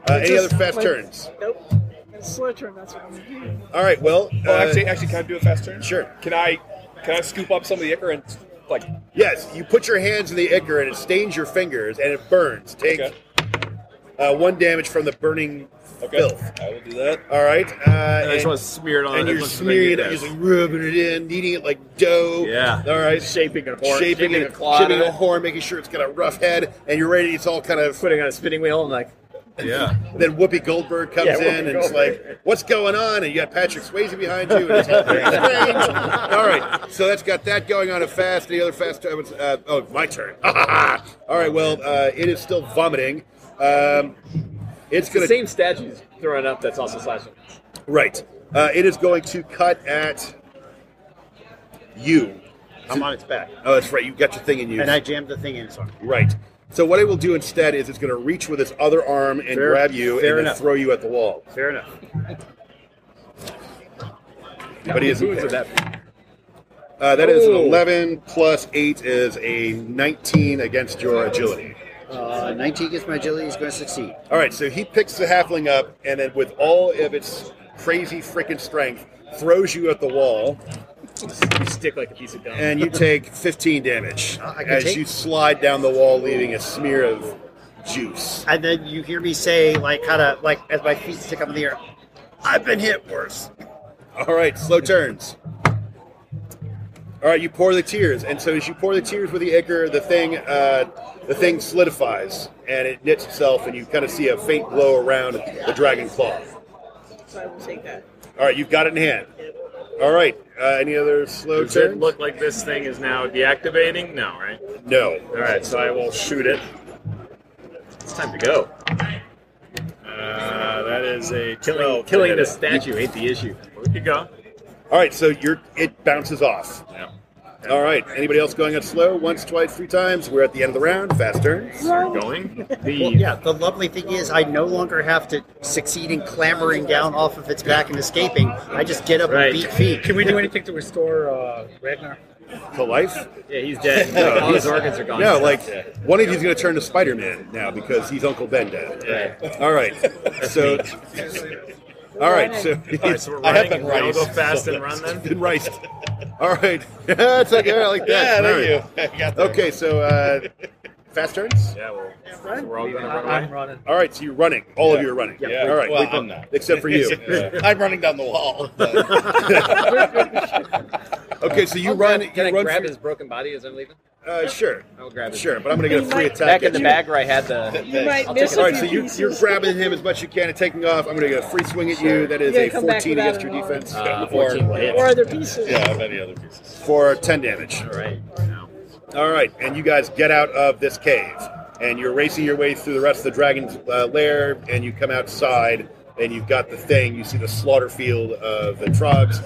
Speaker 3: Uh, any
Speaker 6: Just
Speaker 3: other fast
Speaker 6: my-
Speaker 3: turns?
Speaker 6: Nope. It's slow turn. That's what I'm gonna do.
Speaker 3: All right. Well, uh,
Speaker 11: Oh, actually, actually, can I do a fast turn?
Speaker 3: sure.
Speaker 11: Can I can I scoop up some of the ichor and like?
Speaker 3: Yes, you put your hands in the ichor and it stains your fingers and it burns. Take
Speaker 11: Okay.
Speaker 3: uh, one damage from the burning
Speaker 11: Okay.
Speaker 3: filth.
Speaker 11: I will do that.
Speaker 3: All right. Uh,
Speaker 5: And I just want to smear it on.
Speaker 3: and
Speaker 5: as
Speaker 3: you're
Speaker 5: much as I
Speaker 3: smearing it,
Speaker 5: can.
Speaker 3: up, you're like rubbing it in, kneading it like dough.
Speaker 5: Yeah.
Speaker 3: All right.
Speaker 5: Shaping a horn.
Speaker 8: shaping
Speaker 3: shaping,
Speaker 8: a
Speaker 3: it,
Speaker 8: claw
Speaker 3: shaping
Speaker 8: out of
Speaker 3: a
Speaker 8: it.
Speaker 3: horn, making sure it's got a rough head, and you're ready. It's all kind of.
Speaker 8: Putting on a spinning wheel and like
Speaker 5: Yeah.
Speaker 3: [laughs] Then Whoopi Goldberg comes
Speaker 8: Yeah, Whoopi
Speaker 3: in and it's like, "What's going on?" And you got Patrick Swayze behind you. And it's
Speaker 8: [laughs]
Speaker 3: all very strange. all right, so that's got that going on. A fast, the other fast. turn was, Uh, oh, my turn. [laughs] all right, well, uh, it is still vomiting. Um, it's,
Speaker 8: it's
Speaker 3: gonna
Speaker 8: the same statues thrown up. That's also slashing.
Speaker 3: right. Uh, it is going to cut at you.
Speaker 2: I'm on its back,
Speaker 3: Oh, that's right. You got your thing in you.
Speaker 2: and I jammed the thing in. So
Speaker 3: Right. So what it will do instead is it's going to reach with its other arm and
Speaker 2: Fair-
Speaker 3: grab you and
Speaker 2: fair
Speaker 3: then
Speaker 2: enough.
Speaker 3: throw you at the wall.
Speaker 2: fair enough.
Speaker 3: But he isn't
Speaker 8: Who is
Speaker 3: there.
Speaker 8: it that?
Speaker 3: Uh, that is an
Speaker 8: Oh.
Speaker 3: 11 plus 8 is a 19 against your agility.
Speaker 2: Uh, 19 against my agility is going to succeed.
Speaker 3: All right, so he picks the halfling up and then, with all of its crazy freaking strength, throws you at the wall,
Speaker 8: You stick like a piece of gum.
Speaker 3: and you take 15 damage
Speaker 2: Uh, I can
Speaker 3: as
Speaker 2: take-
Speaker 3: you slide down the wall, leaving a smear of juice.
Speaker 2: And then you hear me say, like, kind of, like, as my feet stick up in the air, I've been hit worse.
Speaker 3: All right, slow turns. All right, you pour the tears, and so as you pour the tears with the ichor, the thing, uh, the thing solidifies and it knits itself, and you kind of see a faint glow around the dragon claw.
Speaker 6: So I will take that. [laughs]
Speaker 3: All right, you've got it in hand. All right, uh, any other slow
Speaker 5: Does it
Speaker 3: turns?
Speaker 5: look like this thing is now deactivating? No, right?
Speaker 3: No.
Speaker 5: All right, so I will shoot it.
Speaker 8: It's time to go.
Speaker 5: Uh, that is a
Speaker 8: Killing,
Speaker 5: 12 to
Speaker 8: killing
Speaker 5: hit
Speaker 8: the
Speaker 5: it.
Speaker 8: statue ain't the issue.
Speaker 5: There you go.
Speaker 3: Oh, All right, so you're it bounces off.
Speaker 8: Yeah.
Speaker 3: All right, anybody else going at slow? Once, twice, three times. We're at the end of the round. Fast turns.
Speaker 5: We're going. The
Speaker 2: Well, yeah, the lovely thing is I no longer have to succeed in clambering down off of its back and escaping. I just get up
Speaker 5: Right.
Speaker 2: and beat feet.
Speaker 4: Can we do anything to restore uh, Ragnar?
Speaker 3: To life.
Speaker 8: Yeah, he's dead.
Speaker 3: [laughs] No,
Speaker 8: All his
Speaker 3: he's-
Speaker 8: organs are gone.
Speaker 3: No, like one of you's going to turn to Spider-Man now because he's Uncle Ben dead.
Speaker 8: Right.
Speaker 3: All right. So. All right. So.
Speaker 5: All right, so we're
Speaker 3: I have
Speaker 5: running.
Speaker 3: been
Speaker 5: We all
Speaker 3: riced.
Speaker 5: go fast and run then.
Speaker 3: Been riced. All right. [laughs] Yeah, it's like, yeah, I like
Speaker 9: Yeah,
Speaker 3: that. All
Speaker 9: thank
Speaker 3: right.
Speaker 9: you. [laughs] I got that.
Speaker 3: Okay, so uh, fast turns.
Speaker 5: Yeah, well,
Speaker 6: Run.
Speaker 5: we're all going to run
Speaker 4: I'm
Speaker 5: away.
Speaker 4: running.
Speaker 3: All right, so you're running. All of you are running.
Speaker 9: Yeah.
Speaker 3: All right.
Speaker 9: Well,
Speaker 3: we-
Speaker 9: I'm not.
Speaker 3: Except for
Speaker 9: [laughs]
Speaker 3: you.
Speaker 9: I'm running down
Speaker 8: [laughs]
Speaker 9: the wall. but-
Speaker 3: Okay, so you
Speaker 8: I'll
Speaker 3: run.
Speaker 8: Grab, Oh, can
Speaker 3: you
Speaker 8: I
Speaker 3: run
Speaker 8: grab
Speaker 3: for-
Speaker 8: his broken body as I'm leaving?
Speaker 3: Uh, sure.
Speaker 8: I'll grab his.
Speaker 3: Sure, but I'm going to get a free attack.
Speaker 8: Back in
Speaker 3: at
Speaker 8: the
Speaker 3: you.
Speaker 8: bag where I had the.
Speaker 6: You might
Speaker 8: I'll take
Speaker 6: miss
Speaker 8: it.
Speaker 3: All
Speaker 6: a
Speaker 3: right,
Speaker 6: few
Speaker 3: so you,
Speaker 6: pieces.
Speaker 3: you're grabbing him as much as you can and taking off. I'm going to get a free swing at you. That is
Speaker 6: You
Speaker 3: a
Speaker 6: gotta come back
Speaker 3: 14
Speaker 6: without
Speaker 3: against your
Speaker 6: an arm.
Speaker 3: defense
Speaker 8: Uh,
Speaker 3: for,
Speaker 8: 14 will hit.
Speaker 6: Or other pieces.
Speaker 9: yeah, I've any other pieces.
Speaker 3: for 10 damage.
Speaker 8: All right.
Speaker 3: All right, and you guys get out of this cave, and you're racing your way through the rest of the dragon's uh, lair, and you come outside and you've got the thing. You see the slaughter field of the Trogs.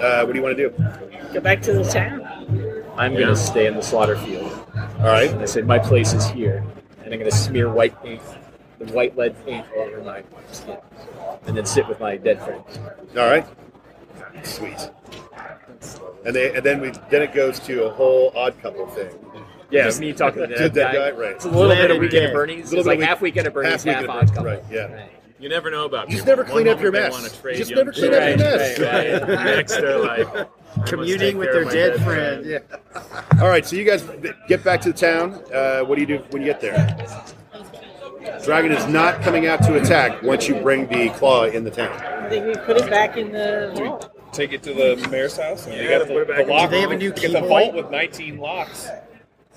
Speaker 3: Uh, what do you want to do?
Speaker 6: Go back to the town.
Speaker 8: I'm going to stay in the slaughter field.
Speaker 3: All right.
Speaker 8: I said, my place is here. And I'm going to smear white paint, the white lead paint all over my skin. And then sit with my dead friends.
Speaker 3: All right. Sweet. And, they, and then we then it goes to a whole odd couple thing.
Speaker 8: Yeah, Just me talking to
Speaker 3: [laughs] Did
Speaker 8: that guy.
Speaker 3: right?
Speaker 8: It's a little bit of Weekend at Bernie's.
Speaker 3: Little
Speaker 8: It's
Speaker 3: bit
Speaker 8: like
Speaker 3: of
Speaker 8: half Weekend at Bernie's, half
Speaker 3: Weekend at
Speaker 8: Odd
Speaker 3: Bernie's,
Speaker 8: Couple.
Speaker 3: Right. Yeah.
Speaker 5: You never know about
Speaker 3: Just
Speaker 5: people.
Speaker 3: never clean up
Speaker 5: moment
Speaker 3: your
Speaker 5: they
Speaker 3: mess.
Speaker 5: wanna trade
Speaker 3: Just
Speaker 5: young
Speaker 3: never clean up your
Speaker 5: children.
Speaker 3: mess.
Speaker 5: Right, right. Next, they're like "I must take
Speaker 2: Communing with
Speaker 5: care
Speaker 2: their
Speaker 5: of my
Speaker 2: dead friend.
Speaker 3: Yeah. All right, so you guys get back to town. Uh, what do you do when you get there? Dragon is not coming out to attack once you bring the claw in the town.
Speaker 6: I think we put it back in the vault.
Speaker 11: Take it to the mayor's house. And
Speaker 3: Yeah,
Speaker 11: they got the,
Speaker 3: put it back
Speaker 11: the
Speaker 3: in-
Speaker 11: lock.
Speaker 3: Do they have a new
Speaker 11: It's
Speaker 3: key
Speaker 11: a vault
Speaker 3: boy?
Speaker 11: with 19 locks.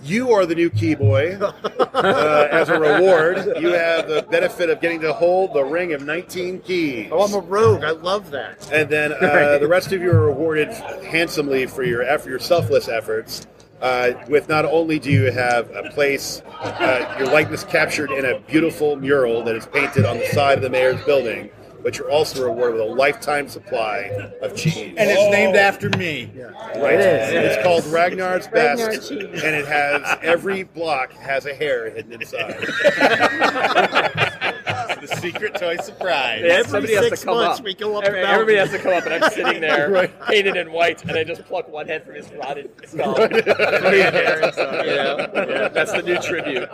Speaker 3: You are the new key boy. Uh, as a reward, you have the benefit of getting to hold the ring of 19 keys.
Speaker 2: Oh, I'm a rogue. I love that.
Speaker 3: And then uh, the rest of you are rewarded handsomely for your eff- your selfless efforts. Uh, with not only do you have a place, uh, your likeness captured in a beautiful mural that is painted on the side of the mayor's building, but you're also rewarded with a lifetime supply of cheese.
Speaker 9: And it's named after me.
Speaker 3: Right. It's called Ragnar's Best,
Speaker 9: Ragnar cheese.
Speaker 3: and it has every block has a hair hidden inside.
Speaker 8: [laughs]
Speaker 9: the secret toy
Speaker 8: [laughs]
Speaker 9: surprise.
Speaker 10: Yeah, somebody has to come up. Every- everybody has to come up, and I'm sitting there painted in white, and I just pluck one head from his rotted
Speaker 3: [laughs]
Speaker 10: skull.
Speaker 8: Yeah. Yeah, that's the new tribute.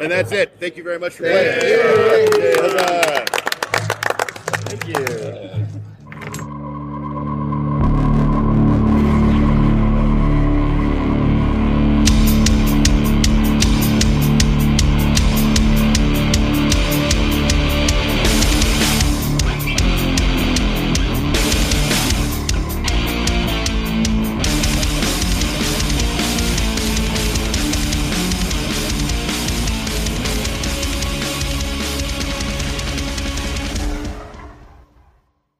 Speaker 3: And that's it. Thank you very much for playing. Yay. Huzzah.
Speaker 8: Thank you.